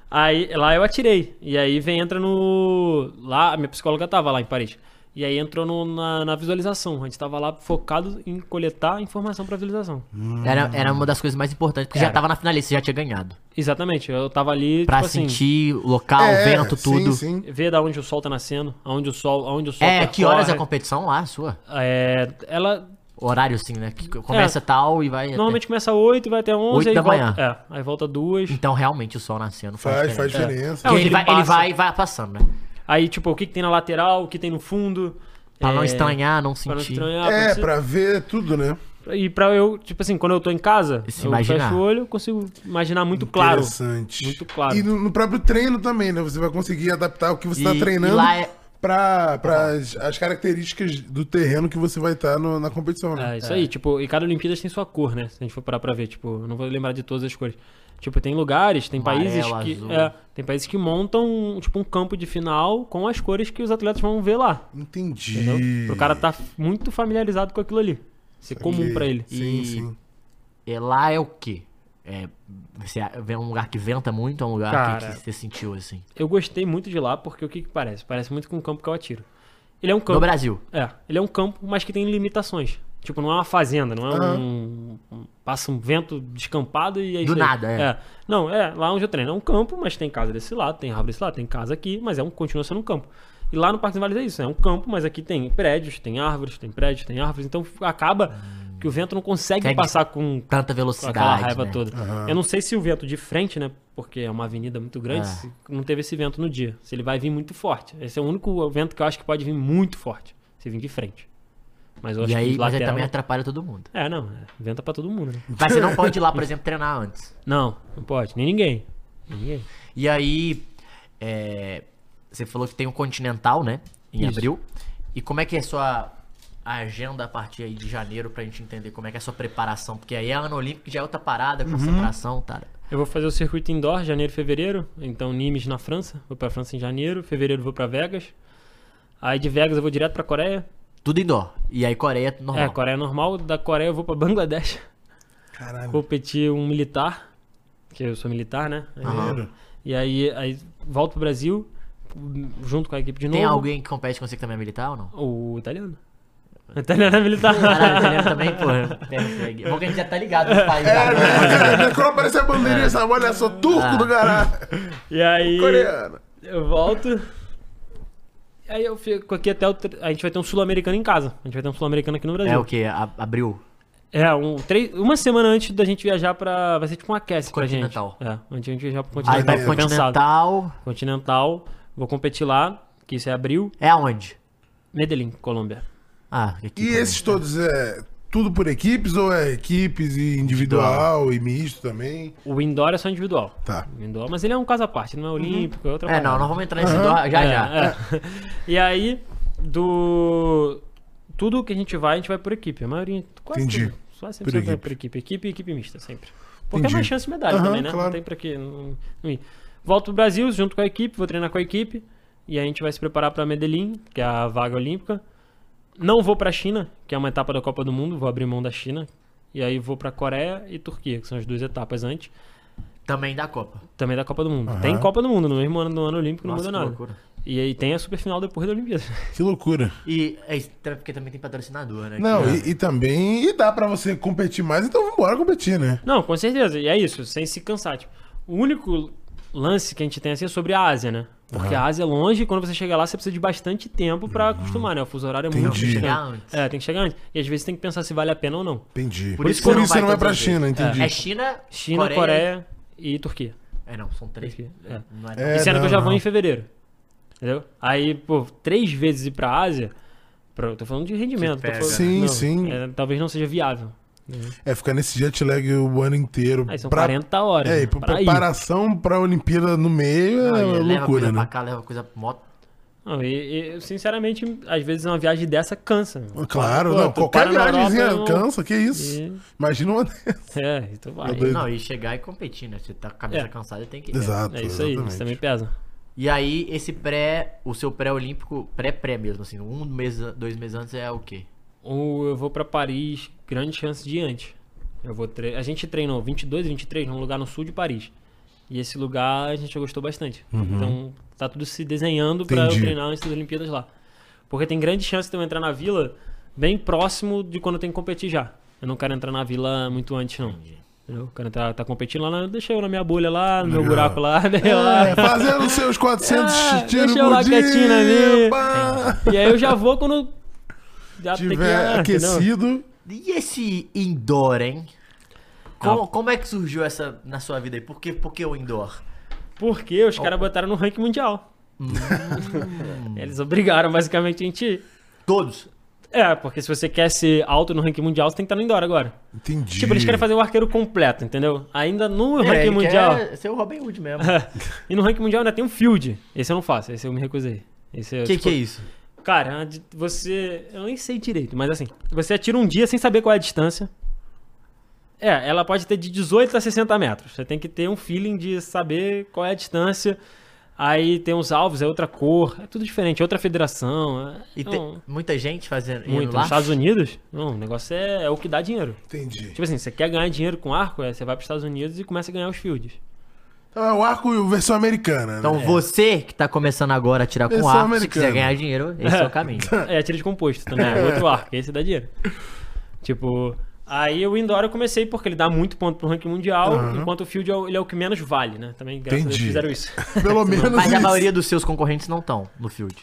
[SPEAKER 8] Aí lá eu atirei. E aí vem, entra no. Lá, a minha psicóloga tava lá em Paris. E aí entrou no- na, na visualização. A gente tava lá focado em coletar informação pra visualização.
[SPEAKER 6] Era, era uma das coisas mais importantes, porque já
[SPEAKER 8] Hum. Era.
[SPEAKER 6] tava na finalista, você já tinha ganhado.
[SPEAKER 8] Exatamente. Eu tava ali,
[SPEAKER 6] Pra
[SPEAKER 8] tipo assim,
[SPEAKER 6] sentir o local, o vento, tudo.
[SPEAKER 7] É, Sim, sim.
[SPEAKER 8] ver da onde o sol tá nascendo, aonde o sol, aonde o sol
[SPEAKER 6] É, que horas é a
[SPEAKER 8] percorre.
[SPEAKER 6] competição lá, a sua?
[SPEAKER 8] É, ela
[SPEAKER 6] Horário assim, né? Que começa
[SPEAKER 8] É.
[SPEAKER 6] tal e vai. até-
[SPEAKER 8] normalmente começa às 8, vai até 11,
[SPEAKER 6] Oito
[SPEAKER 8] aí
[SPEAKER 6] da
[SPEAKER 8] volta,
[SPEAKER 6] manhã.
[SPEAKER 8] é, aí volta 2.
[SPEAKER 6] Então realmente o sol nascendo
[SPEAKER 7] Faz, faz
[SPEAKER 6] diferença.
[SPEAKER 7] diferença.
[SPEAKER 8] É.
[SPEAKER 6] Porque
[SPEAKER 8] Onde
[SPEAKER 6] ele,
[SPEAKER 8] ele
[SPEAKER 6] vai, ele
[SPEAKER 8] passa.
[SPEAKER 6] vai, vai passando, né?
[SPEAKER 8] Aí tipo, o que que tem na lateral, o que tem no fundo.
[SPEAKER 6] Pra não
[SPEAKER 8] é,
[SPEAKER 6] estranhar, não
[SPEAKER 8] Pra não
[SPEAKER 6] sentir.
[SPEAKER 8] estranhar,
[SPEAKER 7] É,
[SPEAKER 8] se-
[SPEAKER 7] pra ver tudo, né?
[SPEAKER 8] E pra eu, tipo assim, quando eu tô em casa,
[SPEAKER 6] E se
[SPEAKER 8] eu
[SPEAKER 6] imaginar.
[SPEAKER 8] fecho o olho, eu consigo imaginar muito claro.
[SPEAKER 7] Interessante.
[SPEAKER 8] Muito claro.
[SPEAKER 7] E no, no próprio treino também, né? Você vai conseguir adaptar o que você tá
[SPEAKER 6] E-
[SPEAKER 7] treinando
[SPEAKER 6] e lá é-
[SPEAKER 7] pra, pra as, as características do terreno que você vai estar na competição, né?
[SPEAKER 8] É, isso aí, tipo, e cada Olimpíadas tem sua cor, né? Se a gente for parar pra ver, tipo, eu não vou lembrar de todas as cores. Tipo, tem lugares, tem
[SPEAKER 6] Amarelo,
[SPEAKER 8] países que.
[SPEAKER 6] azul.
[SPEAKER 8] é, tem países que montam, tipo, um campo de final com as cores que os atletas vão ver lá.
[SPEAKER 7] Entendi.
[SPEAKER 8] Entendeu? Pro cara tá muito familiarizado com aquilo ali. Ser comum
[SPEAKER 7] Ok.
[SPEAKER 8] pra ele.
[SPEAKER 7] Sim,
[SPEAKER 6] E-
[SPEAKER 7] sim.
[SPEAKER 6] E lá é o quê? É, você vê um lugar que venta muito, é um lugar que-
[SPEAKER 8] Cara.
[SPEAKER 6] que você sentiu assim.
[SPEAKER 8] Eu gostei muito de lá, porque o que, que parece? Parece muito com o campo que eu atiro. Ele é um campo.
[SPEAKER 6] No Brasil.
[SPEAKER 8] É, ele é um campo, mas que tem limitações. Tipo, não é uma fazenda, não é um, um- Passa um vento descampado e aí.
[SPEAKER 6] Do
[SPEAKER 8] chega.
[SPEAKER 6] nada, é.
[SPEAKER 8] Não, é, lá onde eu treino é um campo, mas tem casa desse lado, tem árvore desse lado, tem casa aqui, mas é um, continua sendo um campo. E lá no Parque dos Vales é isso, é um campo, mas aqui tem prédios, tem árvores, tem prédios, tem árvores, então acaba que o vento não consegue
[SPEAKER 6] Segue
[SPEAKER 8] passar com, com
[SPEAKER 6] Tanta
[SPEAKER 8] aquela
[SPEAKER 6] velocidade.
[SPEAKER 8] raiva
[SPEAKER 6] né?
[SPEAKER 8] toda. Eu não sei se o vento de frente, né? Porque é uma avenida muito grande, se não teve esse vento no dia. Se ele vai vir muito forte. Esse é o único vento que eu acho que pode vir muito forte. Se vir de frente. Mas eu acho
[SPEAKER 6] E aí,
[SPEAKER 8] que
[SPEAKER 6] mas aí
[SPEAKER 8] lateral...
[SPEAKER 6] também atrapalha todo mundo.
[SPEAKER 8] É, não. É, vento é pra todo mundo, né?
[SPEAKER 6] Mas
[SPEAKER 8] *laughs*
[SPEAKER 6] você não pode ir lá, por exemplo, treinar antes.
[SPEAKER 8] Não, não pode. Nem ninguém. Nem Ninguém.
[SPEAKER 6] E aí, é, você falou que tem o Continental, né? Em
[SPEAKER 8] Isso.
[SPEAKER 6] abril. E como é que é a sua agenda a partir aí de janeiro pra gente entender como é que é a sua preparação? Porque aí é ano olímpico, já é outra parada,
[SPEAKER 8] Uhum.
[SPEAKER 6] concentração, tá?
[SPEAKER 8] Eu vou fazer o circuito indoor janeiro e fevereiro, então Nimes na França, vou pra França em janeiro, fevereiro vou pra Vegas. Aí de Vegas eu vou direto pra Coreia.
[SPEAKER 6] Tudo indoor. E aí Coreia normal.
[SPEAKER 8] É, Coreia normal, da Coreia eu vou pra *laughs* Bangladesh,
[SPEAKER 7] Caralho.
[SPEAKER 8] competir um militar, que eu sou militar, né? E aí, aí volto pro Brasil junto com a equipe de novo.
[SPEAKER 6] Tem alguém que compete com você que também é militar ou não?
[SPEAKER 8] O italiano. O italiano é
[SPEAKER 6] *laughs*
[SPEAKER 8] militar.
[SPEAKER 6] Caralho, italiano também,
[SPEAKER 8] *laughs*
[SPEAKER 6] pô. Persegue. Bom que a gente já tá ligado nos países
[SPEAKER 7] É,
[SPEAKER 6] agora.
[SPEAKER 7] velho. Quando aparecer a bandeirinha, sabe? Olha só, turco do caralho.
[SPEAKER 8] E aí
[SPEAKER 7] Coreano.
[SPEAKER 8] eu volto. E aí eu fico aqui até o. tre- A gente vai ter um sul-americano em casa. A gente vai ter um sul-americano aqui no Brasil.
[SPEAKER 6] É o que? Abril.
[SPEAKER 8] É, um, três, uma semana antes da gente viajar pra. Vai ser tipo um aquece pra gente.
[SPEAKER 6] Continental.
[SPEAKER 8] É, antes de a gente viajar pro
[SPEAKER 6] Aí
[SPEAKER 8] continental.
[SPEAKER 6] vai pro
[SPEAKER 8] foi tá pensado.
[SPEAKER 6] Continental.
[SPEAKER 8] Continental, vou competir lá, que isso é abril.
[SPEAKER 6] É aonde?
[SPEAKER 8] Medellín, Colômbia.
[SPEAKER 6] Ah, aqui.
[SPEAKER 7] E
[SPEAKER 6] também.
[SPEAKER 7] esses todos é tudo por equipes ou é equipes e individual e misto também?
[SPEAKER 8] O indoor é só individual.
[SPEAKER 7] Tá.
[SPEAKER 8] O Indoor, mas ele é um caso à parte, não é olímpico, é outra
[SPEAKER 6] É, não,
[SPEAKER 8] parada.
[SPEAKER 6] nós vamos entrar nesse indoor já
[SPEAKER 8] É,
[SPEAKER 6] já.
[SPEAKER 8] é. E aí, do. Tudo que a gente vai, a gente vai por equipe. A maioria. Quase
[SPEAKER 7] Entendi.
[SPEAKER 8] tudo. Só sempre
[SPEAKER 7] Por
[SPEAKER 8] você vai
[SPEAKER 7] equipe.
[SPEAKER 8] por equipe. Equipe e equipe mista, sempre. Porque
[SPEAKER 7] Entendi.
[SPEAKER 8] é mais chance de medalha
[SPEAKER 7] Aham,
[SPEAKER 8] também, né?
[SPEAKER 7] claro.
[SPEAKER 8] Não tem pra que. Não, não ir. Volto pro Brasil junto com a equipe, vou treinar com a equipe. E a gente vai se preparar pra Medellín, que é a vaga olímpica. Não vou pra China, que é uma etapa da Copa do Mundo, vou abrir mão da China. E aí vou pra Coreia e Turquia, que são as duas etapas antes.
[SPEAKER 6] Também da Copa.
[SPEAKER 8] Também da Copa do Mundo. Tem Copa do Mundo, no mesmo ano do ano olímpico, não
[SPEAKER 6] Nossa,
[SPEAKER 8] muda
[SPEAKER 6] que
[SPEAKER 8] nada.
[SPEAKER 6] loucura.
[SPEAKER 8] E aí tem a superfinal depois da Olimpíada. *laughs*
[SPEAKER 7] Que loucura.
[SPEAKER 6] E é isso, tá- porque também tem patrocinador, né?
[SPEAKER 7] Não,
[SPEAKER 6] Que-
[SPEAKER 7] e, e também e dá pra você competir mais, então vambora competir, né?
[SPEAKER 8] Não, com certeza. E é isso, sem se cansar. Tipo, o único lance que a gente tem assim é sobre a Ásia, né? Porque a Ásia é longe e quando você chega lá, você precisa de bastante tempo pra acostumar, né? O fuso horário é muito
[SPEAKER 7] Uhum. Entendi.
[SPEAKER 8] distante.
[SPEAKER 6] Chegar antes.
[SPEAKER 8] É, tem que chegar antes. E às vezes tem que pensar se vale a pena ou não.
[SPEAKER 7] Entendi.
[SPEAKER 6] Por isso que não vai
[SPEAKER 7] você não vai pra
[SPEAKER 6] todas as
[SPEAKER 7] China, entendi.
[SPEAKER 6] É China,
[SPEAKER 8] China, Coreia, e Turquia.
[SPEAKER 6] É, não, são três.
[SPEAKER 8] Turquia, é.
[SPEAKER 6] Não é,
[SPEAKER 7] É,
[SPEAKER 8] e sendo
[SPEAKER 7] não,
[SPEAKER 8] que eu já vou
[SPEAKER 7] não.
[SPEAKER 8] em fevereiro. Entendeu? Aí, pô, três vezes ir pra Ásia. Pra, eu tô falando de rendimento. tô
[SPEAKER 6] pega.
[SPEAKER 8] falando-
[SPEAKER 7] Sim,
[SPEAKER 8] não,
[SPEAKER 7] sim.
[SPEAKER 8] é, talvez não seja viável.
[SPEAKER 7] É ficar nesse jet lag o ano inteiro.
[SPEAKER 8] Aí são 40 horas.
[SPEAKER 7] É,
[SPEAKER 8] né?
[SPEAKER 7] e pra
[SPEAKER 8] Pra ir.
[SPEAKER 7] preparação pra Olimpíada no meio é
[SPEAKER 6] Não, e leva
[SPEAKER 7] loucura,
[SPEAKER 6] coisa
[SPEAKER 7] né?
[SPEAKER 6] pra cá, leva coisa pra moto.
[SPEAKER 8] Não, e, e, sinceramente, às vezes uma viagem dessa cansa. meu.
[SPEAKER 7] Claro,
[SPEAKER 8] Pô,
[SPEAKER 7] não,
[SPEAKER 8] tu
[SPEAKER 7] qualquer
[SPEAKER 8] para na
[SPEAKER 7] viagemzinha
[SPEAKER 8] Europa, eu não-
[SPEAKER 7] cansa, que isso.
[SPEAKER 8] E-
[SPEAKER 7] Imagina uma dessa.
[SPEAKER 8] É, então vai.
[SPEAKER 7] doido.
[SPEAKER 6] Não, e chegar e competir, né? Você tá com a cabeça
[SPEAKER 8] É.
[SPEAKER 6] cansada, tem que.
[SPEAKER 7] Exato.
[SPEAKER 8] É isso aí, isso
[SPEAKER 7] exatamente.
[SPEAKER 8] também pesa.
[SPEAKER 6] E aí, esse pré, o seu pré-olímpico, pré-pré mesmo, assim, um mês, dois meses antes é o quê?
[SPEAKER 8] Ou eu vou pra Paris, grande chance de ir antes. Eu vou tre... A gente treinou 22, 23 num lugar no sul de Paris. E esse lugar a gente gostou bastante. Então tá tudo se desenhando pra eu
[SPEAKER 7] Uhum. Entendi.
[SPEAKER 8] treinar antes das Olimpíadas lá. Porque tem grande chance de eu entrar na vila bem próximo de quando eu tenho que competir já. Eu não quero entrar na vila muito antes, não. Entendeu? Eu quero entrar, tá competindo lá, na- deixa eu na minha bolha lá, no meu
[SPEAKER 7] Legal.
[SPEAKER 8] buraco lá, *laughs* né, lá.
[SPEAKER 7] É, fazendo seus 400
[SPEAKER 8] Ah,
[SPEAKER 7] tiros
[SPEAKER 8] deixa eu lá
[SPEAKER 7] por dia.
[SPEAKER 8] quietinho na minha.
[SPEAKER 7] pá,
[SPEAKER 8] E aí eu já vou quando já tem que-
[SPEAKER 7] tiver
[SPEAKER 8] ah, entendeu?
[SPEAKER 7] aquecido.
[SPEAKER 6] E esse indoor, hein? Como,
[SPEAKER 8] Ah.
[SPEAKER 6] como é que surgiu essa na sua vida aí? Por que, por que o indoor?
[SPEAKER 8] Porque os caras botaram no ranking mundial.
[SPEAKER 6] Hum.
[SPEAKER 8] *laughs* Eles obrigaram basicamente a gente ir.
[SPEAKER 6] Todos.
[SPEAKER 8] É, porque se você quer ser alto no ranking mundial, você tem que estar no indoor agora.
[SPEAKER 7] Entendi.
[SPEAKER 8] Tipo, eles querem fazer o arqueiro completo, entendeu? Ainda no
[SPEAKER 6] É,
[SPEAKER 8] ranking
[SPEAKER 6] ele
[SPEAKER 8] mundial. *laughs*
[SPEAKER 6] quer ser o Robin Hood mesmo.
[SPEAKER 8] E no ranking mundial ainda tem um field. Esse eu não faço, esse eu me recusei. Esse eu,
[SPEAKER 6] O que,
[SPEAKER 8] tipo,
[SPEAKER 6] que é isso?
[SPEAKER 8] Cara, é uma di- você. Eu nem sei direito, mas assim, você atira um dia sem saber qual é a distância. É, ela pode ter de 18 a 60 metros. Você tem que ter um feeling de saber qual é a distância. Aí tem os alvos, é outra cor, é tudo diferente, é outra federação. É...
[SPEAKER 6] E tem
[SPEAKER 8] não,
[SPEAKER 6] muita gente fazendo. indo
[SPEAKER 8] muito.
[SPEAKER 6] lá?
[SPEAKER 8] Nos Estados Unidos, não, o negócio é, é o que dá dinheiro.
[SPEAKER 7] Entendi.
[SPEAKER 8] Tipo assim, você quer ganhar dinheiro com arco, é, você vai para os Estados Unidos e começa a ganhar os fields.
[SPEAKER 7] Então é o arco e o versão americana,
[SPEAKER 6] Então
[SPEAKER 8] é.
[SPEAKER 7] né?
[SPEAKER 6] você que tá começando agora a tirar com
[SPEAKER 7] Versão
[SPEAKER 6] arco, se
[SPEAKER 7] americana.
[SPEAKER 6] quiser ganhar dinheiro, esse
[SPEAKER 8] *laughs*
[SPEAKER 6] é o caminho.
[SPEAKER 8] É, tiro de composto também, é outro arco, esse dá dinheiro. Tipo, aí o indoor eu comecei porque ele dá muito ponto pro ranking mundial, enquanto o field é o- ele é o que menos vale, né? Também, graças a Deus,
[SPEAKER 7] Entendi.
[SPEAKER 8] fizeram isso.
[SPEAKER 7] Pelo menos
[SPEAKER 6] Mas a
[SPEAKER 7] isso.
[SPEAKER 6] maioria dos seus concorrentes não estão no field.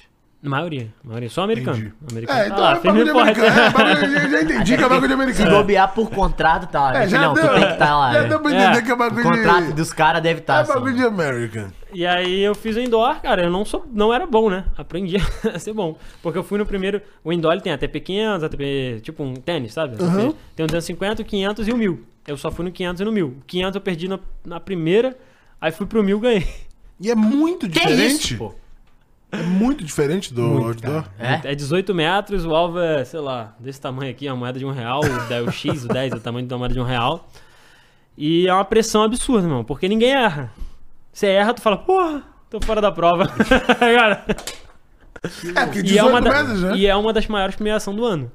[SPEAKER 8] A maioria, a maioria. Só americano.
[SPEAKER 7] Entendi.
[SPEAKER 8] Americano
[SPEAKER 7] É,
[SPEAKER 8] tá
[SPEAKER 7] então
[SPEAKER 8] lá,
[SPEAKER 7] é
[SPEAKER 8] firme
[SPEAKER 7] bagulho
[SPEAKER 8] e forte.
[SPEAKER 7] americano. É, bagulho, já- já entendi que é bagulho
[SPEAKER 6] Se
[SPEAKER 7] americano.
[SPEAKER 6] bobear por contrato, tá.
[SPEAKER 7] É,
[SPEAKER 6] Mas
[SPEAKER 7] já
[SPEAKER 6] não,
[SPEAKER 7] deu,
[SPEAKER 6] tu tem que estar lá.
[SPEAKER 7] já
[SPEAKER 6] né?
[SPEAKER 7] deu pra entender
[SPEAKER 8] É,
[SPEAKER 7] que é
[SPEAKER 6] O
[SPEAKER 7] bagulho
[SPEAKER 6] contrato
[SPEAKER 7] de...
[SPEAKER 6] dos caras deve estar
[SPEAKER 7] É
[SPEAKER 6] assim.
[SPEAKER 7] bagulho de American.
[SPEAKER 8] *laughs* E aí eu fiz o indoor, cara, eu não sou, não era bom, né? Aprendi *laughs* a ser bom. Porque eu fui no primeiro, o indoor ele tem ATP 500, ATP, tipo um tênis, sabe? ATP, Tem o 250, o 500 e o 1000. Eu só fui no 500 e no 1000. O 500 eu perdi na, na primeira, aí fui pro 1000 ganhei.
[SPEAKER 7] E é muito
[SPEAKER 6] Que
[SPEAKER 7] diferente.
[SPEAKER 6] isso, pô?
[SPEAKER 7] é muito diferente do outdoor.
[SPEAKER 6] É?
[SPEAKER 8] É 18 metros, o alvo é, sei lá, desse tamanho aqui, a moeda de um real, o da- o X, o 10 é o tamanho da moeda de um real. E é uma pressão absurda, irmão, porque ninguém erra. Você erra, tu fala, porra, tô fora da prova. *laughs* cara,
[SPEAKER 7] É, porque
[SPEAKER 8] e, é
[SPEAKER 7] 18
[SPEAKER 8] uma da-
[SPEAKER 7] meses, né?
[SPEAKER 8] e é uma das maiores premiações do ano.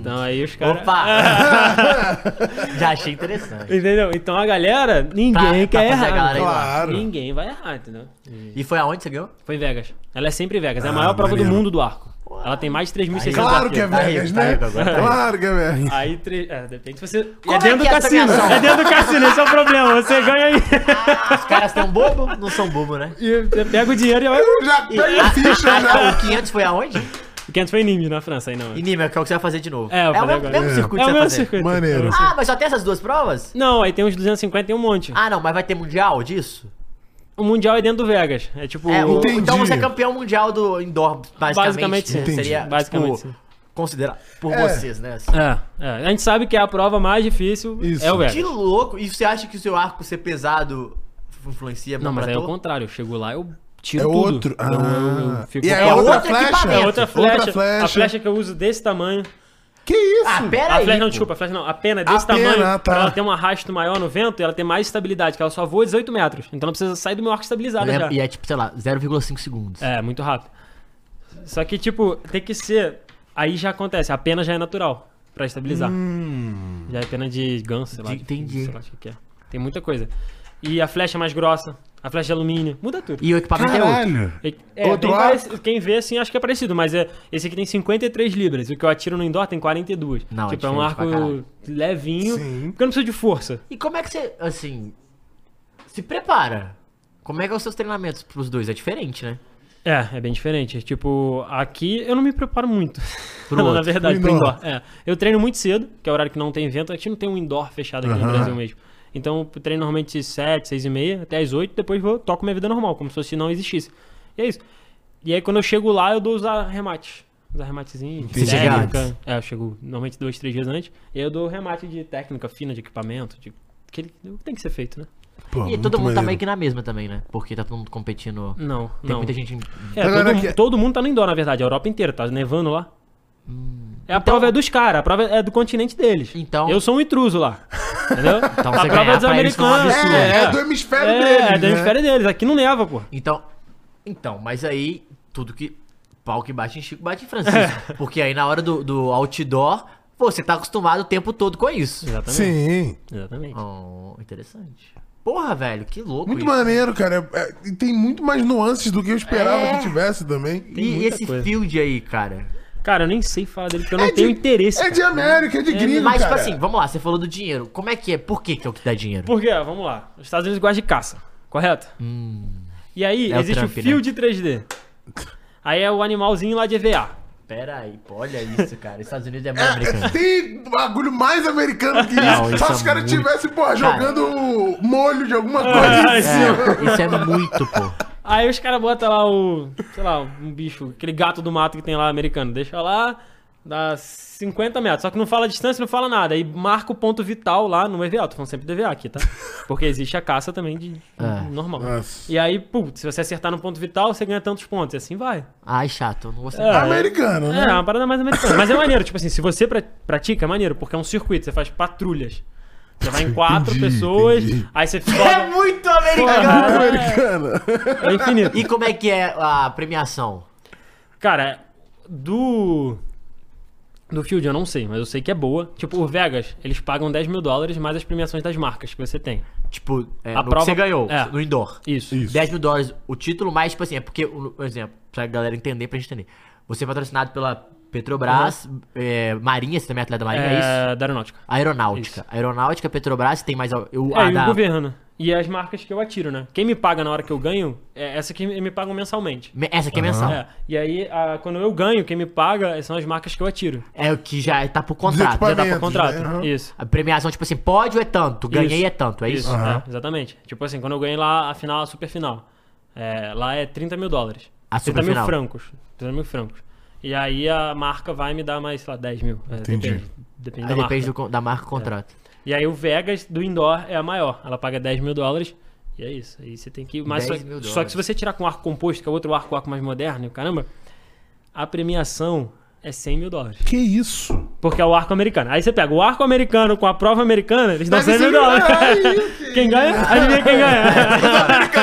[SPEAKER 8] Então aí os caras.
[SPEAKER 7] *laughs*
[SPEAKER 6] Hum. Opa! Já achei interessante.
[SPEAKER 8] Entendeu? Então a galera, ninguém
[SPEAKER 6] Tá- tá
[SPEAKER 8] quer
[SPEAKER 6] fazendo a
[SPEAKER 8] errar.
[SPEAKER 6] galera
[SPEAKER 8] mano.
[SPEAKER 6] aí,
[SPEAKER 7] Claro.
[SPEAKER 8] Ninguém vai errar, entendeu?
[SPEAKER 6] E foi aonde você ganhou?
[SPEAKER 8] Foi em Vegas. Ela é sempre em Vegas. É
[SPEAKER 6] Ah,
[SPEAKER 8] a maior prova do
[SPEAKER 7] maneiro.
[SPEAKER 8] mundo do arco. Ela tem mais de 3.600
[SPEAKER 7] Claro que é
[SPEAKER 8] arqueiros.
[SPEAKER 7] Vegas,
[SPEAKER 6] Tá
[SPEAKER 7] né?
[SPEAKER 6] rico, tá rico agora, tá
[SPEAKER 7] Claro que é
[SPEAKER 6] *laughs*
[SPEAKER 7] Vegas.
[SPEAKER 8] Aí, tre... é, depende se você.
[SPEAKER 6] Como
[SPEAKER 8] é dentro
[SPEAKER 6] é que
[SPEAKER 8] do
[SPEAKER 6] é essa
[SPEAKER 8] cassino.
[SPEAKER 6] premiação?
[SPEAKER 8] É dentro do cassino, esse é o problema. Você ganha aí.
[SPEAKER 6] tá. Os caras são bobo? Não são bobo, né?
[SPEAKER 8] *laughs* E você pega o dinheiro e vai.
[SPEAKER 7] Já pega
[SPEAKER 6] Ah,
[SPEAKER 7] a
[SPEAKER 8] *laughs*
[SPEAKER 7] ficha, né? já.
[SPEAKER 6] tá, o 500 foi aonde?
[SPEAKER 8] O 500 foi em Nîmes, na França, aí não.
[SPEAKER 6] E Nima, que é o que você vai fazer de novo.
[SPEAKER 8] É, eu
[SPEAKER 6] o
[SPEAKER 8] falei
[SPEAKER 6] mesmo,
[SPEAKER 8] agora.
[SPEAKER 6] mesmo
[SPEAKER 7] É.
[SPEAKER 6] circuito que
[SPEAKER 8] É o
[SPEAKER 6] você vai
[SPEAKER 8] mesmo
[SPEAKER 6] fazer.
[SPEAKER 8] circuito.
[SPEAKER 7] Maneiro.
[SPEAKER 6] Ah, mas só tem essas duas provas?
[SPEAKER 8] Não, aí tem uns 250 e um monte.
[SPEAKER 6] Ah, não, mas vai ter mundial disso?
[SPEAKER 8] O mundial é dentro do Vegas. É tipo.
[SPEAKER 6] É, o-
[SPEAKER 7] Entendi.
[SPEAKER 6] então você é campeão mundial do indoor, basicamente.
[SPEAKER 8] Basicamente, sim.
[SPEAKER 7] Entendi.
[SPEAKER 6] Seria,
[SPEAKER 8] Basicamente,
[SPEAKER 6] tipo,
[SPEAKER 8] sim.
[SPEAKER 6] considerar por
[SPEAKER 7] É.
[SPEAKER 6] vocês, né? assim.
[SPEAKER 8] É, é. A gente sabe que a prova mais difícil
[SPEAKER 7] Isso.
[SPEAKER 8] é o Vegas.
[SPEAKER 6] Que louco! E você acha que o seu arco ser pesado influencia
[SPEAKER 8] Não, mas aí é o
[SPEAKER 6] contrato?
[SPEAKER 8] contrário. Eu chego lá, eu tiro
[SPEAKER 7] É
[SPEAKER 8] tudo.
[SPEAKER 7] outro.
[SPEAKER 8] Eu- eu-
[SPEAKER 7] Ah.
[SPEAKER 8] eu fico-
[SPEAKER 7] E é
[SPEAKER 6] É
[SPEAKER 7] outra
[SPEAKER 6] outro
[SPEAKER 7] flecha?
[SPEAKER 6] equipamento.
[SPEAKER 8] É outra flecha,
[SPEAKER 7] Outra flecha.
[SPEAKER 8] A flecha que eu uso desse tamanho.
[SPEAKER 7] Que isso?
[SPEAKER 6] Ah, pera
[SPEAKER 8] a
[SPEAKER 6] aí.
[SPEAKER 8] flecha não,
[SPEAKER 6] pô.
[SPEAKER 8] desculpa, a flecha não. A pena é
[SPEAKER 7] A
[SPEAKER 8] desse
[SPEAKER 7] pena,
[SPEAKER 8] tamanho.
[SPEAKER 7] tá.
[SPEAKER 8] Ela tem um arrasto maior no vento e ela tem mais estabilidade, que ela só voa 18 metros. Então ela precisa sair do meu arco estabilizado já.
[SPEAKER 6] E é tipo, sei lá, 0,5 segundos.
[SPEAKER 8] É, muito rápido. Só que, tipo, tem que ser. Aí já acontece, a pena já é natural pra estabilizar.
[SPEAKER 7] Hum.
[SPEAKER 8] Já é pena de ganso, sei lá. de-
[SPEAKER 6] Entendi.
[SPEAKER 8] sei lá, acho que é. Tem muita coisa. E a flecha é mais grossa, a flecha de alumínio, muda tudo.
[SPEAKER 6] E o equipamento é outro.
[SPEAKER 7] Caralho.
[SPEAKER 8] E- É,
[SPEAKER 7] Outro
[SPEAKER 8] bem
[SPEAKER 7] arco?
[SPEAKER 8] parecido. quem vê assim acho que é parecido, mas é, esse aqui tem 53 libras, o que eu atiro no indoor tem 42.
[SPEAKER 6] Não, é
[SPEAKER 8] tipo, é, um
[SPEAKER 6] diferente pra
[SPEAKER 8] arco
[SPEAKER 6] caralho.
[SPEAKER 8] levinho,
[SPEAKER 7] Sim.
[SPEAKER 8] porque eu não preciso de força.
[SPEAKER 6] E como é que você, assim, se prepara? Como é que é os seus treinamentos pros dois? É diferente, né?
[SPEAKER 8] É, é bem diferente. Tipo, aqui eu não me preparo muito.
[SPEAKER 6] Pro
[SPEAKER 8] Não, *laughs* Na
[SPEAKER 6] outro.
[SPEAKER 8] verdade,
[SPEAKER 7] Pro
[SPEAKER 8] pro
[SPEAKER 7] indoor.
[SPEAKER 8] indoor. É. Eu treino muito cedo, que é o horário que não tem vento. A gente não tem um indoor fechado aqui
[SPEAKER 7] Aham.
[SPEAKER 8] no Brasil mesmo. Então, eu treino normalmente 7, 6 e meia, até as 8, depois vou, toco minha vida normal, como se fosse não existisse. E é isso. E aí, quando eu chego lá, eu dou os arremates. Os arrematezinhos, de
[SPEAKER 7] Entendi.
[SPEAKER 8] técnica. É, eu chego normalmente dois, três dias antes. E aí eu dou remate de técnica fina, de equipamento, de... Aquele... o que tem que ser feito, né?
[SPEAKER 7] Pô,
[SPEAKER 6] e todo
[SPEAKER 7] muito
[SPEAKER 6] mundo tá
[SPEAKER 7] maneiro.
[SPEAKER 6] meio que na mesma também, né? Porque tá todo mundo competindo.
[SPEAKER 8] Não,
[SPEAKER 6] Tem
[SPEAKER 8] não.
[SPEAKER 6] muita gente. em-
[SPEAKER 8] É,
[SPEAKER 7] Agora
[SPEAKER 8] todo,
[SPEAKER 7] que-
[SPEAKER 8] todo mundo tá no indoor, na verdade. A Europa inteira tá nevando lá. É a prova é dos caras, a prova é do continente deles.
[SPEAKER 6] Hum. Então-
[SPEAKER 8] Eu sou um intruso lá.
[SPEAKER 6] *laughs*
[SPEAKER 8] Entendeu?
[SPEAKER 6] Então
[SPEAKER 8] a
[SPEAKER 6] você
[SPEAKER 8] prova
[SPEAKER 6] ganhar
[SPEAKER 8] é dos
[SPEAKER 6] pra eles foi um
[SPEAKER 8] americanos.
[SPEAKER 6] absurdo.
[SPEAKER 7] É, é do hemisfério
[SPEAKER 8] é,
[SPEAKER 7] deles,
[SPEAKER 8] É do
[SPEAKER 7] né?
[SPEAKER 8] hemisfério deles. Aqui não neva, pô.
[SPEAKER 6] Então, então, mas aí, tudo que. Pau que bate em Chico, bate em Francisco. Porque aí na hora do, do outdoor, você tá acostumado o tempo todo com isso.
[SPEAKER 8] Exatamente.
[SPEAKER 7] Sim.
[SPEAKER 8] Exatamente.
[SPEAKER 6] Oh, interessante. Porra, velho, que louco.
[SPEAKER 7] Muito
[SPEAKER 6] isso.
[SPEAKER 7] maneiro, cara. É, é, e tem muito mais nuances do que eu esperava
[SPEAKER 6] É.
[SPEAKER 7] que tivesse também.
[SPEAKER 8] Tem
[SPEAKER 6] E
[SPEAKER 8] muita
[SPEAKER 6] esse
[SPEAKER 8] coisa.
[SPEAKER 6] field aí, cara?
[SPEAKER 8] Cara, eu nem sei falar dele porque eu não
[SPEAKER 7] É de-
[SPEAKER 8] tenho interesse.
[SPEAKER 7] É
[SPEAKER 8] cara.
[SPEAKER 7] de América, é de gringo,
[SPEAKER 6] Mas, tipo
[SPEAKER 7] cara.
[SPEAKER 6] assim, vamos lá, você falou do dinheiro. Como é que é? Por que que é o que dá dinheiro?
[SPEAKER 8] Porque, ó, vamos lá. Os Estados Unidos gostam de caça, correto? E aí,
[SPEAKER 6] É o
[SPEAKER 8] existe o,
[SPEAKER 6] Trump, né?
[SPEAKER 8] fio de 3D. Aí é o animalzinho lá de
[SPEAKER 7] *laughs*
[SPEAKER 8] EVA.
[SPEAKER 6] Pera aí, pô, olha isso, cara. Estados Unidos é mais
[SPEAKER 7] É, é,
[SPEAKER 6] americano.
[SPEAKER 7] tem bagulho mais americano que isso.
[SPEAKER 6] Não, isso
[SPEAKER 7] Só se
[SPEAKER 6] é
[SPEAKER 7] os caras
[SPEAKER 6] muito-
[SPEAKER 7] tivessem, porra,
[SPEAKER 6] Cara.
[SPEAKER 7] jogando molho de alguma coisa.
[SPEAKER 8] Aí, sim, ó.
[SPEAKER 6] Isso é muito, pô.
[SPEAKER 8] Aí os caras botam lá o. Sei lá, um bicho, aquele gato do mato que tem lá americano. Deixa lá, dá 50 metros. Só que não fala distância, não fala nada. Aí marca o ponto vital lá no EVA. Tô falando sempre do EVA aqui, tá? Porque existe a caça também de.
[SPEAKER 6] É.
[SPEAKER 8] normal.
[SPEAKER 7] Nossa.
[SPEAKER 8] E aí, putz, se você acertar no ponto vital, você ganha tantos pontos. E assim vai.
[SPEAKER 6] Ai, chato, eu não gostei.
[SPEAKER 8] É.
[SPEAKER 7] Americano,
[SPEAKER 8] É, é
[SPEAKER 7] né?
[SPEAKER 8] uma parada mais americana. Mas é maneiro, tipo assim, se você pra- pratica, é maneiro, porque é um circuito, você faz patrulhas. Você vai em quatro
[SPEAKER 7] Entendi,
[SPEAKER 8] pessoas,
[SPEAKER 7] entendi.
[SPEAKER 8] aí você
[SPEAKER 6] É
[SPEAKER 8] fica.
[SPEAKER 6] muito americano!
[SPEAKER 7] Americano.
[SPEAKER 8] É infinito.
[SPEAKER 6] E como é que é a premiação?
[SPEAKER 8] Cara, do. Do Field eu não sei, mas eu sei que é boa. Tipo, o Vegas, eles pagam 10 mil dólares mais as premiações das marcas que você tem.
[SPEAKER 6] Tipo, é,
[SPEAKER 8] A
[SPEAKER 6] no que
[SPEAKER 8] prova-
[SPEAKER 6] você ganhou
[SPEAKER 8] é.
[SPEAKER 6] no indoor.
[SPEAKER 8] Isso.
[SPEAKER 6] 10 mil dólares o título, mas, tipo assim, é porque, por exemplo, pra galera entender, pra gente entender. Você é patrocinado pela Petrobras, é, Marinha, você também é atleta da Marinha, é, isso?
[SPEAKER 8] É, da aeronáutica.
[SPEAKER 6] Aeronáutica. Aeronáutica, Petrobras, tem mais. al- Eu, a
[SPEAKER 8] É, e
[SPEAKER 6] da-
[SPEAKER 8] o governo. E as marcas que eu atiro, né? Quem me paga na hora que eu ganho, é essa que me pagam mensalmente.
[SPEAKER 6] Me- Essa aqui é mensal.
[SPEAKER 8] É, e aí, a- quando eu ganho, quem me paga são as marcas que eu atiro.
[SPEAKER 6] É o que já tá pro contrato.
[SPEAKER 7] Dos
[SPEAKER 8] Já tá pro
[SPEAKER 7] Pagamentos,
[SPEAKER 8] contrato.
[SPEAKER 7] né? Aham.
[SPEAKER 8] Isso.
[SPEAKER 6] A premiação, tipo assim, pódio é tanto, ganhei é tanto, é isso?
[SPEAKER 8] é, exatamente. Tipo assim, quando eu ganhei lá a final, a super final, é, lá é 30 mil dólares.
[SPEAKER 6] A
[SPEAKER 8] 30 mil
[SPEAKER 6] superfinal.
[SPEAKER 8] francos. 30 mil francos. E aí a marca vai me dar mais, sei lá, 10 mil. É,
[SPEAKER 7] Entendi.
[SPEAKER 8] Depende, depende
[SPEAKER 6] Aí
[SPEAKER 8] da
[SPEAKER 6] Ah, depende
[SPEAKER 8] marca.
[SPEAKER 6] do con- da marca do contrato.
[SPEAKER 8] E aí o Vegas do indoor é a maior. Ela paga 10 mil dólares. E é isso. Aí você tem que. Mas só,
[SPEAKER 6] 10 mil
[SPEAKER 8] só
[SPEAKER 6] dólares.
[SPEAKER 8] que se você tirar com arco composto, que é outro arco, arco mais moderno, e o caramba, a premiação é 100 mil dólares.
[SPEAKER 7] Que isso?
[SPEAKER 8] Porque é o arco americano. Aí você pega o arco americano com a prova americana, eles dão
[SPEAKER 7] Deve
[SPEAKER 8] 100 mil
[SPEAKER 7] ser
[SPEAKER 8] dólares.
[SPEAKER 7] é
[SPEAKER 8] *laughs*
[SPEAKER 7] verdade.
[SPEAKER 8] Quem
[SPEAKER 6] *laughs*
[SPEAKER 8] ganha? Adivinha quem ganha?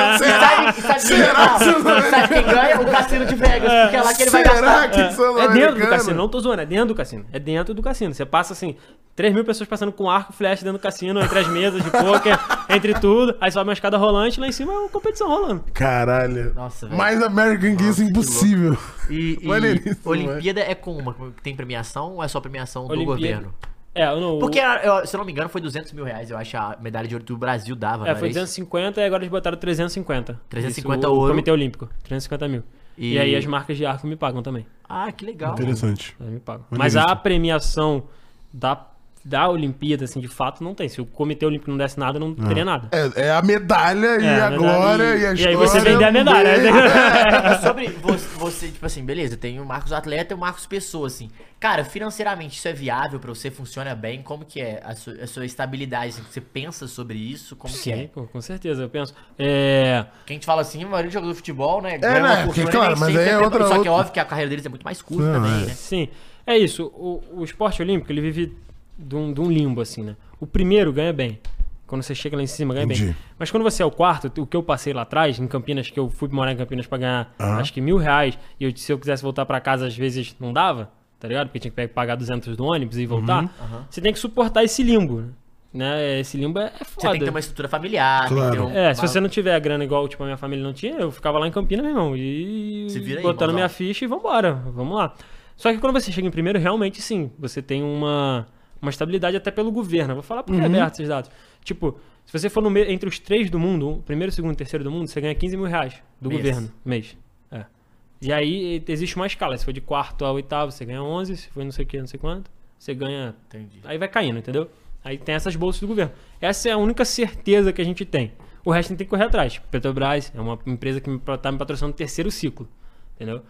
[SPEAKER 7] Será é que
[SPEAKER 6] Sabe, sabe, quem,
[SPEAKER 7] são
[SPEAKER 6] ganha? sabe quem ganha? O Cassino de Vegas, porque é lá que ele vai gastar.
[SPEAKER 7] Será que são
[SPEAKER 8] É dentro do
[SPEAKER 7] americanos?
[SPEAKER 8] cassino, não tô zoando, é dentro do cassino. É dentro do cassino. Você passa assim, 3 mil pessoas passando com arco, flash dentro do cassino, entre as mesas
[SPEAKER 6] *laughs*
[SPEAKER 8] de pôquer, entre tudo. Aí sobe uma escada rolante, lá em cima é uma competição rolando.
[SPEAKER 6] Tipo
[SPEAKER 7] Caralho.
[SPEAKER 6] Nossa, velho.
[SPEAKER 7] Mais American que isso, é impossível.
[SPEAKER 6] E, e
[SPEAKER 7] Maneiríssimo,
[SPEAKER 6] Olimpíada é com uma? Tem premiação ou é só premiação do
[SPEAKER 8] Olimpíada.
[SPEAKER 6] governo?
[SPEAKER 8] É, eu não.
[SPEAKER 6] Porque, ah, eu- se eu não me engano, foi 200 mil reais, eu acho, a medalha de ouro que o Brasil dava,
[SPEAKER 8] É,
[SPEAKER 6] não
[SPEAKER 8] foi
[SPEAKER 6] era isso?
[SPEAKER 8] 250 e agora eles botaram 350.
[SPEAKER 6] 350
[SPEAKER 8] Isso, o
[SPEAKER 6] ouro.
[SPEAKER 8] Comitê Olímpico. 350 mil. E...
[SPEAKER 6] E-
[SPEAKER 8] aí as marcas de arco me pagam também.
[SPEAKER 6] Ah, que legal.
[SPEAKER 7] Interessante.
[SPEAKER 8] Elas me pagam. Mas
[SPEAKER 7] Maneiríssimo.
[SPEAKER 8] a premiação da, da Olimpíada, assim, de fato, não tem. Se o Comitê Olímpico não desse nada, não teria nada.
[SPEAKER 7] É, é a medalha e a
[SPEAKER 8] medalha-
[SPEAKER 7] glória e, a né?
[SPEAKER 8] E
[SPEAKER 7] história.
[SPEAKER 8] aí você vender a medalha. né?
[SPEAKER 6] Sobre vo- você, tipo assim, beleza, tem o Marcos Atleta e o Marcos Pessoa, assim. Cara, financeiramente isso é viável pra você? Funciona bem? Como que é a sua, a sua estabilidade? assim, você pensa sobre isso? Como que
[SPEAKER 8] Sim,
[SPEAKER 6] é?
[SPEAKER 8] pô, com certeza, eu penso. É,
[SPEAKER 6] Quem te fala assim, a maioria de jogador de futebol, né?
[SPEAKER 7] né,
[SPEAKER 6] uma
[SPEAKER 7] porque,
[SPEAKER 6] fortuna e
[SPEAKER 7] claro,
[SPEAKER 6] nem
[SPEAKER 7] mas
[SPEAKER 6] sempre
[SPEAKER 7] aí é
[SPEAKER 6] tem-
[SPEAKER 7] outra-
[SPEAKER 6] Só que é
[SPEAKER 7] outra-
[SPEAKER 6] óbvio que a carreira deles é muito mais curta
[SPEAKER 7] Não,
[SPEAKER 6] também,
[SPEAKER 7] é.
[SPEAKER 6] né?
[SPEAKER 8] Sim, é isso. O, o esporte olímpico, ele vive de um, de um limbo, assim, né? O primeiro ganha bem. Quando você chega lá em cima, ganha
[SPEAKER 7] Entendi.
[SPEAKER 8] bem. Mas quando você é o quarto, o que eu passei lá atrás, em Campinas, que eu fui morar em Campinas pra ganhar acho que mil reais, e eu, se eu quisesse voltar pra casa, às vezes não dava, tá ligado? Porque tinha que pe- pagar 200 do ônibus e voltar.
[SPEAKER 7] Uhum.
[SPEAKER 8] Você tem que suportar esse limbo, né? Esse limbo é, é
[SPEAKER 6] Você
[SPEAKER 8] foda.
[SPEAKER 6] tem que ter uma estrutura familiar, tem que ter
[SPEAKER 7] Claro.
[SPEAKER 6] um-
[SPEAKER 8] É, se
[SPEAKER 6] uma-
[SPEAKER 8] você não tiver a grana igual, tipo, a minha família não tinha, eu ficava lá em Campinas, meu irmão, e
[SPEAKER 6] Se vira aí,
[SPEAKER 8] botando
[SPEAKER 6] mozão.
[SPEAKER 8] minha ficha e vambora, vamos lá. Só que quando você chega em primeiro, realmente sim, você tem uma, uma estabilidade até pelo governo. Eu Vou falar porque é aberto esses dados. Tipo, se você for no meio- entre os três do mundo, o primeiro, o segundo e o terceiro do mundo, você ganha 15 mil reais do
[SPEAKER 6] Mês.
[SPEAKER 8] governo, mês. É. E aí existe uma escala, se for de quarto a oitavo, você ganha 11, se for não sei o que, não sei quanto, você ganha
[SPEAKER 6] Entendi.
[SPEAKER 8] Aí vai caindo, entendeu? Aí tem essas bolsas do governo. Essa é a única certeza que a gente tem. O resto a gente tem que correr atrás. Petrobras é uma empresa que me, pro- tá me patrocinando o terceiro ciclo. Entendeu?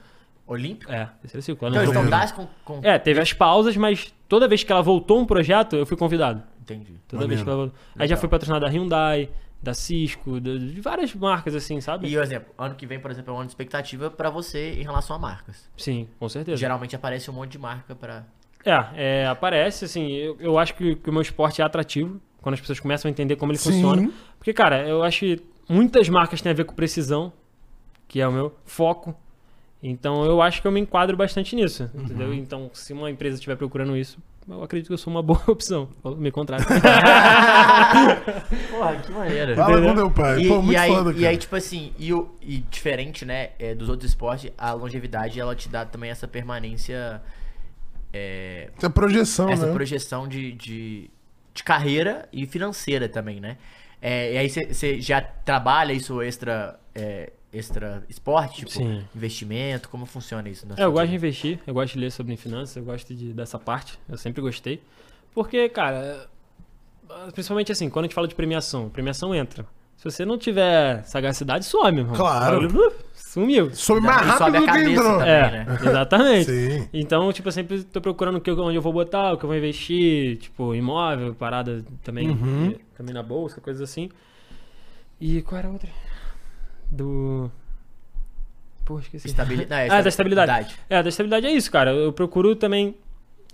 [SPEAKER 6] Olímpico?
[SPEAKER 8] É, terceiro ciclo. Ela
[SPEAKER 6] Então, eles
[SPEAKER 8] não-
[SPEAKER 6] estão das com... com-
[SPEAKER 8] É, teve as pausas, mas toda vez que ela voltou um projeto, eu fui convidado.
[SPEAKER 6] Entendi.
[SPEAKER 8] Toda vez que ela voltou. Aí já fui patrocinado da Hyundai, da Cisco, de, de várias marcas assim, sabe?
[SPEAKER 6] E, por exemplo, ano que vem, por exemplo, é um ano de expectativa pra você em relação a marcas.
[SPEAKER 8] Sim, com certeza.
[SPEAKER 6] Geralmente aparece um monte de marca pra...
[SPEAKER 8] É, é, aparece, assim, eu, eu acho que, que o meu esporte é atrativo, quando as pessoas começam a entender como ele
[SPEAKER 7] Sim.
[SPEAKER 8] funciona. Porque, cara, eu acho que muitas marcas têm a ver com precisão, que é o meu foco. Então eu acho que eu me enquadro bastante nisso, entendeu? Então, se uma empresa estiver procurando isso, eu acredito que eu sou uma boa *laughs* opção. Ou Me contrata.
[SPEAKER 6] Porra, que maneira.
[SPEAKER 7] Fala com teu pai.
[SPEAKER 6] E,
[SPEAKER 7] Pô, muito
[SPEAKER 6] e aí,
[SPEAKER 7] foda,
[SPEAKER 6] e
[SPEAKER 7] cara.
[SPEAKER 6] aí, tipo assim, e, o- e diferente, né, é, dos outros esportes, a longevidade, ela te dá também essa permanência, é,
[SPEAKER 7] Essa projeção,
[SPEAKER 6] essa
[SPEAKER 7] né?
[SPEAKER 6] projeção de, de, de carreira e financeira também, né? É, e aí você já trabalha isso extra, é, extra esporte, tipo,
[SPEAKER 8] Sim.
[SPEAKER 6] investimento, como funciona isso? na
[SPEAKER 8] É, eu
[SPEAKER 6] sua
[SPEAKER 8] gosto de
[SPEAKER 6] vida?
[SPEAKER 8] investir, eu gosto de ler sobre finanças, eu gosto de, dessa parte, eu sempre gostei. Porque, cara, é, principalmente assim, quando a gente fala de premiação, premiação entra. Se você não tiver sagacidade, some, irmão.
[SPEAKER 7] Claro.
[SPEAKER 8] Olha, uh, Sumiu.
[SPEAKER 7] Sobe mais rápido
[SPEAKER 6] Sobe
[SPEAKER 7] do
[SPEAKER 6] a
[SPEAKER 7] que
[SPEAKER 6] cabeça
[SPEAKER 7] entrou.
[SPEAKER 6] também.
[SPEAKER 8] É,
[SPEAKER 6] né?
[SPEAKER 8] exatamente.
[SPEAKER 7] Sim.
[SPEAKER 6] *laughs*
[SPEAKER 8] Então, tipo, eu sempre tô procurando o que, eu- onde eu vou botar, o que eu vou investir, tipo, imóvel, parada também, eh, também na bolsa, coisas assim. E qual era a outra? Do. Pô, esqueci.
[SPEAKER 6] Estabili- não, é,
[SPEAKER 8] *laughs* ah, da
[SPEAKER 6] estabilidade.
[SPEAKER 8] estabilidade. É, da estabilidade é isso, cara. Eu procuro também.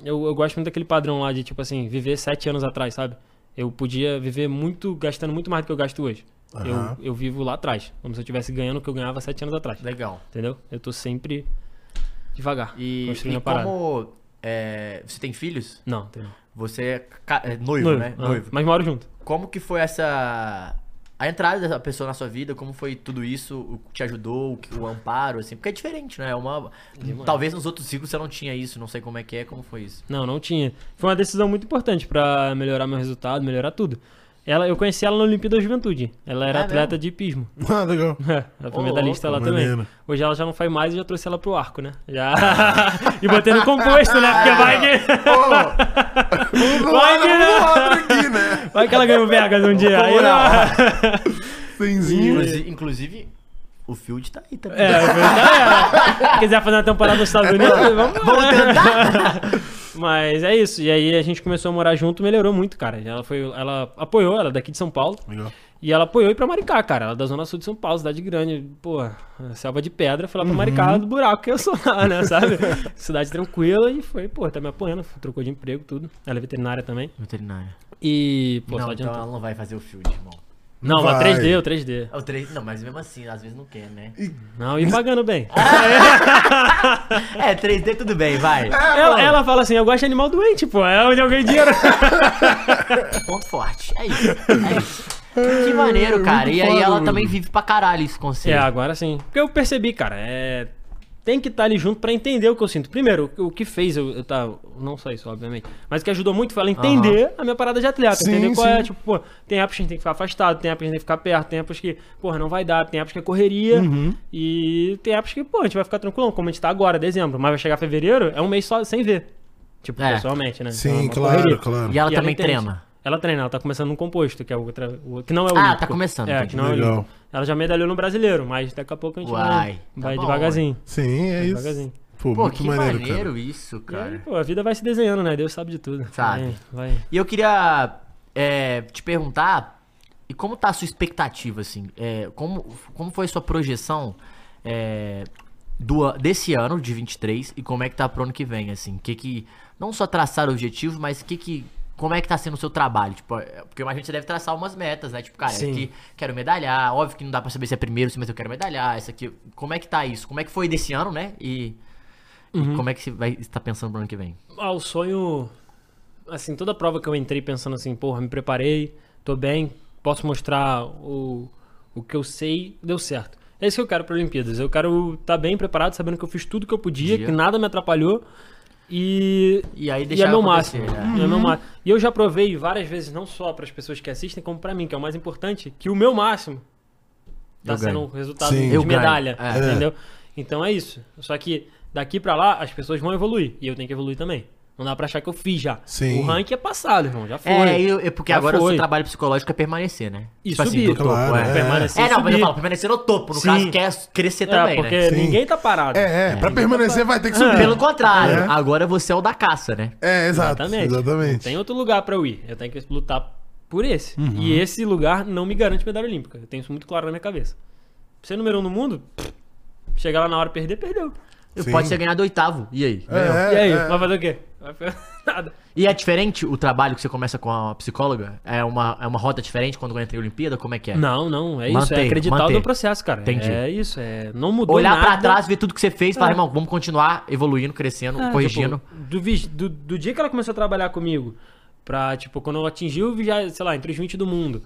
[SPEAKER 8] Eu, eu gosto muito daquele padrão lá de, tipo assim, viver sete anos atrás, sabe? Eu podia viver muito, gastando muito mais do que eu gasto hoje.
[SPEAKER 7] Aham.
[SPEAKER 8] Eu, eu vivo lá atrás, como se eu estivesse ganhando o que eu ganhava sete anos atrás.
[SPEAKER 6] Legal.
[SPEAKER 8] Entendeu? Eu tô sempre devagar
[SPEAKER 6] E,
[SPEAKER 8] construindo
[SPEAKER 6] e
[SPEAKER 8] a parada.
[SPEAKER 6] como é, você tem filhos,
[SPEAKER 8] Não, tem não.
[SPEAKER 6] você é, ca- é noivo, né?
[SPEAKER 8] ah,
[SPEAKER 6] Noivo.
[SPEAKER 8] Mas moro junto.
[SPEAKER 6] Como que foi essa a entrada dessa pessoa na sua vida, como foi tudo isso, o que te ajudou, o, que- o amparo, assim, porque é diferente, né? É uma. Talvez nos outros ciclos você não tinha isso, não sei como é que é, como foi isso.
[SPEAKER 8] Não, não tinha. Foi uma decisão muito importante pra melhorar meu resultado, melhorar tudo. Ela, eu conheci ela na Olimpíada da Juventude. Ela era
[SPEAKER 6] É
[SPEAKER 8] atleta de hipismo.
[SPEAKER 7] Ah,
[SPEAKER 6] *laughs*
[SPEAKER 7] legal.
[SPEAKER 8] É, ela foi
[SPEAKER 6] Ô,
[SPEAKER 8] medalhista lá
[SPEAKER 7] louco,
[SPEAKER 8] também.
[SPEAKER 7] maneiro.
[SPEAKER 8] Hoje ela já não faz mais e já trouxe ela pro arco, né?
[SPEAKER 7] *laughs*
[SPEAKER 8] Já. e botei no composto, né? Porque vai *laughs* que,
[SPEAKER 7] Vamos
[SPEAKER 8] Vai
[SPEAKER 7] lá,
[SPEAKER 8] que-
[SPEAKER 7] vamos aqui,
[SPEAKER 6] Tá,
[SPEAKER 7] né?
[SPEAKER 8] vai que ela ganha o Vegas um dia. Aí, não.
[SPEAKER 7] Senzinho.
[SPEAKER 6] Inclusive, inclusive, o Field tá aí também.
[SPEAKER 8] É, eu falei, "Ah, é. quiser fazer uma temporada nos Estados Unidos, vamos, *laughs* vamos Mas é isso. E aí a gente começou a morar junto, melhorou muito, cara. Ela foi, ela apoiou, ela é daqui de São Paulo.
[SPEAKER 7] Legal.
[SPEAKER 8] E ela apoiou ir pra Maricá, cara. Ela é da Zona Sul de São Paulo, cidade grande. Pô, selva de pedra, foi lá pra Maricá do buraco que eu sou lá, né? Sabe? *laughs* cidade tranquila e foi, pô, tá me apoiando. Trocou de emprego, tudo. Ela é veterinária também.
[SPEAKER 6] Veterinária.
[SPEAKER 8] E, pô, só
[SPEAKER 6] não, então
[SPEAKER 8] adiantou.
[SPEAKER 6] ela não vai fazer o Field, irmão.
[SPEAKER 8] Não, mas
[SPEAKER 7] Vai.
[SPEAKER 8] 3D, o 3D.
[SPEAKER 6] É o 3, não, mas mesmo assim, às vezes não quer, né?
[SPEAKER 8] Não, e pagando bem.
[SPEAKER 6] É, 3D tudo bem, vai.
[SPEAKER 8] *laughs* Ela, ela fala assim, eu gosto de animal doente, pô. É onde eu ganho *laughs* dinheiro.
[SPEAKER 6] Ponto forte. É isso. É isso. Que maneiro, cara. E aí
[SPEAKER 7] foda,
[SPEAKER 6] ela
[SPEAKER 7] mano.
[SPEAKER 6] também vive pra caralho esse
[SPEAKER 8] É,
[SPEAKER 6] conceito.
[SPEAKER 8] agora sim. Porque eu percebi, cara, é. Tem que estar ali junto pra entender o que eu sinto. Primeiro, o o que fez eu, eu tá, não só isso, obviamente, mas o que ajudou muito foi ela entender a minha parada de atleta,
[SPEAKER 7] Sim,
[SPEAKER 8] entender qual é,
[SPEAKER 7] sim.
[SPEAKER 8] tipo, pô, tem apps que a gente tem que ficar afastado, tem apps que a gente tem que ficar perto, tem apps que, porra, não vai dar, tem apps que é correria,
[SPEAKER 7] Uhum.
[SPEAKER 8] e tem apps que, pô, a gente vai ficar tranquilo, como a gente tá agora, dezembro, mas vai chegar fevereiro, é um mês só sem ver, tipo,
[SPEAKER 6] É.
[SPEAKER 8] pessoalmente, né? Então, é
[SPEAKER 7] Sim,
[SPEAKER 8] uma
[SPEAKER 7] claro,
[SPEAKER 8] correria.
[SPEAKER 7] claro.
[SPEAKER 6] E ela
[SPEAKER 8] E é
[SPEAKER 6] também
[SPEAKER 8] entende.
[SPEAKER 6] trema.
[SPEAKER 8] Ela treina, ela tá começando no composto, que é outra. o- Que não é o.
[SPEAKER 6] Ah,
[SPEAKER 8] olímpico.
[SPEAKER 6] tá começando,
[SPEAKER 8] É,
[SPEAKER 6] entendi.
[SPEAKER 8] que não é o
[SPEAKER 7] Legal.
[SPEAKER 8] olímpico. Ela já medalhou no brasileiro, mas daqui a pouco a gente
[SPEAKER 6] Uai,
[SPEAKER 8] vai,
[SPEAKER 6] tá
[SPEAKER 8] vai
[SPEAKER 6] bom,
[SPEAKER 8] devagarzinho.
[SPEAKER 7] Sim, é isso.
[SPEAKER 8] Devagarzinho.
[SPEAKER 7] Pô,
[SPEAKER 6] Pô,
[SPEAKER 7] muito
[SPEAKER 6] que
[SPEAKER 7] maneiro,
[SPEAKER 6] maneiro,
[SPEAKER 7] cara.
[SPEAKER 6] isso,
[SPEAKER 8] E aí,
[SPEAKER 6] cara.
[SPEAKER 8] pô, a vida vai se desenhando, né? Deus sabe de tudo.
[SPEAKER 6] Sabe.
[SPEAKER 8] Vai. vai.
[SPEAKER 6] E eu queria é, te perguntar, e como tá a sua expectativa, assim? É, como, como foi a sua projeção é, do, a- desse ano, de 23, e como é que tá pro ano que vem, assim? Que que, não só traçar objetivos, mas que que... Como é que tá sendo o seu trabalho? Tipo, é, porque eu imagino que você deve traçar umas metas, né? Tipo, cara,
[SPEAKER 8] Sim.
[SPEAKER 6] aqui quero medalhar. Óbvio que não dá pra saber se é primeiro, se- mas eu quero medalhar. Essa aqui. Como é que tá isso? Como é que foi desse ano, né? E, e
[SPEAKER 8] Uhum.
[SPEAKER 6] como é que você vai estar pensando pro ano que vem?
[SPEAKER 8] Ah, o sonho. Assim, toda prova que eu entrei pensando assim, porra, me preparei, tô bem, posso mostrar o, o que eu sei, deu certo. É isso que eu quero para Olimpíadas. Eu quero estar bem preparado, sabendo que eu fiz tudo que eu podia,
[SPEAKER 6] Dia.
[SPEAKER 8] que nada me atrapalhou. E
[SPEAKER 6] E aí
[SPEAKER 8] E é
[SPEAKER 6] deixar
[SPEAKER 8] meu
[SPEAKER 6] acontecer,
[SPEAKER 8] máximo.
[SPEAKER 6] né?
[SPEAKER 8] E é
[SPEAKER 7] Uhum.
[SPEAKER 8] meu máximo. E eu já provei várias vezes, não só para as pessoas que assistem, como para mim, que é o mais importante, que o meu máximo tá
[SPEAKER 6] Eu
[SPEAKER 8] sendo
[SPEAKER 6] ganho.
[SPEAKER 8] um resultado
[SPEAKER 7] Sim.
[SPEAKER 8] de
[SPEAKER 7] Eu
[SPEAKER 6] ganho.
[SPEAKER 8] medalha,
[SPEAKER 6] É.
[SPEAKER 8] entendeu? Então é isso. Só que daqui para lá as pessoas vão evoluir e eu tenho que evoluir também. Não dá pra achar que eu fiz já.
[SPEAKER 7] Sim.
[SPEAKER 8] O ranking é passado, irmão. Já foi.
[SPEAKER 6] É, eu, eu- porque
[SPEAKER 8] Já
[SPEAKER 6] agora o
[SPEAKER 8] foi.
[SPEAKER 6] seu trabalho psicológico é permanecer, né?
[SPEAKER 8] E
[SPEAKER 6] Tipo assim,
[SPEAKER 8] subir.
[SPEAKER 6] no topo,
[SPEAKER 7] Claro,
[SPEAKER 6] é.
[SPEAKER 7] é.
[SPEAKER 8] Permanecer
[SPEAKER 6] É, não, mas eu
[SPEAKER 8] subir.
[SPEAKER 6] falo, permanecer no topo. No
[SPEAKER 8] Sim.
[SPEAKER 6] caso, quer crescer
[SPEAKER 8] É,
[SPEAKER 6] também,
[SPEAKER 8] porque
[SPEAKER 6] né?
[SPEAKER 7] Sim.
[SPEAKER 8] ninguém tá parado.
[SPEAKER 7] É, é, pra permanecer vai ter que subir.
[SPEAKER 6] Pelo contrário,
[SPEAKER 7] É.
[SPEAKER 6] agora você é o da caça, né?
[SPEAKER 7] É, exato.
[SPEAKER 8] Exatamente.
[SPEAKER 7] Exatamente.
[SPEAKER 8] Não tem outro lugar pra eu ir. Eu tenho que lutar por esse.
[SPEAKER 7] Uhum.
[SPEAKER 8] E esse lugar não me garante medalha olímpica. Eu tenho isso muito claro na minha cabeça. Ser número um no mundo, pff, chegar lá na hora e perder, perdeu.
[SPEAKER 7] Sim.
[SPEAKER 6] Pode ser ganhado oitavo. E aí?
[SPEAKER 7] É, é,
[SPEAKER 8] e aí,
[SPEAKER 7] é.
[SPEAKER 8] vai fazer o quê? Vai fazer *laughs* nada.
[SPEAKER 6] E é diferente o trabalho que você começa com a psicóloga? É uma, é uma rota diferente quando entra em Olimpíada? Como é que é?
[SPEAKER 8] Não, não, é isso. É
[SPEAKER 6] Manter,
[SPEAKER 8] acreditar
[SPEAKER 6] manter.
[SPEAKER 8] no processo, cara.
[SPEAKER 6] Entendi.
[SPEAKER 8] É isso, é. Não mudou
[SPEAKER 6] Olhar
[SPEAKER 8] nada.
[SPEAKER 6] pra trás, ver tudo que você fez e falar,
[SPEAKER 8] É.
[SPEAKER 6] irmão, vamos continuar evoluindo, crescendo,
[SPEAKER 8] É,
[SPEAKER 6] corrigindo.
[SPEAKER 8] tipo, do, vi- do, do dia que ela começou a trabalhar comigo, pra, tipo, quando eu atingi o, vigi- sei lá, entre os 20 do mundo.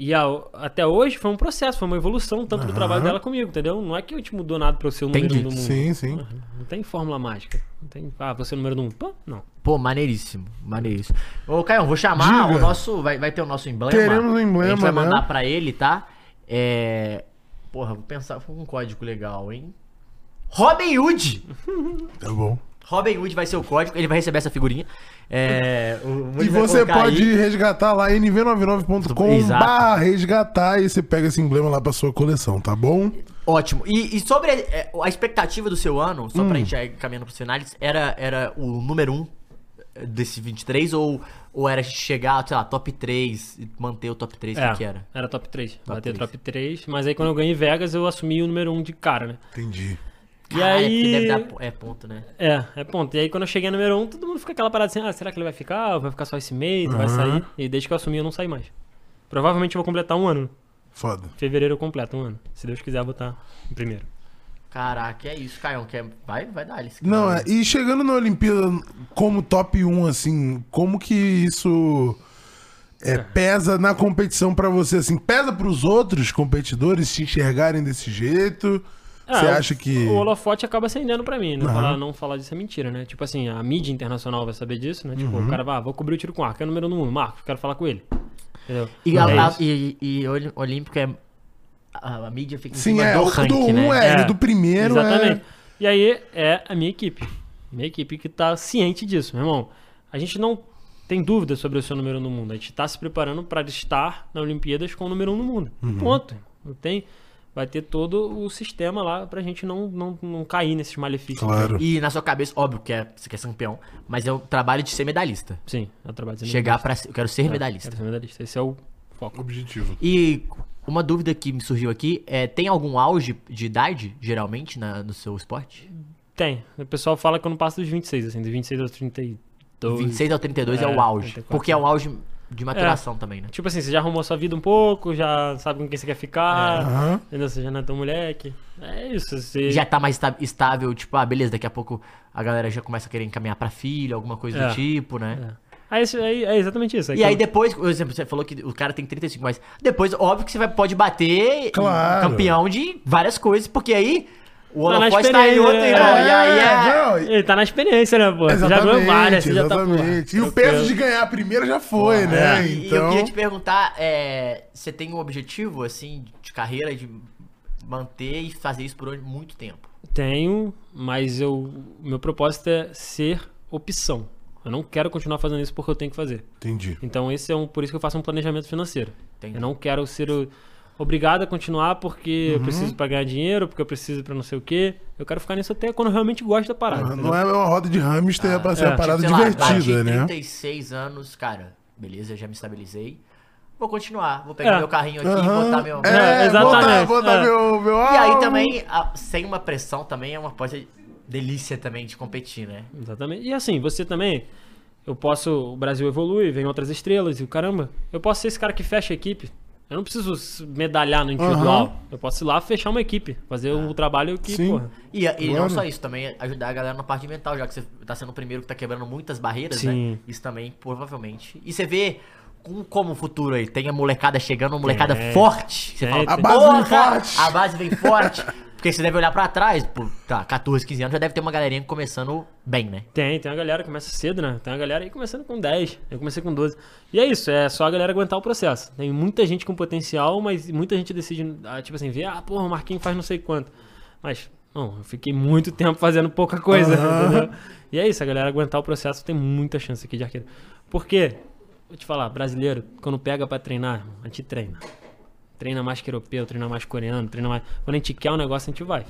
[SPEAKER 8] E a- até hoje foi um processo, foi uma evolução tanto do trabalho dela comigo, entendeu? Não é que eu te mudou nada pra eu ser o número
[SPEAKER 6] Entendi.
[SPEAKER 8] um do mundo.
[SPEAKER 7] Sim, sim.
[SPEAKER 6] Uhum.
[SPEAKER 8] Não tem fórmula mágica. Não tem. Ah, você é o número um. Pô, não.
[SPEAKER 6] Pô, maneiríssimo, maneiríssimo. Ô, Caio, vou chamar
[SPEAKER 7] Diga.
[SPEAKER 6] o nosso. Vai, vai ter o nosso emblema.
[SPEAKER 7] Teremos um emblema,
[SPEAKER 6] A gente vai
[SPEAKER 7] né?
[SPEAKER 6] mandar pra ele, tá? É. Porra, vou pensar com um código legal, hein? Robin Hood!
[SPEAKER 7] Tá bom.
[SPEAKER 6] Robin Hood vai ser o código, ele vai receber essa figurinha. É, o Moody
[SPEAKER 7] E
[SPEAKER 6] vai
[SPEAKER 7] você
[SPEAKER 6] colocar
[SPEAKER 7] pode
[SPEAKER 6] aí.
[SPEAKER 7] resgatar lá nv99.com
[SPEAKER 6] Exato.
[SPEAKER 7] barra resgatar e você pega esse emblema lá pra sua coleção, tá bom?
[SPEAKER 6] Ótimo. E, e sobre é, a expectativa do seu ano, só
[SPEAKER 7] Hum.
[SPEAKER 6] pra gente já ir caminhando pros finais, era, era o número 1 um desse 23 ou, ou era chegar, sei lá, top 3 e manter o top 3
[SPEAKER 8] É,
[SPEAKER 6] que era?
[SPEAKER 8] top 3.
[SPEAKER 6] Top
[SPEAKER 8] Bateu
[SPEAKER 6] três.
[SPEAKER 8] top 3. Mas aí quando eu ganhei Vegas, eu assumi o número 1 de cara, né?
[SPEAKER 7] Entendi.
[SPEAKER 8] E
[SPEAKER 6] Ah, É, porque
[SPEAKER 8] aí.
[SPEAKER 6] deve dar, po- é ponto, né?
[SPEAKER 8] É, é ponto. E aí quando eu cheguei no número 1, todo mundo fica aquela parada assim, ah, será que ele vai ficar? Ou vai ficar só esse mês? Vai sair? E desde que eu assumi, eu não saí mais. Provavelmente eu vou completar um ano.
[SPEAKER 7] Foda.
[SPEAKER 8] Em fevereiro eu completo um ano. Se Deus quiser, eu vou estar em primeiro.
[SPEAKER 6] Caraca, é isso, Caião. Quer... Vai, vai dar eles.
[SPEAKER 7] Não, é, e um, chegando na Olimpíada como top 1, assim, como que isso é, pesa na competição pra você, assim, pesa pros outros competidores se enxergarem desse jeito? Você
[SPEAKER 8] Ah,
[SPEAKER 7] acha que...
[SPEAKER 8] O holofote acaba acendendo pra mim, né? Falar, não falar disso é mentira, né? Tipo assim, a mídia internacional vai saber disso, né? Tipo,
[SPEAKER 7] Uhum.
[SPEAKER 8] o cara vai, ah, vou cobrir o tiro com arco, é o número um do mundo, Marcos, quero falar com ele. Entendeu?
[SPEAKER 6] E,
[SPEAKER 8] É
[SPEAKER 6] a, a-
[SPEAKER 8] isso.
[SPEAKER 6] e, e Oli- Olímpico é. A, a mídia fica em
[SPEAKER 7] Sim,
[SPEAKER 6] cima
[SPEAKER 7] é,
[SPEAKER 6] do
[SPEAKER 7] o
[SPEAKER 6] ranking,
[SPEAKER 7] do um
[SPEAKER 6] né?
[SPEAKER 7] é, ele do primeiro
[SPEAKER 8] Exatamente.
[SPEAKER 7] é...
[SPEAKER 8] E aí é a minha equipe. Minha equipe que tá ciente disso, meu irmão. A gente não tem dúvida sobre o seu número no mundo. A gente tá se preparando para estar na Olimpíadas com o número um no mundo.
[SPEAKER 7] Uhum.
[SPEAKER 8] Ponto. Não tem. Vai ter todo o sistema lá pra gente não, não, não cair nesses malefícios.
[SPEAKER 7] Claro.
[SPEAKER 6] E na sua cabeça, óbvio que é, você quer ser campeão, mas é o trabalho de ser medalhista.
[SPEAKER 8] Sim, é o trabalho de
[SPEAKER 6] Chegar pra. ser- Eu quero ser
[SPEAKER 8] É,
[SPEAKER 6] medalhista.
[SPEAKER 8] quero ser medalhista. Esse é o foco.
[SPEAKER 6] é
[SPEAKER 7] Objetivo.
[SPEAKER 6] E uma dúvida que me surgiu aqui é: tem algum auge de idade, geralmente, na- no seu esporte?
[SPEAKER 8] Tem. O pessoal fala que eu não passo dos 26, assim, dos 26 aos 32.
[SPEAKER 6] 26 ao 32 é,
[SPEAKER 8] É,
[SPEAKER 6] o auge.
[SPEAKER 8] 34.
[SPEAKER 6] Porque é o auge de maturação também, né?
[SPEAKER 8] Tipo assim, você já arrumou sua vida um pouco, já sabe com quem você quer ficar,
[SPEAKER 7] Aham.
[SPEAKER 8] entendeu? Você já não é tão moleque. É isso. Você...
[SPEAKER 6] Já tá mais esta- estável, tipo, ah, beleza, daqui a pouco a galera já começa a querer encaminhar pra filho, alguma coisa
[SPEAKER 8] É.
[SPEAKER 6] do tipo, né?
[SPEAKER 8] É. Aí, isso- aí- é exatamente isso.
[SPEAKER 6] E aí
[SPEAKER 8] quando-
[SPEAKER 6] depois, por exemplo, você falou que o cara tem 35, mas depois, óbvio que você vai, pode bater
[SPEAKER 7] Claro.
[SPEAKER 6] em campeão de várias coisas, porque aí o
[SPEAKER 8] Tá na
[SPEAKER 6] holofote tá em
[SPEAKER 8] experiência,
[SPEAKER 6] outro
[SPEAKER 8] né?
[SPEAKER 6] irmão. E aí é.
[SPEAKER 7] Ah, não,
[SPEAKER 8] Ele tá na experiência, né, pô? Você já ganhou várias, você já tá. pô,
[SPEAKER 7] exatamente. E o
[SPEAKER 8] tranquilo.
[SPEAKER 7] peso de ganhar a primeira já foi, né?
[SPEAKER 6] É. E eu
[SPEAKER 7] Então,
[SPEAKER 6] queria tipo, te perguntar, é, você tem um objetivo, assim, de carreira, de manter e fazer isso por muito tempo?
[SPEAKER 8] Tenho, mas eu. Meu propósito é ser opção. Eu não quero continuar fazendo isso porque eu tenho que fazer.
[SPEAKER 7] entendi.
[SPEAKER 8] Então esse é um, por isso que eu faço um planejamento financeiro.
[SPEAKER 6] Entendi.
[SPEAKER 8] Eu não quero ser o- obrigado a continuar porque
[SPEAKER 7] Uhum.
[SPEAKER 8] eu preciso pra ganhar dinheiro, porque eu preciso pra não sei o quê. Eu quero ficar nisso até quando eu realmente gosto da parada.
[SPEAKER 7] Não
[SPEAKER 8] entendeu?
[SPEAKER 7] não é uma roda de hamster, é pra ser
[SPEAKER 8] Ah, é.
[SPEAKER 7] uma parada
[SPEAKER 6] Tipo, Sei lá,
[SPEAKER 7] divertida,
[SPEAKER 6] bati
[SPEAKER 7] né?
[SPEAKER 6] 36 anos, cara, beleza, já me estabilizei. Vou continuar, vou pegar
[SPEAKER 8] É.
[SPEAKER 6] meu carrinho aqui e
[SPEAKER 7] Aham.
[SPEAKER 6] botar meu...
[SPEAKER 7] É, exatamente. Botar,
[SPEAKER 8] É, exatamente,
[SPEAKER 7] botar
[SPEAKER 8] é.
[SPEAKER 7] meu, ah, meu
[SPEAKER 6] E aí
[SPEAKER 7] alvo.
[SPEAKER 6] também, a- sem uma pressão também, é uma coisa delícia também de competir, né?
[SPEAKER 8] Exatamente. E assim, você também. Eu posso. O Brasil evolui, vem outras estrelas e o caramba. Eu posso ser esse cara que fecha a equipe. Eu não preciso s- medalhar no individual.
[SPEAKER 7] Aham. É.
[SPEAKER 8] Eu posso ir lá fechar uma equipe, fazer o trabalho que,
[SPEAKER 7] Sim.
[SPEAKER 8] porra.
[SPEAKER 6] E, e não
[SPEAKER 7] Claro.
[SPEAKER 6] só isso, também ajudar a galera na parte mental, já que você tá sendo o primeiro que tá quebrando muitas barreiras, né?
[SPEAKER 8] Sim.
[SPEAKER 6] Isso também, provavelmente. E você vê com, como o futuro aí, tem a molecada chegando, uma molecada
[SPEAKER 8] Tem.
[SPEAKER 6] forte. Você
[SPEAKER 8] Tem,
[SPEAKER 6] fala,
[SPEAKER 8] tem. A
[SPEAKER 7] base vem
[SPEAKER 6] "Porra,
[SPEAKER 7] forte."
[SPEAKER 6] A base vem forte. Porque você deve olhar pra trás, por, tá, 14, 15 anos, já deve ter uma galerinha começando bem, né?
[SPEAKER 8] Tem, tem uma galera que começa cedo, né? Tem uma galera aí começando com 10, eu comecei com 12. E é isso, é só a galera aguentar o processo. Tem muita gente com potencial, mas muita gente decide, ah, tipo assim, ver, ah, porra, o Marquinhos faz não sei quanto. Mas, não, eu fiquei muito *laughs* tempo fazendo pouca coisa, entendeu? E é isso, a galera aguentar o processo tem muita chance aqui de arqueiro. Porque, vou te falar, brasileiro, quando pega pra treinar, a gente treina. Treina mais que europeu, treina mais coreano, treina mais. Quando a gente quer um negócio, a gente vai.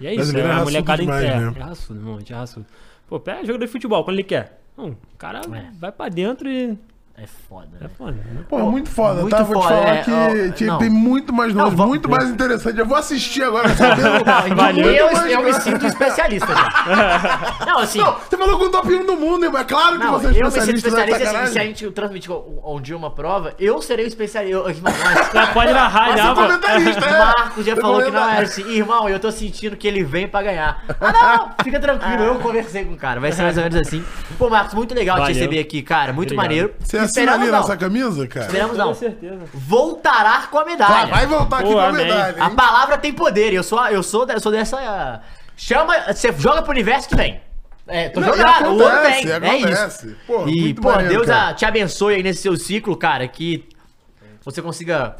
[SPEAKER 8] E é isso,
[SPEAKER 7] Brasileiro é
[SPEAKER 8] é a
[SPEAKER 7] raçudo
[SPEAKER 8] molecada
[SPEAKER 7] demais,
[SPEAKER 8] inteira.
[SPEAKER 7] né?
[SPEAKER 8] É raçudo, irmão, a gente é raçudo. Pô, pega jogador de futebol quando ele quer. Hum, o cara vai pra dentro e.
[SPEAKER 6] É foda,
[SPEAKER 8] É
[SPEAKER 6] né?
[SPEAKER 8] foda, né?
[SPEAKER 7] Pô, muito foda,
[SPEAKER 6] Muito
[SPEAKER 7] tá? Vou te
[SPEAKER 6] foda,
[SPEAKER 7] falar
[SPEAKER 6] é,
[SPEAKER 7] que
[SPEAKER 6] ó,
[SPEAKER 7] tinha-
[SPEAKER 6] não.
[SPEAKER 7] tem muito mais
[SPEAKER 6] Não,
[SPEAKER 7] novo,
[SPEAKER 6] vamos-
[SPEAKER 7] muito mais interessante. Eu vou assistir agora.
[SPEAKER 6] *laughs*
[SPEAKER 7] entendeu?
[SPEAKER 8] Valeu.
[SPEAKER 7] Muito
[SPEAKER 6] Eu,
[SPEAKER 7] mais
[SPEAKER 6] eu me
[SPEAKER 7] coisa.
[SPEAKER 6] sinto especialista já. Não, assim.
[SPEAKER 7] Não, você falou com o top 1 do mundo, irmão. É claro que
[SPEAKER 6] Não,
[SPEAKER 7] você é
[SPEAKER 6] eu me sinto
[SPEAKER 7] especialista. né,
[SPEAKER 6] especialista, assim,
[SPEAKER 7] sacanagem?
[SPEAKER 6] se a gente transmitir um, um dia uma prova, eu serei o especialista. Eu, eu-
[SPEAKER 8] Você pode narrar
[SPEAKER 7] Mas
[SPEAKER 8] já,
[SPEAKER 7] você
[SPEAKER 8] pô.
[SPEAKER 7] comentarista, é.
[SPEAKER 6] Marcos já
[SPEAKER 7] Eu
[SPEAKER 6] falou que não
[SPEAKER 7] comentarista.
[SPEAKER 6] era assim. Irmão, eu tô sentindo que ele vem pra ganhar. Ah, não,
[SPEAKER 7] *laughs*
[SPEAKER 6] não, fica tranquilo, eu conversei com o cara. Vai ser mais ou menos assim. Pô, Marcos, muito legal te
[SPEAKER 8] Valeu.
[SPEAKER 6] receber aqui, cara. Muito
[SPEAKER 8] Obrigado.
[SPEAKER 6] maneiro.
[SPEAKER 7] Você assina ali
[SPEAKER 6] não.
[SPEAKER 7] nessa camisa, cara?
[SPEAKER 6] Esperamos não.
[SPEAKER 8] Com certeza.
[SPEAKER 6] Voltará com a
[SPEAKER 7] Tá,
[SPEAKER 6] medalha.
[SPEAKER 7] vai voltar aqui
[SPEAKER 8] Pô,
[SPEAKER 7] com a
[SPEAKER 8] amém.
[SPEAKER 7] medalha,
[SPEAKER 6] a
[SPEAKER 7] hein?
[SPEAKER 6] palavra tem poder. Eu sou, eu sou, eu sou dessa. Chama. Você joga pro universo que vem. É, tô
[SPEAKER 7] Não, e
[SPEAKER 6] jogando, o outro
[SPEAKER 7] acontece,
[SPEAKER 6] vem.
[SPEAKER 7] e
[SPEAKER 6] é
[SPEAKER 7] acontece.
[SPEAKER 6] isso.
[SPEAKER 7] Pô,
[SPEAKER 6] e,
[SPEAKER 7] muito
[SPEAKER 6] pô,
[SPEAKER 7] maneiro,
[SPEAKER 6] Deus
[SPEAKER 7] cara.
[SPEAKER 6] ah, te abençoe aí nesse seu ciclo, cara, que você consiga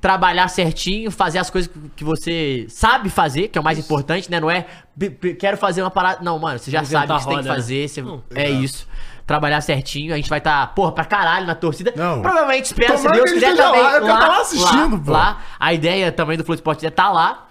[SPEAKER 6] trabalhar certinho, fazer as coisas que você sabe fazer, que é o mais importante, né? Não é "P- p- quero fazer uma parada. Não, mano, você já
[SPEAKER 8] Inventar
[SPEAKER 6] sabe o que você tem que
[SPEAKER 8] roda, né?
[SPEAKER 6] fazer. você-
[SPEAKER 8] Não.
[SPEAKER 6] é isso. Trabalhar certinho, a gente vai estar, porra, pra caralho na torcida.
[SPEAKER 7] Não.
[SPEAKER 6] Provavelmente espera, se
[SPEAKER 7] Tomara
[SPEAKER 6] Deus
[SPEAKER 7] que ele
[SPEAKER 6] quiser
[SPEAKER 7] esteja
[SPEAKER 6] também.
[SPEAKER 7] lá, eu quero tá lá assistindo, pô.
[SPEAKER 6] lá. A ideia também do Flow Esporte é tá lá.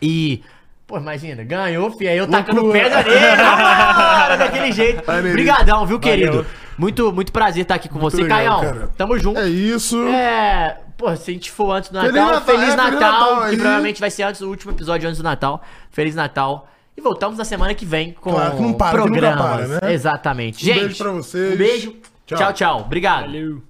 [SPEAKER 6] E. Pô, imagina, ganhou, fi. Aí eu tacando
[SPEAKER 7] Loucura. *laughs*
[SPEAKER 6] pedra nele. vambora, daquele jeito.
[SPEAKER 7] Maneiríssimo.
[SPEAKER 6] Obrigadão, viu, querido?
[SPEAKER 8] Valeu.
[SPEAKER 6] Muito, muito prazer estar aqui com você,
[SPEAKER 7] legal,
[SPEAKER 6] Caião.
[SPEAKER 7] cara.
[SPEAKER 6] Tamo junto.
[SPEAKER 7] É isso.
[SPEAKER 6] É, pô, se a gente for antes do Natal,
[SPEAKER 7] Feliz
[SPEAKER 6] Feliz Natal,
[SPEAKER 7] Natal, é, Feliz Natal
[SPEAKER 6] que
[SPEAKER 7] aí.
[SPEAKER 6] provavelmente vai ser antes do último episódio antes do Natal. Feliz Natal. E voltamos na semana que vem com
[SPEAKER 7] Claro que não para, que nunca
[SPEAKER 6] programas.
[SPEAKER 7] para, né?
[SPEAKER 6] Exatamente.
[SPEAKER 7] Um
[SPEAKER 6] gente,
[SPEAKER 7] beijo pra vocês.
[SPEAKER 6] Um beijo. Tchau,
[SPEAKER 7] Tchau.
[SPEAKER 6] tchau. Obrigado.
[SPEAKER 8] Valeu.